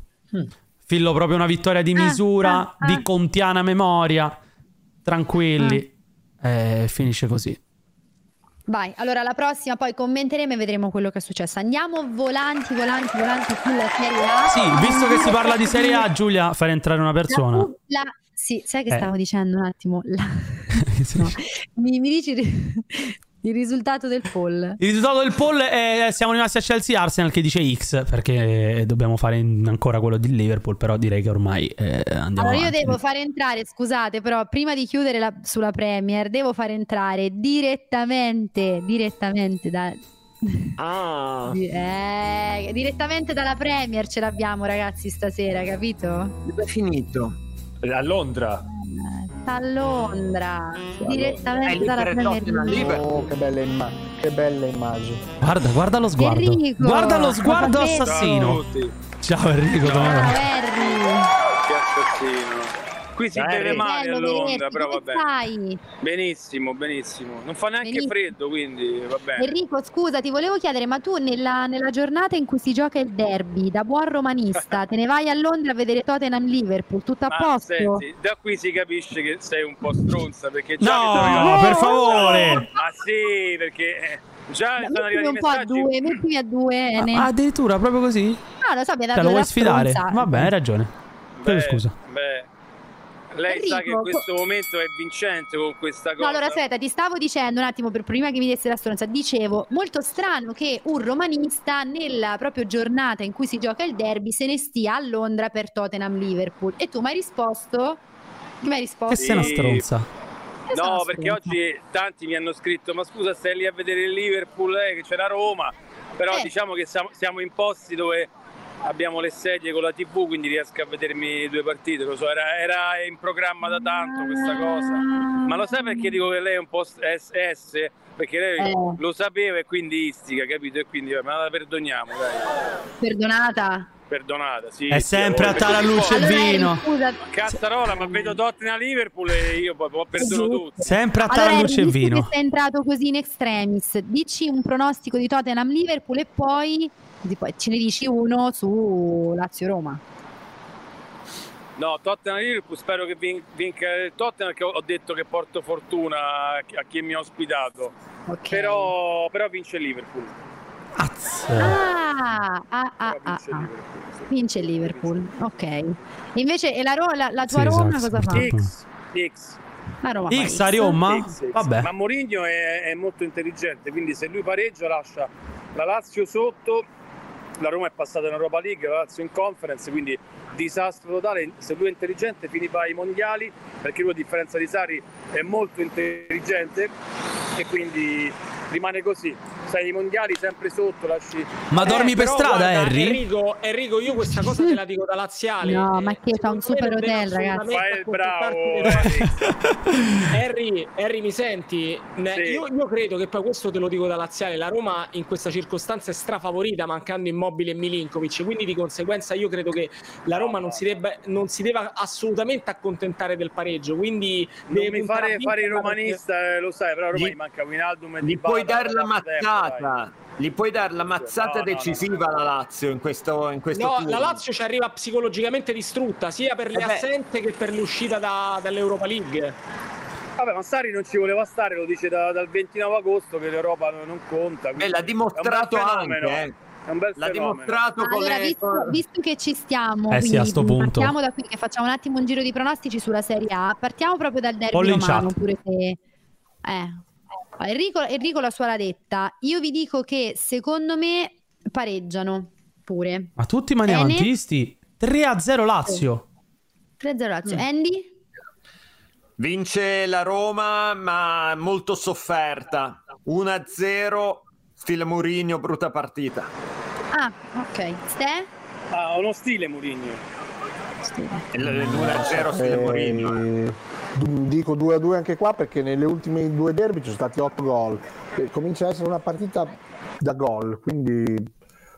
Speaker 1: Fillo proprio una vittoria
Speaker 2: Ah,
Speaker 1: di misura, di contiana memoria. Tranquilli.
Speaker 2: Ah.
Speaker 1: Eh, finisce così.
Speaker 2: Vai, allora la prossima poi commenteremo e vedremo quello che è successo. Andiamo volanti, volanti, volanti sulla Serie A.
Speaker 1: Sì, visto che si parla di Serie A, Giulia, fare entrare una persona.
Speaker 2: La- sì, sai che
Speaker 1: Eh.
Speaker 2: stavo dicendo un attimo? La- no. mi, mi dici ri- il risultato del poll?
Speaker 1: Il risultato del poll è eh, siamo rimasti a Chelsea Arsenal che dice X perché eh, dobbiamo fare in- ancora quello di Liverpool, però direi che ormai eh, andiamo
Speaker 2: Allora io
Speaker 1: avanti.
Speaker 2: devo fare entrare, scusate però, prima di chiudere la- sulla Premier, devo fare entrare direttamente, direttamente da...
Speaker 6: Ah.
Speaker 2: di- eh, direttamente dalla Premier ce l'abbiamo ragazzi stasera, capito?
Speaker 5: Dove è finito?
Speaker 4: A Londra.
Speaker 2: A Londra, direttamente
Speaker 5: Eh,
Speaker 2: dalla Eh, Premier League.
Speaker 12: Oh, che bella, imma- che bella immagine.
Speaker 1: Guarda, guarda lo sguardo.
Speaker 2: Enrico,
Speaker 1: guarda lo
Speaker 2: cosa
Speaker 1: sguardo
Speaker 2: pensi?
Speaker 1: assassino. Ciao Enrico, come va?
Speaker 3: Che assassino. Qui si
Speaker 2: Dai,
Speaker 3: beve
Speaker 2: Enrico.
Speaker 3: male a
Speaker 2: Bello,
Speaker 3: Londra,
Speaker 2: Veretti,
Speaker 3: però
Speaker 2: come
Speaker 3: vabbè.
Speaker 2: stai?
Speaker 3: Benissimo, benissimo. Non fa neanche
Speaker 2: Benissimo.
Speaker 3: freddo, quindi va bene.
Speaker 2: Enrico, scusa, ti volevo chiedere, ma tu nella, nella giornata in cui si gioca il derby, da buon romanista, te ne vai a Londra a vedere Tottenham Liverpool, tutto a
Speaker 3: Ma
Speaker 2: posto?
Speaker 3: Ah, senti, da qui si capisce che sei un po' stronza perché già
Speaker 1: No,
Speaker 3: mi sono arrivati-
Speaker 1: per favore!
Speaker 3: Ma sì, perché eh, già
Speaker 2: Dai,
Speaker 3: sono
Speaker 2: mettimi
Speaker 3: arrivati i
Speaker 2: un po' a
Speaker 3: messaggi.
Speaker 2: due, mettimi a due. Ene.
Speaker 1: Ah, addirittura proprio così?
Speaker 2: no, lo so, mi
Speaker 1: Te
Speaker 2: ha dato
Speaker 1: lo
Speaker 2: della
Speaker 1: vuoi sfidare?
Speaker 2: stronza.
Speaker 1: Vabbè, hai ragione. Chiedo
Speaker 3: Beh,
Speaker 1: Eh, scusa.
Speaker 3: beh, lei sa che
Speaker 2: Enrico,
Speaker 3: in questo momento è vincente con questa
Speaker 2: No,
Speaker 3: cosa.
Speaker 2: allora aspetta, ti stavo dicendo un attimo, per- prima che mi dessi la stronza, dicevo, molto strano che un romanista nella proprio giornata in cui si gioca il derby se ne stia a Londra per Tottenham-Liverpool. E tu mi hai risposto? Che mi hai risposto?
Speaker 1: Che sei una stronza.
Speaker 3: No, perché oggi tanti mi hanno scritto: Ma scusa, stai lì a vedere il Liverpool, eh, che c'è la Roma. Però diciamo che siamo, siamo in posti dove abbiamo le sedie con la TV, quindi riesco a vedermi due partite. Lo so, era, era in programma da tanto questa cosa. Ma lo sai perché dico che lei è un po' SS? Perché lei
Speaker 2: Eh.
Speaker 3: lo sapeva e quindi istica, capito? E quindi eh, ma la perdoniamo, dai.
Speaker 2: Perdonata.
Speaker 3: Perdonata, sì.
Speaker 1: È
Speaker 3: sì,
Speaker 1: sempre
Speaker 3: vabbè,
Speaker 1: a Taraluce
Speaker 3: perché poi-
Speaker 1: e vino.
Speaker 2: Scusa,
Speaker 3: Cazzarola, ma vedo Tottenham Liverpool e io poi poi perdono tutti.
Speaker 1: Sempre a
Speaker 2: Allora,
Speaker 1: Taraluce e
Speaker 2: Henry, visto
Speaker 1: vino.
Speaker 2: che sei entrato così in extremis, dici un pronostico di Tottenham Liverpool e poi, così poi ce ne dici uno su Lazio Roma.
Speaker 3: No, Tottenham Liverpool spero che vin- vinca il Tottenham perché ho- ho detto che porto fortuna a chi- a chi mi ha ospitato. Però, però vince il Liverpool.
Speaker 2: Ah, ah, ah, ah, ah. Vince il Liverpool, ok. Invece e la, Ro- la- la tua
Speaker 1: Sì,
Speaker 2: Roma
Speaker 1: esatto,
Speaker 2: cosa fa?
Speaker 1: purtroppo.
Speaker 3: X.
Speaker 2: La Roma fa
Speaker 1: X a Roma?
Speaker 3: X, X.
Speaker 1: Vabbè.
Speaker 3: Ma Mourinho è, è molto intelligente, quindi se lui pareggia lascia la Lazio sotto, la Roma è passata in Europa League, la Lazio in conference, quindi disastro totale. Se lui è intelligente finiva ai mondiali, perché lui a differenza di Sari è molto intelligente e quindi rimane così. stai ai mondiali sempre sotto, lasci.
Speaker 1: Ma
Speaker 3: Eh,
Speaker 1: dormi per
Speaker 3: però
Speaker 1: strada,
Speaker 3: guarda,
Speaker 1: Harry?
Speaker 6: Enrico, Enrico, io questa cosa te la dico da laziale.
Speaker 2: No, ma che fa un super hotel, ragazzi.
Speaker 6: Fai il bravo. Harry, Harry, mi senti? Ne- Io, io credo che poi questo te lo dico da laziale. La Roma in questa circostanza è strafavorita, mancando Immobile e Milinkovic. Quindi di conseguenza io credo che la Roma non si debba, non si debba assolutamente accontentare del pareggio. Quindi
Speaker 3: Non mi fare, fare il romanista, eh, lo sai, però a Roma gli, manca Winaldum e
Speaker 5: Gli
Speaker 3: Dybala,
Speaker 5: puoi dar la
Speaker 3: da tempo,
Speaker 5: mazzata. Gli puoi dar la mazzata
Speaker 3: No, no, no,
Speaker 5: decisiva alla Lazio in questo, in questo
Speaker 6: No,
Speaker 5: turno.
Speaker 6: la Lazio ci arriva psicologicamente distrutta sia per le
Speaker 5: Eh beh.
Speaker 6: assenze che per l'uscita da- dall'Europa League.
Speaker 3: dai. Vabbè, ma Sarri non ci voleva stare, lo dice da- dal 29 agosto che l'Europa non non conta. quindi
Speaker 5: Eh, l'ha dimostrato
Speaker 3: è un bel fenomeno,
Speaker 5: anche, eh.
Speaker 3: È un bel
Speaker 5: L'ha
Speaker 3: fenomeno.
Speaker 5: dimostrato
Speaker 2: Ma Allora, visto, visto che ci stiamo,
Speaker 1: Eh sì,
Speaker 2: quindi
Speaker 1: a sto punto.
Speaker 2: partiamo da qui che facciamo un attimo un giro di pronostici sulla Serie A. Partiamo proprio dal derby
Speaker 1: Pollo in
Speaker 2: romano,
Speaker 1: chat.
Speaker 2: pure se- eh. Enrico, Enrico la sua l'ha detta. Io vi dico che secondo me pareggiano pure.
Speaker 1: Ma tutti
Speaker 2: Bene.
Speaker 1: maniavantisti? 3 a 0 Lazio.
Speaker 2: 3-0 Lazio. Andy?
Speaker 5: Vince la Roma, ma molto sofferta. 1-0, stile Mourinho, brutta partita.
Speaker 2: Ah, ok. Ste?
Speaker 3: Ah, uno stile Mourinho.
Speaker 5: L'1-0 stile Mourinho.
Speaker 3: eh.
Speaker 12: d- Eh, Dico 2 a 2 anche qua perché nelle ultime due derby ci sono stati 8 gol. E Comincia a essere una partita da gol, quindi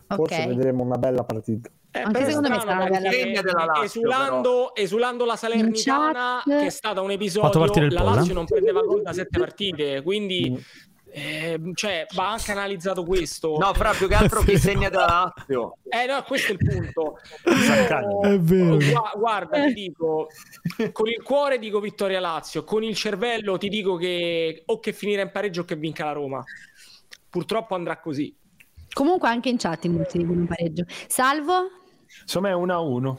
Speaker 12: forse
Speaker 6: Ok.
Speaker 12: vedremo una bella partita.
Speaker 6: Anche
Speaker 2: secondo me sarà una bella partita.
Speaker 12: della Lazio,
Speaker 6: esulando, esulando la Salernitana,
Speaker 2: In chat-
Speaker 6: che è stata un
Speaker 1: Fatto partire
Speaker 6: episodio,
Speaker 1: il Mm.
Speaker 6: la
Speaker 1: poll,
Speaker 6: Lazio
Speaker 1: eh?
Speaker 6: non prendeva gol da sette partite, quindi eh, cioè, va anche analizzato questo.
Speaker 5: No, fra più che altro chi segna da Lazio.
Speaker 6: Eh no, questo è il punto.
Speaker 5: È vero.
Speaker 6: Gua- Guarda, ti dico, con il cuore dico Vittoria Lazio, con il cervello ti dico che o che finirà in pareggio o che vinca la Roma. Purtroppo andrà così.
Speaker 2: Comunque anche in chat in molti dicono un pareggio. Salvo?
Speaker 4: Insomma, è 1 a 1.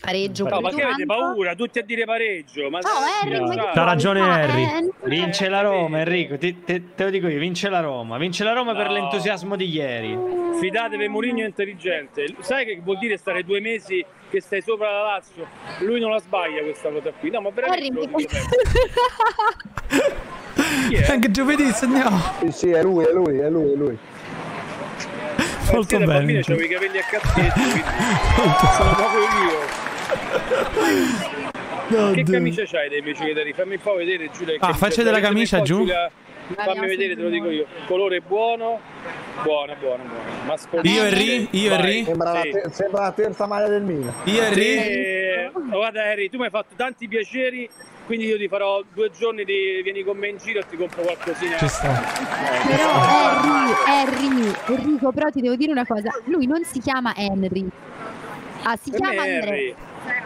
Speaker 2: Pareggio.
Speaker 3: No, ma
Speaker 2: Tu,
Speaker 3: che avete
Speaker 2: Anto?
Speaker 3: paura? Tutti a dire pareggio. Ma
Speaker 2: Oh, Harry, ma che
Speaker 3: C'ha
Speaker 2: paura?
Speaker 3: ragione
Speaker 2: No,
Speaker 3: Harry.
Speaker 2: eh, no.
Speaker 7: Vince la Roma, Enrico. ti- te, te lo dico io, vince la Roma. Vince la Roma per
Speaker 3: No.
Speaker 7: l'entusiasmo di ieri.
Speaker 3: Fidatevi, Mourinho è intelligente. Sai che vuol dire stare due mesi che stai sopra la Lazio? Lui non la sbaglia questa cosa qui. No, ma veramente.
Speaker 2: Harry,
Speaker 3: lo
Speaker 2: mi-
Speaker 3: dico sempre.
Speaker 1: Anche giovedì segnò.
Speaker 12: Sì, sì, è lui, è lui, è lui, è lui.
Speaker 1: Molto
Speaker 3: Eh, Sì, da bambino
Speaker 1: bello.
Speaker 3: c'avevo i capelli a cazzetto,
Speaker 1: Molto
Speaker 3: quindi sono proprio io.
Speaker 1: No,
Speaker 3: che
Speaker 1: Dio.
Speaker 3: camicia c'hai dei miei giocatori? Fammi un po' vedere Giulia. che
Speaker 1: Ah, faccia della
Speaker 3: c'hai.
Speaker 1: camicia
Speaker 3: Fammi un po',
Speaker 1: giù.
Speaker 3: Giulia,
Speaker 2: L'abbiamo
Speaker 3: Fammi vedere, te lo dico io. Colore buono, buono, buono, buono. Mascolino.
Speaker 1: Io e Ri, io e Ri.
Speaker 12: Sembra,
Speaker 3: Sì.
Speaker 12: la, ter- sembra la terza maglia del Milan.
Speaker 1: Io e Ri.
Speaker 3: Eh, guarda Harry, tu mi hai fatto tanti piaceri, quindi io ti farò due giorni di vieni con me in giro e ti compro qualcosina.
Speaker 1: Ci sta.
Speaker 2: Però Harry, Harry, Enrico, però ti devo dire una cosa, lui non si chiama Henry. Ah, si
Speaker 3: Per me
Speaker 2: chiama
Speaker 3: è Harry.
Speaker 2: Henry.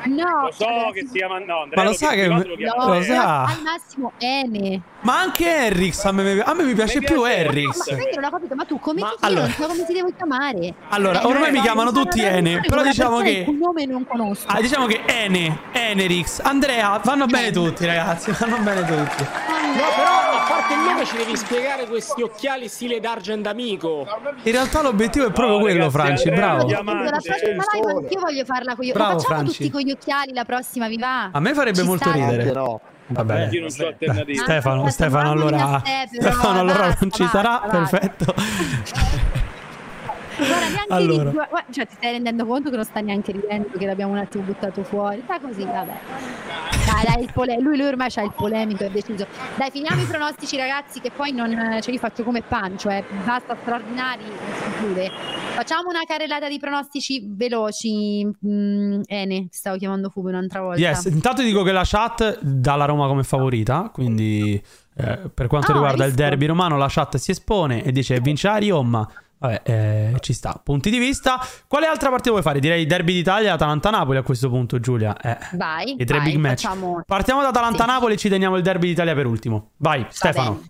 Speaker 2: No,
Speaker 3: Lo so
Speaker 2: allora,
Speaker 3: che
Speaker 2: si-
Speaker 3: si chiama no,
Speaker 1: Ma
Speaker 3: Andrea,
Speaker 1: lo
Speaker 3: per
Speaker 1: sa che-
Speaker 3: privato lo chiama
Speaker 1: no,
Speaker 3: Andrea.
Speaker 1: lo sa.
Speaker 2: al massimo Ene.
Speaker 1: Ma anche Henrix, a me, a me mi piace
Speaker 3: Mi
Speaker 1: più
Speaker 3: piace
Speaker 2: Ma
Speaker 1: Henrix.
Speaker 2: sai che non ho capito, ma tu come ti chiami?
Speaker 1: allora-
Speaker 2: Non so come ti devo chiamare. Eh,
Speaker 1: Allora, ormai mi chiamano tutti Ene, però diciamo che...
Speaker 2: Il nome non conosco.
Speaker 1: Ah, diciamo che Ene, Enerix, Andrea, vanno bene tutti ragazzi, vanno bene tutti.
Speaker 6: No, però a parte il nome ci devi spiegare questi occhiali stile d'argent d'amico.
Speaker 1: In realtà l'obiettivo è proprio quello,
Speaker 3: eh,
Speaker 1: Franci, bravo.
Speaker 2: Allora, la prossima live anch'io voglio farla con gli occhiali.
Speaker 1: Bravo,
Speaker 2: Facciamo
Speaker 1: Franci.
Speaker 2: tutti con gli occhiali la prossima, vi va?
Speaker 1: A me farebbe
Speaker 2: Ci
Speaker 1: molto
Speaker 2: sta?
Speaker 1: ridere. Va bene.
Speaker 3: Io non so alternative.
Speaker 1: Stefano,
Speaker 2: Aspetta,
Speaker 1: Stefano,
Speaker 2: mamma mia,
Speaker 1: allora,
Speaker 2: Stefano,
Speaker 1: Stefano, allora
Speaker 2: basta,
Speaker 1: non ci
Speaker 2: basta,
Speaker 1: sarà,
Speaker 2: basta.
Speaker 1: perfetto.
Speaker 2: Guarda, neanche
Speaker 1: Allora.
Speaker 2: ri- gua- gua- cioè, ti stai rendendo conto che non sta neanche ridendo, che l'abbiamo un attimo buttato fuori. Sta così, vabbè. Dai, dai, il pole- lui, lui ormai c'ha il polemico, è deciso. Dai, finiamo i pronostici, ragazzi, che poi non eh, ce li faccio come pancio, eh. Basta straordinari, si chiude. Facciamo una carrellata di pronostici veloci. Mm, Ene, ti stavo chiamando Fubo un'altra volta.
Speaker 1: Yes, intanto dico che la chat dà la Roma come favorita, quindi eh, per quanto
Speaker 2: Ah,
Speaker 1: riguarda il
Speaker 2: visto.
Speaker 1: derby romano la chat si espone e dice vince la Roma. Vabbè, eh, ci sta. Punti di vista. Quale altra partita vuoi fare? Direi derby d'Italia, Atalanta-Napoli a questo punto, Giulia. Eh,
Speaker 2: Vai,
Speaker 1: I tre
Speaker 2: vai,
Speaker 1: big match.
Speaker 2: facciamo-
Speaker 1: Partiamo da Atalanta-Napoli e ci teniamo il derby d'Italia per ultimo. Vai, Stefano.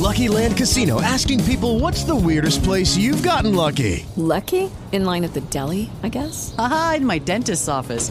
Speaker 14: Lucky Land Casino asking people what's the weirdest place you've gotten lucky?
Speaker 10: Lucky? In line at the deli, I guess?
Speaker 11: Aha, in my dentist's office.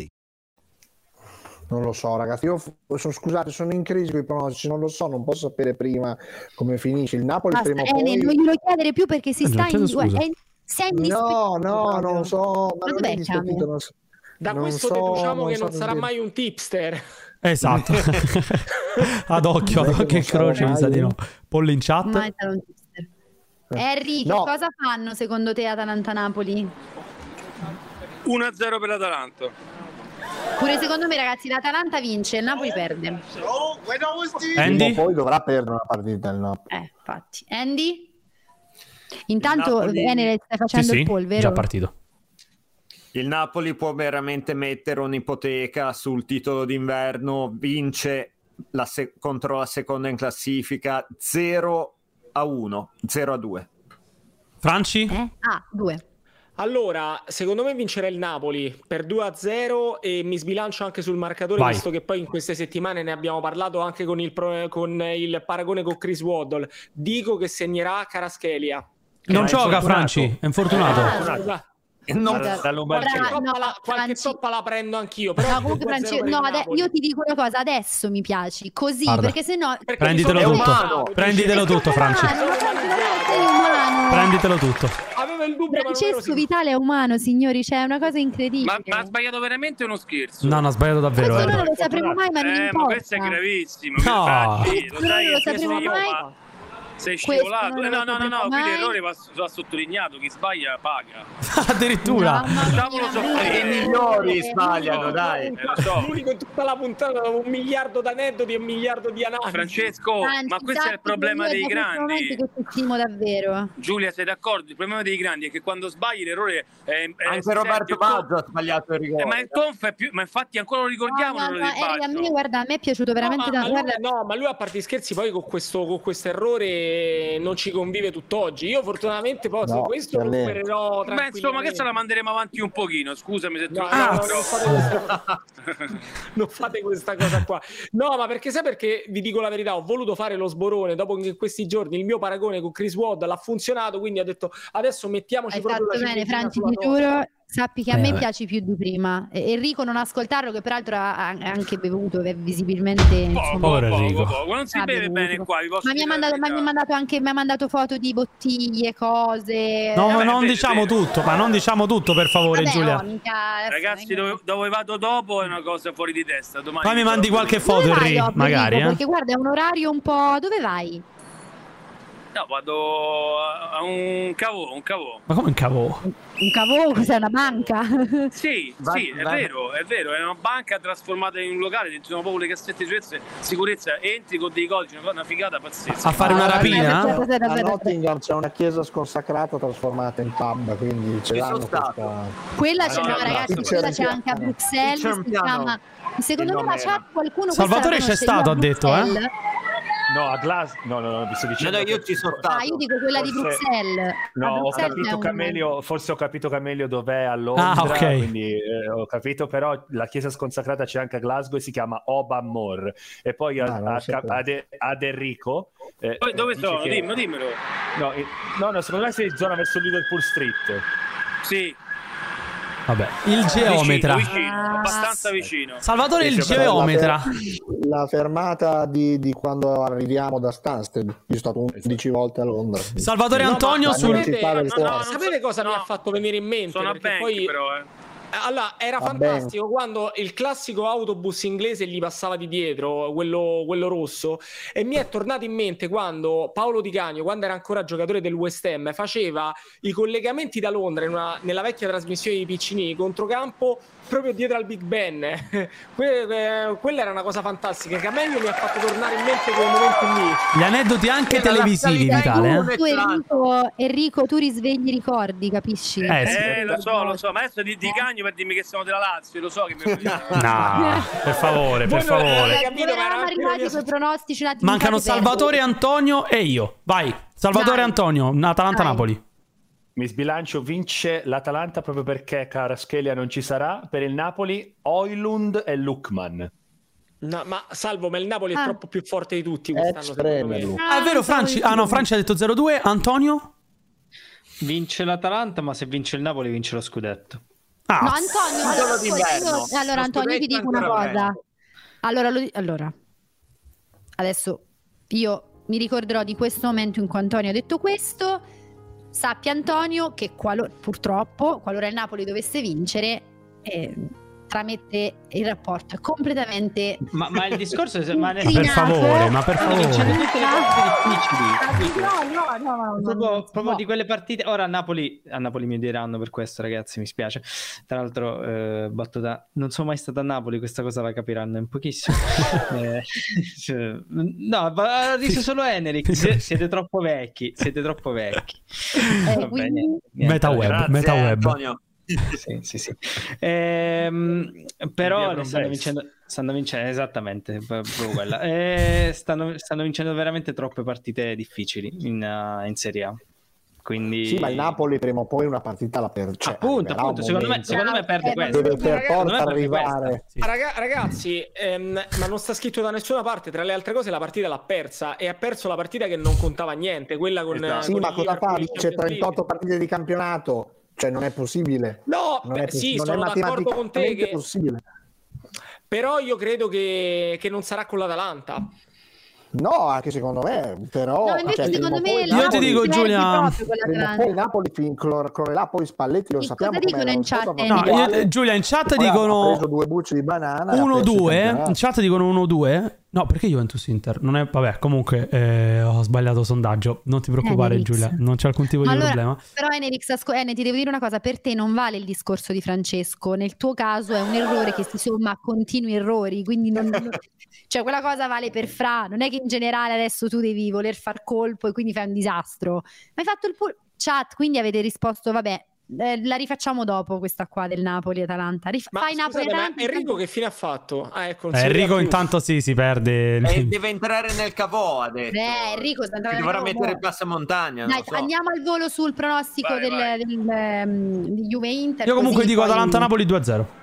Speaker 12: Non lo so, ragazzi. Io f- sono, scusate, sono in crisi con i pronostici. Non lo so, non posso sapere prima come finisce. Il Napoli
Speaker 2: Basta,
Speaker 12: prima o
Speaker 2: Ellen,
Speaker 12: poi.
Speaker 2: non glielo chiedere più perché si
Speaker 12: Eh,
Speaker 2: sta
Speaker 12: non chiedo
Speaker 2: in guarda,
Speaker 12: scusa.
Speaker 2: è in- sei in
Speaker 12: No,
Speaker 2: dispetto
Speaker 12: no,
Speaker 2: proprio.
Speaker 12: non lo so. Ma
Speaker 2: Ma
Speaker 12: non
Speaker 2: dov'è
Speaker 12: è dispetto,
Speaker 2: Camo?
Speaker 12: non so.
Speaker 6: Da
Speaker 12: Non
Speaker 6: questo
Speaker 12: so,
Speaker 6: deduciamo
Speaker 12: non
Speaker 6: che
Speaker 12: so
Speaker 6: non
Speaker 12: che
Speaker 6: sarà
Speaker 12: dire.
Speaker 6: mai un tipster.
Speaker 1: Esatto. ad occhio, ad occhio e croce, mi sa di no. Pollo in
Speaker 2: Mai
Speaker 1: chat.
Speaker 2: sarà un tipster. Harry,
Speaker 1: No.
Speaker 2: che cosa fanno secondo te Atalanta-Napoli?
Speaker 3: 1-0 per l'Atalanta.
Speaker 2: Pure secondo me, ragazzi, l'Atalanta vince, il Napoli perde.
Speaker 12: Prima o Poi dovrà perdere una partita il Napoli.
Speaker 2: Eh, infatti. Andy? Intanto,
Speaker 5: Napoli-
Speaker 2: Venere, stai facendo il oh. poll, vero?
Speaker 1: partito.
Speaker 5: Il Napoli può veramente mettere un'ipoteca sul titolo d'inverno, vince la se- contro la seconda in classifica 0 a 1, 0 a 2.
Speaker 1: Franci?
Speaker 6: Mm?
Speaker 2: Ah, due.
Speaker 6: Allora, secondo me vincerà il Napoli per 2-0 e mi sbilancio anche sul marcatore,
Speaker 1: Vai.
Speaker 6: visto che poi in queste settimane ne abbiamo parlato anche con il, pro- con il paragone con Chris Waddle. Dico che segnerà Caraschelia.
Speaker 1: Non
Speaker 4: È
Speaker 1: gioca,
Speaker 4: infortunato.
Speaker 1: Franci. È
Speaker 12: Eh,
Speaker 1: infortunato.
Speaker 6: Ah, scusa.
Speaker 5: No,
Speaker 4: da- da Lombardia.
Speaker 6: Qualche
Speaker 2: Bra-
Speaker 6: toppa
Speaker 2: no,
Speaker 6: la- qualche
Speaker 2: Franci-
Speaker 6: toppa la prendo anch'io. Però
Speaker 2: No, comunque,
Speaker 6: 2-0
Speaker 2: Franci-
Speaker 6: per il
Speaker 2: no, ade-
Speaker 6: Napoli.
Speaker 2: io ti dico una cosa, adesso mi piaci, così,
Speaker 1: Guarda.
Speaker 2: perché sennò...
Speaker 1: Prenditelo
Speaker 6: sono
Speaker 1: tutto.
Speaker 6: umano.
Speaker 1: Prenditelo tutto, Franci.
Speaker 2: Ah, no, Franci, no, sei umano.
Speaker 1: Prenditelo tutto.
Speaker 6: Avevo il dubbio, ma non ero
Speaker 2: Francesco Vitale è umano, signori, c'è una cosa incredibile.
Speaker 3: Ma, ma ha sbagliato veramente uno scherzo?
Speaker 1: No, no, ho sbagliato davvero.
Speaker 2: Questo
Speaker 1: eh.
Speaker 2: non lo sapremo mai, ma non
Speaker 3: eh, ma
Speaker 2: importa.
Speaker 3: questo è gravissimo.
Speaker 1: No.
Speaker 3: Infatti,
Speaker 2: Questo non lo
Speaker 3: che sei
Speaker 2: sapremo
Speaker 3: io,
Speaker 2: mai.
Speaker 3: ma Sei
Speaker 2: Questo
Speaker 3: scivolato.
Speaker 2: non
Speaker 3: Eh,
Speaker 2: lo
Speaker 3: no, no, no, no,
Speaker 2: sapremo
Speaker 3: qui
Speaker 2: mai.
Speaker 3: l'errore va, va sottolineato. Chi sbaglia paga.
Speaker 1: Addirittura.
Speaker 3: Lasciamolo soffrire.
Speaker 5: migliori sbagliano, dai.
Speaker 3: Eh, lo so.
Speaker 6: L'unico in tutta la puntata un miliardo d'aneddoti e un miliardo di analisi.
Speaker 3: Francesco,
Speaker 2: Franci,
Speaker 3: ma questo è il
Speaker 2: sappi
Speaker 3: problema
Speaker 2: che
Speaker 3: dei
Speaker 2: io da questo
Speaker 3: grandi.
Speaker 2: momento che ti stimo davvero.
Speaker 3: Giulia, sei d'accordo? Il problema dei grandi è che quando sbagli l'errore è, è
Speaker 5: Anche
Speaker 3: si sente
Speaker 5: Roberto
Speaker 3: il colpo.
Speaker 5: Baggio ha sbagliato il
Speaker 3: Eh, ma
Speaker 5: rigore.
Speaker 3: il conf è più, ma infatti ancora lo ricordiamo
Speaker 2: No, no,
Speaker 3: l'errore
Speaker 2: no,
Speaker 3: di
Speaker 2: Eri, a
Speaker 3: Baggio.
Speaker 2: me, guarda, a me è piaciuto veramente
Speaker 6: No, ma,
Speaker 2: tanto.
Speaker 6: ma
Speaker 2: guarda,
Speaker 6: lui, no, ma lui, a parte i scherzi poi con questo, con questo errore non ci convive tutt'oggi. Io fortunatamente posso
Speaker 12: No,
Speaker 6: questo lo
Speaker 12: per me.
Speaker 2: Ah,
Speaker 6: supererò
Speaker 3: Beh, insomma, che se la manderemo avanti un pochino. Scusami se
Speaker 6: No,
Speaker 3: trovo
Speaker 6: no, no,
Speaker 3: troppo.
Speaker 6: non, fate questa, non fate questa cosa qua. No, ma perché sai perché vi dico la verità, ho voluto fare lo sborone dopo che in questi giorni il mio paragone con Chris Waddle ha funzionato, quindi ho detto adesso mettiamoci
Speaker 2: hai
Speaker 6: proprio
Speaker 2: fatto
Speaker 6: la
Speaker 2: Esatto, bene,
Speaker 6: ciliegina
Speaker 2: Franci,
Speaker 6: sulla
Speaker 2: ti
Speaker 6: torta.
Speaker 2: giuro. Sappi che a
Speaker 6: Eh,
Speaker 2: me
Speaker 6: vabbè.
Speaker 2: piaci più di prima. E- Enrico non ascoltarlo, che peraltro ha ha anche bevuto eh, visibilmente. insomma.
Speaker 1: Povero
Speaker 3: Poco,
Speaker 1: Enrico.
Speaker 3: poco. Non si
Speaker 2: Ah,
Speaker 3: beve
Speaker 2: bevuto.
Speaker 3: bene qua, vi posso
Speaker 2: Ma mi ha
Speaker 3: dire la
Speaker 2: mandato, ma mi ha
Speaker 3: verità.
Speaker 2: mandato anche mi ha mandato foto di bottiglie, cose. Eh,
Speaker 1: No,
Speaker 3: Vabbè,
Speaker 1: non
Speaker 3: vedi,
Speaker 1: diciamo
Speaker 3: vedi.
Speaker 1: tutto, ma non diciamo tutto, per favore,
Speaker 2: Vabbè,
Speaker 1: Giulia.
Speaker 2: oh, mica- adesso
Speaker 3: Ragazzi, dove, dove vado dopo è una cosa fuori di testa. Domani
Speaker 1: Poi mi mandi qualche
Speaker 2: Dove
Speaker 1: foto,
Speaker 2: vai,
Speaker 1: Enrico,
Speaker 2: Obbligo?
Speaker 1: magari. eh.
Speaker 2: Perché guarda, è un orario un po'. Dove vai?
Speaker 3: No, vado a a un cavo, un cavo.
Speaker 1: Ma come un cavò?
Speaker 2: Un cavolo, cos'è una banca?
Speaker 3: Sì,
Speaker 2: Va-
Speaker 3: sì, è
Speaker 2: va-
Speaker 3: vero, è vero, è una banca trasformata in un locale, ci sono proprio le cassette di sicurezza, sicurezza, entri con dei codici, una cosa- una figata pazzesca. Ah,
Speaker 1: A fare una rapina?
Speaker 12: Ah, A Nottingham c'è una chiesa sconsacrata trasformata in pub, quindi ce
Speaker 5: Ci
Speaker 12: l'hanno
Speaker 5: sono stato.
Speaker 12: questa-
Speaker 2: Quella c'è,
Speaker 12: Ah,
Speaker 2: no,
Speaker 12: no,
Speaker 2: ragazzi,
Speaker 12: no,
Speaker 2: quella
Speaker 12: no.
Speaker 2: c'è anche a Bruxelles.
Speaker 5: C'è
Speaker 2: Si
Speaker 5: un piano.
Speaker 2: chiama... Secondo
Speaker 4: Il
Speaker 2: me la
Speaker 4: nome era.
Speaker 2: chat qualcuno.
Speaker 1: Salvatore
Speaker 2: questa la
Speaker 1: c'è
Speaker 2: conosce,
Speaker 1: stato,
Speaker 2: io a
Speaker 1: ha detto, eh?
Speaker 2: Bruxelles.
Speaker 4: No, a Glas... No, no, no, vi sto dicendo...
Speaker 5: No, no, io
Speaker 4: che-
Speaker 5: ci sono stato.
Speaker 2: Ah, io dico quella di
Speaker 4: Forse-
Speaker 2: Bruxelles.
Speaker 4: No,
Speaker 2: A
Speaker 4: ho
Speaker 2: Bruxelles è
Speaker 4: capito
Speaker 2: un-
Speaker 4: Camelio, forse ho capito Camelio dov'è a Londra,
Speaker 1: Ah, ok.
Speaker 4: quindi eh, ho capito, però la chiesa sconsacrata c'è anche a Glasgow e si chiama Obanmore. E poi a,
Speaker 12: Ah, non lo
Speaker 4: a-
Speaker 12: sapevo.
Speaker 4: ad, ad Enrico... eh,
Speaker 3: Poi dove
Speaker 4: dice
Speaker 3: sono?
Speaker 4: che-
Speaker 3: Dimmi, dimmelo.
Speaker 4: No, eh, no, no, secondo me sei in zona verso Liverpool Street.
Speaker 3: Sì,
Speaker 1: Vabbè, il geometra.
Speaker 3: Ah, vicino, vicino,
Speaker 2: Ah.
Speaker 3: abbastanza vicino.
Speaker 1: Salvatore il
Speaker 12: Questa è la-
Speaker 1: geometra.
Speaker 12: La fermata di, di quando arriviamo da Stansted. Io sono stato 11 volte a Londra.
Speaker 1: Salvatore Antonio
Speaker 12: ma-
Speaker 1: sul...
Speaker 12: non ci
Speaker 6: Sapete,
Speaker 12: parla il
Speaker 6: no,
Speaker 12: cuore.
Speaker 6: no, sapete cosa mi ha fatto venire in mente?
Speaker 3: Sono a
Speaker 6: Perché
Speaker 3: bank
Speaker 6: poi-
Speaker 3: però, eh.
Speaker 6: Allora, era
Speaker 12: Va
Speaker 6: fantastico quando il classico autobus inglese gli passava di dietro, quello, quello rosso, e mi è tornato in mente quando Paolo Di Canio, quando era ancora giocatore del West Ham, faceva i collegamenti da Londra in una- nella vecchia trasmissione di Piccini controcampo proprio dietro al Big Ben. Que- eh, quella era una cosa fantastica che a me mi ha fatto tornare in mente quel momento lì.
Speaker 1: Gli aneddoti anche televisivi, Vitale.
Speaker 2: Tu, Enrico, Enrico, tu risvegli i ricordi, capisci?
Speaker 1: Eh, sì.
Speaker 3: Eh, lo so, lo so, ma adesso di, di Cagno bagno per dirmi che sono della Lazio, lo so che mi
Speaker 1: No, per favore, per
Speaker 3: Voi non-
Speaker 1: favore.
Speaker 3: capito, ma era
Speaker 2: eravamo
Speaker 3: anche
Speaker 2: arrivati con i pronostici un attimo
Speaker 1: Mancano
Speaker 2: in ritardo.
Speaker 1: Salvatore Antonio e io. Vai. Salvatore
Speaker 2: Dai.
Speaker 1: Antonio, Atalanta-Napoli.
Speaker 4: Mi sbilancio, vince l'Atalanta proprio perché Caraschelia non ci sarà. Per il Napoli, Oilund e Lukman.
Speaker 6: No, ma salvo, ma il Napoli
Speaker 2: Ah.
Speaker 6: è troppo più forte di
Speaker 12: Eh,
Speaker 6: tutti quest'anno. secondo me.
Speaker 1: Ah, è vero, Franci. Ah no, Franci ha detto 0-2. Antonio?
Speaker 7: Vince l'Atalanta, ma se vince il Napoli vince lo scudetto.
Speaker 2: No, Antonio, allora, ascolta, io- allora, Antonio, io ti dico una cosa. Allora, lo- allora, adesso io mi ricorderò di questo momento in cui Antonio ha detto questo. Sappia Antonio che qualo- purtroppo, qualora il Napoli dovesse vincere, eh, tramette il rapporto è completamente...
Speaker 7: Ma, ma il discorso è... Ma nel-
Speaker 2: Per
Speaker 1: favore, ma per
Speaker 7: Stanno vincendo
Speaker 1: favore.
Speaker 7: tutte le partite difficili.
Speaker 2: No, no, no, no,
Speaker 7: proprio,
Speaker 2: no.
Speaker 7: proprio di quelle partite. Ora a Napoli, a Napoli mi odieranno per questo, ragazzi. Mi spiace. Tra l'altro, eh, battuta, non sono mai stato a Napoli. Questa cosa la capiranno in pochissimo. Eh, cioè, no, va- ha riso solo Enric. Sie- Siete troppo vecchi. Siete troppo vecchi. Vabbè, niente, niente.
Speaker 1: Meta web, meta web.
Speaker 7: Sì, sì, sì. Ehm, però
Speaker 4: Via
Speaker 7: ne stanno
Speaker 4: Brombelli.
Speaker 7: vincendo, stanno vincendo esattamente proprio quella. Eh, stanno, stanno vincendo veramente troppe partite difficili in, uh, in Serie A. Quindi,
Speaker 12: Sì, ma il Napoli prima o poi una partita la perde. Cioè,
Speaker 7: appunto,
Speaker 12: arriverà
Speaker 7: appunto
Speaker 12: un
Speaker 7: secondo, me,
Speaker 12: momento
Speaker 7: secondo me perde
Speaker 12: dove
Speaker 7: questo.
Speaker 12: Eh, per
Speaker 7: Secondo me
Speaker 12: porta
Speaker 7: perde
Speaker 12: arrivare.
Speaker 7: questa.
Speaker 6: Raga- ragazzi, ehm, ma non sta scritto da nessuna parte. Tra le altre cose, la partita l'ha persa e ha perso la partita che non contava niente, quella con, eh,
Speaker 12: Sì,
Speaker 6: con
Speaker 12: ma
Speaker 6: il
Speaker 12: con la
Speaker 6: Liverpool
Speaker 12: Pari
Speaker 6: in
Speaker 12: c'è
Speaker 6: Champions League.
Speaker 12: 38 partite di campionato. Cioè, non è possibile.
Speaker 6: No,
Speaker 12: Non è
Speaker 6: beh,
Speaker 12: possi-
Speaker 6: sì,
Speaker 12: non è
Speaker 6: sono d'accordo con te.
Speaker 12: matematicamente
Speaker 6: Che,
Speaker 12: possibile.
Speaker 6: però io credo che, che non sarà con l'Atalanta.
Speaker 12: No, anche secondo me, però.
Speaker 6: No, invece
Speaker 12: cioè, prima
Speaker 6: secondo
Speaker 12: o
Speaker 6: me
Speaker 12: poi
Speaker 6: il Io ti
Speaker 12: Napoli-
Speaker 1: dico, Perdi Giulia- proprio
Speaker 12: prima
Speaker 2: quella
Speaker 12: o
Speaker 2: grande.
Speaker 12: poi il Napoli fin- clor- crollerà, poi Spalletti lo
Speaker 2: Che
Speaker 12: sappiamo.
Speaker 2: cosa dicono
Speaker 12: com'era,
Speaker 2: in
Speaker 12: lo
Speaker 2: chat,
Speaker 12: sappiamo,
Speaker 2: Enrico?
Speaker 1: No,
Speaker 12: uguale.
Speaker 1: io- Giulia, in chat
Speaker 12: Ora
Speaker 1: dicono- eh.
Speaker 12: Ha preso due bucce di banana. e ha perso il
Speaker 1: 1-2, in
Speaker 12: campionato.
Speaker 1: chat dicono 1-2. No, perché Juventus Inter? Non è, vabbè, comunque eh, ho sbagliato sondaggio. Non ti preoccupare,
Speaker 2: Enric.
Speaker 1: Giulia, non c'è alcun tipo di
Speaker 2: Eh, Allora,
Speaker 1: problema.
Speaker 2: Però Enerix, asco- Ene, ti devo dire una cosa, per te non vale il discorso di Francesco, nel tuo caso è un errore che si somma a continui errori, quindi non, non- cioè quella cosa vale per Fra, non è che in generale adesso tu devi voler far colpo e quindi fai un disastro, ma hai fatto il poll chat, quindi avete risposto, vabbè, eh, la rifacciamo dopo questa qua del Napoli-Atalanta, Rif-
Speaker 6: Ma
Speaker 2: fai
Speaker 6: scusate, ma
Speaker 2: Napoli-Atalanta.
Speaker 6: Enrico che fine ha fatto? Ah, ecco, non
Speaker 1: Eh,
Speaker 6: si Eh, vede
Speaker 1: Enrico
Speaker 6: più.
Speaker 1: intanto sì, si perde.
Speaker 5: E Eh, deve entrare nel cavò adesso.
Speaker 2: Eh, Enrico, sta
Speaker 5: Ci
Speaker 2: entrando
Speaker 5: dovrà
Speaker 2: nel cavò.
Speaker 5: mettere il passamontagna.
Speaker 2: Dai,
Speaker 5: non so.
Speaker 2: andiamo al volo sul pronostico
Speaker 5: Vai,
Speaker 2: del,
Speaker 5: vai.
Speaker 2: del, ehm, di Juve-Inter.
Speaker 1: Io comunque
Speaker 2: così
Speaker 1: dico
Speaker 2: poi-
Speaker 1: Atalanta-Napoli 2-0.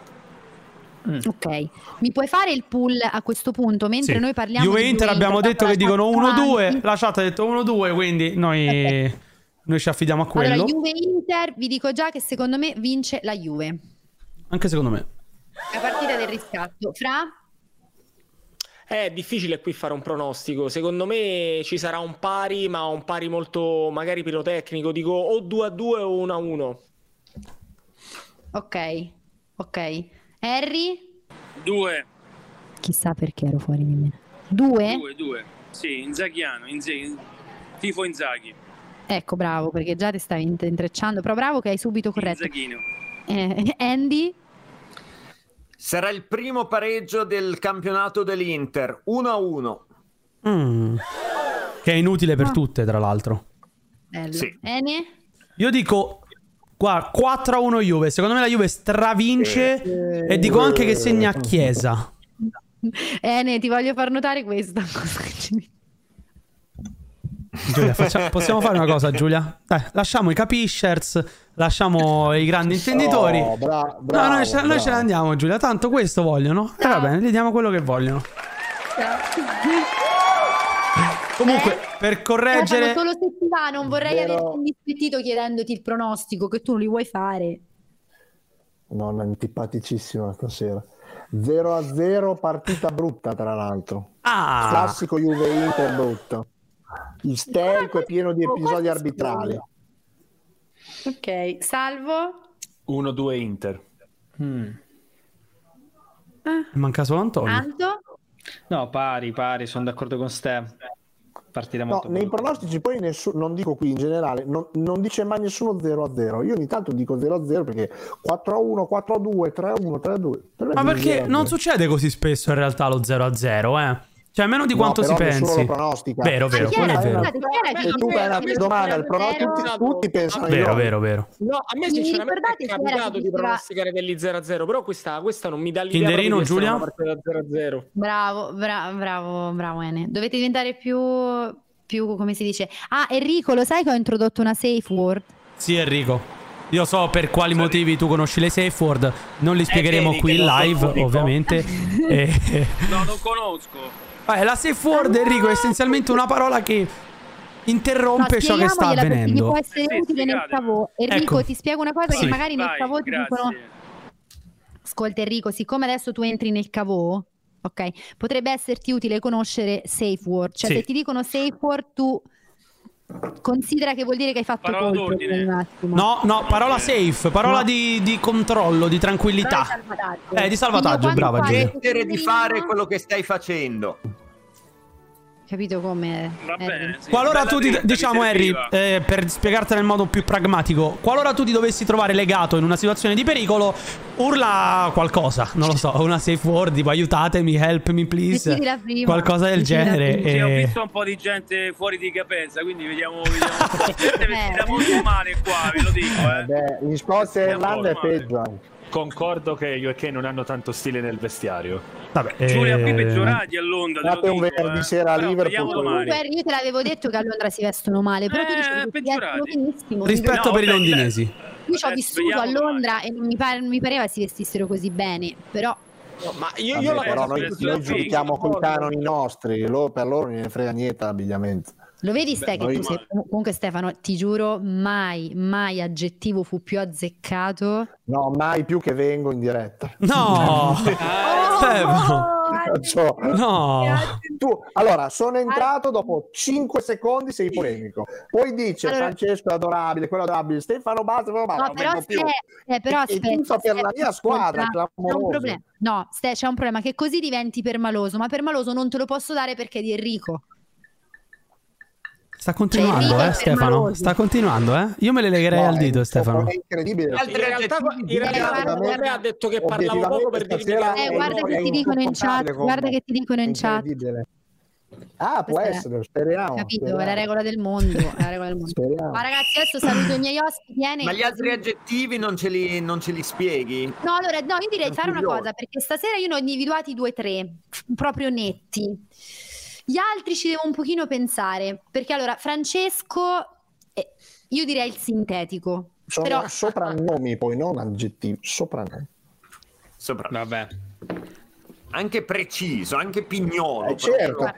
Speaker 2: Ok, mi puoi fare il pool a questo punto mentre
Speaker 1: Mm. Sì.
Speaker 2: noi parliamo
Speaker 1: Juve
Speaker 2: di
Speaker 1: Inter abbiamo
Speaker 2: dopo
Speaker 1: detto
Speaker 2: la
Speaker 1: che dicono
Speaker 2: chat davanti.
Speaker 1: 1-2, la chat ha detto 1-2, quindi noi, noi ci affidiamo a quello.
Speaker 2: Allora, Juve Inter, vi dico già che secondo me vince la Juve.
Speaker 1: Anche secondo me.
Speaker 2: La partita del riscatto. Fra?
Speaker 6: eh, È difficile qui fare un pronostico. Secondo me ci sarà un pari, ma un pari molto magari pirotecnico. Dico o 2 a 2 o 1 a 1.
Speaker 2: Ok, ok. Harry?
Speaker 3: Due,
Speaker 2: Chissà perché ero fuori di me. Due?
Speaker 3: due, due. Sì, Inzaghiano, Inzaghi, tifo Inzaghi,
Speaker 2: Ecco, bravo, perché già ti stavi int- intrecciando, però bravo che hai subito corretto.
Speaker 3: Inzaghino.
Speaker 2: Eh, Andy?
Speaker 5: Sarà il primo pareggio del campionato dell'Inter 1-1.
Speaker 1: Mm. Che è inutile per
Speaker 2: Ah.
Speaker 1: tutte, tra l'altro.
Speaker 2: Bello.
Speaker 5: Sì.
Speaker 2: Ene?
Speaker 1: Io dico guarda, 4-1 Juve. Secondo me la Juve stravince
Speaker 12: Eh,
Speaker 1: e dico anche che segna Chiesa.
Speaker 2: Ene, ti voglio far notare questa cosa che ci
Speaker 1: Giulia, faccia- possiamo fare una cosa, Giulia? Dai, lasciamo i capiscers, lasciamo i grandi intenditori.
Speaker 12: Oh, bra-
Speaker 1: no,
Speaker 12: bravo,
Speaker 1: noi, ce, noi
Speaker 12: bravo.
Speaker 1: ce ne andiamo, Giulia. Tanto questo vogliono. E va bene, gli diamo quello che vogliono. Comunque, per
Speaker 2: Stefano,
Speaker 1: correggere.
Speaker 2: solo se ti va, non vorrei
Speaker 12: Vero.
Speaker 2: averti indispettito chiedendoti il pronostico che tu non li vuoi fare.
Speaker 12: Non antipaticissimo stasera. 0 a 0, partita brutta tra l'altro.
Speaker 1: Ah.
Speaker 12: Classico Juve Inter brutto. Isterico e pieno di episodi arbitrali.
Speaker 2: Ok, salvo.
Speaker 4: 1-2 Inter.
Speaker 12: Hmm.
Speaker 1: Manca solo Antonio.
Speaker 2: Anto?
Speaker 7: No, pari, pari. Sono d'accordo con Ste. Partita
Speaker 12: No,
Speaker 7: molto
Speaker 12: nei
Speaker 7: brutta.
Speaker 12: pronostici poi nessuno, non dico qui in generale, non, non dice mai nessuno 0 a 0. Io ogni tanto dico 0 a 0 perché 4 a 1, 4 a 2, 3 a 1, 3 a 2.
Speaker 1: Ma perché non succede così spesso in realtà lo 0-0, eh? Cioè, meno di
Speaker 12: No,
Speaker 1: quanto
Speaker 12: però
Speaker 1: si
Speaker 12: nessuno
Speaker 1: pensi.
Speaker 12: lo pronostica.
Speaker 1: Vero, vero,
Speaker 12: Chi
Speaker 1: quello è
Speaker 12: era?
Speaker 1: vero.
Speaker 12: Scusate, Se tu vai una domanda al pronostico, tutti, tutti pensano ai
Speaker 1: Vero,
Speaker 12: Lions.
Speaker 1: vero, vero.
Speaker 6: No, a me
Speaker 2: Mi
Speaker 6: sinceramente è
Speaker 2: ricordate chi era che
Speaker 6: capitato di
Speaker 2: diceva-
Speaker 6: pronosticare degli 0-0, però questa, questa non mi dà l'idea
Speaker 1: Kinderino,
Speaker 6: proprio che sia
Speaker 1: Giulia?
Speaker 6: una partita da 0-0.
Speaker 2: Bravo, bra- bravo, bravo Ene. Dovete diventare più, più, come si dice? Ah, Enrico, lo sai che ho introdotto una safe word?
Speaker 1: Sì, Enrico. Io so per quali motivi tu conosci le safe word, non
Speaker 2: Eh,
Speaker 1: li spiegheremo
Speaker 3: vedi
Speaker 1: qui
Speaker 3: che
Speaker 1: in
Speaker 3: non sono
Speaker 1: live,
Speaker 3: l'unico.
Speaker 1: ovviamente. E-
Speaker 3: No, non conosco.
Speaker 1: Eh, la safe word, Enrico, è essenzialmente una parola che interrompe ciò che sta
Speaker 2: spieghiamogliela perché gli
Speaker 1: avvenendo.
Speaker 2: può essere utile nel cavo. Enrico,
Speaker 1: Ecco.
Speaker 2: ti spiego una cosa
Speaker 1: Sì.
Speaker 2: che magari nel
Speaker 1: Vai,
Speaker 2: cavo ti
Speaker 1: grazie.
Speaker 2: dicono... Ascolta Enrico, siccome adesso tu entri nel cavo, ok, potrebbe esserti utile conoscere safe word. Cioè
Speaker 1: Sì.
Speaker 2: se ti dicono safe word tu considera che vuol dire che hai fatto
Speaker 1: Parola
Speaker 2: colpo
Speaker 1: d'ordine. Eh,
Speaker 2: per un attimo.
Speaker 1: No, no, parola safe, parola di, di controllo, di
Speaker 2: Parola di
Speaker 1: tranquillità.
Speaker 2: salvataggio.
Speaker 1: Eh, di salvataggio,
Speaker 2: Quindi
Speaker 1: brava
Speaker 2: quando
Speaker 1: Giulia.
Speaker 2: fai-
Speaker 5: Smettere di fare quello che stai facendo.
Speaker 2: Capito come? Harry?
Speaker 1: Qualora tu ti, diciamo Harry, eh, per spiegartela in modo più pragmatico, qualora tu ti dovessi trovare legato in una situazione di pericolo, urla qualcosa, non lo so, una safe word, tipo aiutatemi, help me please,
Speaker 3: Decidila prima.
Speaker 1: qualcosa del
Speaker 3: Decidila
Speaker 1: genere. eh.
Speaker 3: prima. Sì, ho
Speaker 1: e-
Speaker 3: visto un po' di gente fuori di capenza, quindi vediamo. vediamo
Speaker 1: Certo.
Speaker 3: Siamo molto male qua, ve lo dico. Eh.
Speaker 12: Beh, gli Scozia e Irlanda è peggio.
Speaker 4: Concordo che io e Kay non hanno tanto stile nel vestiario.
Speaker 1: Vabbè,
Speaker 3: Giulia,
Speaker 4: eh,
Speaker 3: qui peggiorati a Londra. te lo
Speaker 12: Fate un
Speaker 3: dico,
Speaker 12: venerdì
Speaker 3: eh.
Speaker 12: sera a
Speaker 3: Però
Speaker 12: Liverpool.
Speaker 3: vediamo
Speaker 2: Comunque Harry, io te l'avevo detto che a Londra si vestono male,
Speaker 12: Eh,
Speaker 2: però tu dici che si vestono benissimo.
Speaker 1: rispetto
Speaker 2: No,
Speaker 1: per i
Speaker 2: vabbè,
Speaker 1: londinesi.
Speaker 2: Io
Speaker 12: eh,
Speaker 2: ci ho vissuto a Londra e non mi, pare- non mi pareva si vestissero così bene, però
Speaker 6: ma
Speaker 12: Vabbè, però noi, noi giudichiamo coi canoni nostri, loro- per loro non gliene frega niente l'abbigliamento.
Speaker 2: lo vedi Ste
Speaker 12: Beh,
Speaker 2: che
Speaker 12: noi-
Speaker 2: tu sei... Comunque Stefano, ti giuro, mai, mai aggettivo fu più azzeccato.
Speaker 12: No, mai più che vengo in diretta.
Speaker 1: No, Ah, Stefano.
Speaker 2: Oh,
Speaker 12: Cioè,
Speaker 1: No.
Speaker 12: tu, allora, sono entrato dopo 5 secondi sei polemico. Poi dice
Speaker 2: Allora-
Speaker 12: Francesco è adorabile, quello è adorabile, Stefano Base, Stefano Base,
Speaker 2: No,
Speaker 12: non
Speaker 2: però
Speaker 12: vengo più.
Speaker 2: Ste- eh, però
Speaker 12: E- e
Speaker 2: Ste-
Speaker 12: tifa per
Speaker 2: Ste,
Speaker 12: la mia squadra,
Speaker 2: ascolta,
Speaker 12: clamoroso.
Speaker 2: c'è un problema. No, Ste, c'è un problema che così diventi permaloso, ma permaloso non te lo posso dare perché è di Enrico.
Speaker 1: Sta continuando,
Speaker 2: Cioè,
Speaker 1: eh, Stefano. Sta continuando, eh. Io me le legherei
Speaker 12: No,
Speaker 1: al dito,
Speaker 12: è
Speaker 1: Stefano.
Speaker 12: incredibile.
Speaker 6: In realtà, in realtà Andrea ha detto che parlavo
Speaker 12: Obiettivamente
Speaker 6: poco per dirmi che
Speaker 12: stasera
Speaker 2: Eh,
Speaker 12: è-
Speaker 2: guarda che
Speaker 12: è
Speaker 2: ti dicono in chat,
Speaker 12: insopportabile con-
Speaker 2: guarda che ti dicono in chat.
Speaker 12: incredibile. Ah, può
Speaker 2: Questa è la-
Speaker 12: essere, speriamo.
Speaker 2: Capito, è
Speaker 12: speriamo.
Speaker 2: la regola del mondo, è la regola del mondo.
Speaker 12: Speriamo.
Speaker 2: Ma ragazzi, adesso saluto i miei ospiti, Ene.
Speaker 5: Ma gli altri aggettivi non ce li, non ce li spieghi?
Speaker 2: No, allora, no, io direi di fare una
Speaker 5: Coglione.
Speaker 2: cosa, perché stasera io ne ho individuati due o tre, proprio netti. Gli altri ci devo un pochino pensare, perché allora, Francesco, eh, io direi il sintetico,
Speaker 12: Sono
Speaker 2: però
Speaker 12: soprannomi poi, non aggettivi, soprannomi.
Speaker 5: Sopra. Anche preciso, anche pignolo.
Speaker 12: Eh, certo,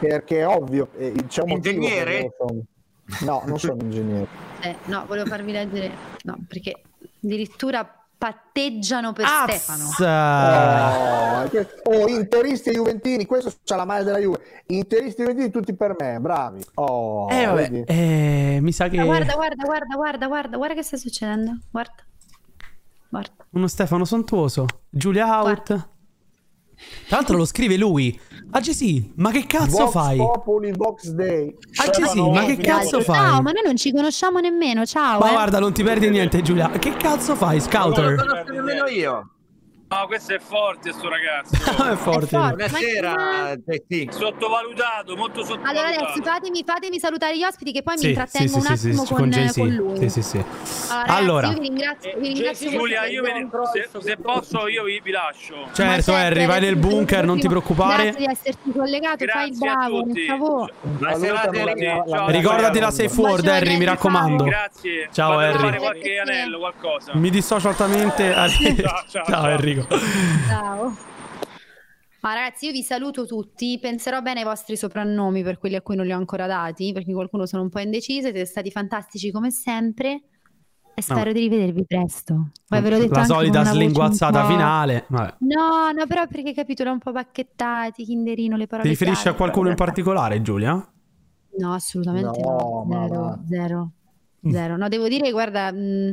Speaker 12: perché è ovvio, eh, c'è un motivo
Speaker 5: Ingegnere?
Speaker 12: che non lo sono. No, non sono ingegnere.
Speaker 2: eh, no, volevo farvi leggere, no, perché addirittura patteggiano per Stefano.
Speaker 12: Oh, che- oh, interisti e juventini, questo c'ha la maglia della Juve. Interisti e juventini tutti per me, bravi. Oh,
Speaker 1: Eh, vabbè,
Speaker 12: vedi?
Speaker 1: eh, mi sa
Speaker 2: Ma guarda,
Speaker 1: che
Speaker 2: guarda, guarda, guarda, guarda, guarda che sta succedendo, guarda. Guarda.
Speaker 1: uno Stefano sontuoso. Giulia out. Tra l'altro lo scrive lui. Ah, sì, ma che cazzo
Speaker 12: Vox
Speaker 1: fai?
Speaker 12: Populi, Vox Day.
Speaker 1: Ah, sì, sì, ma che cazzo fai?
Speaker 2: Ciao, ma noi non ci conosciamo nemmeno, ciao.
Speaker 1: Ma
Speaker 2: eh.
Speaker 1: guarda, non ti perdi niente, Giulia. Che cazzo fai, Scouter?
Speaker 5: nemmeno io.
Speaker 3: No, questo è forte, sto ragazzo.
Speaker 1: È forte.
Speaker 5: Buonasera, Zetti.
Speaker 3: Sottovalutato, molto sottovalutato.
Speaker 2: Allora adesso fatemi, fatemi salutare gli ospiti che poi
Speaker 1: Sì,
Speaker 2: mi intrattengo
Speaker 1: sì,
Speaker 2: un
Speaker 1: sì,
Speaker 2: attimo
Speaker 1: sì,
Speaker 2: con, eh,
Speaker 1: con Ah, Jay-Z.
Speaker 2: con lui.
Speaker 1: Sì, sì, sì.
Speaker 2: Allora, ragazzi,
Speaker 1: Allora.
Speaker 2: io vi ringrazio, vi ringrazio
Speaker 3: Cioè, Giulia,
Speaker 2: molto.
Speaker 3: io ve ne- se, se posso io vi, vi lascio.
Speaker 1: Certo,
Speaker 16: eh,
Speaker 1: Harry, vai nel bunker, non ti
Speaker 2: Grazie
Speaker 1: preoccupare.
Speaker 2: di esserti collegato, fai il bravo, per favore.
Speaker 1: Ricordati la eh, safe word, Harry, mi raccomando.
Speaker 3: Grazie.
Speaker 1: Ciao,
Speaker 3: Vado a
Speaker 1: Harry.
Speaker 3: fare qualche anello, qualcosa.
Speaker 1: Mi dissocio altamente.
Speaker 3: Ciao, ciao,
Speaker 1: Ciao, Enrico.
Speaker 2: Ciao. Ma ragazzi, io vi saluto tutti, penserò bene ai vostri soprannomi per quelli a cui non li ho ancora dati, perché qualcuno sono un po' indeciso, siete stati fantastici come sempre e spero
Speaker 1: ma-
Speaker 2: di rivedervi presto. Poi ve l'ho detto
Speaker 1: La
Speaker 2: anche con
Speaker 1: solita
Speaker 2: una voce un
Speaker 1: slinguazzata
Speaker 2: po'-
Speaker 1: finale. Vabbè.
Speaker 2: No, no, però perché capito, l'ho un po' pacchettati, kinderino, le parole
Speaker 1: Ti riferisci a
Speaker 2: chiave.
Speaker 1: qualcuno in particolare, Giulia?
Speaker 2: No, assolutamente
Speaker 1: No,
Speaker 2: no,
Speaker 1: ma
Speaker 2: zero,
Speaker 1: va.
Speaker 2: zero, zero. No, devo dire, guarda, mh,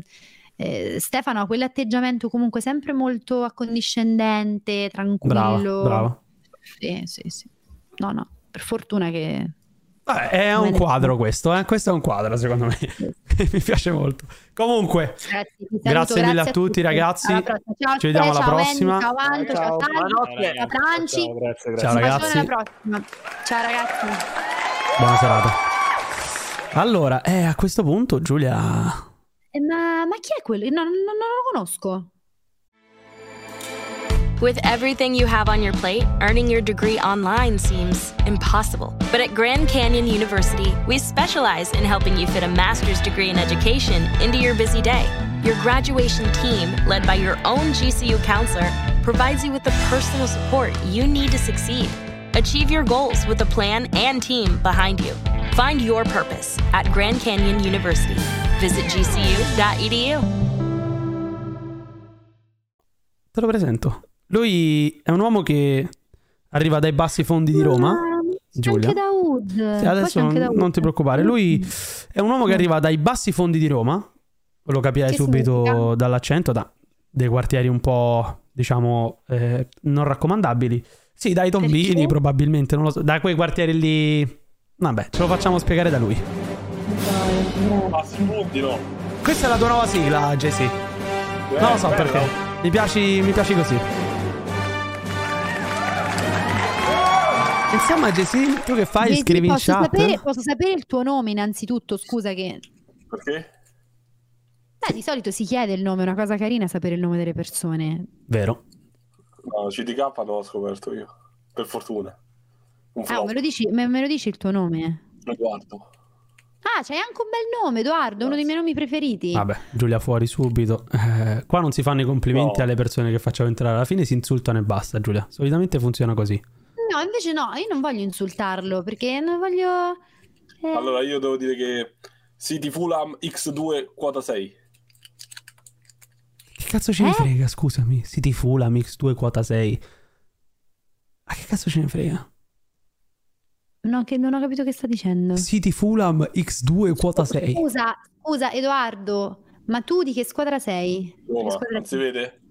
Speaker 2: eh, Stefano ha quell'atteggiamento comunque sempre molto accondiscendente, tranquillo.
Speaker 1: Brava, brava.
Speaker 2: Sì, sì, sì. No, no, per fortuna che
Speaker 1: Vabbè, è un quadro questo, eh? questo è un quadro secondo me, mi piace molto. Comunque,
Speaker 2: Grazie, ti saluto,
Speaker 1: grazie mille a
Speaker 2: a
Speaker 1: tutti, ragazzi.
Speaker 2: Alla prossima. Ciao, a
Speaker 1: Ci
Speaker 2: te,
Speaker 1: vediamo alla
Speaker 2: ciao, Andy,
Speaker 1: prossima.
Speaker 2: ciao Anto, ciao, Salvo,
Speaker 5: Buonanotte.
Speaker 2: ciao Franci.
Speaker 5: Ciao,
Speaker 1: grazie.
Speaker 5: grazie,
Speaker 1: Ciao,
Speaker 2: Ci facciamo
Speaker 1: ragazzi.
Speaker 2: alla prossima. Ciao ragazzi.
Speaker 1: buona serata. Allora, eh, a questo punto Giulia...
Speaker 2: Eh, Ma, ma chi è quello? No, no, no, non lo conosco.
Speaker 18: With everything you have on your plate, earning your degree online seems impossible. But at Grand Canyon University, we specialize in helping you fit a master's degree in education into your busy day. Your graduation team, led by your own GCU counselor, provides you with the personal support you need to succeed. Achieve your goals with a plan and team behind you. Find your purpose at Grand Canyon University. Visit E gcu.edu.
Speaker 1: Te lo presento. Lui è un uomo che arriva dai bassi fondi di Roma. Giulia.
Speaker 2: Ah, Anche Daoud.
Speaker 1: Sì,
Speaker 2: Poi
Speaker 1: adesso
Speaker 2: c'è anche
Speaker 1: non,
Speaker 2: Daoud.
Speaker 1: non ti preoccupare. Lui è un uomo che arriva dai bassi fondi di Roma. Lo capirai
Speaker 2: Che
Speaker 1: subito
Speaker 2: significa?
Speaker 1: dall'accento, da dei quartieri un po', diciamo, eh, non raccomandabili. Sì, dai tombini probabilmente, non lo so. Da quei quartieri lì... Vabbè, ce lo facciamo spiegare da lui. Questa è la tua nuova sigla, JC. non lo so
Speaker 4: bello.
Speaker 1: perché. Mi piaci, mi piaci così. Insomma, JC, tu che fai?
Speaker 2: Vedi,
Speaker 1: Scrivi in
Speaker 2: posso
Speaker 1: chat. Eh?
Speaker 2: Sapere, posso sapere il tuo nome innanzitutto? Scusa che...
Speaker 4: Perché?
Speaker 2: Beh, di solito si chiede il nome, è una cosa carina sapere il nome delle persone.
Speaker 1: Vero.
Speaker 19: No, CDK non l'ho scoperto io, per fortuna. Un
Speaker 2: Ah,
Speaker 19: flop,
Speaker 2: me lo, dici, me, me lo dici il tuo nome?
Speaker 19: lo guardo.
Speaker 2: Ah, c'hai anche un bel nome, Edoardo, uno dei miei nomi preferiti.
Speaker 1: Vabbè, Giulia fuori subito. Eh, qua non si fanno i complimenti alle persone che facciamo entrare alla fine, si insultano e basta, Giulia. Solitamente funziona così.
Speaker 2: No, invece no, io non voglio insultarlo perché non voglio... eh,
Speaker 19: Allora, io devo dire che City Fulham X2 quota 6.
Speaker 1: Che cazzo
Speaker 2: Eh?
Speaker 1: ce ne frega, scusami. City Fula, Mix 2, quota 6. Ma che cazzo ce ne frega?
Speaker 2: no, che non ho capito che sta dicendo.
Speaker 1: City Fulham X2 quota 6.
Speaker 2: Scusa, scusa, Edoardo, ma tu di che squadra sei? Di che
Speaker 19: Roma,
Speaker 2: squadra
Speaker 19: non si vede?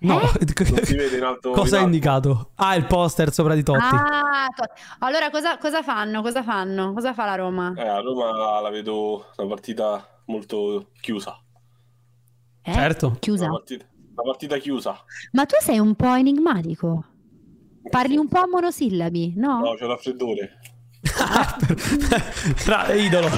Speaker 1: No,
Speaker 19: Non si vede in alto.
Speaker 1: cosa ha
Speaker 19: in alto.
Speaker 1: indicato? Ah, il poster sopra di Totti.
Speaker 2: Ah, to- allora cosa, cosa fanno? Cosa fanno? Cosa fa la Roma?
Speaker 19: Eh, a Roma la vedo una partita molto chiusa.
Speaker 1: certo.
Speaker 2: Eh? Chiusa.
Speaker 19: Una partita, una partita chiusa.
Speaker 2: Ma tu sei un po' enigmatico. Parli un po' a monosillabi, no?
Speaker 19: No, c'è raffreddore.
Speaker 1: Tra idolo.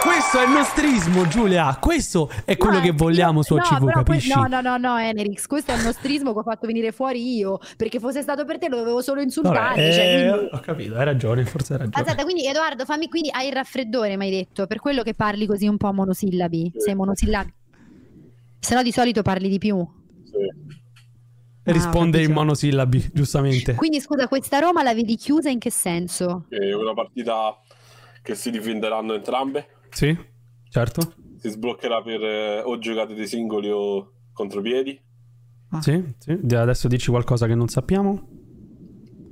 Speaker 1: Questo è il nostrismo, Giulia. Questo è quello che vogliamo su
Speaker 2: No,
Speaker 1: OCV,
Speaker 2: però que-
Speaker 1: capisci?
Speaker 2: no, no, no, no, Enerix, questo è il nostrismo che ho fatto venire fuori io, perché fosse stato per te lo dovevo solo
Speaker 1: Vabbè,
Speaker 2: insultare. cioè,
Speaker 1: eh,
Speaker 2: quindi-
Speaker 1: ho capito, hai ragione, forse hai ragione.
Speaker 2: Aspetta, quindi Edoardo, fammi, quindi hai il raffreddore, mi hai detto, per quello che parli così un po' a monosillabi, sei monosillabi. Se no di solito parli di più. Ah,
Speaker 1: Risponde in monosillabi, giustamente.
Speaker 2: Quindi scusa, questa Roma la vedi chiusa in che senso?
Speaker 19: È una partita che si difenderanno entrambe.
Speaker 2: Ah,
Speaker 1: Sì, certo.
Speaker 19: Si sbloccherà per eh, o giocate dei singoli o contropiedi.
Speaker 2: Ah.
Speaker 1: Sì, sì. Di- Adesso dici qualcosa che non sappiamo.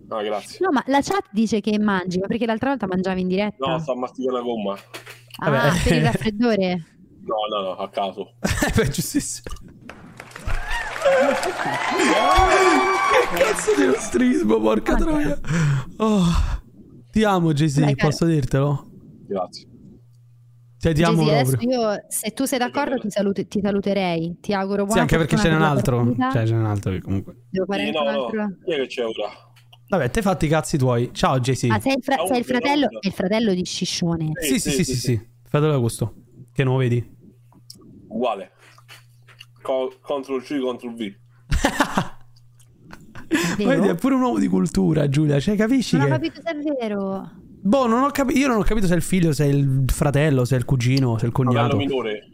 Speaker 19: Ah, grazie.
Speaker 2: No, ma la chat dice che mangi, ma perché l'altra volta mangiavi in diretta?
Speaker 19: No, sta masticando la gomma.
Speaker 2: ah, per il raffreddore.
Speaker 19: No, no, no, a caso.
Speaker 1: Beh, giustissimo. che cazzo di nostrismo,
Speaker 2: Ah,
Speaker 1: porca troia. Oh, ti amo, Jay-Z,
Speaker 2: Dai, cara.
Speaker 1: posso dirtelo?
Speaker 19: Grazie.
Speaker 1: Cioè, ti amo
Speaker 2: Gesi, adesso
Speaker 1: proprio.
Speaker 2: io, se tu sei d'accordo, ti, salut- ti saluterei. Ti auguro
Speaker 1: Sì,
Speaker 2: buona
Speaker 1: anche perché ce n'è
Speaker 2: fortuna
Speaker 1: un
Speaker 2: per la
Speaker 1: altro.
Speaker 2: partita.
Speaker 1: Cioè, ce n'è un altro che comunque.
Speaker 2: Devo fare
Speaker 19: Sì,
Speaker 2: anche
Speaker 19: no,
Speaker 2: un altro.
Speaker 19: no. Chi è che c'è ora?
Speaker 1: Vabbè, te fatti i cazzi tuoi. Ciao, Jay-Z.
Speaker 2: Ah, sei il, fra- sei il fratello, è il fratello di Sciscione.
Speaker 1: Sì, sì, sì, sì, sì. Fratello Augusto. Che non lo vedi?
Speaker 19: Uguale. Co- Ctrl C, Ctrl V.
Speaker 1: Vedi, è pure un uomo di cultura, Giulia. Cioè, capisci
Speaker 2: Non ho
Speaker 1: che...
Speaker 2: capito se è vero.
Speaker 1: Boh, non ho capi- io non ho capito se è il figlio, se è il fratello, se è il cugino, se è il
Speaker 19: Fratello
Speaker 1: cognato.
Speaker 19: minore.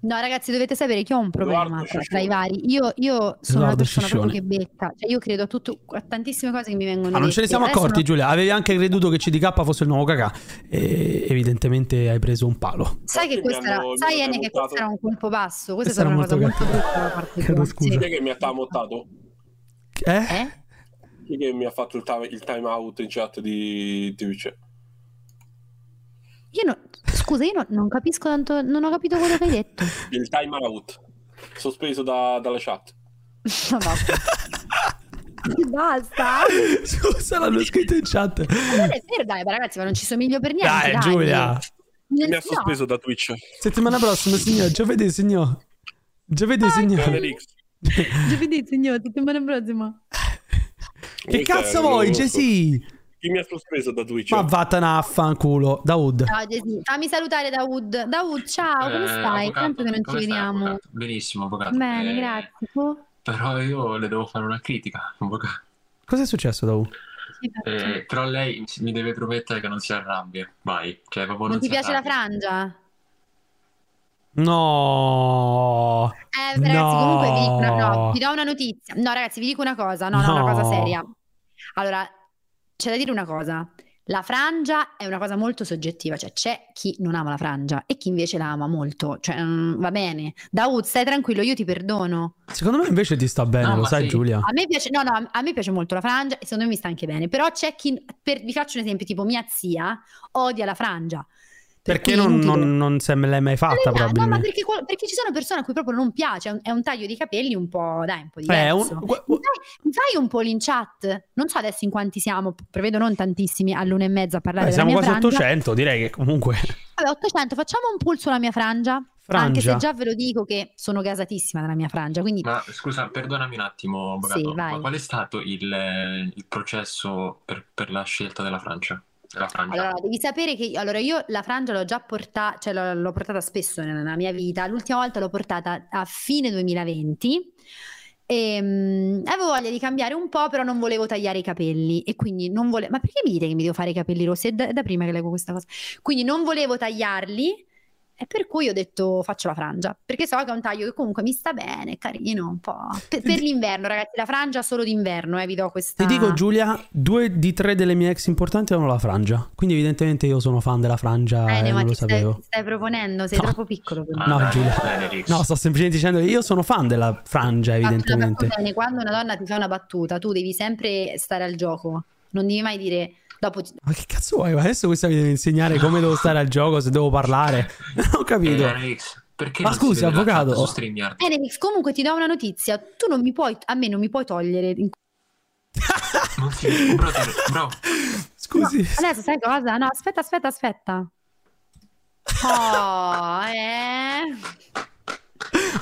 Speaker 2: No, ragazzi, dovete sapere che ho un problema tra, tra i vari. Io, io sono una
Speaker 1: Edoardo
Speaker 2: persona proprio
Speaker 1: Sciscione.
Speaker 2: che becca. Cioè, io credo a, tutto- a tantissime cose che mi vengono
Speaker 1: Ah, non ce ne
Speaker 2: dette.
Speaker 1: siamo
Speaker 2: Adesso
Speaker 1: accorti,
Speaker 2: non-
Speaker 1: Giulia. Avevi anche creduto che CDK fosse il nuovo cacà. E evidentemente hai preso un palo.
Speaker 2: Sai che questa era,
Speaker 19: hanno-
Speaker 2: sai,
Speaker 19: mi hanno
Speaker 2: Ene, che questo era un colpo basso. Questa è
Speaker 1: Questa
Speaker 2: stata una
Speaker 1: era molto
Speaker 2: cosa molto brutta da parte
Speaker 1: Chiedo
Speaker 2: tua.
Speaker 1: scusa.
Speaker 2: Sì.
Speaker 19: Chi è che mi ha tamottato?
Speaker 1: Eh?
Speaker 19: Chi è che mi ha fatto il time, il time out in chat di Twitch?
Speaker 2: Io no- scusa, io no- non capisco tanto, non ho capito quello che hai detto.
Speaker 19: Il time out. Sospeso da- dalla chat.
Speaker 2: No, no. Basta.
Speaker 1: Scusa, l'hanno scritto in chat.
Speaker 2: Ma non è vero, dai, ma ragazzi, ma non ci somiglio per niente.
Speaker 1: Dai, Giulia.
Speaker 2: Non
Speaker 19: Mi ha
Speaker 2: so.
Speaker 19: sospeso da Twitch.
Speaker 1: Settimana prossima, signor. Giovedì, signor. Giovedì, signor.
Speaker 19: X.
Speaker 2: Giovedì, signor, settimana prossima.
Speaker 1: Che
Speaker 19: Questa
Speaker 1: cazzo
Speaker 19: è una
Speaker 1: vuoi,
Speaker 19: cosa.
Speaker 1: Jessy?
Speaker 19: Chi mi ha sospeso da Twitch?
Speaker 1: Ma vattene a fanculo. Daud.
Speaker 2: Ciao Gesù. Fammi salutare Daoud. Daoud, ciao, come
Speaker 8: Eh,
Speaker 2: stai?
Speaker 8: avvocato,
Speaker 2: Tanto che non ci
Speaker 8: come stai,
Speaker 2: vediamo.
Speaker 8: avvocato? Benissimo, avvocato.
Speaker 2: Bene,
Speaker 8: Eh,
Speaker 2: grazie. Tu?
Speaker 8: Però io le devo fare una critica, avvocato.
Speaker 1: Cos'è successo, Daud?
Speaker 8: Eh, però lei mi deve promettere che non si arrabbia, vai. Cioè, proprio
Speaker 2: Non ti
Speaker 8: si
Speaker 2: piace la
Speaker 8: arrabbia.
Speaker 2: frangia?
Speaker 1: No.
Speaker 2: Eh, ragazzi, comunque vi dico una, no,
Speaker 1: No.
Speaker 2: vi do una notizia. No, ragazzi, vi dico una cosa, no, no, una
Speaker 1: No.
Speaker 2: cosa seria. Allora, c'è da dire una cosa. La frangia è una cosa molto soggettiva, cioè c'è chi non ama la frangia e chi invece la ama molto, cioè mm, va bene. Daud, stai tranquillo, io ti perdono.
Speaker 1: Secondo me invece ti sta bene,
Speaker 8: No,
Speaker 1: lo
Speaker 8: Ah, ma
Speaker 1: sai,
Speaker 8: sì.
Speaker 1: Giulia.
Speaker 2: A me piace, no, no, a me piace molto la frangia e secondo me mi sta anche bene, però c'è chi, per- vi faccio un esempio, tipo mia zia odia la frangia. Per
Speaker 1: Perché
Speaker 2: cui è
Speaker 1: non,
Speaker 2: inutile.
Speaker 1: non, non se me l'hai mai fatta,
Speaker 2: Ma no, ma
Speaker 1: probabilmente.
Speaker 2: perché, qual- perché ci sono persone a cui proprio non piace, è un, è un taglio di capelli un po', dai, un po'
Speaker 1: Eh,
Speaker 2: diverso.
Speaker 1: un-
Speaker 2: Mi, fai, mi fai un po' in chat? Non so adesso in quanti siamo, prevedo non tantissimi, all'una e mezza a parlare
Speaker 1: Eh, siamo
Speaker 2: della
Speaker 1: quasi
Speaker 2: mia frangia.
Speaker 1: 800, direi che comunque...
Speaker 2: Vabbè, 800, facciamo un pool sulla mia frangia,
Speaker 1: Frangia.
Speaker 2: anche se già ve lo dico che sono gasatissima della mia frangia, quindi
Speaker 8: Ma scusa, perdonami un attimo, avvocato,
Speaker 2: Sì, vai.
Speaker 8: ma qual è stato il, eh, il processo per, per la scelta della Francia? Della Francia?
Speaker 2: Allora, devi sapere che io, allora io la frangia l'ho già portata, cioè l'ho, l'ho portata spesso nella mia vita. L'ultima volta l'ho portata a fine 2020. E, mm, avevo voglia di cambiare un po', però non volevo tagliare i capelli e quindi non volevo. Ma perché mi dite che mi devo fare i capelli rossi? È da, è da prima che leggo questa cosa. Quindi non volevo tagliarli. E per cui ho detto faccio la frangia, perché so che è un taglio che comunque mi sta bene, è carino, un po'. Per, per l'inverno, ragazzi, la frangia solo d'inverno, eh, vi do questa.
Speaker 1: Ti dico Giulia, due di tre delle mie ex importanti avevano la frangia, quindi evidentemente io sono fan della frangia
Speaker 2: Eh,
Speaker 1: e
Speaker 2: ma
Speaker 1: non lo
Speaker 2: ti stai, Ah,
Speaker 1: sapevo.
Speaker 2: ti stai proponendo, sei troppo piccolo per me.
Speaker 1: No, Giulia. No, sto semplicemente dicendo che io sono fan della frangia,
Speaker 2: Fatto una
Speaker 1: evidentemente.
Speaker 2: battuta, quando una donna ti fa una battuta, tu devi sempre stare al gioco, non devi mai dire dopo ti-
Speaker 1: Ma che cazzo vuoi? Ma Adesso questa mi deve insegnare come devo stare al gioco, se devo parlare. Non ho capito.
Speaker 8: Eh, Alex, perché
Speaker 1: Ma
Speaker 8: non
Speaker 1: scusi,
Speaker 8: si vede la chat
Speaker 1: avvocato?
Speaker 8: su StreamYard?
Speaker 2: Enrix, Eh, comunque ti do una notizia, tu non mi puoi a me non mi puoi togliere. in-
Speaker 8: Non si vede, bro, te- bro.
Speaker 1: Scusi.
Speaker 2: No, adesso sai cosa? No, aspetta, aspetta, aspetta. Oh, eh.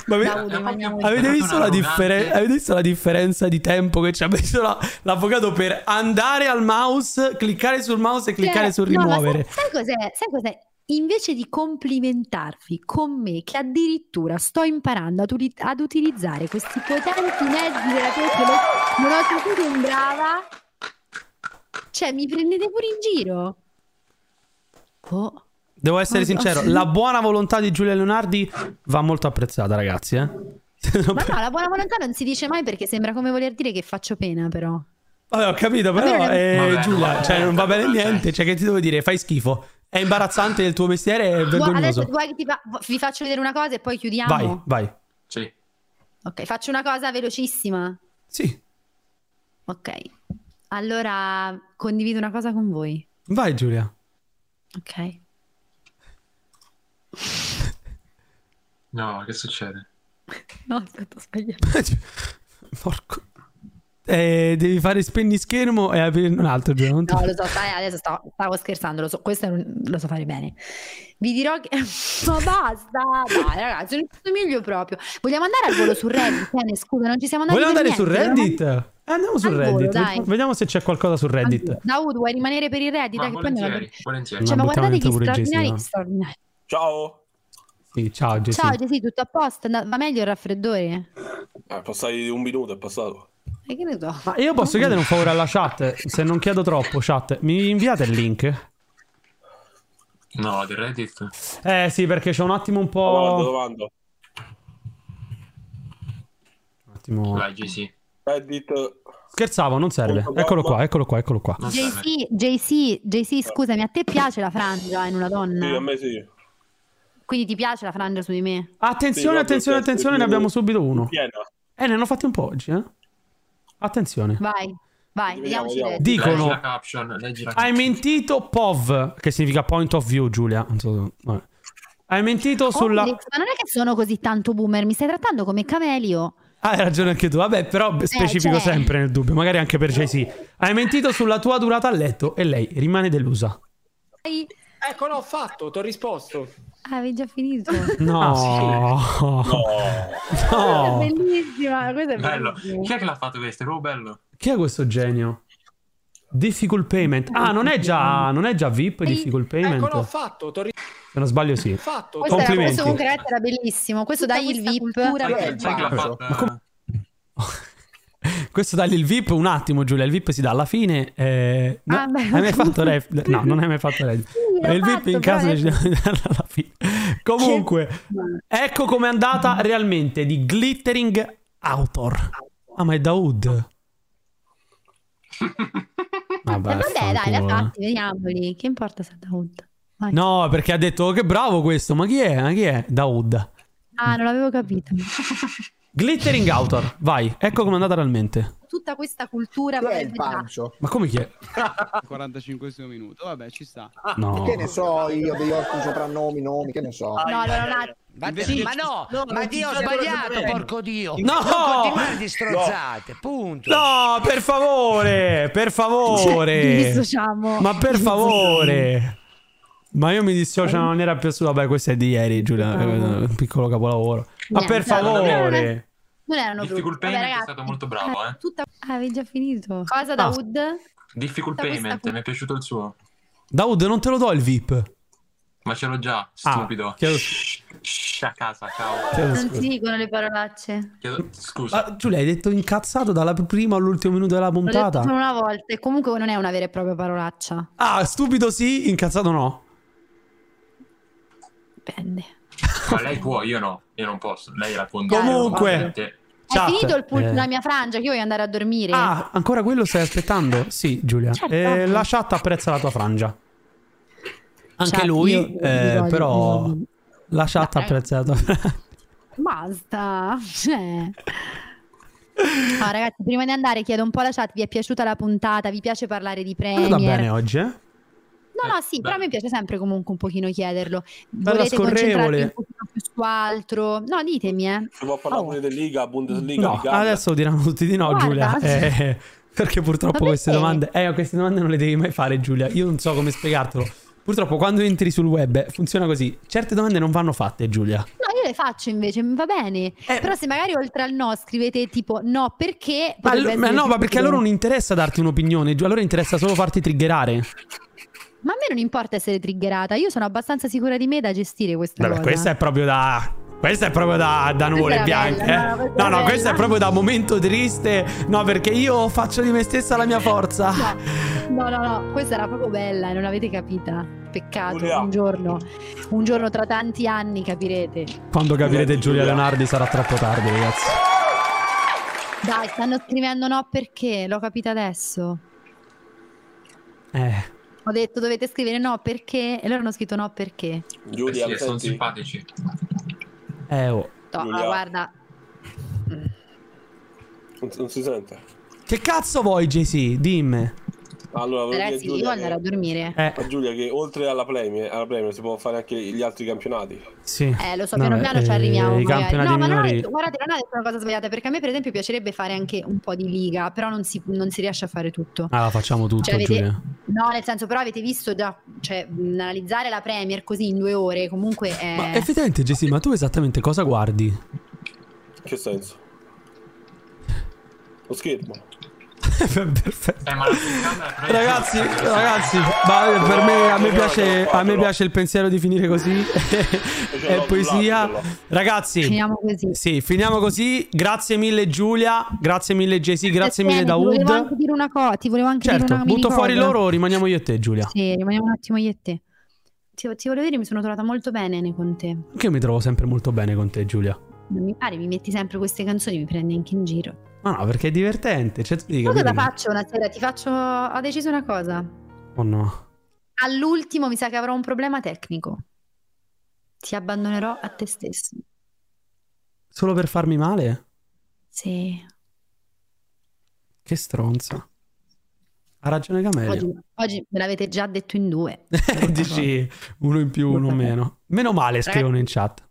Speaker 1: Ma ave-
Speaker 8: Eh,
Speaker 2: Davide, rimaniamo-
Speaker 1: avete, visto la
Speaker 8: Arrogante.
Speaker 1: differen- avete visto la differenza di tempo che ci ha messo la- l'avvocato per andare al mouse, cliccare sul mouse e cliccare
Speaker 2: Cioè,
Speaker 1: sul
Speaker 2: no, ma
Speaker 1: rimuovere?
Speaker 2: sai, sai cos'è? Sai cos'è? Invece di complimentarvi con me, che addirittura sto imparando ad, uli- ad utilizzare questi potenti mezzi della tecnologia, non ho saputo in brava. Cioè, mi prendete pure in giro. Oh.
Speaker 1: Devo essere
Speaker 2: Ma no.
Speaker 1: sincero, la buona volontà di Giulia Leonardi va molto apprezzata, ragazzi. Eh?
Speaker 2: Ma no, la buona volontà non si dice mai perché sembra come voler dire che faccio pena, però.
Speaker 1: Vabbè, ho capito, però
Speaker 2: Vabbè,
Speaker 1: eh,
Speaker 8: vabbè,
Speaker 1: Giulia,
Speaker 8: vabbè,
Speaker 1: cioè non va bene
Speaker 8: vabbè.
Speaker 1: niente, cioè che ti devo dire, fai schifo. È imbarazzante il tuo mestiere, è
Speaker 2: Vuoi- adesso
Speaker 1: vergognoso.
Speaker 2: vuoi che ti fa- vi faccio vedere una cosa e poi chiudiamo?
Speaker 1: Vai, vai.
Speaker 8: Sì.
Speaker 2: Ok, faccio una cosa velocissima.
Speaker 1: Sì,
Speaker 2: Ok. Allora, condivido una cosa con voi.
Speaker 1: vai Giulia.
Speaker 2: Ok.
Speaker 8: No, che succede?
Speaker 2: No, aspetta, ho sbagliato.
Speaker 1: Porco. Eh, devi fare spegni schermo e aprire un altro Giulia. non ti-
Speaker 2: No, lo so, sai, adesso stavo, stavo scherzando, lo so, questo è un- lo so fare bene. Vi dirò che... Ma basta, dai ragazzi, non ci somiglio proprio. Vogliamo andare al volo su Reddit? Eh, scusa, non ci siamo andati
Speaker 1: Vogliamo
Speaker 2: per
Speaker 1: andare su
Speaker 2: niente, dobbiamo-
Speaker 1: Reddit? Eh, andiamo su
Speaker 2: Al volo,
Speaker 1: Reddit,
Speaker 2: dai.
Speaker 1: vediamo se c'è qualcosa su Reddit.
Speaker 2: Daud, vuoi rimanere per il Reddit? Dai, che poi andiamo a-
Speaker 8: Volentieri, volentieri.
Speaker 2: Cioè, ma
Speaker 1: Ma
Speaker 2: guardate
Speaker 1: buttiamo
Speaker 2: gli
Speaker 1: dentro pure
Speaker 2: straordinari,
Speaker 1: Jessy,
Speaker 2: gli
Speaker 1: no?
Speaker 2: straordinari.
Speaker 19: Ciao.
Speaker 1: Sì, ciao Gesù.
Speaker 2: Ciao Gesì, tutto a posto? And- Va meglio il raffreddore?
Speaker 19: Eh, passai un minuto, è passato.
Speaker 2: E che ne so?
Speaker 1: Ma io posso chiedere un favore alla chat? Se non chiedo troppo, chat, mi inviate il link?
Speaker 8: No, del Reddit.
Speaker 1: Eh sì, perché c'è un attimo un
Speaker 19: Domando,
Speaker 1: po'...
Speaker 19: domando.
Speaker 1: Un attimo...
Speaker 8: Vai, GC.
Speaker 19: Reddit.
Speaker 1: Scherzavo, non serve. Eccolo qua, eccolo qua, eccolo qua.
Speaker 2: JC, JC, JC, scusami, a te piace la frangia in una
Speaker 19: Sì, a
Speaker 2: donna?
Speaker 19: me sì. Eh,
Speaker 2: Quindi ti piace la frangia su di me?
Speaker 1: Attenzione, attenzione, attenzione, ne abbiamo subito uno.
Speaker 19: Piena.
Speaker 1: Eh, ne hanno fatti un po' oggi, eh. Attenzione.
Speaker 2: Vai, vai, vediamoci Reddit.
Speaker 1: Dicono-
Speaker 8: Leggi la caption, leggi la
Speaker 1: Hai mentito POV, che significa point of view, Giulia. Non so- vabbè. Hai mentito
Speaker 2: Oh,
Speaker 1: sulla...
Speaker 2: Alex, ma non è che sono così tanto boomer, mi stai trattando come Camelio.
Speaker 1: Ah, hai ragione anche tu. Vabbè, però beh, specifico
Speaker 2: cioè-
Speaker 1: sempre nel dubbio, magari anche per Jay-Z. Hai mentito sulla tua durata a letto e lei rimane delusa.
Speaker 6: Ecco, no, ho fatto, ti ho risposto.
Speaker 2: Avevi già finito.
Speaker 1: No, no,
Speaker 2: Questa è bellissima. Questa è
Speaker 8: Bello.
Speaker 2: bellissima.
Speaker 8: Chi è che l'ha fatto questo? È proprio bello.
Speaker 1: Chi è questo genio? Difficult payment. Ah, non è già, non è già VIP. Difficult
Speaker 6: Ecco,
Speaker 1: payment.
Speaker 6: no, ho fatto, ti ho risposto.
Speaker 1: Se non sbaglio, sì.
Speaker 6: Fatto.
Speaker 2: Questo, era,
Speaker 1: Complimenti.
Speaker 2: questo comunque ragazzi, era bellissimo. Questo dai il VIP.
Speaker 1: Ma come- Questo dagli il VIP un attimo, Giulia. Il VIP si dà alla fine. eh, no,
Speaker 2: Ah, beh,
Speaker 1: hai mai
Speaker 2: ok.
Speaker 1: fatto ref? No, non hai mai fatto ref.
Speaker 2: l'ho
Speaker 1: il VIP
Speaker 2: fatto,
Speaker 1: in caso
Speaker 2: però
Speaker 1: ci deve dare alla fine. Comunque, ecco com'è andata realmente di Glittering Autor. Ah, ma è Daoud. Vabbè,
Speaker 2: Eh, vabbè, dai, l'ha
Speaker 1: affanculo, eh.
Speaker 2: fatti, vediamoli. Che importa se è Daoud? Vai.
Speaker 1: No, perché ha detto "Oh, che bravo questo, ma chi è? Ma chi è? Daoud. Mm.
Speaker 2: Ah, non l'avevo capito.
Speaker 1: Glittering Autor, vai. Ecco com'è andata realmente.
Speaker 2: Tutta questa cultura
Speaker 1: Ma come chi è?
Speaker 16: 45 minuto, vabbè, ci sta.
Speaker 19: Ah,
Speaker 8: Eh
Speaker 1: No.
Speaker 12: Che ne so io degli ottimi soprannomi, nomi, che ne so.
Speaker 16: No, allora un attimo.
Speaker 15: Vattene-
Speaker 12: Sì.
Speaker 15: ma no,
Speaker 12: No,
Speaker 15: ma
Speaker 12: non
Speaker 15: Dio ho
Speaker 12: ci sono
Speaker 15: sbagliato,
Speaker 12: problemi.
Speaker 15: porco Dio.
Speaker 12: No!
Speaker 15: Non continuare di strozzate, punto.
Speaker 1: No, per favore, per
Speaker 15: Cioè,
Speaker 1: favore.
Speaker 15: mi dissociamo.
Speaker 1: Ma per
Speaker 15: Mi
Speaker 1: favore. Ma io mi dissocio in una maniera più assoluta. Vabbè, questo è di ieri, Giulia. eh, Un piccolo capolavoro. Ma
Speaker 2: Ah. Niente,
Speaker 1: per
Speaker 2: allora, non
Speaker 1: favore.
Speaker 2: era- Non erano
Speaker 8: Difficult
Speaker 2: brutti. Vabbè,
Speaker 8: payment è
Speaker 2: ragazzi,
Speaker 8: stato molto bravo, eh.
Speaker 2: tutta... ah, avevi già finito.
Speaker 1: Ah.
Speaker 2: Cosa Daoud?
Speaker 8: Difficult
Speaker 2: Tutta questa
Speaker 8: payment, mi è piaciuto il suo.
Speaker 1: Daud, non te lo do il VIP.
Speaker 8: Ma ce l'ho già,
Speaker 1: Ah,
Speaker 8: stupido.
Speaker 1: chiedo-
Speaker 8: Shh, shh, a casa, ciao.
Speaker 1: Chiedo
Speaker 2: Non si dicono le parolacce.
Speaker 8: Chiedo- Scusa.
Speaker 1: Ma Giulia, hai detto incazzato dalla prima all'ultimo minuto della
Speaker 2: L'ho detto solo
Speaker 1: puntata.
Speaker 2: una volta e comunque non è una vera e propria parolaccia.
Speaker 1: Ah, stupido sì, incazzato no.
Speaker 8: Ma lei può, io no. Io non posso. Lei la condanna.
Speaker 1: Comunque.
Speaker 8: ovviamente.
Speaker 1: Chat.
Speaker 2: È finito il pulp
Speaker 1: Eh.
Speaker 2: la mia frangia che io voglio andare a dormire.
Speaker 1: Ah, ancora quello stai aspettando? Sì, Giulia.
Speaker 2: Certo.
Speaker 1: Eh, la chat apprezza la tua frangia. Anche
Speaker 2: Chat,
Speaker 1: lui,
Speaker 2: io- io
Speaker 1: eh,
Speaker 2: voglio-
Speaker 1: però,
Speaker 2: io voglio-
Speaker 1: la chat
Speaker 2: Dai.
Speaker 1: apprezza la tua frangia.
Speaker 2: Basta. Cioè. No, ragazzi, prima di andare chiedo un po' alla chat, vi è piaciuta la puntata? Vi piace parlare di
Speaker 1: È andata bene
Speaker 2: Premier?
Speaker 1: oggi, eh?
Speaker 2: No, no, sì, però a me piace sempre comunque un pochino chiederlo.
Speaker 1: Bella
Speaker 2: Volete concentrarvi
Speaker 1: scorrevole.
Speaker 2: un pochino più su altro? No, ditemi, eh.
Speaker 19: Si può parlare pure di Liga, Bundesliga,
Speaker 1: No,
Speaker 19: Liga.
Speaker 1: adesso diranno tutti di no,
Speaker 2: Guarda.
Speaker 1: Giulia. eh, perché purtroppo
Speaker 2: Ma
Speaker 1: queste
Speaker 2: perché?
Speaker 1: domande, eh, queste domande non le devi mai fare, Giulia. Io non so come spiegartelo. Purtroppo quando entri sul web eh, funziona così. Certe domande non vanno fatte, Giulia.
Speaker 2: No, io le faccio invece, va bene.
Speaker 1: Eh.
Speaker 2: Però se magari oltre al no scrivete tipo no perché...
Speaker 1: Ma,
Speaker 2: potrebbe
Speaker 1: allo- ma
Speaker 2: essere
Speaker 1: no,
Speaker 2: più
Speaker 1: ma perché a loro non
Speaker 2: utile.
Speaker 1: interessa darti un'opinione, Giulia. A loro interessa solo farti triggerare.
Speaker 2: Ma a me non importa essere triggerata, io sono abbastanza sicura di me da gestire questa
Speaker 1: Vabbè,
Speaker 2: cosa.
Speaker 1: questa è proprio da. Questa è proprio da, da nuvole
Speaker 2: Questa era
Speaker 1: bianche.
Speaker 2: bella,
Speaker 1: eh.
Speaker 2: no, questa
Speaker 1: No,
Speaker 2: era
Speaker 1: no,
Speaker 2: bella.
Speaker 1: questa è proprio da momento triste. No, perché io faccio di me stessa la mia forza.
Speaker 2: Cioè, No, no, no, questa era proprio bella e non l'avete capita. Peccato, un giorno, un giorno tra tanti anni capirete.
Speaker 1: Quando capirete Giulia Leonardi sarà troppo tardi, ragazzi.
Speaker 2: Dai, stanno scrivendo no perché, l'ho capita adesso.
Speaker 1: Eh.
Speaker 2: Ho detto dovete scrivere no perché e loro hanno scritto no perché.
Speaker 19: Giulia,
Speaker 8: Eh sì, sono
Speaker 19: senti.
Speaker 8: simpatici.
Speaker 1: Eh, oh.
Speaker 2: No,
Speaker 19: Giulia.
Speaker 2: ah, guarda,
Speaker 19: Non, non si sente.
Speaker 1: Che cazzo vuoi, JC? Dimmi.
Speaker 19: Allora, volevo dire a
Speaker 2: ragazzi, io
Speaker 19: Giulia
Speaker 2: voglio
Speaker 19: che-
Speaker 2: andare a dormire.
Speaker 1: Eh.
Speaker 19: a Giulia che oltre alla Premier, alla Premier si può fare anche gli altri campionati.
Speaker 1: Sì.
Speaker 2: Eh, lo so,
Speaker 1: No,
Speaker 2: piano
Speaker 1: beh,
Speaker 2: piano ci
Speaker 1: eh,
Speaker 2: arriviamo.
Speaker 1: I
Speaker 2: magari.
Speaker 1: campionati
Speaker 2: No, ma non ho
Speaker 1: minori.
Speaker 2: detto, guardate, non ho detto una cosa sbagliata, perché a me, per esempio, piacerebbe fare anche un po' di liga, però non si, non si riesce a fare tutto.
Speaker 1: Ah, la facciamo tutto,
Speaker 2: Cioè, avete-
Speaker 1: Giulia.
Speaker 2: No, nel senso, però avete visto già, cioè, mh, analizzare la Premier così in due ore, comunque eh, è...
Speaker 1: Ma effettivamente, JC, ma tu esattamente cosa guardi?
Speaker 19: Che senso? Lo schermo.
Speaker 1: Perfetto. Ragazzi, ragazzi, ma eh, per me, a me, piace, a me piace il pensiero di finire così. È poesia. Ragazzi,
Speaker 2: Finiamo così.
Speaker 1: sì, finiamo così. Grazie mille, Giulia. Grazie mille, JC. Grazie mille,
Speaker 2: Tieni, ti Volevo anche
Speaker 1: Daoud.
Speaker 2: dire una cosa, ti volevo anche dire
Speaker 1: Certo,
Speaker 2: una
Speaker 1: butto
Speaker 2: mini
Speaker 1: fuori
Speaker 2: cosa.
Speaker 1: loro, rimaniamo io e te, Giulia.
Speaker 2: Sì, rimaniamo un attimo io e te. Ti, ti volevo dire, mi sono trovata molto bene ne- con te.
Speaker 1: Anche io mi trovo sempre molto bene con te, Giulia.
Speaker 2: Non mi pare, mi metti sempre queste canzoni, mi prendi anche in giro.
Speaker 1: Ma no, perché è divertente. Cioè, tu devi
Speaker 2: Sai
Speaker 1: capire
Speaker 2: cosa
Speaker 1: che-
Speaker 2: faccio una sera? Ti faccio... Ho deciso una cosa.
Speaker 1: Oh no.
Speaker 2: All'ultimo mi sa che avrò un problema tecnico. Ti abbandonerò a te stesso.
Speaker 1: Solo per farmi male?
Speaker 2: Sì.
Speaker 1: Che stronza. Ha ragione
Speaker 2: Oggi,
Speaker 1: Camelia.
Speaker 2: oggi me l'avete già detto in due.
Speaker 1: Dici uno in più, uno in meno. Meno male, scrivono in chat.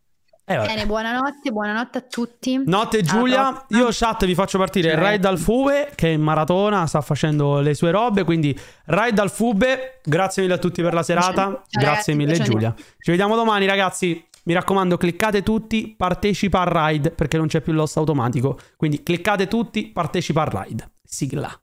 Speaker 1: Eh, vabbè.
Speaker 2: Bene, buonanotte, buonanotte a tutti.
Speaker 13: Ah,
Speaker 1: Notte
Speaker 2: Alla
Speaker 1: Giulia, io chat vi faccio partire
Speaker 2: Ciao.
Speaker 1: Rai dal Fube che è in maratona, sta facendo le sue robe, quindi Rai dal Fube, grazie mille a tutti per la serata,
Speaker 13: Ciao,
Speaker 1: grazie
Speaker 13: ragazzi,
Speaker 1: mille
Speaker 13: bacioni.
Speaker 1: Giulia. Ci vediamo domani ragazzi, mi raccomando cliccate tutti, partecipa al ride perché non c'è più l'host automatico, quindi cliccate tutti, partecipa al ride. Sigla.